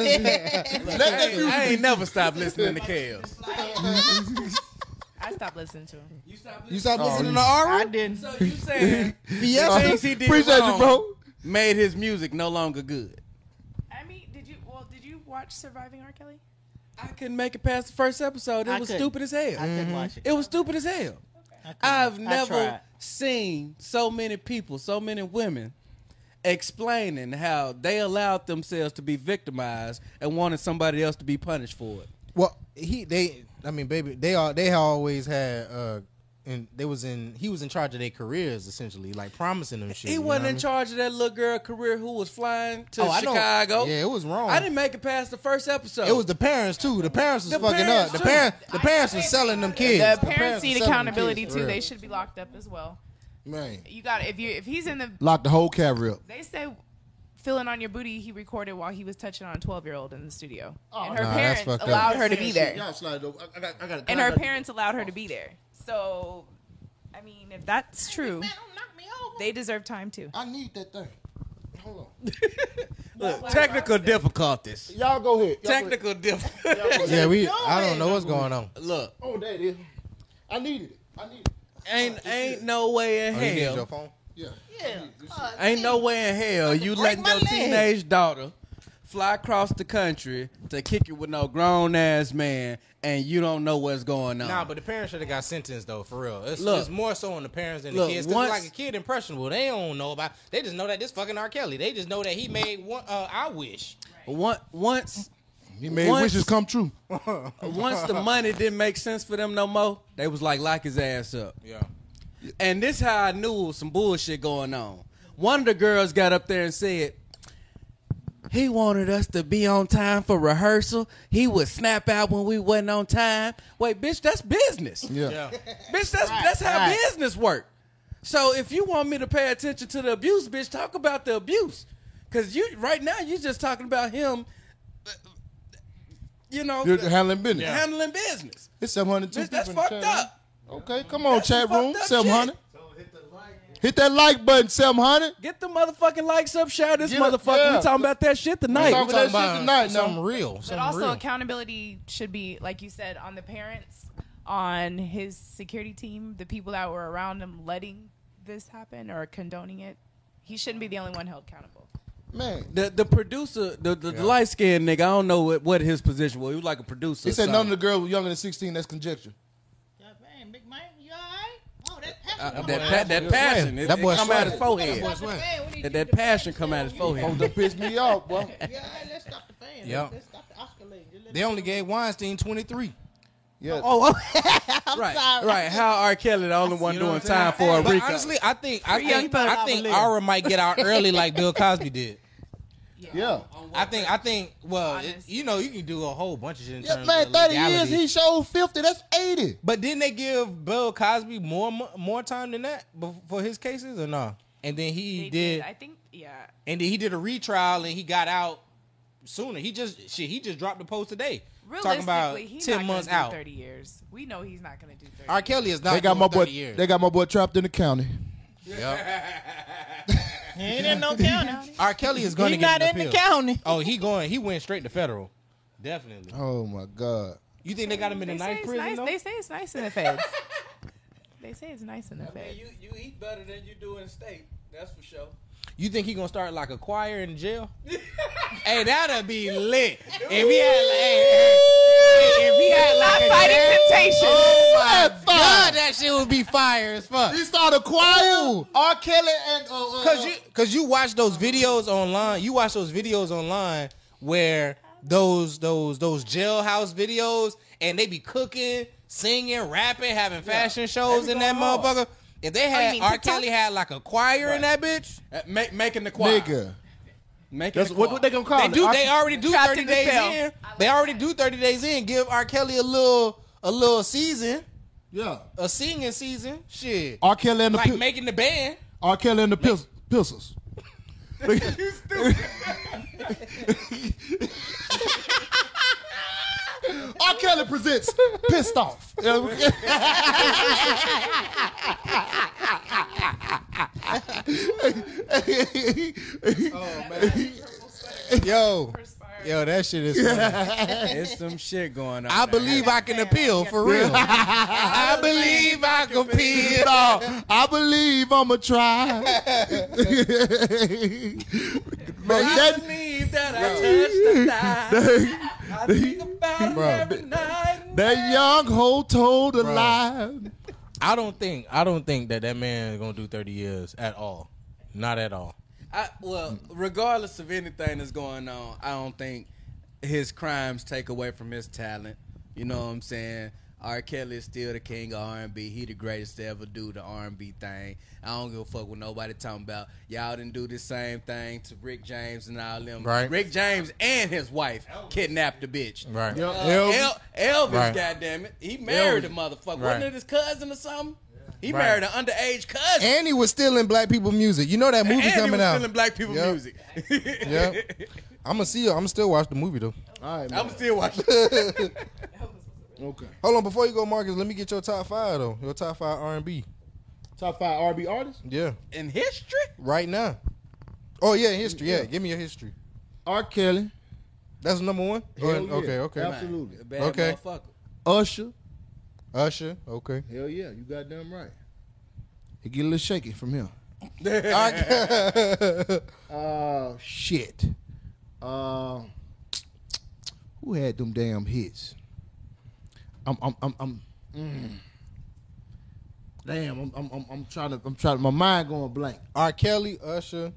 S6: Hey,
S4: music
S6: I ain't never stopped listening to Kels.
S7: I stopped listening to him.
S3: You stopped listening to R.
S5: I didn't.
S6: So you saying
S3: Fiesta?
S6: Oh, things he did
S4: Appreciate
S6: wrong.
S4: you, bro.
S3: made his music no longer good.
S7: I mean, did you well? Did you watch Surviving R. Kelly?
S3: I couldn't make it past the first episode. It
S5: I
S3: was
S5: couldn't.
S3: stupid as hell.
S5: I
S6: Mm-hmm.
S5: couldn't watch it.
S3: It was stupid as hell.
S5: I couldn't.
S3: I've
S5: I
S3: never
S5: tried.
S3: seen so many people, so many women explaining how they allowed themselves to be victimized and wanted somebody else to be punished for it.
S6: Well, he they I mean, baby, they all they always had uh and they was in he was in charge of their careers essentially, like promising them shit.
S3: He
S6: you know
S3: wasn't
S6: what I
S3: in
S6: mean?
S3: charge of that little girl career who was flying to
S6: Oh, I know.
S3: Chicago.
S6: Yeah, it was wrong.
S3: I didn't make it past the first episode.
S6: It was the parents too. The parents was
S3: The
S6: fucking
S3: parents,
S6: up. The
S3: too.
S6: parents the parents was selling them kids.
S7: The
S6: was
S7: parents need
S6: selling them
S7: accountability
S6: kids,
S7: too.
S6: for
S7: They
S6: real.
S7: should be locked up as well.
S6: Man.
S7: You got if you if he's in the
S4: Lock the whole caviar up.
S7: they say feeling on your booty he recorded while he was touching on a 12 year old in the studio and
S6: Oh,
S7: her
S6: Nah, that's
S7: parents
S6: fucked up.
S7: allowed her to be there
S13: Y'all slide over. I, I got, I got
S7: and her parents allowed her to be there so i mean if that's true
S6: oh,
S7: they deserve time too
S13: I need that thing. Hold on.
S3: Look, technical difficulties.
S13: Y'all go ahead. Y'all go ahead.
S3: Technical difficulties.
S6: Yeah, we I don't know what's going on.
S3: Look,
S13: Oh, there it is. I needed it. I needed it.
S3: ain't ain't no way in
S6: Oh, you need
S3: hell.
S6: your phone?
S13: Yeah.
S3: Ain't no way in hell you letting your teenage daughter fly across the country to kick it with no grown ass man, and you don't know what's going on.
S6: Nah, but the parents should have got sentenced though, for real. It's,
S3: Look.
S6: it's more so on the parents than
S3: Look,
S6: the kids. 'cause
S3: once-
S6: like a kid impressionable, they don't know about. They just know that this fucking R. Kelly. They just know that he made one. Uh, I wish.
S3: One, once
S4: He made
S3: Once-
S4: wishes come true.
S3: once the money didn't make sense for them no more, they was like lock his ass up.
S6: Yeah.
S3: And this how I knew it was some bullshit going on. One of the girls got up there and said, he wanted us to be on time for rehearsal. He would snap out when we wasn't on time. Wait, bitch, that's business.
S4: Yeah.
S3: Bitch, that's that's how business work. So if you want me to pay attention to the abuse, bitch, talk about the abuse. Cause you right now you just talking about him, uh, you know,
S4: You're handling business.
S3: handling business.
S4: It's 702
S3: Bitch,
S4: people
S3: that's
S4: in the
S3: fucked
S4: chat room.
S3: up.
S4: Okay, come on, chat room.
S3: fucked up
S4: 700. Hit that like button, 700.
S3: Get the motherfucking likes up, share this
S4: Get up,
S3: motherfucker.
S4: yeah.
S3: We talking about that shit tonight.
S4: talking
S6: We talking
S4: that shit
S6: about
S4: tonight,
S6: something
S4: no.
S6: real.
S7: but
S6: Something
S7: also
S6: real.
S7: accountability should be like you said on the parents on his security team the people that were around him letting this happen or condoning it he shouldn't be the only one held accountable
S4: Man,
S3: the the producer, the, the, light skinned nigga, I don't know what, what his position was. He was like a producer.
S4: he
S3: or
S4: said none of
S3: something.
S4: the girls were younger than 16. That's conjecture.
S5: Man, big man, you all right? Oh, that
S3: Uh,
S5: passion.
S3: that, pa- that passion, it,
S6: That
S3: it
S6: boy
S3: come
S6: sweating.
S3: out his forehead.
S6: That boy sweating.
S3: That, that passion come out his
S4: Oh,
S3: forehead.
S4: that pissed me off, boy.
S5: Yeah, let's stop the fan.
S6: Yeah.
S5: Let's stop the oscillation.
S6: They only gave Weinstein twenty three.
S4: Yeah.
S5: Oh,
S3: right,
S5: sorry.
S3: right. How R. Kelly the only one doing time for a
S6: But
S3: Rico?
S6: honestly, I think I
S5: Young
S6: think
S5: Thug
S6: I think
S5: Avalon.
S6: Aura might get out early like Bill Cosby did.
S4: yeah.
S3: Oh.
S6: I think I think well, it-
S7: Honest.
S6: you know, you can do a whole bunch of shit in
S4: Yeah,
S6: terms
S4: man,
S6: of
S4: 30 years,
S6: legality.
S4: he showed 50. That's 80.
S6: But didn't they give Bill Cosby more mo- more time than that bef- for his cases or no? And then he
S7: They
S6: did,
S7: i think yeah
S6: and then he did a retrial and he got out sooner. He just shit, he just dropped the post today.
S7: Realistically,
S6: Talking about
S7: he's
S6: ten
S7: not
S6: months
S7: gonna do
S6: out.
S7: Thirty years. We know he's not going to do thirty.
S6: R. Kelly is not.
S4: They got
S6: doing
S4: my boy.
S6: 30 Years.
S4: They got my boy trapped in the county.
S5: he ain't in no county.
S6: R. Kelly is going
S5: He
S6: to get
S5: not
S6: an
S5: in the
S6: appeal.
S5: county.
S6: Oh, he going. He went straight to federal. Definitely.
S4: Oh my God.
S6: You think they got him in a
S7: They say,
S6: nice
S7: it's
S6: prison
S7: nice,
S6: though?
S7: they say it's nice in the feds. they say it's nice in the feds.
S3: you eat better than you do in state. That's for sure.
S6: You think he gonna start like a choir in jail? hey, that'd be lit. If he had like, hey, hey, if he had like a
S7: Fighting temptation.
S6: Oh my god, that shit would be fire as fuck.
S4: He started choir.
S6: R. Kelly and uh, cause you cause you watch those videos online. You watch those videos online where those those those jailhouse videos and they be cooking, singing, rapping, having fashion shows in that motherfucker. If they had
S7: mean
S6: R.
S7: TikTok?
S6: Kelly had like a choir in that bitch,
S3: Uh, make, making the choir.
S4: Nigga.
S3: Making
S4: That's
S3: the
S4: what,
S3: choir.
S4: what they gonna call
S6: they
S4: it.
S6: do.
S4: R-
S6: They already do thirty
S7: in the
S6: days
S7: cell.
S6: in. They already do thirty days in. Give R. Kelly a little a little season,
S4: yeah.
S6: a singing season. Shit,
S4: R. Kelly and the
S6: like
S4: pi-
S6: making the band.
S4: R. Kelly and the pis- pistols. R. Kelly presents pissed off. hey,
S6: Yo,
S7: Perspire.
S6: Yo, that shit is. funny.
S3: It's some shit going on. now.
S6: I believe I can appeal for real. I believe I can appeal.
S4: No, I believe I'ma try. Man,
S3: I
S4: that-
S3: believe that I touched the sky. I think about it
S6: Bro.
S3: every night.
S4: that young hoe told a lie.
S6: I don't think I don't think that that man is gonna do thirty years at all. Not at all.
S3: I, well, regardless of anything that's going on, I don't think his crimes take away from his talent. You know what I'm saying? R. Kelly is still the king of R&B. He the greatest to ever do the R&B thing. I don't give a fuck what nobody talking about. Y'all didn't do the same thing to Rick James and all them.
S6: Right.
S3: Rick James and his wife kidnapped the bitch.
S6: Right.
S3: Uh, El- Elvis,
S6: Right.
S3: goddamn it, he married a motherfucker.
S6: Right.
S3: Wasn't it his cousin or something? He
S6: Right.
S3: married an underage cousin.
S6: And he was stealing black people music. You know that movie
S3: And he
S6: coming
S3: was
S6: out.
S3: stealing black people
S6: Yep.
S3: music.
S6: Yep. I'm gonna see. I'm gonna still watch the movie though.
S1: All right, man.
S3: I'm still watching.
S1: Okay.
S6: Hold on, before you go, Marcus, let me get your top five though. Your top five R and B.
S1: Top five R&B artists.
S6: Yeah,
S3: in history?
S6: right now. Oh yeah, history. Yeah, give me your history.
S4: R. Kelly,
S6: That's number one. Or-
S1: Hell yeah.
S6: Okay, okay.
S1: Absolutely.
S3: A bad
S6: Okay.
S3: motherfucker.
S4: Usher.
S6: Usher. Okay.
S1: Hell yeah, you goddamn right.
S4: It get a little shaky from him.
S1: Uh,
S4: Shit.
S1: uh,
S4: Who had them damn hits? I'm, I'm, I'm, I'm.
S1: mm. damn, I'm, I'm, I'm, I'm trying to, I'm trying to, my mind going blank. uh,
S6: R. Kelly. Usher.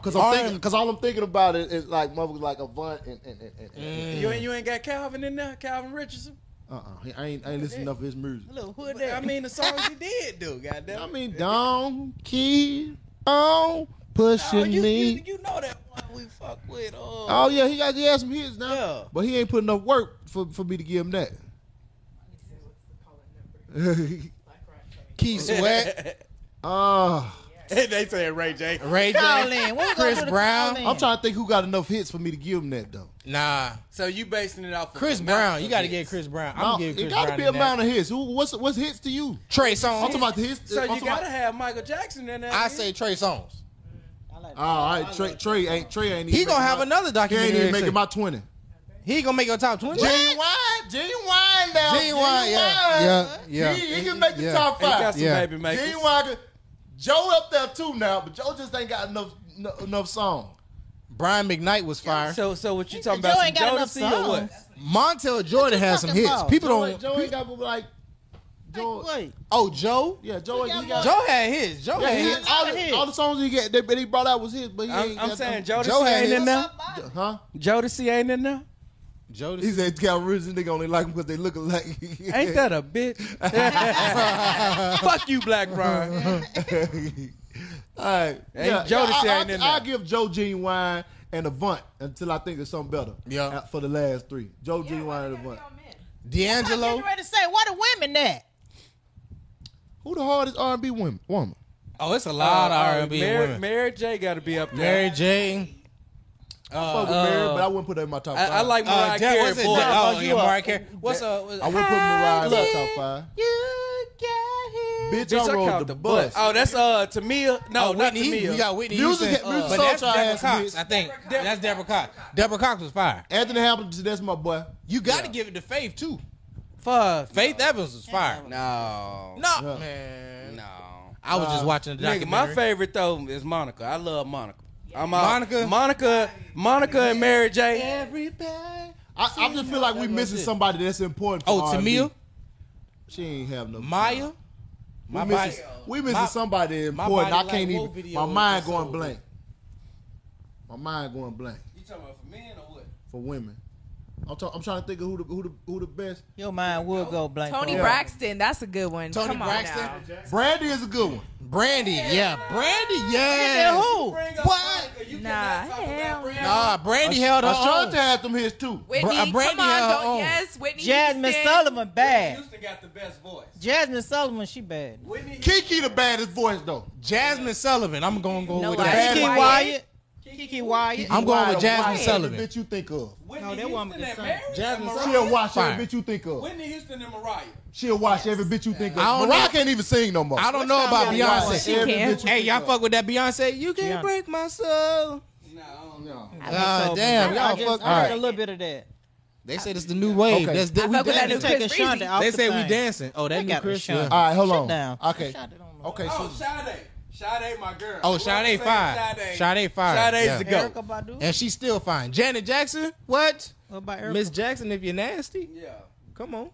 S1: Cause I'm
S6: R-
S1: thinking, cause all I'm thinking about is, is like motherfuckers like Avant and, and, and, and, and
S3: You ain't you ain't got Calvin in there, Calvin Richardson.
S1: uh-uh. I ain't, I ain't listening enough of his music.
S5: Little hood
S3: I mean the songs he did do, goddamn.
S4: I mean, don't keep on pushing
S3: oh, you,
S4: me.
S3: you, you know that one we fuck with. Oh,
S4: oh yeah, he got he had some hits now,
S3: Yeah.
S4: but he ain't put enough work for, for me to give him that.
S6: Keith Sweat.
S4: Ah,
S3: they said Ray J.
S6: Ray
S5: Call
S6: J.
S5: in. When we gonna
S6: Chris
S5: do the
S6: Brown.
S5: call in?
S4: I'm trying to think who got enough hits for me to give him that though.
S6: Nah.
S3: So you basing it off of
S6: Chris
S3: the
S6: Brown.
S3: mountain
S6: You
S3: of
S6: got to get
S3: hits.
S6: Chris Brown. I'm
S4: No,
S6: gonna give Chris
S4: it got
S6: Brown
S4: to be
S6: in
S4: a amount of hits. Who, what's what's hits to you?
S6: that. Trey
S4: I'm
S6: Songz.
S4: talking about the hits.
S3: So
S4: I'm
S3: you
S4: talking about-
S3: gotta have Michael Jackson in there.
S6: I
S3: nigga.
S6: say Trey Songz.
S5: I like
S4: Oh, all right, Trey, Trey ain't Trey ain't.
S6: He
S4: even
S6: gonna
S4: making
S6: have
S4: my-
S6: another
S4: He
S6: documentary.
S4: ain't even making my twenty.
S6: He gonna make your top twenty.
S4: Genuine, genuine now.
S6: Genuine, yeah, yeah, yeah.
S4: He, he can make the
S6: Yeah.
S4: top
S3: he got
S4: five.
S3: some
S6: Yeah.
S3: baby makers.
S4: Genuine, could- Joe up there too now, but Joe just ain't got enough no, enough song.
S6: Brian McKnight was fire.
S3: So so what you
S5: He
S3: talking
S5: said
S3: about?
S5: Joe
S3: Some
S5: ain't got
S3: Jodeci
S5: enough
S3: or what?
S5: songs.
S6: Montel Jordan has some
S5: talking
S6: hits.
S5: about?
S6: People
S4: Joe,
S6: don't.
S4: ain't- Joe ain't got but like Joe.
S5: Wait,
S6: Oh, Joe.
S4: Yeah, Joe. ain't- He got,
S6: Joe had his. Joe
S4: yeah,
S6: had
S4: he-
S6: his.
S4: all, the, all the songs he get that he brought out was his, but he
S3: I'm,
S4: ain't
S3: I'm
S4: got
S3: saying
S4: them-
S6: Joe
S3: Jodeci
S6: had
S3: ain't in
S6: his.
S3: there.
S4: huh?
S3: Jodeci ain't in there.
S6: Joe.
S4: He said Calrissian nigga only like him because they look alike.
S3: Ain't that a bitch? Fuck you, Black Brian.
S4: All right.
S3: Ain't Jodeci
S4: I, I,
S3: ain't in
S4: I, I'll
S3: there.
S4: give Joe Genuine and Avant until I think of something better.
S6: Yeah.
S4: Uh, For the last three. Joe Genuine and Avant.
S5: I
S6: D'Angelo.
S5: was ready to say, what the women at?
S4: Who the hardest R&B woman? woman?
S6: Oh, it's a lot
S3: Uh,
S6: of R&B
S3: Mary,
S6: women.
S3: Mary J got to be up there.
S6: Mary J.
S4: I fuck with Mary, but I wouldn't put that in my top
S3: I,
S4: five.
S3: I like Mariah Carey.
S6: Uh, Jack, what's it?
S3: boy.
S6: Oh, yeah,
S5: up.
S6: Mariah Carey. What's up?
S4: I would put Mariah in my top five.
S5: You got him.
S4: Bitch,
S3: Bitch,
S4: I
S3: I
S4: rode
S3: caught
S4: the bus.
S3: Oh, that's uh Tamia. No,
S6: Oh,
S3: not
S6: Whitney.
S3: Tamia.
S6: We got Whitney.
S4: Music-
S6: Houston.
S4: music
S6: but
S4: soul
S6: that's
S4: child
S6: Deborah
S4: has
S6: Cox.
S4: hits.
S6: I think that's Deborah Cox. Deborah Cox was fire.
S4: Anthony Hamilton, that's my boy.
S6: You got to give it to Faith too.
S3: fuck.
S6: Faith Evans was fire.
S3: No,
S6: No, Uh,
S4: Yeah.
S6: man.
S3: no.
S6: I was just watching the
S3: Nigga,
S6: documentary.
S3: my favorite though is Monica. I love Monica. I'm out.
S6: Monica?
S3: Monica, Monica, and Mary J.
S6: Everybody.
S4: I, I just feel like we missing somebody that's important for
S6: Oh,
S4: R&B.
S6: Tamia,
S4: She ain't have no.
S6: Maya.
S4: we
S6: My
S4: missing,
S6: body.
S4: we missing
S6: my-
S4: somebody
S6: body
S4: important. I
S6: like
S4: can't
S6: Woe
S4: even.
S6: video
S4: My mind
S6: episode.
S4: going blank. My mind going blank
S3: You talking about for men or what?
S4: for women. I'm, talk, I'm trying to think of who the who the, who the best.
S5: Your mind will go blank.
S7: Tony
S5: for a while.
S7: Braxton, that's a good one.
S6: Tony
S7: Come on now.
S6: Braxton.
S4: Brandy is a good one.
S6: Brandy. Yeah, Brandy. Yeah.
S5: who?
S6: What?
S7: Nah, hell.
S6: Nah, Brandy held her own.
S4: Ashanti had them hits too.
S7: Whitney,
S6: Bra- Brandy
S7: come on,
S6: had her
S7: don't-
S6: own.
S7: yes, Whitney.
S5: Jasmine
S7: Houston.
S5: Sullivan bad.
S3: got the best voice.
S5: Jasmine Sullivan, she bad.
S3: Whitney,
S4: Kiki the baddest voice though.
S6: Jasmine Sullivan. I'm gonna go
S7: No,
S6: with
S7: I-
S6: that.
S5: Kiki
S7: Wyatt.
S5: Wyatt. Kiki Wyatt.
S6: I'm going with Jasmine
S4: Wyatt,
S6: Sullivan.
S4: The bitch you think of.
S3: Whitney
S5: No, that woman can
S3: and
S5: sing.
S3: Mary
S6: Jasmine
S3: and Mariah.
S4: She'll watch
S6: Fire.
S4: every bitch you think of.
S3: Whitney Houston and Mariah.
S4: She'll watch every bitch you think of.
S6: I don't
S4: Mariah
S6: know-
S4: can't even sing no more.
S6: I don't know about
S4: She'll watch
S6: Beyonce.
S7: She
S4: every
S7: can.
S4: bitch you
S6: Hey,
S4: think
S6: y'all
S4: of.
S6: fuck with that Beyonce? You can't
S5: Beyonce.
S6: break my soul.
S3: Nah, I don't
S14: No.
S5: I think
S6: Ah, damn,
S5: I-
S6: y'all
S5: I just
S6: fuck-
S5: heard
S6: alright.
S5: a little bit of that.
S6: They said it's the new wave.
S4: Okay.
S6: That's that we
S7: fuck with that
S6: dancing.
S7: new
S5: Taking
S7: Chris Breezy.
S5: Shonda out
S6: They
S5: the
S6: say we
S5: thing.
S6: dancing. Oh, that
S5: They
S6: new
S5: got
S6: Chris.
S5: Chris.
S6: yeah.
S4: All right, hold
S5: Shut
S4: on.
S5: down.
S4: Okay.
S5: Shut it on the-
S4: Okay, so
S3: Oh, Sade. Sade, my girl.
S6: Oh,
S3: Whoever
S6: Sade
S3: said
S6: fine. Sade fine.
S3: Sade's
S6: Yeah.
S3: the go.
S5: Erica Badu.
S6: And she's still fine. Janet Jackson? What?
S5: what about Erica?
S6: Miss Jackson, if you're nasty,
S3: Yeah.
S6: come on.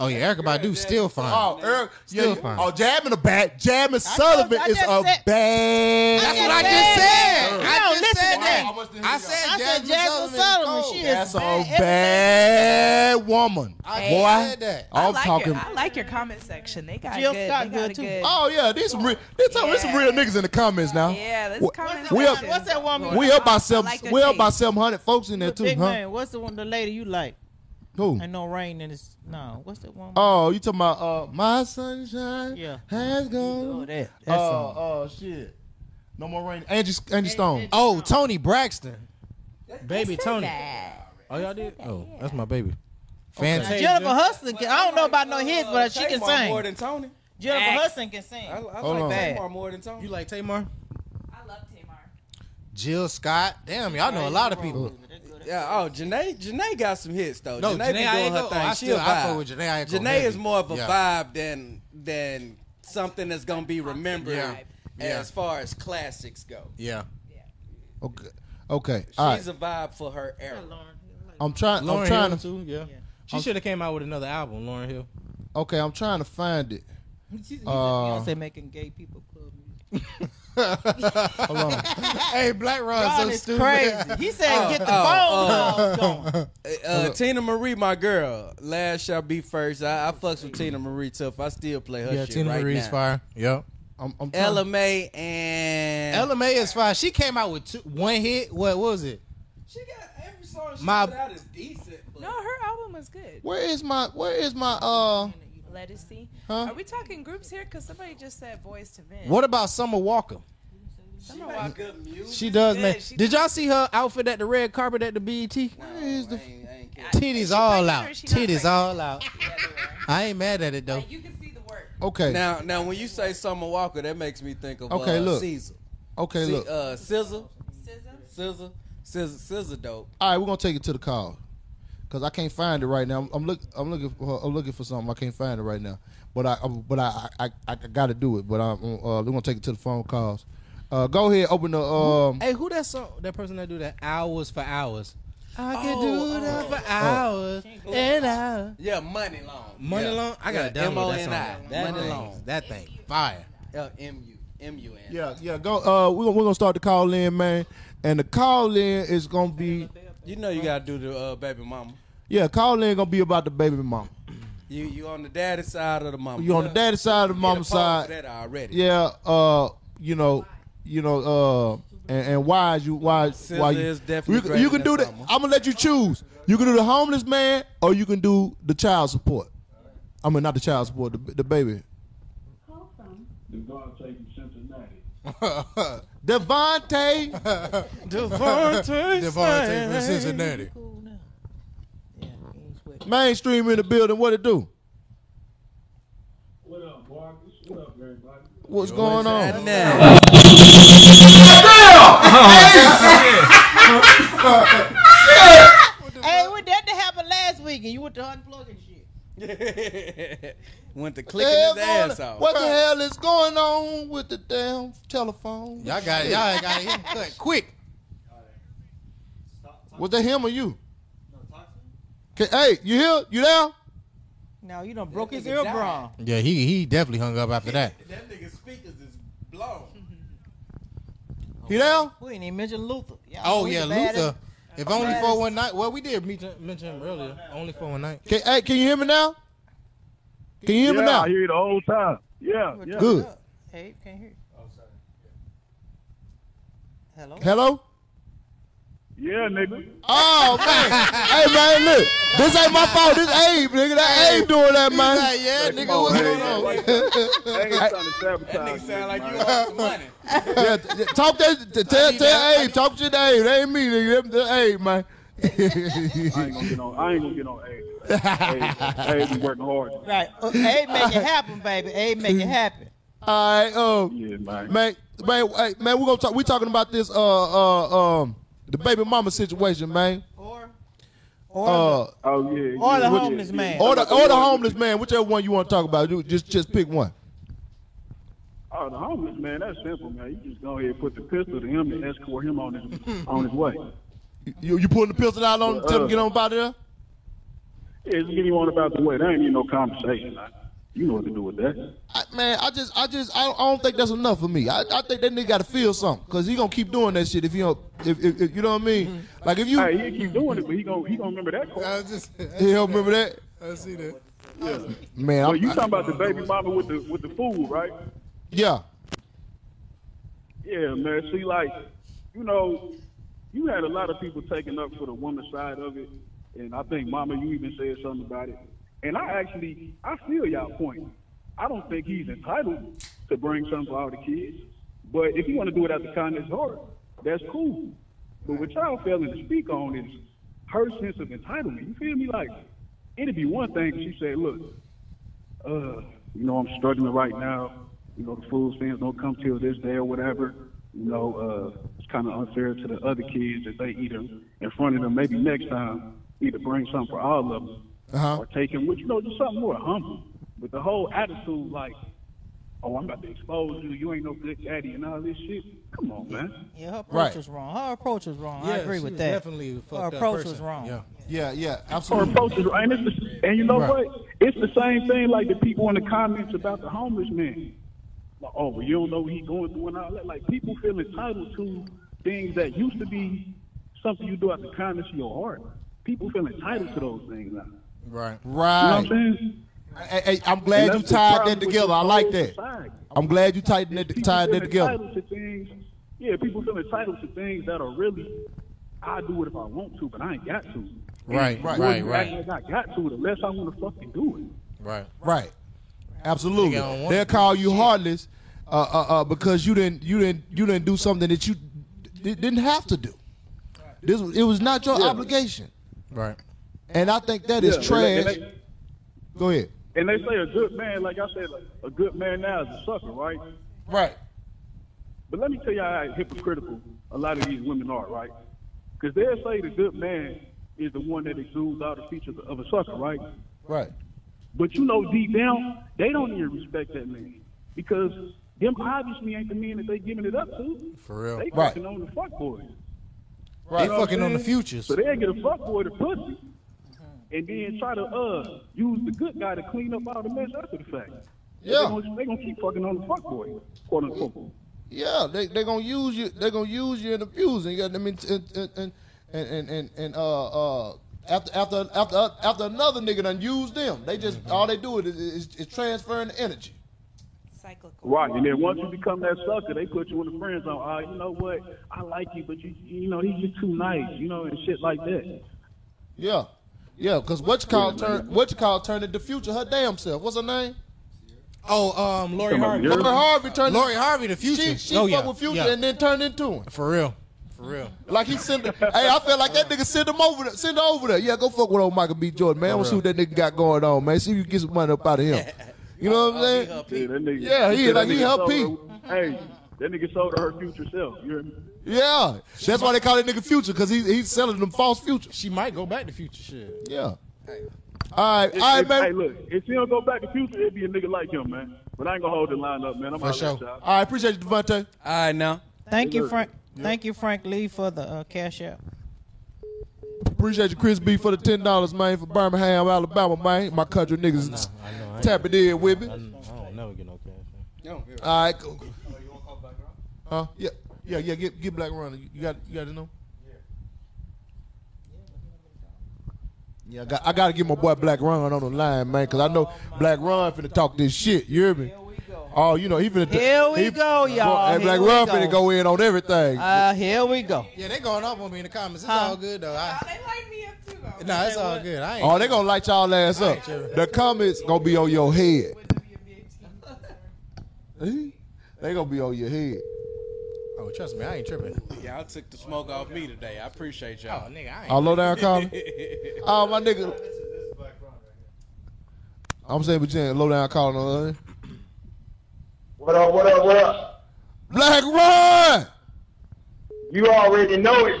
S6: Oh yeah, Erica
S3: Girl,
S6: Badu
S3: that-
S6: still fine.
S4: Oh, Eric,
S6: Still
S4: yeah,
S6: fine.
S4: oh, Jasmine a bad. Jasmine Sullivan
S5: I
S4: is
S5: just
S4: a
S5: said-
S4: bad.
S6: That's
S5: I
S6: what I
S5: just
S6: just
S5: said
S6: said.
S5: that.
S6: I
S5: You don't
S6: just
S5: listen
S6: said
S5: to
S6: that.
S5: me.
S4: How much did he
S6: I
S4: got?
S6: said
S5: I said
S6: Jasmine
S5: Jasmine
S6: Sullivan.
S5: Sullivan.
S6: cold.
S5: She
S4: That's
S5: is
S4: a
S5: bad.
S4: bad woman.
S6: I
S4: Boy,
S6: said that.
S7: I
S4: I'm
S7: like
S4: talking.
S7: Your, I like your comment section. They got
S5: Jill
S7: good.
S5: Scott
S7: they got
S5: good,
S7: a
S5: too.
S7: good.
S4: Oh yeah, these some real, these some, there's some real niggas in the comments now.
S7: Yeah, this
S4: Wh-
S7: comment
S4: we up-
S7: section.
S5: What's that woman?
S4: We up
S7: I
S4: by seven.
S7: like their
S4: we up by
S7: taste.
S4: seven hundred folks in there
S5: The
S4: too,
S5: big
S4: huh?
S5: man. What's the one? The lady you like?
S4: Who?
S5: Ain't no rain in this. No. What's that one?
S4: Oh, you talking about uh, my sunshine
S5: Yeah.
S4: has
S5: Oh,
S4: gone.
S5: that.
S4: Oh,
S5: That song.
S4: oh shit. No more rain. Angie, Angie Stone.
S6: Oh, Tony Braxton. Baby Tony. Oh, y'all did? Oh, that's my baby. Fantastic.
S5: Jennifer Hudson. Can, I don't know about no hits, but she can
S3: Tamar Uh, more
S5: sing.
S3: than Tony.
S5: Jennifer
S7: Facts.
S5: Hudson can sing.
S3: I, I
S4: Hold on.
S3: like Tamar more than Tony.
S6: You like Tamar?
S7: I love Tamar.
S6: Jill Scott. Damn, y'all know a lot of people.
S3: Yeah. Oh, Janae. Janae got some hits though.
S6: No,
S3: Janae,
S6: Janae,
S3: been
S6: I
S3: doing
S6: ain't
S3: her
S6: go-
S3: thing.
S6: I
S3: she
S6: still-
S3: a
S6: I
S3: Oh, vibe.
S6: fuck with Janae. I ain't go
S3: Janae is
S6: heavy.
S3: more of a
S6: Yeah.
S3: vibe than than something that's gonna be remembered
S6: Yeah. Yeah.
S3: as far as classics go.
S6: Yeah.
S4: Okay. Okay.
S3: She's
S4: All right.
S3: a vibe for her era.
S4: I'm trying. I'm
S6: Lauren
S4: trying
S6: Hill,
S4: to.
S6: too. Yeah. She should have came out with another album, Lauren Hill.
S4: Okay. I'm trying to find it.
S6: Uh,
S5: Beyonce making gay people club music.
S4: Hold on.
S6: hey, Black Rod
S5: God
S6: so
S5: is
S6: stupid.
S5: crazy. He said, "Get the phone calls going."
S3: Oh, Uh, Tina Marie, my girl. Last shall be first. I, I fucks with Tina Marie tough. I still play her
S6: Yeah,
S3: shit
S6: Tina
S3: right
S6: Marie's
S3: now.
S6: fire. Yep.
S4: I'm, I'm trying.
S3: Ella May and
S6: Ella May is fire. She came out with two, one hit. What, what was it?
S3: She got every song she
S6: My-
S3: put out is decent. But
S7: No, her album was good.
S4: Where is my? Where is my? Uh.
S7: Let us see.
S4: Huh?
S7: Are we talking groups here? Because somebody just said boys to men.
S6: What about Summer Walker?
S3: she got good music.
S6: She does,
S7: good.
S6: man.
S7: She
S6: Did y'all see her outfit at the red carpet at the BET?
S3: Where is the? I ain't, I ain't care.
S6: Titties
S7: she
S6: all
S7: pregnant
S6: out.
S7: or she not
S6: Titties
S7: pregnant?
S6: all out. I ain't mad at it though.
S7: Like, you can see the work.
S4: Okay.
S3: Now, now, when you say Summer Walker, that makes me think of
S4: Okay,
S3: uh,
S4: look.
S3: Caesar.
S4: okay.
S3: See,
S4: Look.
S3: uh, Scissor,
S7: SZA.
S3: Scissor, Scissor, Scissor, dope.
S4: All right, we're gonna take it to the call, cause I can't find it right now. I'm, I'm look, I'm looking, for, I'm looking for something. I can't find it right now, but I, I- but I, I, I, I gotta do it. But I'm, uh, we're gonna take it to the phone calls. Uh, go ahead, open the. Um,
S6: Hey, who that song? That person that do that hours for hours. I could
S3: Oh,
S6: do that
S3: oh,
S6: for hours and hours.
S3: Yeah, money long.
S6: Money
S3: yeah.
S6: long. I gotta
S3: yeah,
S6: download that
S3: M-O-N-I.
S6: song. That
S3: money
S6: thing,
S3: long.
S6: that thing, fire.
S3: L M U M U N.
S4: yeah, yeah. Go. Uh, we're gonna, we're gonna start the call in, man, and the call in is gonna be,
S3: You know you gotta do the uh, baby mama.
S4: yeah, call in gonna be about the baby mama.
S3: You you on the daddy side of the mama.
S4: You on the daddy side of the
S3: Get a
S4: mama
S3: pause for
S4: side.
S3: That already.
S4: Yeah. Uh, you know, you know, uh, and, and why is you why
S3: Scissor
S4: why you
S3: is
S4: You,
S3: definitely
S4: can- you can do
S3: greater than Summer.
S4: that. I'm gonna let you choose. You can do the homeless man, or you can do the child support. I mean, not the child support, the, the baby. Devontae,
S3: Devontae.
S6: Devontae from Cincinnati.
S5: Cool now. Yeah, he ain't sweating.
S4: mainstream in the building. What it do? What up, Marcus? What up, everybody? What's going on?
S3: Now,
S5: Hey, what that that happened last week, and you went to unplug and shit.
S3: went to clicking his
S4: Hell
S3: ass
S4: on-
S3: off.
S4: What the hell is going on with the damn telephone?
S6: Y'all got it. Y'all got it. Cut quick.
S4: Was that him or you? Okay, hey, you here? You down?
S5: Now you done broke his
S3: nigga died.
S5: earbrum.
S6: Yeah, he he definitely hung up after that.
S3: That nigga's speakers is blown.
S4: You down?
S5: We ain't even mention Luther. Y'all
S6: Oh
S5: know he's
S6: yeah,
S5: the baddest.
S6: Luther. If only
S5: baddest.
S6: for one night. Well, we did mention mention him earlier. Only for one night.
S4: Can, hey, can you hear me now? Can you hear me now?
S15: I hear you the whole time. Yeah,
S5: We're
S15: yeah.
S4: Good.
S5: turning up. Hey, can't hear. Oh, sorry. Hello.
S4: Hello?
S15: Yeah, nigga.
S4: Oh man. hey man, look. This ain't my fault. This Abe, nigga. That Abe doing that, man. yeah,
S15: nigga, on, what's hey, going on? like- I ain't trying to
S3: That nigga
S15: sabotage.
S3: sound
S15: you,
S3: like
S15: man.
S3: you want some money.
S4: yeah, t- yeah, talk that t- tell tell Abe. Talk shit to Abe. That ain't me, nigga. That, that Abe, man.
S15: I ain't gonna get on. I ain't gonna get on. Hey, hey, hey, you working hard.
S5: Right. Uh, hey, make it happen, baby. Hey, make it happen.
S4: All right, um, man, man, hey, man, we're gonna talk. We talking about this, uh, uh, um, the baby mama situation, man.
S5: Or
S4: uh,
S1: oh yeah,
S5: or the homeless man.
S4: or the or the homeless man, whichever one you want to talk about. You just just pick one.
S1: Oh, the homeless man, that's simple, man. You just go ahead and put the pistol to him and escort him on his on his way. Uh,
S4: You you putting the pistol out on? tell him to get on about there.
S1: Yeah, just get him on about the way. There ain't even no conversation. Like, you know what to do with that.
S4: I, man, I just, I just, I don't, I don't think that's enough for me. I, I think that nigga got to feel something because he gonna keep doing that shit if you don't, if, if, if you know what I mean. Like if you,
S1: Mm-hmm. Hey, he keep doing it, but he gonna he gonna remember that. Part.
S6: I just,
S4: he don't remember that.
S6: I see that.
S4: Man,
S1: Well,
S4: I'm-
S1: Oh, you
S4: I-
S1: talking about the baby mama with the with the food, right?
S4: yeah,
S1: Yeah, man. See, like, you know, you had a lot of people taking up for the woman side of it, and I think, Mama, you even said something about it. And I actually, I feel y'all point. I don't think he's entitled to bring something for all the kids, but if you want to do it out the kindness of his heart, that's cool. But what y'all failing to speak on is her sense of entitlement. You feel me? Like, it'd be one thing if she said, look, uh, you know, I'm struggling right now. You know, the food stamps don't come till this day or whatever. You know, uh, it's kind of unfair to the other kids that they either in front of them, maybe next time, either bring something for all of them
S4: uh huh.
S1: or take them with, you know, just something more humble. But the whole attitude, like, oh, I'm about to expose you, you ain't no good daddy and all this shit. Come on, man.
S5: Yeah, her approach
S4: Right.
S5: was wrong. Her approach was wrong. I
S6: Yeah,
S5: agree
S6: she
S5: with
S6: was
S5: that.
S6: definitely a
S5: her
S6: fucked up
S5: approach was
S6: person.
S5: wrong.
S6: Yeah.
S4: Yeah, yeah,
S1: Or
S4: absolutely.
S1: approaches, right? and, it's the, and you know
S4: Right.
S1: what? It's the same thing like the people in the comments about the homeless man. Like, oh, well, you don't know what he's going through and all that. Like people feel entitled to things that used to be something you do out the kindness of your heart. People feel entitled to those things now.
S6: Right.
S1: You know
S4: Right.
S1: what I'm saying?
S4: Hey, hey, I'm
S1: And
S4: glad you
S1: that's the
S4: tied
S1: problem
S4: that
S1: with
S4: together.
S1: this
S4: I like
S1: whole
S4: that.
S1: society.
S4: I'm glad you tied that
S1: People
S4: tied
S1: feel
S4: that together.
S1: entitled To things, yeah, people feel entitled to things that are really, I do it if I want to, but I ain't got to. And
S6: Right,
S1: the
S6: right,
S1: more you
S6: right.
S1: act Like I got to, the less I want to fucking do it.
S6: Right.
S4: Right. Absolutely.
S6: Nigga don't want
S4: They'll
S6: to
S4: call you heartless uh, uh, uh, because you didn't you didn't you didn't do something that you d- didn't have to do. This was- it was not your obligation,
S6: Right.
S4: and I think that is
S1: Yeah,
S4: trash.
S1: and they- and they-
S4: Go ahead.
S1: And they say a good man, like I said, like, a good man now is a sucker, right?
S4: Right.
S1: But let me tell you how hypocritical a lot of these women are, right? Because they'll say the good man is the one that exudes all the features of a sucker, right?
S4: Right.
S1: But you know, deep down, they don't even respect that man because them obviously ain't the men that they giving it up to.
S6: For real.
S1: They
S4: Right.
S1: fucking on the fuck boy.
S6: Right. They fucking on the futures.
S1: So they'll get a fuck boy to pussy and then try to uh use the good guy to clean up all the mess after the fact.
S4: Yeah.
S1: They're gonna, they gonna keep fucking on the fuck boy, quote unquote.
S4: Yeah. They they gonna use you. They gonna use you and abuse you. You got- I mean, t- and and and and, and, and uh, uh, after after after after another nigga done use them, they just all they do is is, is transferring the energy.
S7: Cyclical.
S1: Right, and then once you become that sucker, they put you in the friend zone. Ah, you know what? I like you, but you, you know, he's just too nice, you know, and shit like that.
S4: Yeah, yeah. Cause what you call turn what you call turned into future her damn self. What's her name?
S6: Oh, um, Lori
S1: Come on,
S6: Harvey.
S1: you're-
S4: Lori Harvey turned.
S6: Lori Harvey, the future.
S4: She she
S6: oh,
S4: fucked
S6: yeah.
S4: with future
S6: yeah.
S4: and then turned into him.
S6: For real. For real.
S4: Like he sent. hey, I felt like that nigga sent him over there. Send her over there. Yeah, go fuck with old Michael B. Jordan, man. I want to see what that nigga got going on, man. See if you can get some money up out of him. You know what
S1: Oh,
S4: I'm saying?
S1: Yeah, that nigga,
S4: Yeah, he
S1: said
S4: like-
S1: that nigga
S4: he helped
S1: sold her- Hey, that nigga sold her her future self. You hear me?
S4: Yeah, that's why they call that nigga future because he he's selling them false futures.
S6: She might go back to future shit.
S4: Yeah. All right,
S1: If-
S4: all right,
S1: if- Hey,
S4: man.
S1: look, if he don't go back to future, it'd be a nigga like him, man. But I ain't gonna hold the line up, man. I'm
S6: For
S1: out
S6: sure.
S1: y'all.
S4: All right, appreciate you, Devontae.
S3: All right, now.
S5: Thank you,
S1: look.
S5: Frank. Thank you, Frank Lee, for the uh, cash out.
S4: Appreciate you, Chris B, for the ten dollars, man, for Birmingham, Alabama, man. My country niggas is tapping in with me.
S6: I don't never get no cash.
S4: All right, cool. Huh? Yeah, yeah, yeah. Get get Black Runner. You got you got to know. Yeah, I got I got to get my boy Black Ron on the line, man, because I know Black Ron finna talk this shit. You hear me? Oh, you know he finna.
S5: Here we
S4: he-
S5: go, y'all.
S4: Hey, Black
S5: Here we
S4: Ron
S5: go.
S4: finna go in on everything.
S5: Uh, here we go.
S6: Yeah, they going off on me in the comments. It's all good though. I,
S7: Oh, they light me up too, though.
S6: nah, it's all good. I ain't.
S4: oh, they gonna light y'all ass up. The comments gonna be on your head. they gonna be on your head.
S6: oh, trust me, I ain't tripping.
S3: Y'all took the smoke off me today. I appreciate
S6: Oh,
S3: y'all.
S6: nigga, I ain't.
S4: All low down comment. Oh my nigga. I'm saying, but you ain't low down calling on her.
S8: What up, what up, what up? Black Run! You already know it,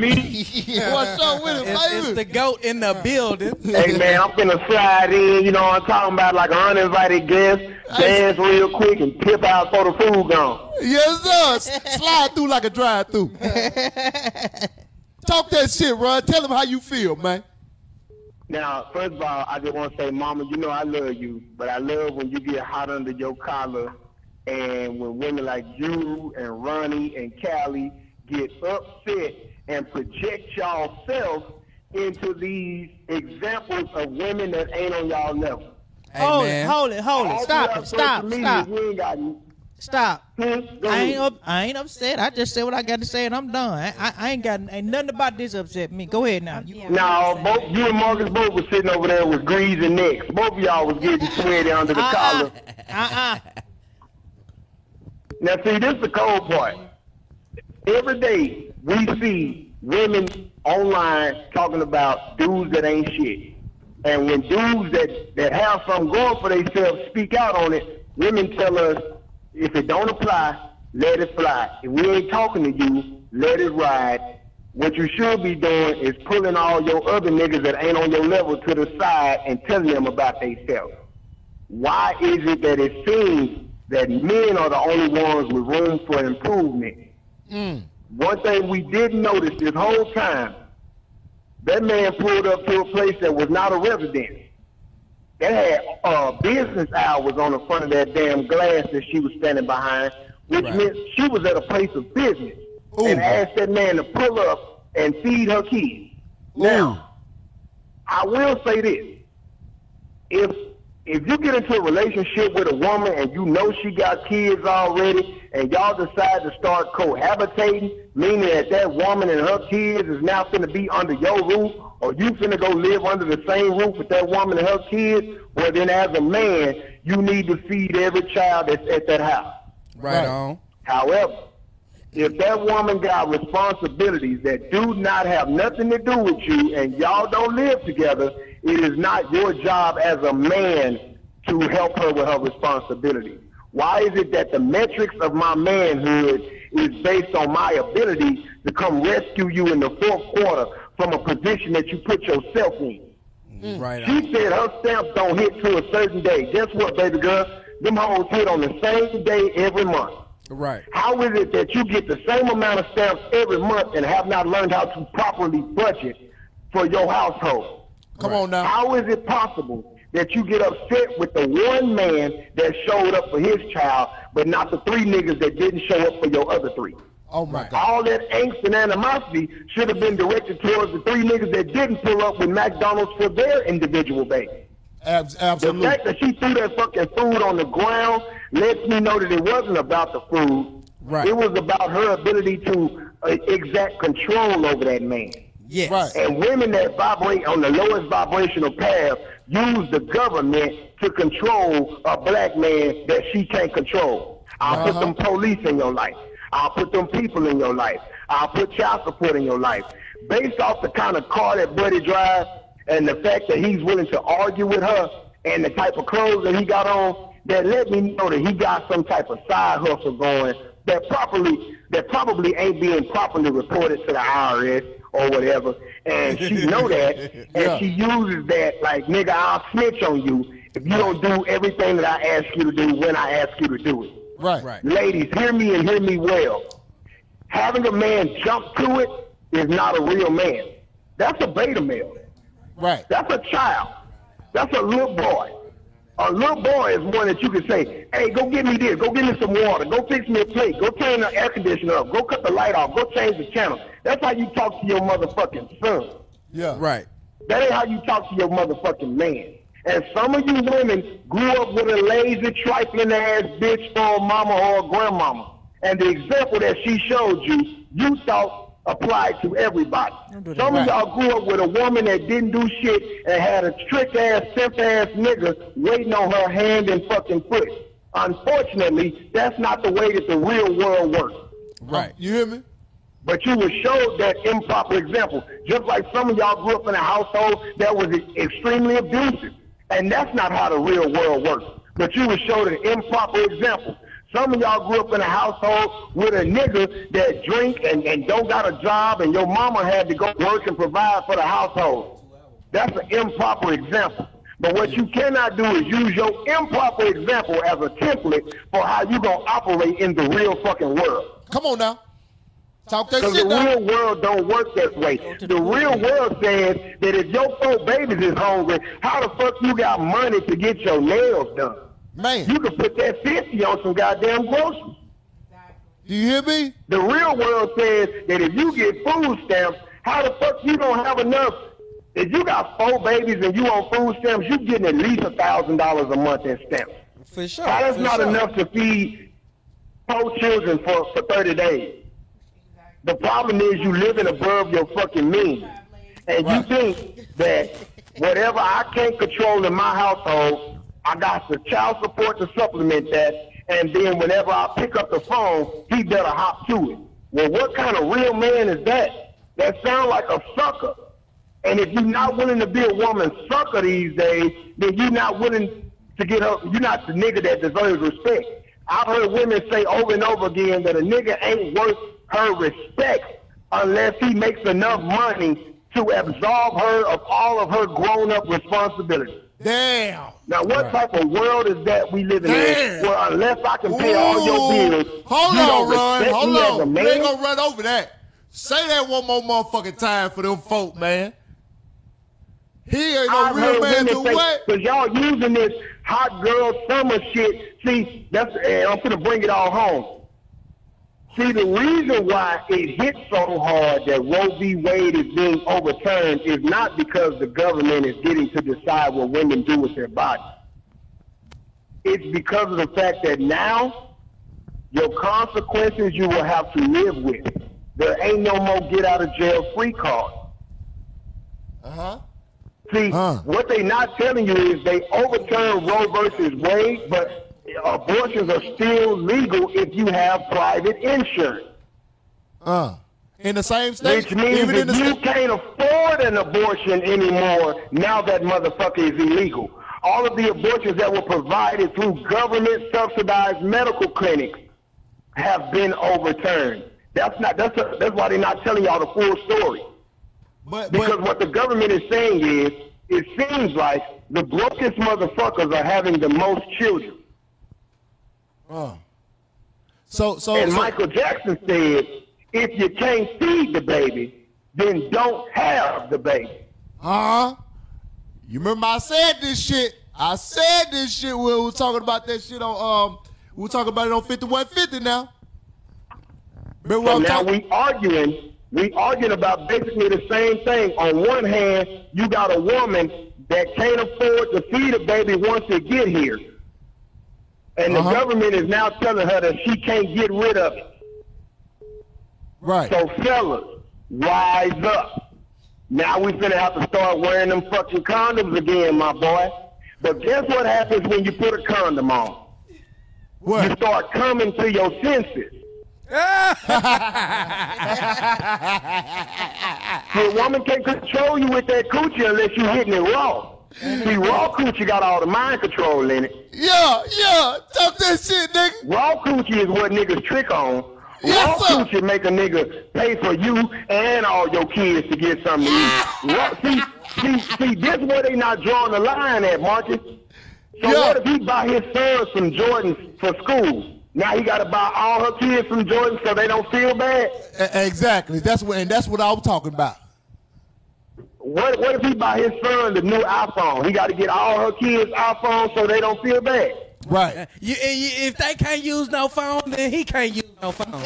S8: me.
S6: What's up with it, it's, it's the goat in the building.
S8: hey, man, I'm finna slide in, you know what I'm talking about, like an uninvited guest, dance real quick and tip out for the food gone.
S4: Yes, sir. S- Slide through like a drive through. Talk that shit, Run. Tell them how you feel, man.
S8: Now, first of all, I just want to say, Mama, you know I love you, but I love when you get hot under your collar and when women like you and Ronnie and Callie get upset and project y'all self into these examples of women that ain't on y'all level.
S5: Hold it, man. hold it, hold it.
S8: All
S5: Stop
S8: y'all
S5: it, stop,
S8: social media,
S5: stop.
S8: you ain't got-
S5: Stop.
S8: Go
S5: I
S8: ahead.
S5: ain't up, I ain't upset. I just said what I got to say, and I'm done. I, I, I ain't got ain't nothing about this upset me. Go ahead now. You,
S8: Now, both you and Marcus both was sitting over there with grease and necks. Both of y'all was getting sweaty under the collar.
S5: Uh-uh.
S8: Now, see, this is the cold part. Every day we see women online talking about dudes that ain't shit. And when dudes that, that have something going for themselves speak out on it, women tell us, if it don't apply, let it fly. If we ain't talking to you, let it ride. What you should be doing is pulling all your other niggas that ain't on your level to the side and telling them about themselves. Why is it that it seems that men are the only ones with room for improvement? One thing we didn't notice this whole time, that man pulled up to a place that was not a residence. That had uh, business hours on the front of that damn glass that she was standing behind, which meant she was at a place of business and asked that man to pull up and feed her kids. Now, I will say this: if if you get into a relationship with a woman and you know she got kids already and y'all decide to start cohabitating, meaning that that woman and her kids is now finna be under your roof or you finna go live under the same roof with that woman and her kids, well then as a man, you need to feed every child that's at that house.
S6: Right on.
S8: However, if that woman got responsibilities that do not have nothing to do with you and y'all don't live together, it is not your job as a man to help her with her responsibilities. Why is it that the metrics of my manhood is based on my ability to come rescue you in the fourth quarter from a position that you put yourself in? Mm.
S6: Right
S8: She said her stamps don't hit to a certain day. Guess what, baby girl? Them hoes hit on the same day every month.
S6: Right.
S8: How is it that you get the same amount of stamps every month and have not learned how to properly budget for your household? Come on now. How is it possible that you get upset with the one man that showed up for his child, but not the three niggas that didn't show up for your other three?
S4: Oh my God.
S8: All that angst and animosity should have been directed towards the three niggas that didn't pull up with McDonald's for their individual baby.
S4: absolutely.
S8: The fact that she threw that fucking food on the ground lets me know that it wasn't about the food. Right. It was about her ability to uh, exact control over that man.
S6: Yes.
S8: And women that vibrate on the lowest vibrational path use the government to control a black man that she can't control. I'll put them police in your life. I'll put them people in your life. I'll put child support in your life. Based off the kind of car that Buddy drives and the fact that he's willing to argue with her and the type of clothes that he got on, that let me know that he got some type of side hustle going that properly that probably ain't being properly reported to the IRS or whatever. And she know that and
S9: Yeah.
S8: she uses that like nigga, I'll snitch on you if you don't do everything that I ask you to do when I ask you to do it.
S4: Right. Right.
S8: Ladies, hear me and hear me well. Having a man jump to it is not a real man. That's a beta male.
S4: Right.
S8: That's a child. That's a little boy. A little boy is one that you can say, hey, go get me this, go get me some water, go fix me a plate, go turn the air conditioner up, go cut the light off, go change the channel. That's how you talk to your motherfucking son.
S4: Yeah.
S6: Right.
S8: That ain't how you talk to your motherfucking man. And some of you women grew up with a lazy, trifling ass bitch for a mama or a grandmama. And the example that she showed you, you thought applied to everybody.
S9: that.
S8: Some
S9: Right.
S8: of y'all grew up with a woman that didn't do shit and had a trick ass, simp ass nigga waiting on her hand and fucking foot. Unfortunately, that's not the way that the real world works.
S4: Right. You hear me?
S8: But you were showed that improper example, just like some of y'all grew up in a household that was e- extremely abusive. And that's not how the real world works. But you were showed an improper example. Some of y'all grew up in a household with a nigga that drink and, and don't got a job, and your mama had to go work and provide for the household. That's an improper example. But what you cannot do is use your improper example as a template for how you gonna operate in the real fucking world.
S4: Come on now. Talk that
S8: Because
S4: shit
S8: the
S4: now.
S8: real world don't work that way. The real world says that if your four babies is hungry, how the fuck you got money to get your nails done?
S4: Man.
S8: You can put that 50 on some goddamn groceries.
S4: Do you hear me?
S8: The real world says that if you get food stamps, how the fuck you don't have enough? If you got four babies and you on food stamps, you getting at least a thousand dollars a month in stamps.
S6: For sure.
S8: Now, that's
S6: for
S8: not
S6: sure.
S8: enough to feed four children for, for 30 days. The problem is you living above your fucking means. And you think that whatever I can't control in my household, I got the child support to supplement that. And then whenever I pick up the phone, he better hop to it. Well, what kind of real man is that? That sound like a sucker. And if you're not willing to be a woman sucker these days, then you're not willing to get her. You're not the nigga that deserves respect. I've heard women say over and over again that a nigga ain't worth her respect unless he makes enough money to absolve her of all of her grown up responsibilities.
S4: Damn.
S8: Now, what type of world is that we living in?
S4: Damn.
S8: Where unless I can pay all your
S4: Ooh.
S8: bills,
S4: Hold
S8: you
S4: on,
S8: don't
S4: Ron.
S8: respect
S4: Hold
S8: me as a
S4: on. We
S8: man.
S4: ain't gonna run over that. Say that one more motherfucking time for them folk, man. He ain't no
S8: I've
S4: real
S8: heard
S4: man
S8: women
S4: to
S8: say,
S4: what?
S8: Cause y'all using this hot girl summer shit. See, that's and I'm gonna bring it all home. See, the reason why it hit so hard that Roe v. Wade is being overturned is not because the government is getting to decide what women do with their body. It's because of the fact that now your consequences you will have to live with. There ain't no more get out of jail free card.
S4: Uh huh.
S8: See, what they not telling you is they overturned Roe versus Wade, but abortions are still legal if you have private insurance.
S4: Uh. In the same state.
S8: Which means
S4: Even in
S8: that
S4: the
S8: you
S4: state.
S8: can't afford an abortion anymore now that motherfucker is illegal. All of the abortions that were provided through government subsidized medical clinics have been overturned. That's not that's a, that's why they're not telling y'all the full story. because what the government is saying is, it seems like the brokest motherfuckers are having the most children.
S4: Uh. So so
S8: and
S4: Oh, so,
S8: Michael Jackson said, if you can't feed the baby, then don't have the baby.
S4: Uh huh. You remember I said this shit. I said this shit when we were talking about that shit on um we were talking about it on 5150 now. Remember
S8: So
S4: what I'm
S8: now
S4: talking
S8: we arguing, we arguing about basically the same thing. On one hand, you got a woman that can't afford to feed a baby once it get here, and the government is now telling her that she can't get rid of it.
S4: Right.
S8: So fellas, rise up. Now we finna have to start wearing them fucking condoms again, my boy. But guess what happens when you put a condom on? You start coming to your senses. Your woman can't control you with that coochie unless you hitting it raw. See, raw coochie got all the mind control in it.
S4: Yeah, yeah, talk that shit, nigga.
S8: Raw coochie is what niggas trick on.
S4: Yes,
S8: raw coochie make a nigga pay for you and all your kids to get something to eat. raw, see, see, see, this where they not drawing the line at, Marcus. So what if he buy his son some Jordans for school? Now he got to buy all her kids some Jordans so they don't feel bad.
S4: E- Exactly. That's what and that's what I was talking about.
S8: What what if he buy his son the new iPhone? He got to get all her kids iPhones so they don't feel bad.
S4: Right.
S6: You, and you- if they can't use no phone, then he can't use no phone.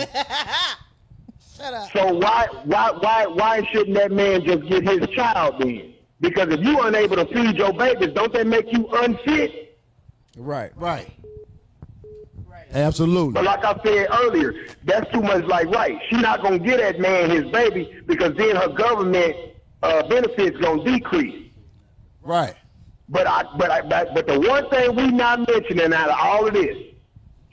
S8: So why why why why shouldn't that man just get his child then? Because if you unable to feed your babies, don't they make you unfit?
S6: Right.
S4: Right. Absolutely.
S8: But like I said earlier, that's too much like right. She not gonna get that man his baby because then her government uh, benefits gonna decrease.
S4: Right.
S8: But I but I but, but the one thing we not mentioning out of all of this,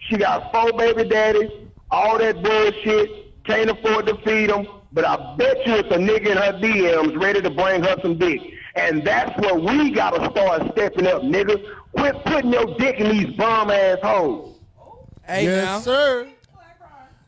S8: she got four baby daddies, all that bullshit, can't afford to feed them. But I bet you it's a nigga in her DMs ready to bring her some dick. And that's where we gotta start stepping up, niggas. Quit putting your dick in these bum ass hoes.
S6: Hey,
S4: yes,
S6: now.
S4: sir.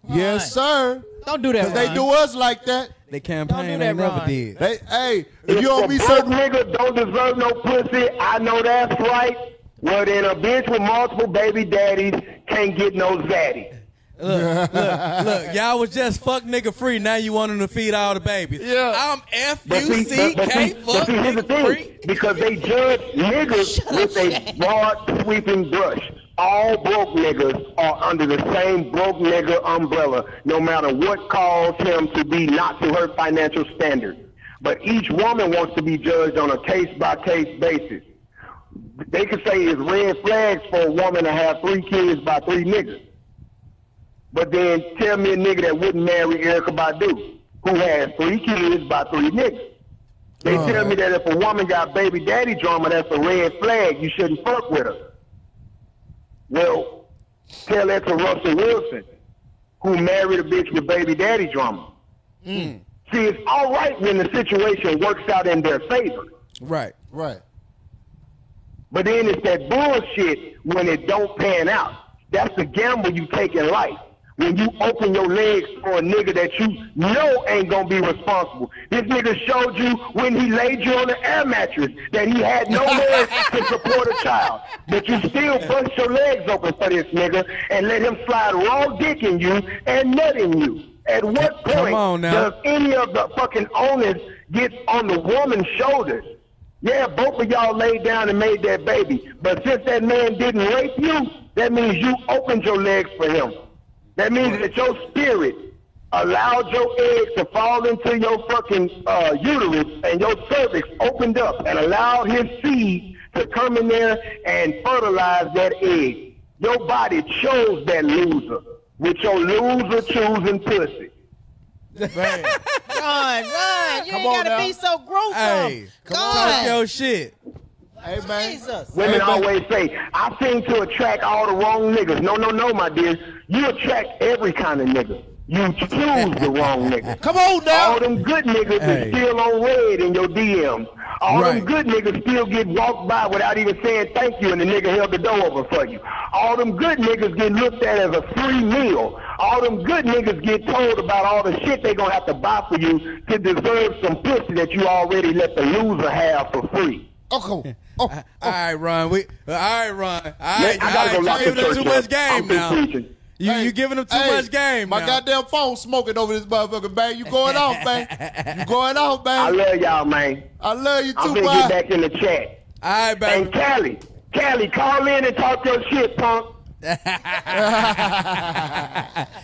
S4: Yes, sir.
S5: Don't do that,
S4: Cause they
S6: Ron.
S4: do us like that.
S6: They campaign ain't never did.
S4: They, hey, if you
S8: a
S4: don't be
S8: broke
S4: certain,
S8: nigga don't deserve no pussy. I know that's right. Well, then a bitch with multiple baby daddies can't get no zaddy.
S6: Look, look, look, y'all was just fuck nigga free. Now you want them to feed all the babies. Yeah. I'm F
S8: But
S6: U
S8: see,
S6: C
S8: but, but
S6: K
S8: see, but
S6: fuck
S8: see, here's the
S6: nigga free.
S8: thing, because they judge niggas with a broad sweeping brush. All broke niggas are under the same broke nigga umbrella, no matter what caused him to be not to her financial standard. But each woman wants to be judged on a case by case basis. They could say it's red flags for a woman to have three kids by three niggas. But then tell me a nigga that wouldn't marry Erica Badu, who has three kids by three niggas. They tell me that if a woman got baby daddy drama, that's a red flag. You shouldn't fuck with her. Well, tell that to Russell Wilson, who married a bitch with baby daddy drama. See, it's all right when the situation works out in their favor,
S6: Right.
S4: Right.
S8: but then it's that bullshit when it don't pan out. That's the gamble you take in life. When you open your legs for a nigga that you know ain't gonna be responsible. This nigga showed you when he laid you on the air mattress that he had no legs to support a child. But you still bust your legs open for this nigga and let him slide raw dick in you and nut in you. At what
S6: Come
S8: point
S6: on now.
S8: does any of the fucking onus gets on the woman's shoulders? Yeah, both of y'all laid down and made that baby. But since that man didn't rape you, that means you opened your legs for him. That means that your spirit allowed your eggs to fall into your fucking uh, uterus and your cervix opened up and allowed his seed to come in there and fertilize that egg. Your body chose that loser with your loser choosing pussy.
S5: Ron, Ron, you
S4: Come
S5: ain't
S4: on
S5: gotta
S4: now.
S5: be so gruesome.
S6: Hey,
S5: God.
S6: talk your shit.
S4: hey man,
S5: Jesus.
S8: Women
S4: Hey, but-
S8: always say, I seem to attract all the wrong niggas. No, no, no, my dear. You attract every kind of nigga. You choose the wrong nigga.
S4: come on now.
S8: All them good niggas
S6: Hey.
S8: is still on red in your DMs. All
S6: Right.
S8: them good niggas still get walked by without even saying thank you and the nigga held the door open for you. All them good niggas get looked at as a free meal. All them good niggas get told about all the shit they gonna have to buy for you to deserve some pussy that you already let the loser have for free.
S4: Oh, come on. Oh,
S6: All right, Ron. We all right, Ron. All
S8: Man,
S6: right,
S8: I gotta
S6: all
S8: go lock
S6: right. You
S8: the
S6: giving him too
S8: church
S6: much
S8: up.
S6: game
S8: I'm through
S6: now.
S8: preaching.
S6: You
S4: Hey,
S6: you giving him too
S4: hey,
S6: much game.
S4: My
S6: now.
S4: goddamn phone smoking over this motherfucker, bang. You going off, bang. You going off,
S8: I
S4: bang.
S8: love y'all, man.
S4: I love you
S8: I'm
S4: too,
S8: gonna
S4: bye.
S8: get back in the chat.
S6: All right,
S8: And
S6: baby.
S8: Callie, Callie, call in and talk your shit, punk.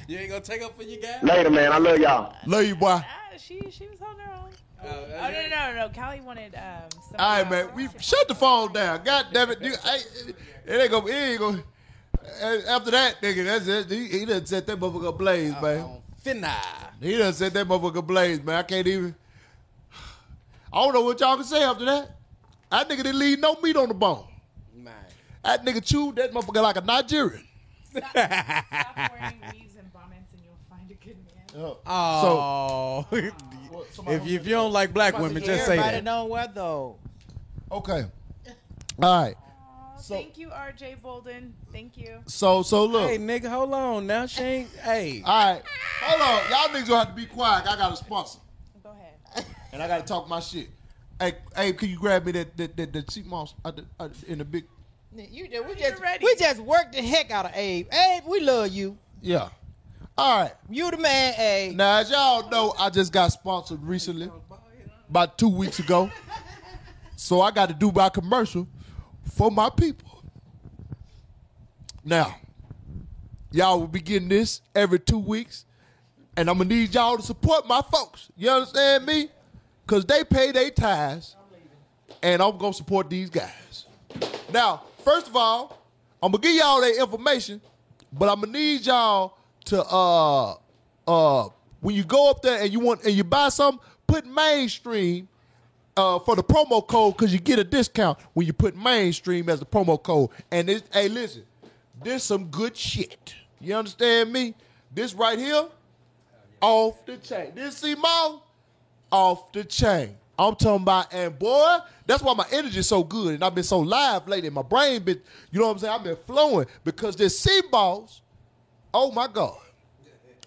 S6: You ain't gonna take up for your guy.
S8: Later, man. I love y'all.
S4: Love you, boy.
S7: Ah, she she was holding her own. Oh no no no no! Callie wanted um. some
S4: All right,
S7: of
S4: man.
S7: our-
S4: We shut the phone down. God damn it, dude. I, it ain't gonna. It ain't gonna. and After that, nigga, that's it. He, he done set that motherfucker ablaze, man.
S6: Finna.
S4: He done set that motherfucker ablaze, man. I can't even. I don't know what y'all can say after that. That nigga didn't leave no meat on the bone.
S6: Man.
S4: That nigga chewed that motherfucker like a Nigerian.
S7: Stop wearing weaves and bonnets, and you'll find a good man.
S6: Oh. if, you, if you don't like black women, just say
S5: Everybody
S6: that.
S5: know where though.
S4: Okay. All right.
S7: Aw,
S4: So-
S7: thank you, R.J. Bolden. Thank you.
S4: So so look.
S6: Hey, nigga, hold on. Now she ain't. Hey.
S4: All right. Hold on. Y'all niggas gonna have to be quiet. I got a sponsor.
S7: Go ahead.
S4: And I gotta talk my shit. Hey, hey, can you grab me that that that, that cheap moss uh, the- uh, in the big
S5: You did. We just
S7: ready.
S5: we just worked the heck out of Abe. Abe, we love you.
S4: Yeah. All right.
S5: You the man, Abe.
S4: Now as y'all know, I just got sponsored recently. About two weeks ago. So I gotta do my commercial for my people. Now, y'all will be getting this every two weeks. And I'm gonna need y'all to support my folks. You understand me? Cause they pay their tithes. And I'm gonna support these guys. Now, first of all, I'm gonna give y'all that information, but I'm gonna need y'all to uh uh when you go up there and you want and you buy something, put mainstream uh, for the promo code because you get a discount when you put mainstream as the promo code. And this, hey, listen, this some good shit. You understand me? This right here, off the chain. This see off the chain.
S1: I'm talking about, and boy, that's why my energy's so good, and I've been so live lately. My brain been, you know what I'm saying? I've been flowing because this sea balls. Oh my God,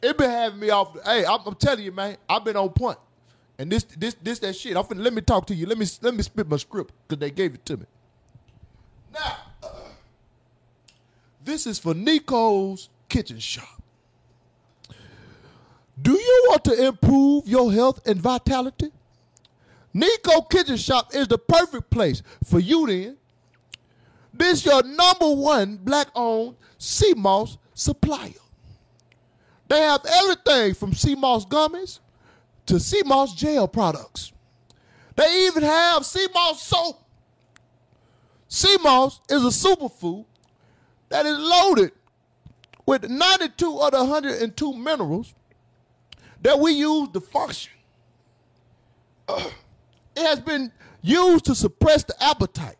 S1: it been having me off. The, hey, I'm, I'm telling you, man, I've been on point, and this, this, this, that shit. I'm finna let me talk to you. Let me, let me spit my script because they gave it to me. This is for Nico's Kitchen Shop. Do you want to improve your health and vitality? Nico Kitchen Shop is the perfect place for you then. This your number one black-owned sea moss supplier. They have everything from sea moss gummies to sea moss gel products. They even have sea moss soap. Sea moss is a superfood that is loaded with 92 of the 102 minerals that we use to function. Uh, It has been used to suppress the appetite,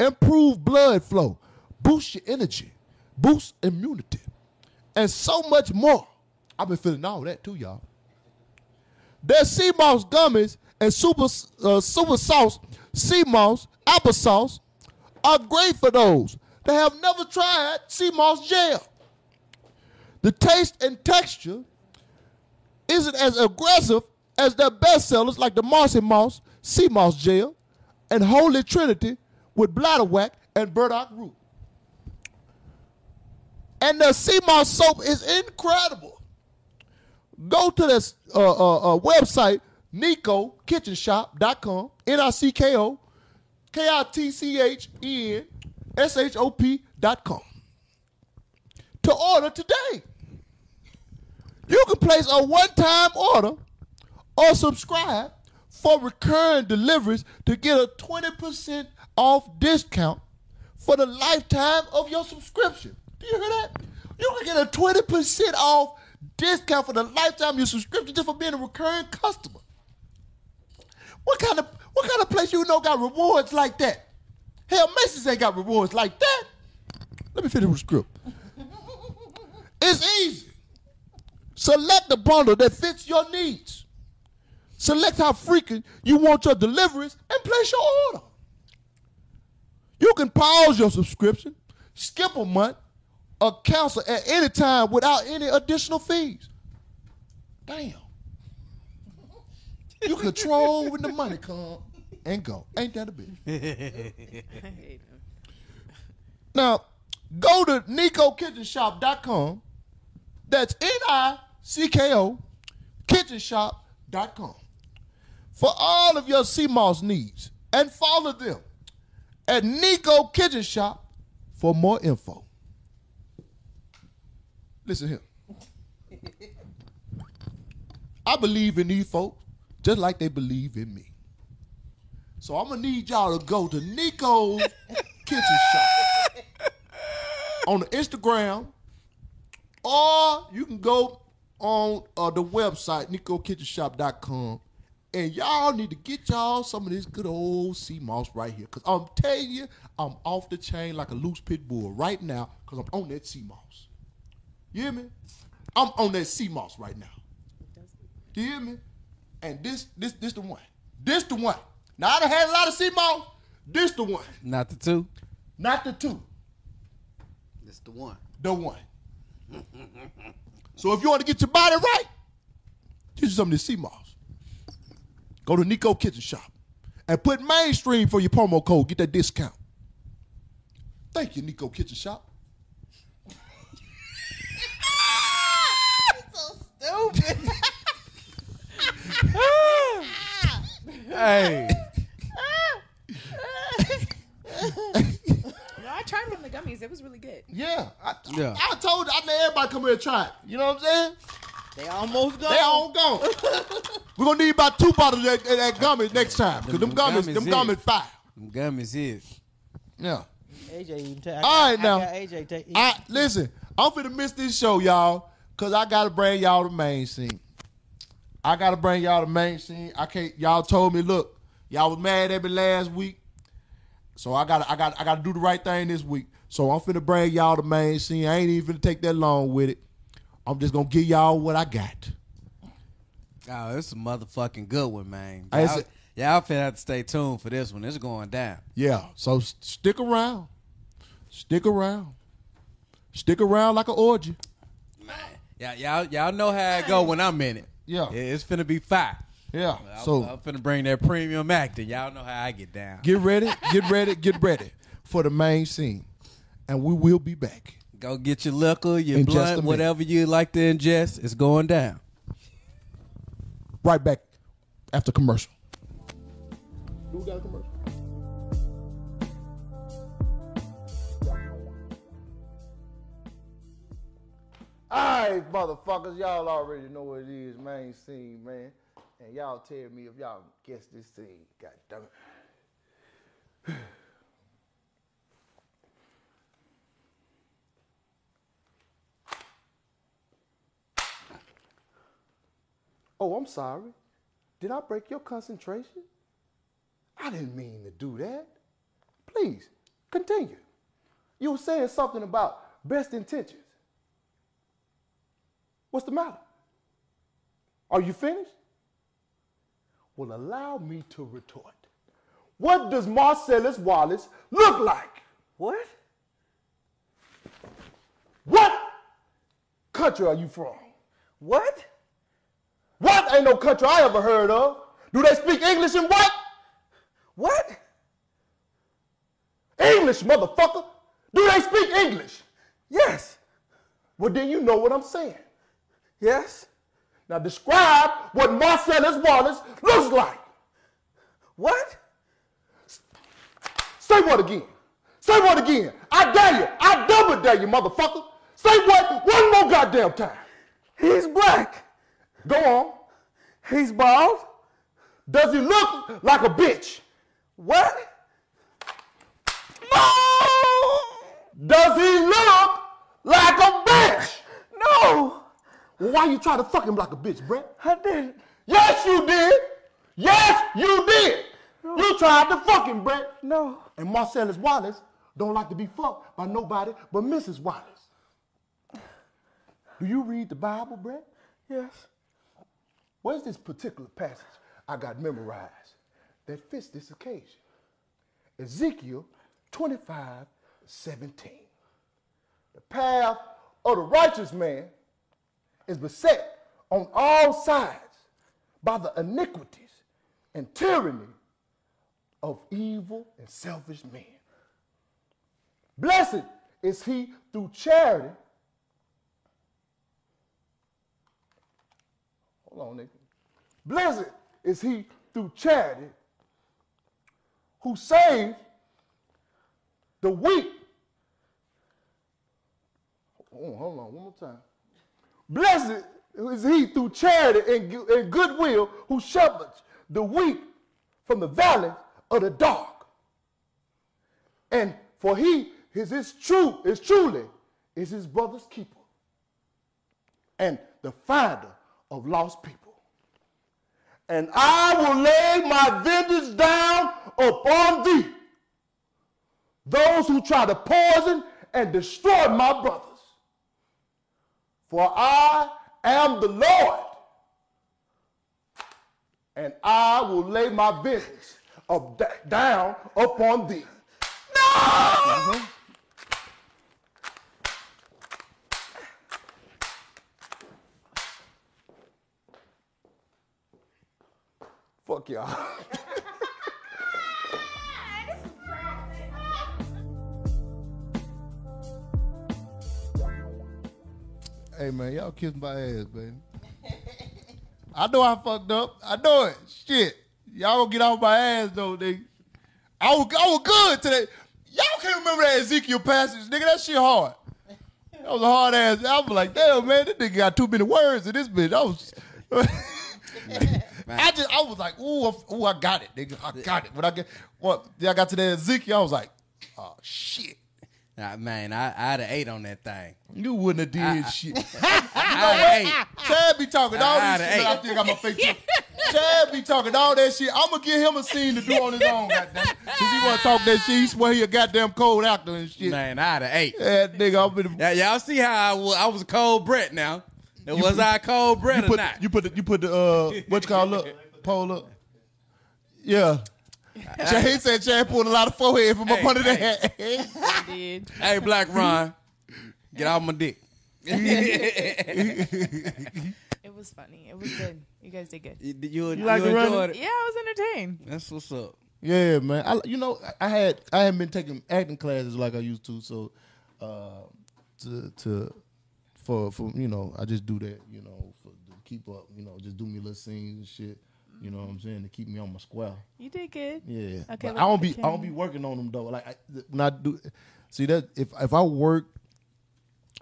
S1: improve blood flow, boost your energy, boost immunity, and so much more. I've been feeling all that too, y'all. There's sea moss gummies and super uh, super sauce, sea moss applesauce are great for those that have never tried sea moss gel. The taste and texture isn't as aggressive as their best sellers like the Marcy Moss, Sea Moss Gel, and Holy Trinity with Bladderwhack and Burdock Root. And the Sea Moss soap is incredible. Go to this uh, uh, uh, website, nicokitchenshop.com, N-I-C-K-O, K-I-T-C-H-E-N, S-H-O-P dot com. To order today. You can place a one-time order or subscribe for recurring deliveries to get a 20% off discount for the lifetime of your subscription. Do you hear that? You can get a 20% off discount for the lifetime of your subscription just for being a recurring customer. What kind of what kind of place you know got rewards like that? Hell, Macy's ain't got rewards like that. Let me finish with the script. It's easy. Select the bundle that fits your needs. Select how frequent you want your deliveries and place your order. You can pause your subscription, skip a month, or cancel at any time without any additional fees. Damn. You control when the money come and go. Ain't that a bitch? Now, go to nicokitchenshop.com. That's N-I-C-K-O kitchenshop.com for all of your sea moss needs and follow them at Nico Kitchen Shop for more info. Listen here. I believe in these folks just like they believe in me. So I'm gonna need y'all to go to Nico's Kitchen Shop on the Instagram, or you can go on uh, the website nicokitchenshop.com, and y'all need to get y'all some of this good old sea moss right here. Cause I'm telling you, I'm off the chain like a loose pit bull right now. Cause I'm on that sea moss. You hear me? I'm on that sea moss right now. You hear me? And this, this, this the one. This the one. Now I done had a lot of sea moss. This the one.
S3: Not the two.
S1: Not the two.
S3: It's the one.
S1: The one. So if you want to get your body right, get you some of this sea moss. Go to Nico Kitchen Shop and put mainstream for your promo code. Get that discount. Thank you, Nico Kitchen Shop.
S16: Stupid.
S17: Hey.
S7: No, I tried one of the gummies. It was really good.
S1: Yeah. I,
S3: Yeah.
S1: I told I let everybody come here and try it. Ah, You know what I'm saying?
S16: They almost
S1: They all gone. We're gonna need about two bottles of that, of that gummy next time. Cause them, gummies, them
S3: is.
S1: gummies fire.
S3: Them gummies is.
S1: Yeah.
S5: AJ even take.
S1: All right, now.
S5: I got AJ take.
S1: I listen. I'm finna miss this show, y'all, cause I gotta bring y'all the main scene. I gotta bring y'all the main scene. I can't. Y'all told me, look, y'all was mad at me last week, so I gotta, I gotta, I gotta do the right thing this week. So I'm finna bring y'all the main scene. I ain't even finna take that long with it. I'm just gonna give y'all what I got.
S3: Oh, it's a motherfucking good one, man.
S1: Hey, it's a-
S3: Y'all- Y'all finna have to stay tuned for this one. It's going down.
S1: Yeah. So s- stick around. Stick around. Stick around like an orgy.
S3: Yeah, y'all, y'all know how it go when I'm in it.
S1: Yeah.
S3: It's finna be fire.
S1: Yeah.
S3: I'm,
S1: so
S3: I'm finna bring that premium acting. Y'all know how I get down.
S1: get ready, get ready, get ready for the main scene. And we will be back.
S3: Go get your liquor, your
S1: In just a
S3: blunt,
S1: minute.
S3: whatever you like to ingest. It's going down.
S1: Right back after commercial.
S4: Who got a commercial? Alright, motherfuckers, y'all already know what it is, main scene, man. And y'all tell me if y'all guess this scene. God damn it. Oh, I'm sorry. Did I break your concentration? I didn't mean to do that. Please, continue. You were saying something about best intentions. What's the matter? Are you finished? Well, allow me to retort. What does Marcellus Wallace look like? What? What country are you from? What? What ain't no country I ever heard of? Do they speak English in what? What? English, motherfucker. Do they speak English? Yes. Well, then you know what I'm saying. Yes. Now describe what Marcellus Wallace looks like. What? Say what again? Say what again? I dare you. I double dare you, motherfucker. Say what one more goddamn time. He's black. Go on. He's bald. Does he look like a bitch? What? No! Does he look like a bitch? No! Well, why you try to fuck him like a bitch, Brett? I didn't. Yes, you did! Yes, you did! You tried to fuck him, Brett. No. And Marcellus Wallace don't like to be fucked by nobody but Mrs. Wallace. Do you read the Bible, Brett? Yes. Where's this particular passage I got memorized that fits this occasion? Ezekiel 25 17. The path of the righteous man is beset on all sides by the iniquities and tyranny of evil and selfish men. Blessed is he through charity. Hold on, nigga. Blessed is he through charity who saved the weak. Hold on, Oh, hold on, one more time. Blessed is he through charity and, gu- and goodwill who shepherds the weak from the valley of the dark. And for he is his true, is truly is his brother's keeper and the finder of lost people. And I will lay my vengeance down upon thee, those who try to poison and destroy my brothers. For I am the Lord, and I will lay my vengeance of down upon thee. No! Fuck y'all. Hey man, y'all kiss my ass, baby. I know I fucked up. I know it. Shit. Y'all gonna get off my ass though, nigga. I was, I was good today. Y'all can't remember that Ezekiel passage, nigga. That shit hard. That was a hard ass. I was like, damn, man, this nigga got too many words in this bitch. I was I just I was like, ooh, I- ooh, I got it, nigga. I got it. When I get what then I got to that Ezekiel, I was like, oh shit.
S3: Nah, man, I, I'd have ate on that thing.
S1: You wouldn't have did shit.
S3: I, I,
S1: Chad be talking all
S3: I
S1: this
S3: done
S1: shit.
S3: ate.
S1: that I think I'm a fake. too. Chad be talking all that shit. I'm gonna give him a scene to do on his own. Goddamn, cause he wanna talk that shit. He swear he a goddamn cold actor and shit.
S3: man, I'd have ate.
S1: Yeah, nigga, I'm in the,
S3: Now, y'all see how I was, I was cold Brett now. was I cold Brett
S1: you
S3: or
S1: put,
S3: not?
S1: You put the you put the uh what you call up poll up.
S4: Yeah. Chad, he said Chad pulled a lot of forehead from up
S3: Hey,
S4: under
S3: hey.
S4: that.
S7: did.
S3: Hey, Black Ron, get out my dick.
S7: it was funny. It was good. You guys did good.
S3: You, you,
S4: like to run
S3: enjoyed
S4: it?
S7: Yeah, I was entertained.
S3: That's what's up.
S4: Yeah, man. I, you know, I had I haven't been taking acting classes like I used to, so uh, to to for for you know, I just do that, you know, for to keep up, you know, just do me little scenes and shit. You know what I'm saying to keep me on my square.
S7: You did good.
S4: Yeah,
S7: Okay.
S4: but I don't be I don't be working on them though. Like I, th- when I do, see that if if I work,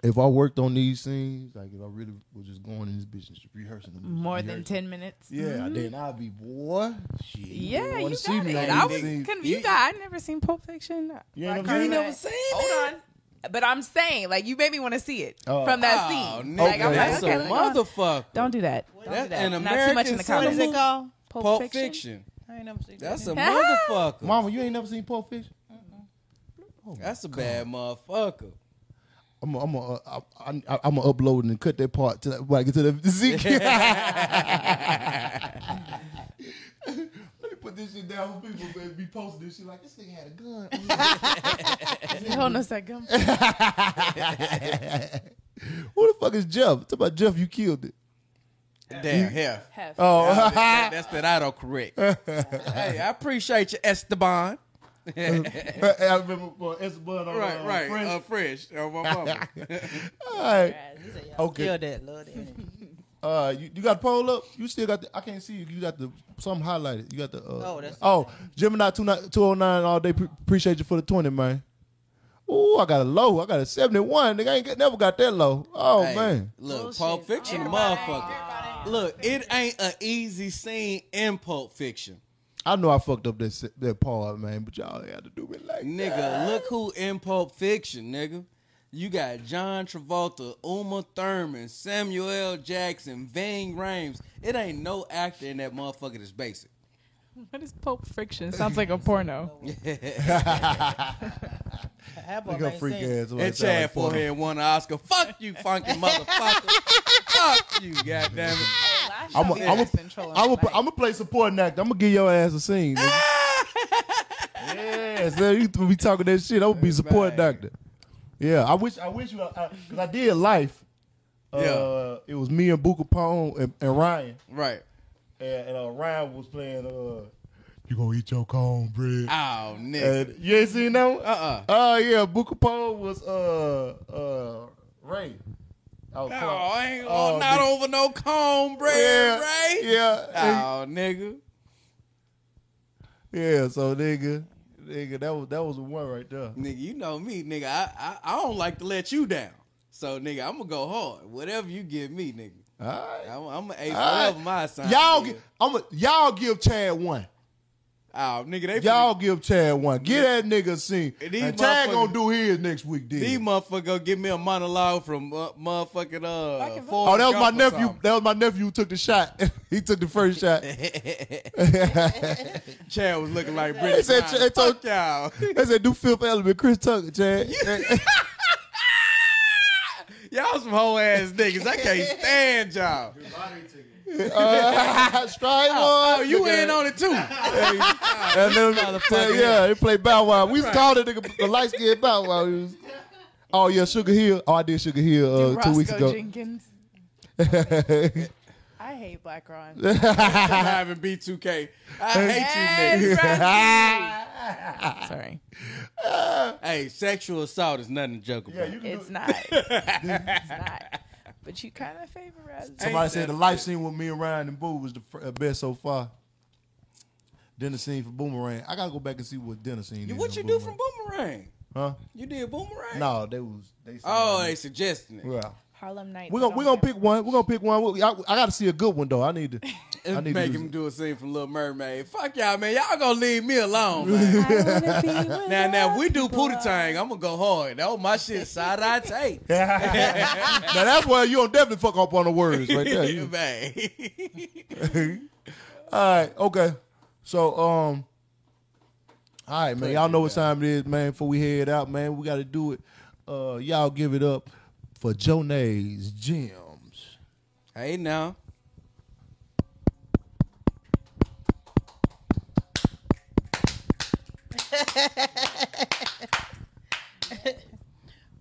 S4: if I worked on these scenes, like if I really was just going in this business rehearsing them,
S7: More than
S4: rehearsing.
S7: 10 minutes.
S4: Yeah,
S7: Mhm.
S4: then I'd be boy. Shit,
S7: Yeah,
S4: wanna
S7: you
S4: see
S7: got
S4: me on
S7: it. I
S4: these
S7: was
S4: scenes.
S7: confused. You got. I never seen Pulp Fiction.
S4: You ain't
S7: Black
S4: never seen
S7: Carmen.
S4: it?
S7: Hold on. But I'm saying, like, you made me want to see it
S4: Oh.
S7: from that
S3: Oh,
S7: scene.
S3: nigga,
S7: Like, I'm
S3: that's
S7: like, okay,
S3: a
S7: let me go.
S3: motherfucker.
S7: Don't do that. Don't
S3: That's
S7: do that.
S3: an
S7: Not
S3: American
S7: too much in the
S3: cinema
S7: comments.
S3: movie.
S5: Oh.
S7: Pulp, Fiction.
S5: I ain't never seen
S3: That's a
S5: that.
S3: motherfucker.
S4: Mama, oh, you ain't never seen Pulp Fiction?
S3: That's a bad motherfucker.
S4: I'm gonna uh, I- I- I'm gonna upload and cut that part to when I get to the Ezekiel. Let me put this shit down for people, baby. Be posting this shit like this nigga had a gun.
S7: He holding us that gun.
S4: Who the fuck is Jeff? Talk about Jeff, you killed it.
S3: Damn, yeah.
S7: Hef.
S4: Oh.
S3: Yeah, that- that- that's that autocorrect. hey, I appreciate you, Esteban. right,
S4: I I remember uh, Esteban on uh,
S3: right.
S4: Friends.
S3: Uh, fresh. Uh, my mama.
S4: All right, Okay.
S5: Kill that, love that. energy.
S4: uh, you, you got the poll up. You still got the. I can't see you. You got the something highlighted. You got the. Uh,
S5: Oh, that's the
S4: oh, Gemini two hundred nine all day. Pre- appreciate you for the twenty, man. Ooh, I got a low. I got a seventy one. Nigga, I ain't get, never got that low. Oh
S3: Hey,
S4: man.
S3: Look, Pulp Fiction, motherfucker. Look, it ain't an easy scene in Pulp Fiction.
S4: I know I fucked up that se- that part, man, but y'all had to do it like
S3: Nigga, look who in Pulp Fiction, nigga. You got John Travolta, Uma Thurman, Samuel L. Jackson, Ving Rhames. It ain't no actor in that motherfucker that's basic.
S7: What is Pulp Fiction? Sounds like a porno.
S5: That boy
S4: Nigga,
S5: ain't
S4: freak
S5: seen-
S4: ass. Somebody
S3: And
S4: sound like
S3: Chad Forehead won an Oscar. Fuck you, funky motherfucker. Fuck you, goddamn it.
S4: I'm a, I'm a, I'm a, I'm a play supporting actor. I'm gonna give your ass a scene. Nigga. yes, man, you th- be talking that shit. I'm gonna be supporting
S3: Right.
S4: actor. Yeah, I wish I wish you because I did life. Uh, it was me and Buka Pone and, and Ryan,
S3: Right.
S4: and, and, uh, Ryan was playing. Uh, you gonna eat your cornbread?
S3: Oh, nigga.
S4: And you ain't seen that one?
S3: Uh-uh.
S4: Oh yeah, Buka Pone was uh uh Ray. Oh,
S3: No,
S4: Clark.
S3: I ain't
S4: Oh,
S3: not
S4: nigga.
S3: over no cornbread,
S4: yeah,
S3: right?
S4: Yeah,
S3: Oh, nigga.
S4: Yeah, so nigga, nigga, that was that was the one right there.
S3: Nigga, you know me, nigga. I, I, I don't like to let you down. So, nigga, I'm going to go hard. Whatever you give me, nigga.
S4: All right.
S3: I'm, I'm an ace
S4: All right.
S3: whatever my sign.
S4: Y'all,
S3: nigga.
S4: gi- I'm a, y'all give Chad one.
S3: Oh, nigga, they
S4: Y'all give Chad one. Get that nigga a scene.
S3: And these
S4: And Chad
S3: motherfuckers-
S4: gonna do his next week,
S3: These
S4: dude.
S3: motherfucker gonna give me a monologue from uh, motherfucking uh.
S4: Oh,
S3: Forrest
S4: that was my
S3: Gump or
S4: nephew. That was my nephew who took the shot. he took the first shot. They
S3: something. Chad was looking like British.
S4: said-
S3: Lion.
S4: they told-
S3: Fuck y'all.
S4: said do Fifth Element, Chris Tucker, Chad.
S3: Y'all some whole ass niggas. I can't stand y'all.
S4: uh, strike one.
S3: Oh, you in on it too.
S4: And then,
S3: Motherfucker.
S4: yeah, they play Bow Wow. We used to call that nigga the light skinned Bow Wow. He was- Oh yeah, Sugar Hill. Oh, I did Sugar Hill uh, two
S7: Roscoe
S4: weeks ago.
S7: Jenkins. I hate Black Ron.
S3: Surviving B2K. I hate you, niggas.
S7: Yes, Rusty. Sorry,
S3: Hey, sexual assault is nothing to joke about.
S7: it's not. It's not. But you kind of favorize.
S4: Somebody said the life scene with me and Ryan and Boo was the fir- uh, best so far. Dinner scene for Boomerang. I gotta go back and see what dinner scene. is
S3: what
S4: on
S3: you do from
S4: Boomerang.
S3: Boomerang?
S4: Huh?
S3: You did Boomerang?
S4: No, they was. They said-
S3: Oh, they suggesting it.
S4: yeah.
S7: Harlem Nights.
S4: We're gonna we gonna pick one. We're gonna pick one. We- I, I gotta see a good one though. I need to. I
S3: And
S4: need
S3: make
S4: to do
S3: him do a scene from Little Mermaid. Fuck y'all, man. Y'all gonna leave me alone, man. Now, now, if we do Pootie Tang, I'm gonna go hard. That was my shit. Side eye tape.
S4: now that's where you don't definitely fuck up on the words right there. You-
S3: man.
S4: All right, okay. So, um, all right, man. Y'all know what time it is, man. Before we head out, man, we got to do it. Uh, y'all give it up for Jonay's Gems.
S3: hey, now.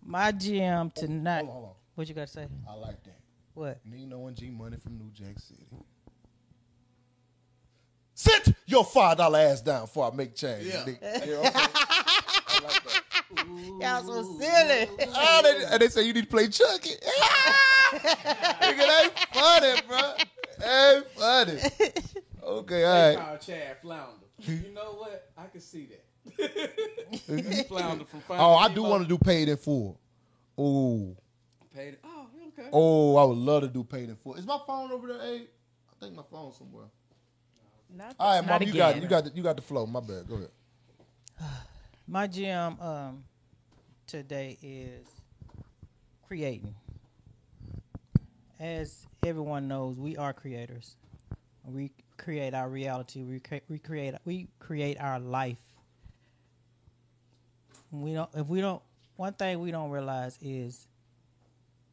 S5: My GM tonight. What you got to say?
S4: I like that.
S5: What?
S4: Nino and G Money from New Jack City. Sit your five dollar ass down before I make change.
S5: Yeah.
S4: nigga.
S5: Y'all so silly.
S4: Oh, they- and they say you need to play Chucky. Nigga, that ain't funny, bro. That ain't funny. Okay, all
S6: They
S4: right.
S6: call Chad Flounder. You know what? I can see that. Flounder from Finding
S4: Oh, I do
S6: Nemo.
S4: want to do paid in full. Ooh.
S6: Paid it. Oh, okay.
S4: Oh, I would love to do paid in full. Is my phone over there, Abe? I think my phone's somewhere. All right, mom, you got it. You got the, you got the flow. My bad. Go ahead.
S5: My GM um, today is creating. As everyone knows, we are creators. We create our reality. We cre- we create we create our life. We don't. If we don't, one thing we don't realize is,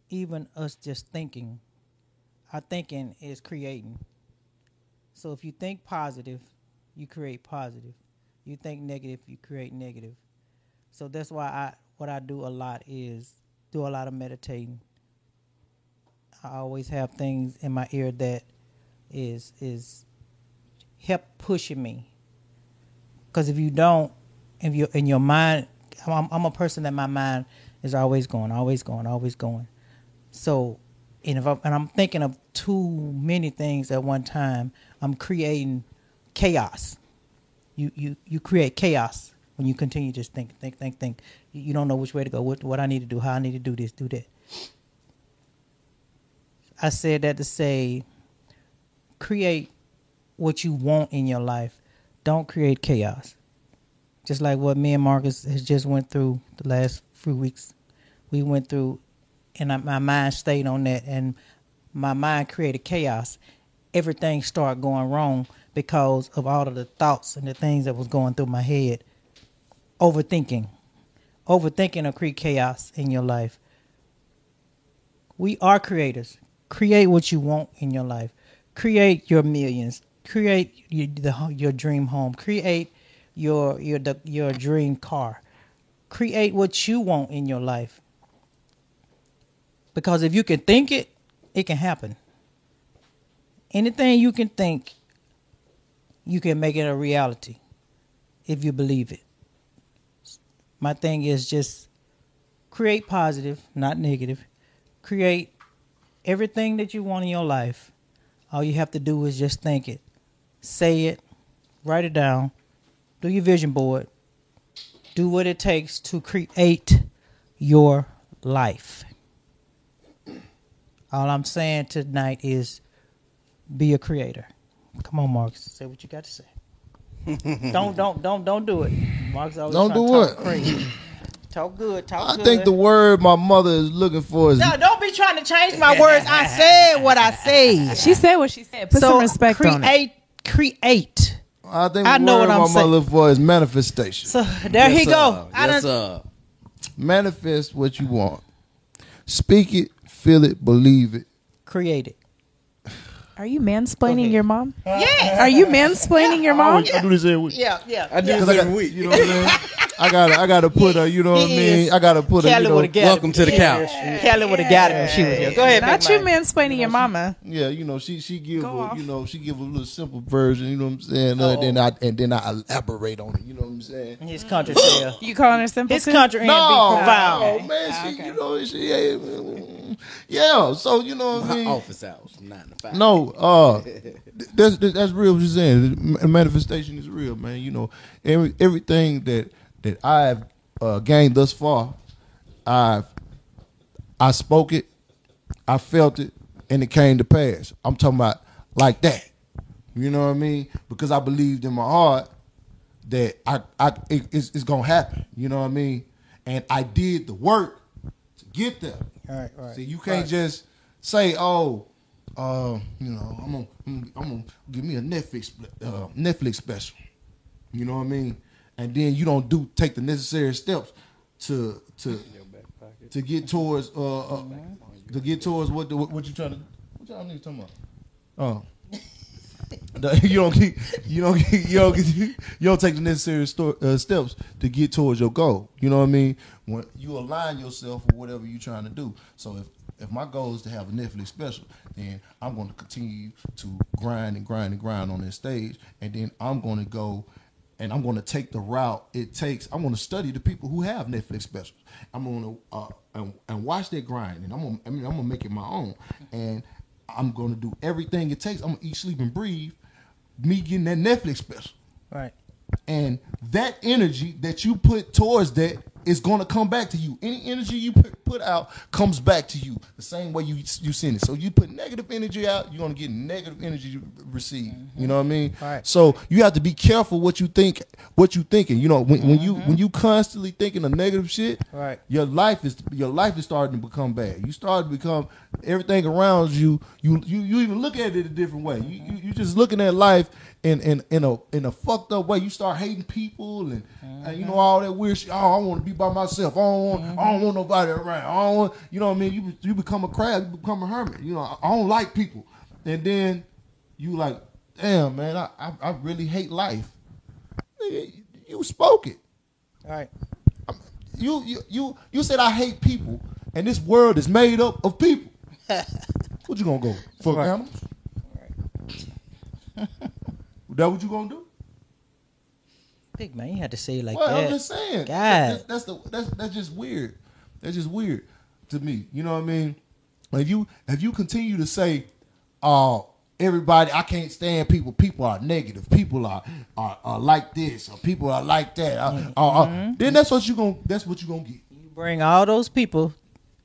S5: even us just thinking, our thinking is creating. So if you think positive, you create positive. You think negative, you create negative. So that's why I what I do a lot is do a lot of meditating. I always have things in my ear that is is help pushing me. Because if you don't, if you in your mind, I'm, I'm a person that my mind is always going, always going, always going. So, and if I'm, and I'm thinking of too many things at one time, I'm creating chaos. You you you create chaos when you continue just think think think think. You you don't know which way to go, what what I need to do, how I need to do this, do that. I said that to say create what you want in your life. Don't create chaos. Just like what me and Marcus has just went through the last few weeks. We went through and I, my mind stayed on that and my mind created chaos. Everything started going wrong because of all of the thoughts and the things that was going through my head. Overthinking. Overthinking will create chaos in your life. We are creators. Create what you want in your life. Create your millions. Create your the, ho- your dream home. Create your your the, your dream car. Create what you want in your life. Because if you can think it, it can happen. Anything you can think, you can make it a reality if you believe it. My thing is just create positive, not negative. Create everything that you want in your life. All you have to do is just think it, say it, write it down, do your vision board, do what it takes to create your life. All I'm saying tonight is be a creator. Come on, Marcus, say what you got to say. don't don't don't don't do it. Marcus always
S4: Don't
S5: trying
S4: do
S5: to talk
S4: what?
S5: crazy. Talk good. Talk
S4: I
S5: good.
S4: think the word my mother is looking for is
S5: No, Uh, don't be trying to change my words. I said what I said. She said what she said.
S7: Put some respect
S5: create,
S7: on
S5: Create.
S4: I think
S5: I
S4: the
S5: know
S4: word
S5: what I'm
S4: my
S5: saying.
S4: mother looking for is manifestation.
S5: So there he go. I done-
S4: Manifest what you want. Speak it, feel it, believe it.
S5: Create it.
S7: Are you mansplaining your mom? Yes. Are you mansplaining your mom?
S4: Uh, I do this every week.
S5: Yeah, yeah.
S6: I do
S4: Cause
S6: this
S4: I got-
S6: every week.
S4: You know what I'm saying? I gotta, I gotta put a, you know what I
S5: He
S4: mean?
S5: is.
S4: I gotta put a,
S5: Kelly
S4: you know,
S5: would've got it. Welcome to the Yeah. Kelly would have got it if she was here. Go ahead,
S7: Not
S5: Big
S7: you
S5: Mike.
S7: mansplaining your mama.
S4: Yeah, you know, she she give
S7: Go
S4: a,
S7: off.
S4: you know she give a little simple version. You know what I'm saying? Uh, then I and then I elaborate on it. You know what I'm saying?
S5: His country tale.
S7: You calling her simple?
S5: His country and be
S4: No,
S5: profound.
S4: no, man, she, you know, she, yeah, yeah, so you know what I
S6: My
S4: mean?
S6: office hours, nine to five.
S4: No, uh, th- that's that's that's real. What you're saying, M- manifestation is real, man. You know, every, everything that that I've uh, gained thus far, I've I spoke it, I felt it, and it came to pass. I'm talking about like that. You know what I mean? Because I believed in my heart that I, I it, it's, it's gonna happen. You know what I mean? And I did the work to get there.
S5: Right, right.
S4: See, you can't
S5: Right.
S4: just say, "Oh, uh, you know, I'm gonna, I'm gonna- I'm gonna give me a Netflix uh, Netflix special." You know what I mean? And then you don't do take the necessary steps to to to get towards uh, uh to get towards what the, what you trying to what y'all niggas talking about? Oh, you don't keep, you don't keep, you don't get- you don't take the necessary sto- uh, steps to get towards your goal. You know what I mean? When you align yourself with whatever you're trying to do. So if if my goal is to have a Netflix special, then I'm going to continue to grind and grind and grind on this stage, and then I'm going to go and I'm going to take the route it takes. I'm going to study the people who have Netflix specials. I'm going to uh, and, and watch their grind, and I'm gonna, I mean I'm going to make it my own, and I'm going to do everything it takes. I'm going to eat, sleep, and breathe. Me getting that Netflix special,
S5: right?
S4: And that energy that you put towards that is going to come back to you. Any energy you put, put out comes back to you the same way you you send it. So you put negative energy out, you're going to get negative energy you receive. You know what I mean? So you have to be careful what you think, what you thinking. You know, when, when you when you constantly thinking of negative shit,
S5: Right.
S4: your life is your life is starting to become bad. You start to become everything around you. You you, you even look at it a different way. You, you you just looking at life in in in a in a fucked up way. You start hating people and, and you know all that weird shit. Oh, I want to be by myself. I don't want I don't want nobody around. I don't want you know what I mean. You you become a crab. You become a hermit. You know I, I don't like people. And then you like damn man. I I, I really hate life. Nigga, you spoke it
S5: All right.
S4: you you you you said I hate people, and this world is made up of people. what you gonna go with? fuck animals? that what you gonna do?
S5: Big man, you had to say it like
S4: well,
S5: that.
S4: I'm just saying.
S5: God.
S4: That- that's, that's the that's that's just weird. That's just weird to me. You know what I mean? If you if you continue to say, "Oh, everybody, I can't stand people. People are negative. People are are, are like this. Or people are like that." Uh, uh, uh," then that's what you gonna that's what you gonna get.
S5: You bring all those people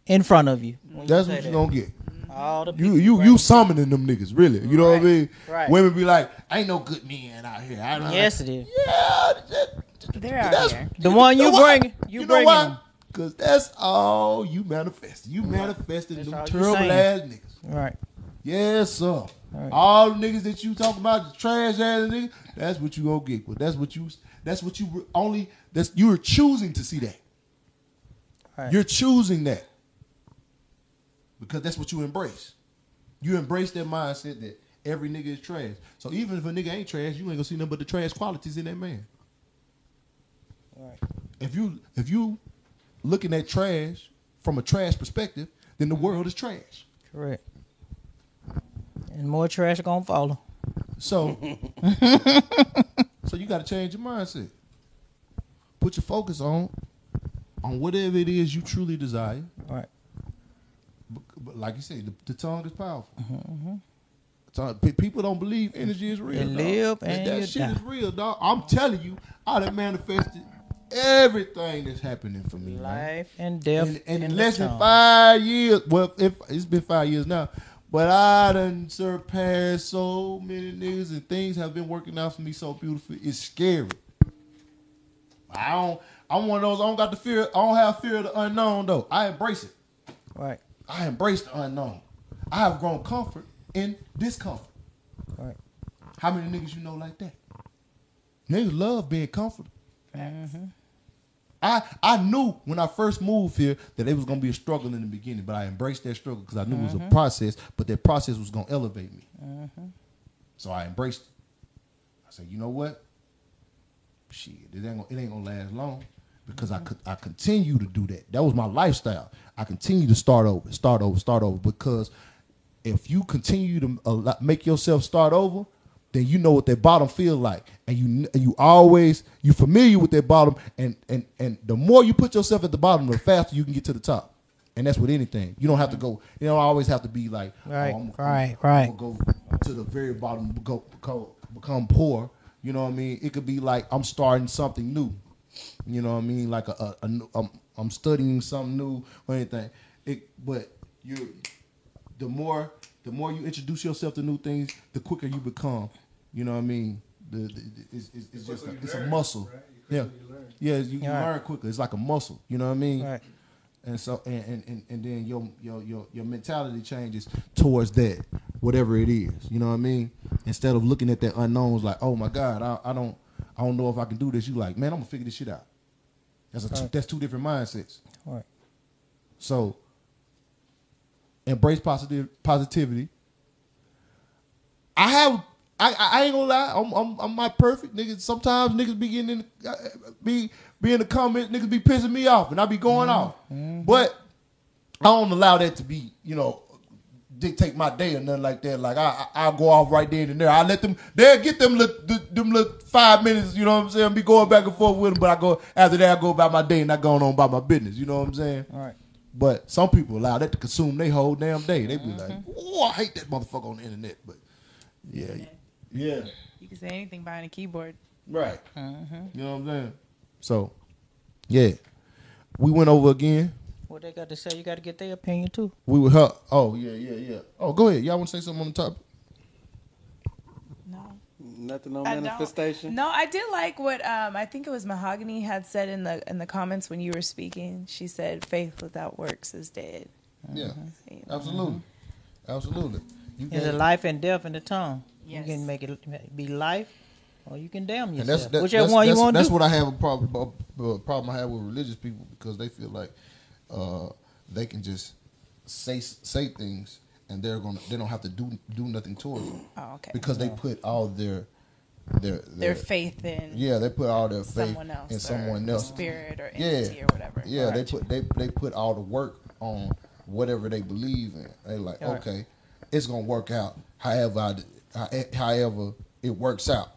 S5: in front of you.
S4: That's what you gonna get.
S5: All the
S4: You you you summoning them niggas, really. You know what I mean?
S5: right.
S4: Women be like, ain't no good men out here. I don't
S5: Yes, it is.
S4: Yeah,
S7: They're
S4: that's-
S7: out here.
S5: The one you
S4: know why?
S5: bring, you,
S4: you know
S5: bring
S4: why?
S5: him.
S4: Cause that's all you manifested. You manifested them
S5: all you
S4: terrible
S5: saying.
S4: ass niggas.
S5: Right.
S4: Yes, sir. All the niggas that you talk about, the trash ass niggas, that's what you gonna get. But that's what you that's what you were only that's you were choosing to see that.
S5: Right.
S4: You're choosing that. Because that's what you embrace. You embrace that mindset that every nigga is trash. So even if a nigga ain't trash, you ain't gonna see nothing but the trash qualities in that man.
S5: Right.
S4: If you if you looking at trash from a trash perspective, then the world is trash.
S5: Correct. And more trash gonna follow.
S4: So, so you got to change your mindset. Put your focus on on whatever it is you truly desire.
S5: Right.
S4: But, but like you said, the, the tongue is powerful. Tongue- pe- people don't believe energy is real.
S5: Mm-hmm, They
S4: dog.
S5: live and
S4: that
S5: you
S4: shit
S5: die.
S4: is real, dog. I'm telling you, I done manifested everything that's happening for me. man.
S5: Life and death.
S4: And, and
S5: in
S4: in
S5: the
S4: less than
S5: tongue.
S4: five years, well, if it's been five years now, but I done surpassed so many niggas and things have been working out for me so beautiful. It's scary. I don't. I'm one of those. I don't got the fear. I don't have fear of the unknown though. I embrace it.
S5: Right.
S4: I embrace the unknown. I have grown comfort in discomfort.
S5: Right.
S4: How many niggas you know like that? Niggas love being comfortable. I I knew when I first moved here that it was gonna be a struggle in the beginning, but I embraced that struggle because I knew it was a process. But that process was gonna elevate me, so I embraced it. I said, you know what? Shit, it ain't gonna, it ain't gonna last long because I could I continue to do that. That was my lifestyle. I continue to start over, start over, start over because if you continue to a lot- make yourself start over, then you know what that bottom feel like, and you kn- and you always you familiar with that bottom, and and and the more you put yourself at the bottom, the faster you can get to the top, and that's with anything. You don't have to go. You don't always have to be like oh,
S5: Right,
S4: I'm-
S5: right,
S4: I'm
S5: right.
S4: gonna go to the very bottom, go, go become poor. You know what I mean? It could be like I'm starting something new. You know what I mean? Like a, a, a new, I'm, I'm studying something new or anything. It, but you, the more the more you introduce yourself to new things, the quicker you become. You know what I mean? The, the, the- it's, it's, it's just a, it's a muscle. Yeah, yeah. You, you
S5: Right.
S4: learn quicker. It's like a muscle. You know what I mean?
S5: Right.
S4: And so and, and, and, and then your, your your your mentality changes towards that, whatever it is. You know what I mean? Instead of looking at that unknowns like, oh my God, I, I don't I don't know if I can do this. You like, man, I'm gonna figure this shit out. That's a two, that's two different mindsets.
S5: Right.
S4: So embrace positive positivity. I have I, I, I ain't gonna lie. I'm, I'm I'm not perfect, niggas. Sometimes niggas be getting in, uh, be be in the comments. Niggas be pissing me off, and I be going off. But I don't allow that to be, you know, dictate my day or nothing like that. Like I, I I'll go off right then and there. I let them. They'll get them little, th- them little five minutes. You know what I'm saying? Be going back and forth with them, but I go after that. I go about my day and not going on about my business. You know what I'm saying? All
S5: right.
S4: But some people allow that to consume their whole damn day. They be like, "Oh, I hate that motherfucker on the internet." But yeah, yeah,
S7: You can say anything behind a keyboard.
S4: right. You know what I'm saying? So yeah, we went over again.
S5: What they got to say, you got to get their opinion too.
S4: We were her. Oh yeah, yeah, yeah. Oh, go ahead. Y'all want to say something on the top?
S6: Nothing on
S7: I don't-
S6: manifestation.
S7: No, I did like what um, I think it was Mahogany had said in the in the comments when you were speaking. She said, "Faith without works is dead."
S4: Yeah,
S5: Mm-hmm.
S7: So, you know.
S4: absolutely, absolutely. You
S5: There's a
S4: can-
S5: life and death in the tongue.
S7: Yes.
S5: You can make it be life, or you can damn
S4: And
S5: yourself.
S4: that's that,
S5: Whichever
S4: that's,
S5: one
S4: that's,
S5: you want
S4: that's
S5: to do.
S4: what I have a problem a problem I have with religious people because they feel like uh, they can just say say things and they're gonna they don't have to do do nothing towards them
S7: Oh, okay.
S4: because they put all their their
S7: Their faith in
S4: yeah they put all their faith
S7: someone else
S4: in
S7: or
S4: someone else
S7: spirit or
S4: Yeah.
S7: entity or whatever.
S4: yeah
S7: Alright.
S4: they put they they put all the work on whatever they believe in they like
S7: Alright.
S4: okay it's gonna work out however I d- how- however it works out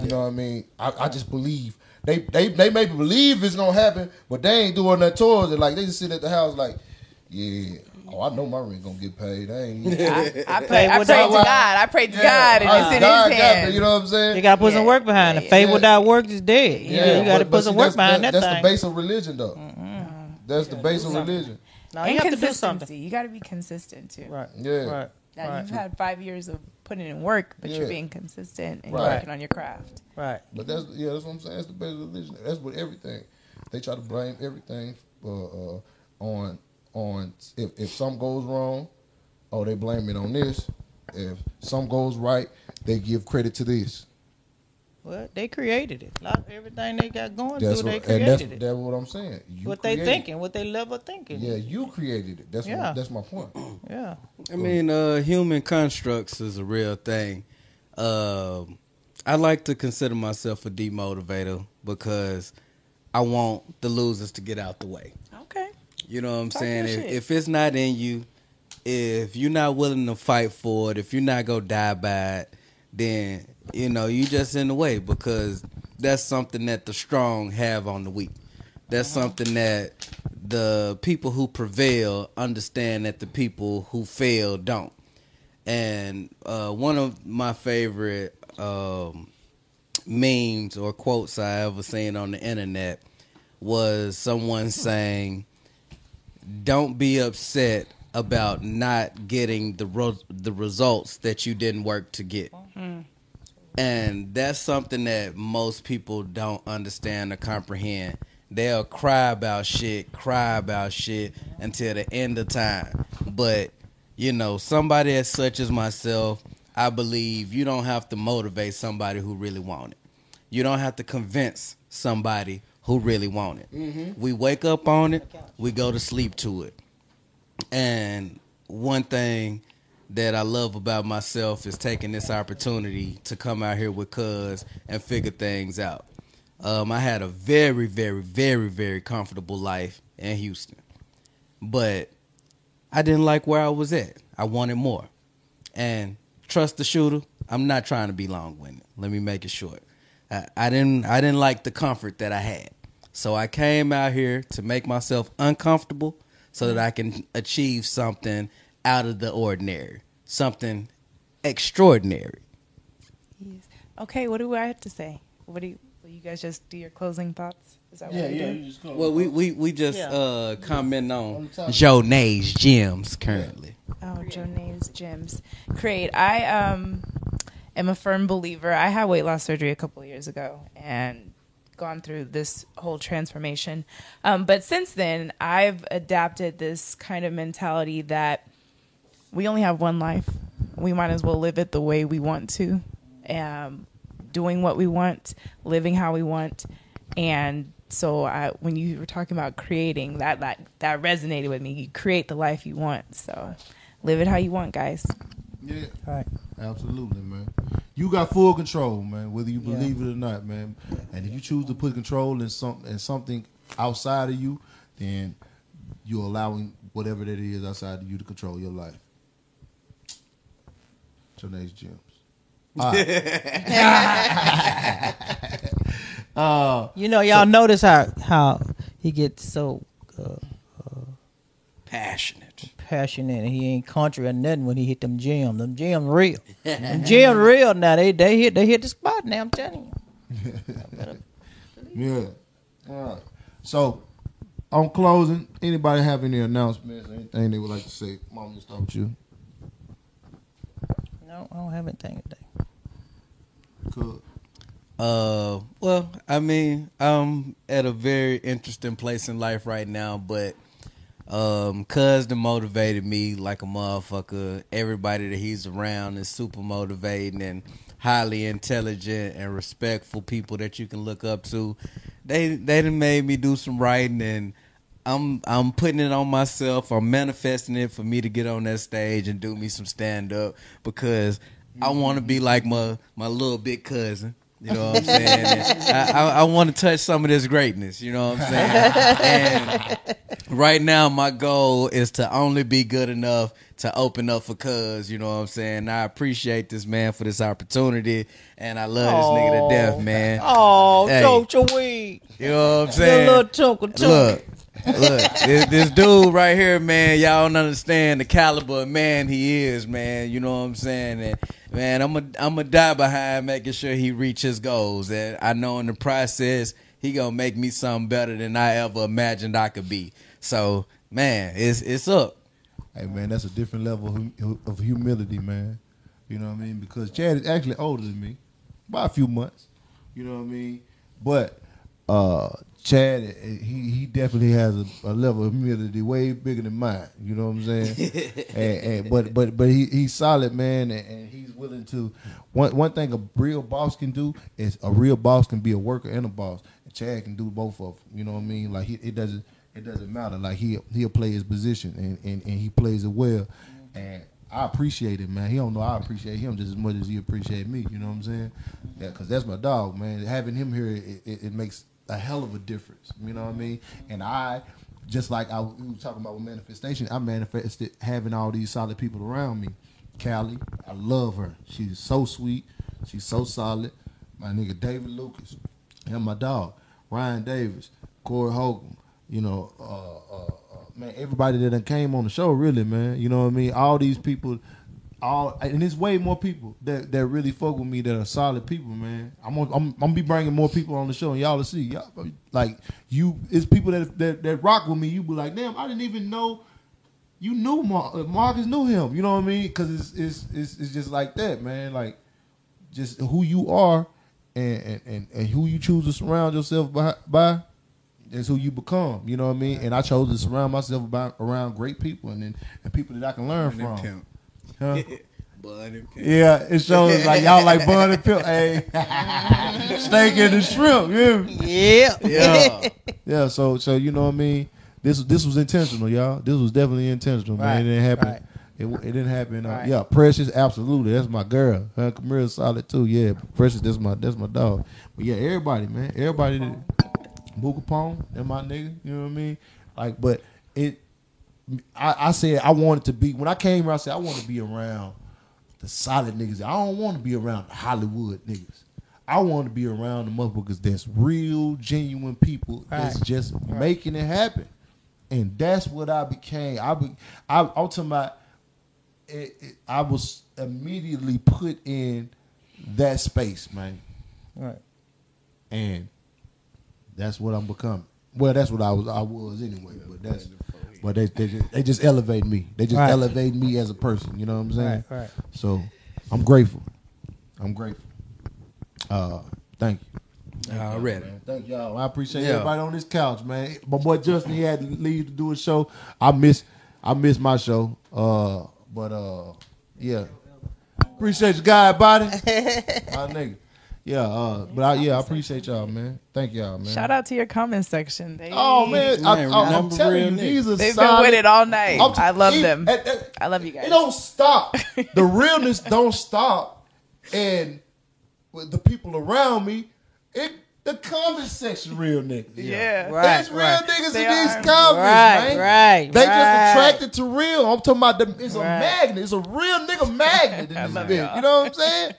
S4: you know what I mean I, I just believe they they they maybe believe it's gonna happen but they ain't doing nothing towards it like they just sit at the house like yeah oh I know my rent gonna get paid I ain't
S7: I, I pray, I prayed to God. I prayed to God, and
S4: I-
S5: Uh,
S7: it's
S4: Ah, God
S7: in
S4: got
S7: His
S4: me,
S7: hands.
S4: you know what I'm saying
S5: You got to put some work behind it. Faith without work is dead. You- you got to
S4: but-
S5: put
S4: but
S5: some
S4: see,
S5: work
S4: that's-
S5: behind that,
S4: that's
S5: thing. Mm-hmm.
S4: the base of religion though that's the base of religion
S5: No,
S7: and
S5: you have to do
S7: consistency.
S5: something.
S7: You got to be consistent too.
S5: Right.
S4: Yeah.
S5: Right.
S7: Now
S5: right.
S7: you've had five years of putting in work, but
S4: Yeah.
S7: you're being consistent and
S4: Right.
S7: you're working on your craft.
S5: Right.
S4: But that's yeah, that's what I'm saying. That's the best religion. That's what everything. They try to blame everything uh, uh, on on if if something goes wrong, oh they blame it on this. If something goes right, they give credit to this.
S5: Well, they created it. Lot- everything they got going
S4: That's
S5: through, they
S4: what, and that's,
S5: created it.
S4: that's what I'm saying. You
S5: what they
S4: created-
S5: thinking, what they level thinking.
S4: Yeah, you created it. That's
S5: Yeah.
S4: what, that's my point.
S5: Yeah.
S6: I mean, uh, human constructs is a real thing. Um I like to consider myself a demotivator because I want the losers to get out the way.
S7: Okay.
S6: You know what I'm
S7: Talk
S6: saying?
S7: your
S6: If,
S7: shit.
S6: if it's not in you, if you're not willing to fight for it, if you're not gonna die by it, then you know you just in the way because that's something that the strong have on the weak. That's something that the people who prevail understand that the people who fail don't. And uh, one of my favorite um, memes or quotes I ever seen on the internet was someone saying, "Don't be upset about not getting the ro- the results that you didn't work to get." And that's something that most people don't understand or comprehend. They'll cry about shit, cry about shit until the end of time. But, you know, somebody as such as myself, I believe you don't have to motivate somebody who really want it. You don't have to convince somebody who really want it. We wake up on it, we go to sleep to it. And one thing that I love about myself is taking this opportunity to come out here with cuz and figure things out. Um, I had a very, very, very, very comfortable life in Houston, but I didn't like where I was at. I wanted more. And trust the shooter, I'm not trying to be long winded. Let me make it short. I, I didn't I didn't like the comfort that I had. So I came out here to make myself uncomfortable so that I can achieve something out of the ordinary. Something extraordinary.
S7: Yes. Okay. What do I have to say? What do you? Will you guys just do your closing thoughts? Is that what we do?
S6: Well we we, we just
S7: Yeah.
S6: uh comment on
S7: topic.
S6: Joe Nay's gems currently.
S7: Oh, Jonae's Gyms. Create. I um am a firm believer. I had weight loss surgery a couple years ago and gone through this whole transformation. Um, but since then, I've adapted this kind of mentality that we only have one life. We might as well live it the way we want to, um, doing what we want, living how we want, and so I, when you were talking about creating that, that that resonated with me. You create the life you want, so live it how you want, guys.
S4: Yeah. Absolutely, man. you got full control, man, whether you believe it or not, man. And if you choose to put control in some in something outside of you, then you're allowing whatever that is outside of you to control your life. Janae's gems. All right. uh,
S2: you know, y'all notice how how he gets so uh, uh,
S3: passionate,
S2: passionate, and he ain't country or nothing when he hit them gems. Them gems real, them gems real. Now they they hit they hit the spot. Now I'm telling you.
S4: yeah. All right. So, on closing, anybody have any announcements or anything they would like to say? Mom, you start with you.
S2: No, I don't have anything today.
S4: Cool.
S3: Uh, well, I mean, I'm at a very interesting place in life right now, but um, cuz done motivated me like a motherfucker. Everybody that he's around is super motivating and highly intelligent and respectful people that you can look up to. They they done made me do some writing and I'm I'm putting it on myself. I'm manifesting it for me to get on that stage and do me some stand up because I want to
S2: Mm-hmm.
S3: be like my my little big cousin. You know what I'm saying? And I, I, I want to touch some of this greatness. You know what I'm saying? and right now, my goal is to only be good enough to open up for Cuz. You know what I'm saying? I appreciate this man for this opportunity, and I love this nigga to death, man.
S2: Oh,
S3: Hey.
S2: choke your weed.
S3: You know what I'm
S2: Your
S3: saying?
S2: little chunk of chunk.
S3: Look, look, this, this dude right here, man. Y'all don't understand the caliber of man he is, man. You know what I'm saying? And man, I'm a I'm a die behind making sure he reaches his goals, and I know in the process he gonna make me something better than I ever imagined I could be. So man, it's it's up.
S4: Hey man, that's a different level of hum- of humility, man. You know what I mean? Because Chad is actually older than me by a few months. You know what I mean? But uh, Chad, eh, he he definitely has a, a level of humility way bigger than mine. You know what I'm saying? and, and- but but but he he's solid, man, and, and he's willing to. One one thing a real boss can do is a real boss can be a worker and a boss. Chad can do both of them. You know what I mean? Like he, it doesn't it doesn't matter. Like he he'll play his position and, and, and he plays it well. And I appreciate it, man. He don't know I appreciate him just as much as he appreciate me. You know what I'm saying? Yeah, because that's my dog, man. Having him here, it, it, it makes a hell of a difference. You know what I mean? And I, just like I we were talking about with manifestation, I manifested having all these solid people around me. Callie, I love her. She's so sweet. She's so solid. My nigga David Lucas and my dog Ryan Davis, Corey Hogan. You know, uh, uh, uh, man, everybody that done came on the show, really, man. You know what I mean? All these people, all and it's way more people that, that really fuck with me that are solid people, man. I'm gonna, I'm, I'm gonna be bringing more people on the show, and y'all will see. Y'all like you, it's people that that, that rock with me. You be like, damn, I didn't even know you knew Mar- uh, Marcus knew him. You know what I mean? Because it's, it's it's it's just like that, man. Like just who you are and and, and, and who you choose to surround yourself by, by is who you become. You know what I mean? And I chose to surround myself by, around great people and, and and people that I can learn
S3: Bun and
S4: from.
S3: Pimp.
S4: Huh?
S3: Bun and Pimp.
S4: Yeah, it shows like y'all like bun and pimp. Hey, steak and the shrimp. Yeah.
S2: Yeah.
S4: Yeah. yeah. So so you know what I mean. This this was intentional, y'all. This was definitely intentional, man. It didn't happen. It, it didn't happen. Uh,
S2: Right.
S4: Yeah, Precious, absolutely. That's my girl. Her Camille's solid too. Yeah, Precious, that's my that's my dog. But yeah, everybody, man, everybody. that- Buka Pong, that my nigga. You know what I mean? Like, but it. I, I said I wanted to be when I came here. I said I want to be around the solid niggas. I don't want to be around the Hollywood niggas. I want to be around the motherfuckers that's real, genuine people that's
S2: Right.
S4: just making it happen. And that's what I became. I be, I, I'm talking about. It, it, I was immediately put in that space, man.
S2: Right.
S4: And that's what I'm becoming. Well, that's what I was. I was anyway. But that's. But they they just, they just elevate me. They just
S2: Right.
S4: elevate me as a person. You know what I'm saying?
S2: Right, right.
S4: So, I'm grateful. I'm grateful. Uh, thank you.
S3: Already.
S4: Thank y'all. I appreciate
S3: Yeah.
S4: everybody on this couch, man. My boy Justin, he had to leave to do a show. I miss, I miss my show. Uh, but uh, yeah, appreciate you, guy body, my nigga. Yeah, uh, but I, yeah, I appreciate y'all, man. Thank y'all, man.
S7: Shout out to your comment section. They,
S4: Oh man, I,
S3: Man,
S4: I, am
S3: remember
S4: telling
S3: real
S4: you,
S3: niggas.
S4: these are
S7: they've been
S4: solid-
S7: with it all night.
S4: I'm t-
S7: I love
S4: it-
S7: them.
S4: it- it-
S7: I love you guys.
S4: It don't stop. The realness don't stop, and with the people around me, it the comment section real niggas.
S18: Yeah. Right,
S4: There's real
S18: right.
S4: niggas
S18: They
S4: in these
S18: are.
S4: comments,
S18: Right,
S4: man.
S18: right, right.
S4: They just attracted to real. I'm talking about the, it's a magnet. It's a real nigga magnet in this bitch. You know what I'm saying?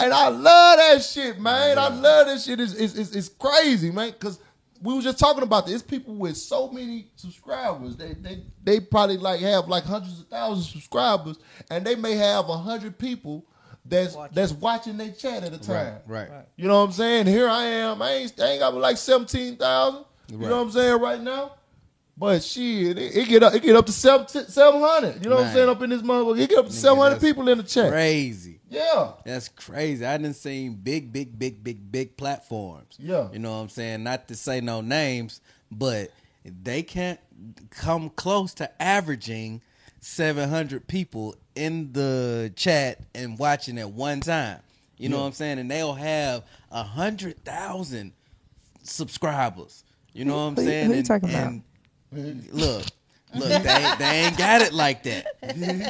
S4: And I love that shit, man. I love that shit. It's, it's, it's, it's crazy, man. Cause we were just talking about this. It's people with so many subscribers. They they they probably like have like hundreds of thousands of subscribers, and they may have a hundred people that's that's watching their chat at a time.
S3: Right.
S4: You know what I'm saying? Here I am. I ain't, I ain't got but like seventeen thousand. You know what I'm saying right now. But shit, it, it get up, it get up to seven hundred. You know what I'm
S3: Man.
S4: saying up in this motherfucker. It get up to seven hundred people in the chat.
S3: Crazy.
S4: Yeah.
S3: That's crazy. I didn't seen big, big, big, big, big platforms.
S4: Yeah.
S3: You know what I'm saying? Not to say no names, but they can't come close to averaging 700 people in the chat and watching at one time. You know
S4: Yeah.
S3: what I'm saying? And they'll have a 100,000 subscribers. You know what I'm
S7: Who- who
S3: saying?
S7: you
S3: And-
S7: talking about?
S3: and look, look, they, they ain't got it like that.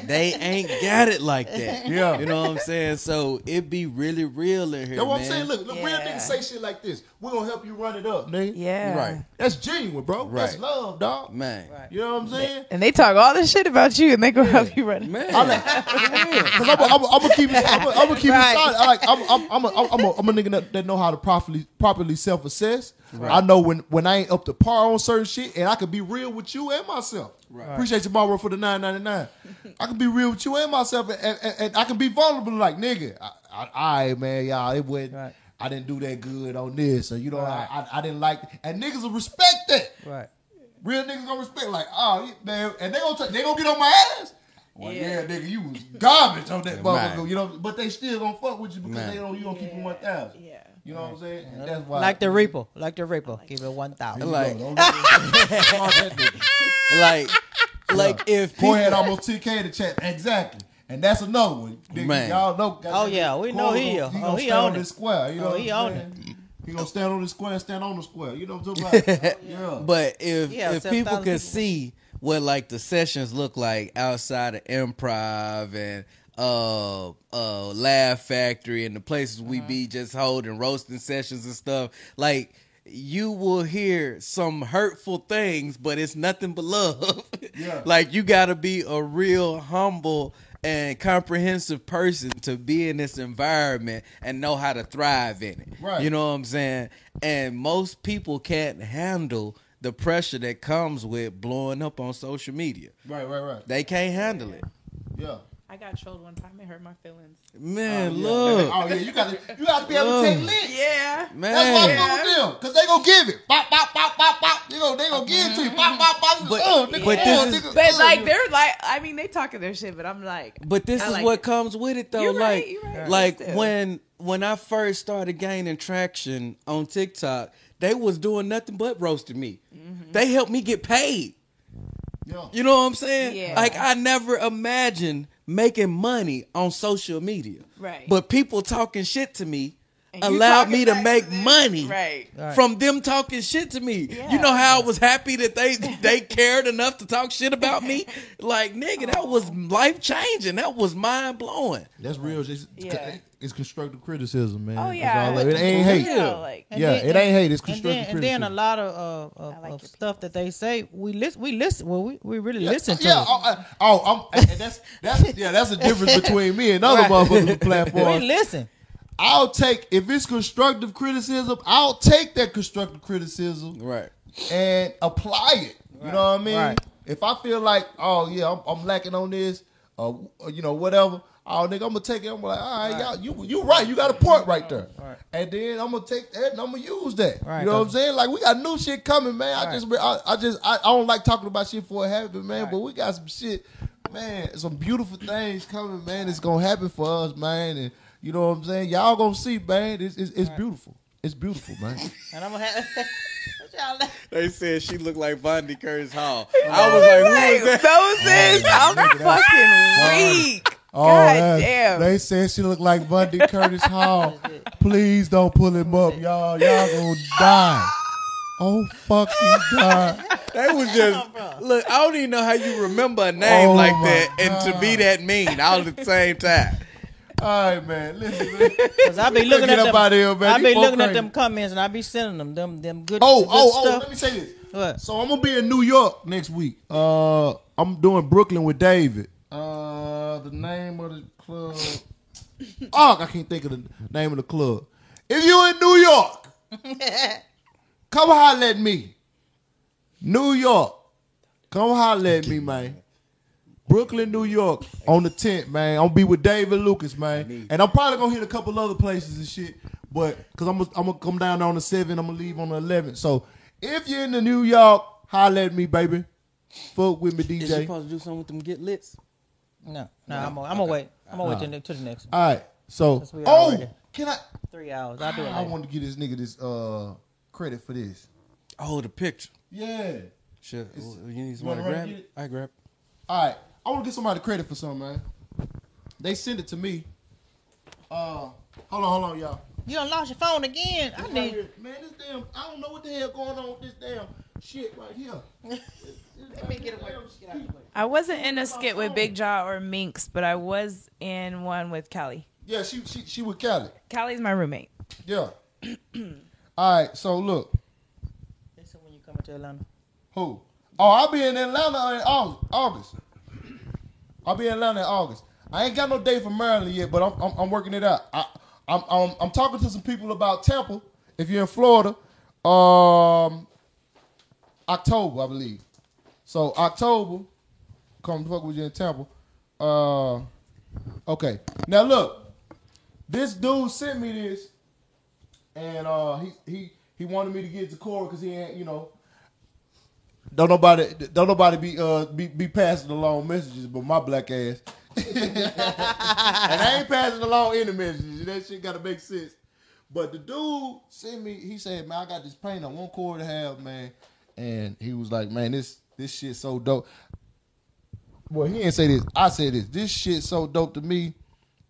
S3: They ain't got it like that.
S4: Yeah.
S3: You know what I'm saying? So it be really real in here.
S4: That's what
S3: man.
S4: I'm saying. Look, look real niggas say shit like this. We're gonna help you run it up, nigga.
S3: Yeah. Right.
S4: That's genuine, bro. That's
S3: Right.
S4: love, dog.
S3: Man.
S4: You know what I'm saying?
S19: And they talk all this shit about you, and they go help you run.
S4: I'm like, because I'm gonna keep it. I'm gonna keep
S19: Right.
S4: it solid. I Like, I'm, I'm, I'm, a, I'm, a, I'm a nigga that, that know how to properly, properly self assess.
S18: Right.
S4: I know when, when I ain't up to par on certain shit, and I can be real with you and myself.
S18: Right.
S4: Appreciate you, Mauro, for the 9.99. I can be real with you and myself, and, and, and I can be vulnerable. Like, nigga, I, I, all right, man, y'all, it wasn't. I didn't do that good on this, or you know, I, I I didn't like, and niggas will respect that.
S5: Right.
S4: Real niggas gonna respect, like, oh man, and they gonna t- they gonna get on my ass. Well, yeah. nigga, you was garbage on that
S18: Right.
S4: motherfucker, you know. But they still gonna fuck with you because
S5: Right.
S4: they don't you don't keep them one thousand. Yeah, you know what I'm saying. And that's why
S5: Like the repo, like the repo. Give it one thousand.
S4: Like-
S3: like, like if
S4: Go ahead, almost TK the chat exactly, and that's another one. Nigga,
S3: Man.
S4: y'all know.
S5: Oh, yeah, we know he
S4: Gonna,
S5: is.
S4: he
S5: Oh,
S4: gonna
S5: he
S4: stand
S5: on
S4: on
S5: it.
S4: the square. You
S5: Oh,
S4: know
S5: he
S4: what
S5: on
S4: I'm saying? He gonna stand on the square and stand on the square. You know what I'm talking about? yeah.
S3: But if
S4: Yeah,
S3: if
S4: 7,000
S3: people could
S4: people.
S3: see what like the sessions look like outside of improv and uh uh laugh factory and the places we be just holding roasting sessions and stuff like you will hear some hurtful things but it's nothing but love
S18: Yeah.
S3: like you gotta be a real humble and comprehensive person to be in this environment and know how to thrive in it
S18: Right.
S3: you know what I'm saying? And most people can't handle the pressure that comes with blowing up on social media.
S4: Right, right, right.
S3: They can't handle it.
S4: Yeah.
S7: I got trolled one time. It hurt my feelings.
S3: Man,
S4: Oh, yeah.
S3: look.
S4: Oh, yeah, you gotta- you gotta be able to take licks.
S7: Yeah.
S3: Man.
S4: That's why I
S3: Yeah.
S4: fuck with them, cause they gonna give it. Bop, bop, bop, bop, bop. You know, they gonna give it to you. Bop, bop, bop.
S3: But-
S4: oh, nigga,
S3: but
S4: oh,
S3: this is-
S4: nigga,
S7: But
S4: oh,
S7: like
S4: nigga.
S7: they're like, I mean, they talking their shit, but I'm like,
S3: But this
S7: I
S3: is
S7: like
S3: what
S7: it.
S3: comes with it though.
S7: You're right,
S3: like
S7: you're right.
S3: like
S7: Still.
S3: when when I first started gaining traction on TikTok, they was doing nothing but roasting me.
S7: Mm-hmm.
S3: They helped me get paid. You know what I'm saying?
S18: Yeah.
S3: Like I never imagined making money on social media.
S18: Right.
S3: But people talking shit to me
S18: And you
S3: allowed
S18: talking
S3: me to
S18: back
S3: make money
S18: Right. Right.
S3: from them talking shit to me. You know how I was happy that they they cared enough to talk shit about me? Like nigga, that
S18: Oh.
S3: was life changing. That was mind blowing.
S4: That's real. It's,
S7: Yeah.
S4: it's constructive criticism, man.
S7: Oh,
S4: That's
S7: yeah.
S4: all that- It ain't hate.
S7: Yeah, like-
S5: And
S4: yeah,
S5: then-
S4: it ain't hate. It's
S5: and
S4: constructive
S5: then, and then
S4: criticism.
S5: a lot of, uh, of, of stuff that they say, we listen. We listen. Well, we, we really listen to.
S4: yeah,
S5: it.
S4: oh, I- oh, I'm, and that's that's yeah, that's the difference between me and other
S5: Right.
S4: motherfuckers platform.
S5: We listen.
S4: I'll take if it's constructive criticism, I'll take that constructive criticism,
S3: right,
S4: and apply it. You know what I mean?
S18: Right.
S4: If I feel like, oh yeah, I'm, I'm lacking on this, uh, you know, whatever. Oh nigga, I'm gonna take it. I'm like, all right, y'all, you you right, you got a point right there. And then I'm gonna take that and I'm gonna use that.
S18: Right.
S4: You know what I'm saying? Like we got new shit coming, man. I
S18: Right.
S4: just, I, I just, I, I don't like talking about shit for it happened, man. But we got some shit, man. Some beautiful things coming, man. It's gonna happen for us, man. And you know what I'm saying? Y'all gonna see, man. It's it's, it's beautiful. It's beautiful, man.
S5: And I'm gonna have.
S3: They said she looked like Bondi Curtis Hall.
S18: I was like, who is that?
S7: Those is I'm fucking weak.
S4: Oh,
S7: God
S4: that-
S7: damn.
S4: They said she looked like Bundy Curtis Hall. Please don't pull him up, y'all. Y'all gonna die. Oh fucking god.
S3: That was just look. I don't even know how you remember a name
S4: Oh
S3: like
S4: my
S3: that and to be that mean all at the same time.
S4: All right, man. Listen,
S5: Cause I be looking
S4: Get
S5: at
S4: up
S5: them.
S4: outta here, man.
S5: I
S4: You
S5: be
S4: folk
S5: looking at
S4: crazy.
S5: them comments and I be sending them them them good.
S4: Oh,
S5: good
S4: oh, oh,
S5: stuff.
S4: let me say this.
S5: What?
S4: So I'm gonna be in New York next week. Uh, I'm doing Brooklyn with David. Uh, the name of the club. oh, I can't think of the name of the club. If you in New York, come holler at me. New York, come holler at me, man. Brooklyn, New York, on the 10th, man. I'm gonna be with David Lucas, man. And I'm probably gonna hit a couple other places and shit. But cause I'm gonna, I'm gonna come down there on the 7th, I'm gonna leave on the 11th. So if you're in the New York, holler at me, baby. Fuck with me,
S6: Is
S4: DJ.
S6: you supposed to do something with them get lits?
S5: No, no, I'm gonna I'm gonna wait. I'm gonna wait
S4: No.
S5: till ne- to the next.
S4: All right. So,
S5: Since we
S4: oh,
S5: already-
S4: can I?
S5: Three hours. I'll do it.
S4: I
S5: later.
S4: want to give this nigga this uh credit for this.
S6: Oh, the picture.
S4: Yeah.
S6: Shit.
S4: It's-
S6: oh, You need
S4: you
S6: somebody to
S4: wanna run
S6: grab
S4: and
S6: it?
S4: get
S6: I grab it.
S4: All right. I want to get somebody credit for something, man. They sent it to me. Uh, hold on, hold on, y'all.
S5: You done lost your phone again. I need.
S4: man, this damn. I don't know what the hell going on with this damn shit right here. Let me get away.
S7: I wasn't in a skit with Big Jaw or Minx, but I was in one with Callie.
S4: Yeah, she she she with Cali.
S7: Callie's my roommate.
S4: Yeah. All right. So look,
S5: When you coming to Atlanta?
S4: who? Oh, I'll be in Atlanta in August. August. I'll be in Atlanta in August. I ain't got no date for Maryland yet, but I'm I'm, I'm working it out. I, I'm, I'm I'm talking to some people about Tampa. If you're in Florida, um, October I believe. So October, come fuck with you in Tampa. Uh, okay. Now look, this dude sent me this, and uh, he he he wanted me to get to Cora because he ain't you know don't nobody don't nobody be uh be, be passing along messages but my black ass. and I ain't passing along any messages. That shit gotta make sense. But the dude sent me, he said, Man, I got this paint on one quarter half, man. And he was like, Man, this this shit so dope. Well, he didn't say this. I said this. This shit so dope to me.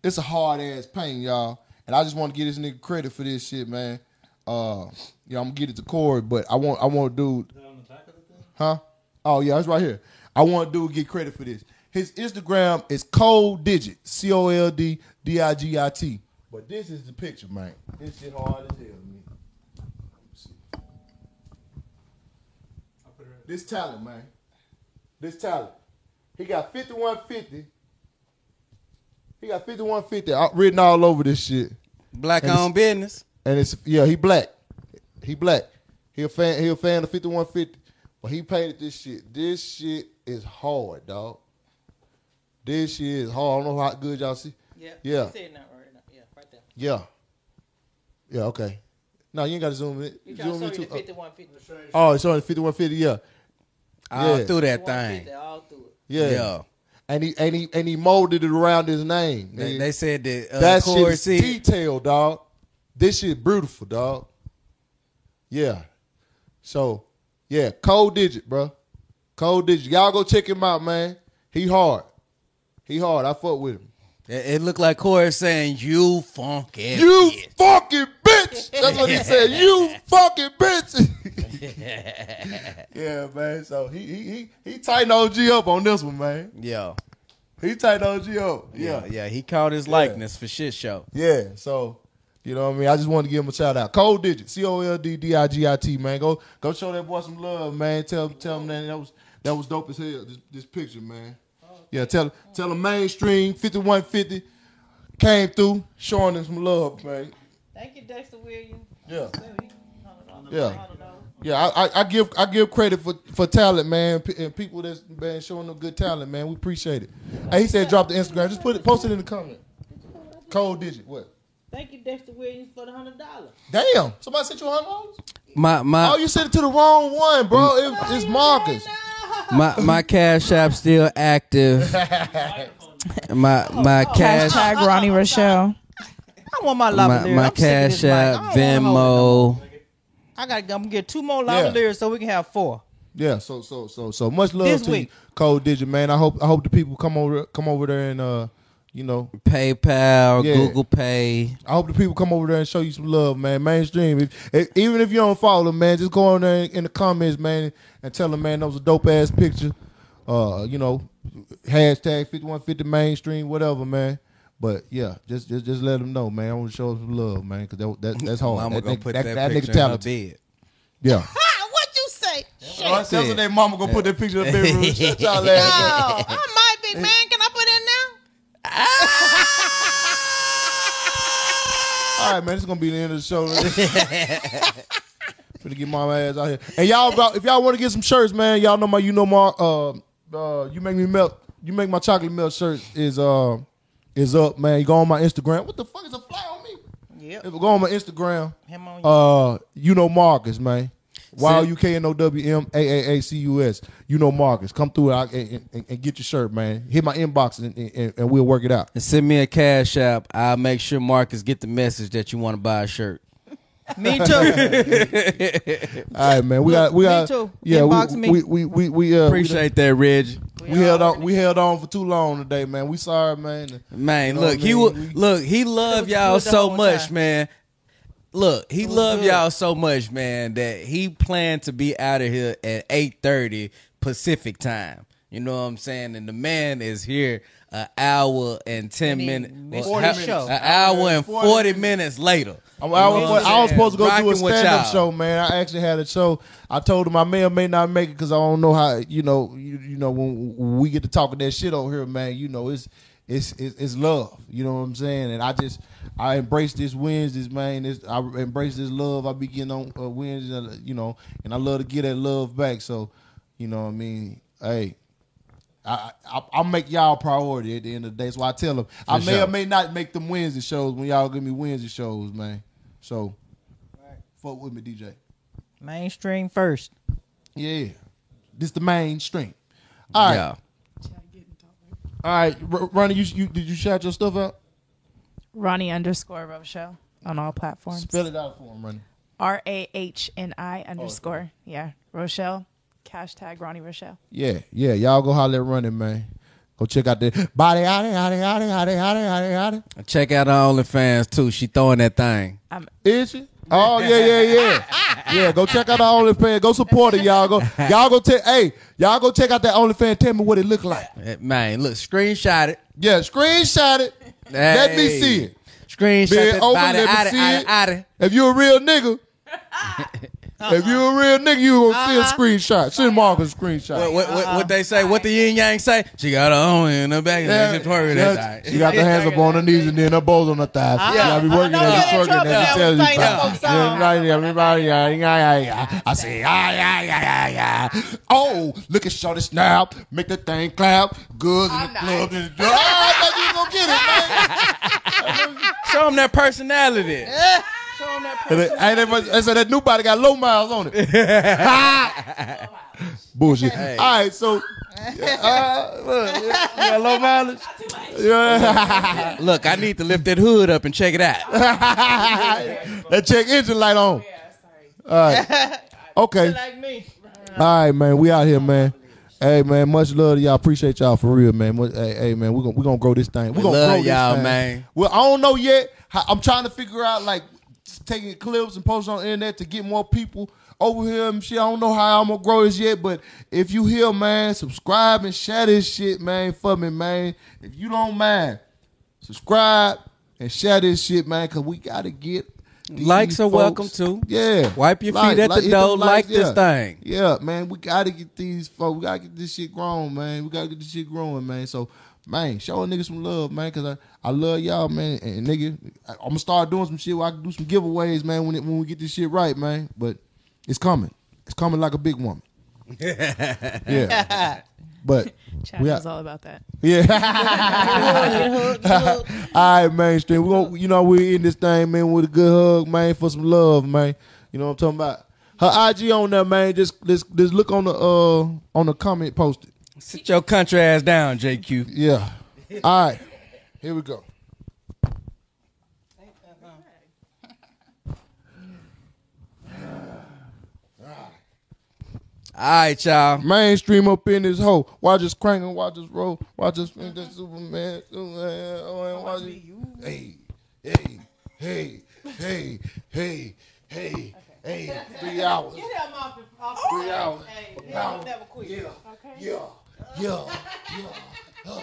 S4: It's a hard ass pain, y'all. And I just want to give this nigga credit for this shit, man. Uh, yeah, I'm gonna get it to Corey, but I want I want dude Huh? Oh yeah, it's right here. I want dude to get credit for this. His Instagram is cold digit, C O L D D I G I T. But this is the picture, man. This shit hard as hell, man. This talent, man. This talent. He got 5150. He got 5150 out- written all over this shit.
S6: Black
S4: And it's-
S6: owned business.
S4: And it's yeah, he black. He black. He a fan. He a fan of fifty one fifty. But he painted this shit. This shit is hard, dog. This shit is hard. I don't know how good y'all see. Yeah. Yeah. Yeah. Okay. No, you ain't got to zoom in.
S5: You trying to
S4: Zoom
S5: show
S4: in
S5: you the
S4: too. uh,
S5: 5150.
S4: Oh, it's only fifty one fifty. Yeah.
S6: All
S4: Yeah.
S6: through that thing.
S5: All through it.
S4: Yeah.
S6: Yeah.
S4: And he and he and he molded it around his name.
S6: They-
S4: nigga.
S6: they said that, uh,
S4: that shit
S6: Corey
S4: is
S6: said-
S4: detailed, dog. This shit beautiful, dog. Yeah. So yeah, cold digit, bro. Cold digit. Y'all go check him out, man. He hard. He hard. I fuck with him.
S6: It, it looked like Corey saying, You funky.
S4: You fucking bitch. That's what he said. You fucking bitch. yeah, man. So he he he he tightened OG up on this one, man.
S6: Yo.
S4: He tightened OG up.
S6: Yeah.
S4: Yeah.
S6: Yeah. He called his likeness for shit show.
S4: Yeah, so you know what I mean. I just wanted to give him a shout out. Cold Digit, C O L D D I G I T, man. Go go show that boy some love, man. Tell him tell him that that was that was dope as hell. This, this picture, man. Yeah, tell tell him mainstream fifty one fifty came through, showing him some love, man.
S5: Thank you, Dexter Williams.
S4: Yeah. Yeah. Yeah, I, I, I give I give credit for, for talent, man, p- and people that's been showing them good talent, man. We appreciate it. Hey, he said drop the Instagram. Just put it, post it in the comment. Cold digit. What?
S5: Thank you, Dexter Williams, for the hundred dollars.
S4: Damn, somebody sent you a hundred dollars.
S6: My my
S4: Oh, you sent it to the wrong one, bro. It, it's Marcus.
S6: my my cash app still active. My my
S5: Oh,
S6: cash
S7: Hashtag Ronnie Rochelle.
S5: I want my lava
S6: my,
S5: lyrics.
S6: my
S5: I'm sick of this
S6: cash
S5: mic.
S6: app
S5: I don't wanna
S6: Venmo.
S5: I gotta I'm gonna get two more lava
S4: Yeah.
S5: lyrics so we can have four.
S4: Yeah, so so so so much love
S5: This
S4: to
S5: week.
S4: you, Cold Digit man. I hope I hope the people come over come over there and uh you know
S6: PayPal,
S4: Yeah.
S6: Google Pay.
S4: I hope the people come over there and show you some love, man. Mainstream, if, if, even if you don't follow, man, just go on there in the comments, man, and tell them, man, that was a dope ass picture. Uh, you know, hashtag fifty one fifty mainstream, whatever, man. But yeah, just just just let them know, man. I want to show some love, man, because that, that that's
S6: Oh,
S4: hard.
S3: Mama gonna
S4: nigga-
S3: put that picture in her bed.
S4: Yeah.
S5: what you say? Shit.
S4: Oh, that's what they mama gonna put that picture in the bedroom. Shut y'all
S5: No,
S4: ass
S5: Oh, I might be man. Can I put in now?
S4: All right, man. This is gonna be the end of the show. Finna get my ass out here. And y'all, about, if y'all want to get some shirts, man, y'all know my, you know my, uh, uh, you make me melt, you make my chocolate melt shirt is uh is up, man. You go on my Instagram. What the fuck is a fly on me?
S2: Yeah.
S4: If you go on my Instagram,
S2: Him on
S4: uh, you know Marcus, man. Y O
S2: See-
S4: U K N O W M A A A C U S. You know Marcus. Come through and, and, and, and get your shirt, man. Hit my inbox and, and, and we'll work it out.
S3: And send me a cash app. I'll make sure Marcus get the message that you want to buy a shirt.
S2: Me too.
S4: All right, man. We got we
S2: Me
S4: got
S2: too.
S4: yeah.
S2: Inbox
S4: we,
S2: me.
S4: we we we we uh,
S3: Appreciate that, Reggie.
S4: We held on. We held on for too long today, man. We sorry, man.
S3: Man,
S4: You know
S3: look,
S4: what I
S3: he
S4: mean?
S3: would look, he love
S4: you
S3: y'all
S4: pulled the
S3: so
S4: whole
S3: much,
S4: time.
S3: man. Look, he
S4: was
S3: love
S4: good.
S3: y'all so much, man, that he planned to be out of here at 8:30 Pacific time. You know what I'm saying? And the man is here an hour and 10
S4: And he
S3: minutes.
S4: missed
S3: well,
S4: the
S3: ha-
S4: show.
S3: An hour and 40,
S4: 40
S3: minutes later.
S4: I'm, I, was, I was supposed to go do a stand up
S3: show.
S4: show, man. I actually had a show. I told him I may or may not make it because I don't know how you know you, you know when we get to talking that shit over here, man. You know it's it's it's, it's love. You know what I'm saying? And I just I embrace this Wednesdays, man. This, I embrace this love. I be getting on uh, Wednesdays, uh, you know, and I love to get that love back. So, you know what I mean? Hey. I, I I make y'all priority at the end of the day. That's why I tell them I
S3: For
S4: may
S3: sure.
S4: or may not make them Wednesday shows when y'all give me Wednesday shows, man. So fuck with me, DJ.
S2: Mainstream first.
S4: Yeah. This the mainstream. All right.
S2: Yeah.
S4: All right, R- Ronnie, you, you did you shout your stuff out?
S7: Ronnie underscore Rochelle on all platforms.
S4: Spell it out for him, Ronnie.
S7: R A H N I underscore. Yeah. Rochelle. Hashtag Ronnie Rochelle.
S4: Yeah, yeah. Y'all go holler at Running, man. Go check out the body, howdy, howdy, howdy, howdy, howdy, howdy, howdy.
S3: Check out her OnlyFans too. She throwing that thing.
S4: Is she? Oh yeah, yeah, yeah, yeah. Go check out the OnlyFans. Go support it, y'all. Go, y'all go check. Hey, y'all go check out that OnlyFans. Tell me what it look like.
S3: Eh, Man, look, screenshot it.
S4: Yeah, screenshot it. Let me see it.
S3: Screenshot that
S4: Bend over,
S3: body,
S4: let me
S3: outta,
S4: see
S3: outta,
S4: it.
S3: outta.
S4: If you a real nigga, if you a real nigga, you gonna see a screenshot. Send Marcus a screenshot.
S3: What, what, what, what they say? What the yin yang say? She got her own in the back.
S4: Yeah,
S3: Yeah, she twerking
S4: yeah,
S3: that thigh.
S4: she got the hands up on her knees and then her bows on her thighs.
S3: Uh-uh.
S4: Yeah, I be working
S3: Don't
S4: and
S3: get in
S4: twerking
S3: trouble
S4: and she
S3: now
S4: tells
S3: with
S4: you.
S3: saying that folks
S4: Yeah, right, Everybody, yeah, yeah, yeah, yeah. I say, yeah, yeah, yeah, yeah, yeah. Oh, look at Shorty snap, make the thing clap. Goods in the club. and- Oh, I thought you was
S3: gonna get it, man. Show them that personality.
S4: And it- ain't that much- I said that new body got low miles on it. Bullshit.
S3: Hey.
S4: All right, so uh, look, you got low mileage. Yeah.
S3: Look, I need to lift that hood up and check it out.
S4: that check engine light on. All right. Okay. All right, man. We out here, man. Hey, man. Much love to y'all. Appreciate y'all for real, man. Mu- Hey, hey man. We're gonna we gonna grow this thing. We're
S3: We
S4: gonna
S3: love
S4: grow this
S3: y'all,
S4: thing.
S3: man.
S4: Well, I don't know yet. How- I'm trying to figure out like just taking clips and posting on the internet to get more people over here and shit. I don't know how I'm gonna grow this yet, but if you here, man, subscribe and share this shit, man, for me, man. If you don't mind, subscribe and share this shit, man, cause we gotta get these
S3: Likes are
S4: folks-
S3: welcome too.
S4: Yeah.
S3: Wipe your
S4: Like-
S3: feet at
S4: like-
S3: the
S4: hit them
S3: door. Like
S4: likes,
S3: this
S4: yeah.
S3: thing.
S4: Yeah, man, we gotta get these folks. We gotta get this shit grown, man. We gotta get this shit growing, man. So, man, show a nigga some love, man, cause I, I love y'all, man. And nigga, I, am gonna start doing some shit where I can do some giveaways, man. When it, when we get this shit right, man. But it's coming. It's coming like a big woman. Yeah. But
S7: Chad
S4: we
S7: was
S4: out.
S7: all about that.
S4: Yeah. All right, mainstream. We gonna, you know, we in this thing, man, with a good hug, man, for some love, man. You know what I'm talking about? Her IG on there, man. Just, just, just look on the uh on the comment posted.
S3: Sit your country ass down, JQ.
S4: Yeah. All right. Here we go.
S3: All right, y'all.
S4: Mainstream up in this hole. Watch us cranking. Watch us roll. Watch us mm that Superman. Superman. Oh, and watch it. Hey, hey, hey, hey, hey, hey, hey. Three hours. Three hours. Hours. Yeah. Yeah. Yeah. Yeah.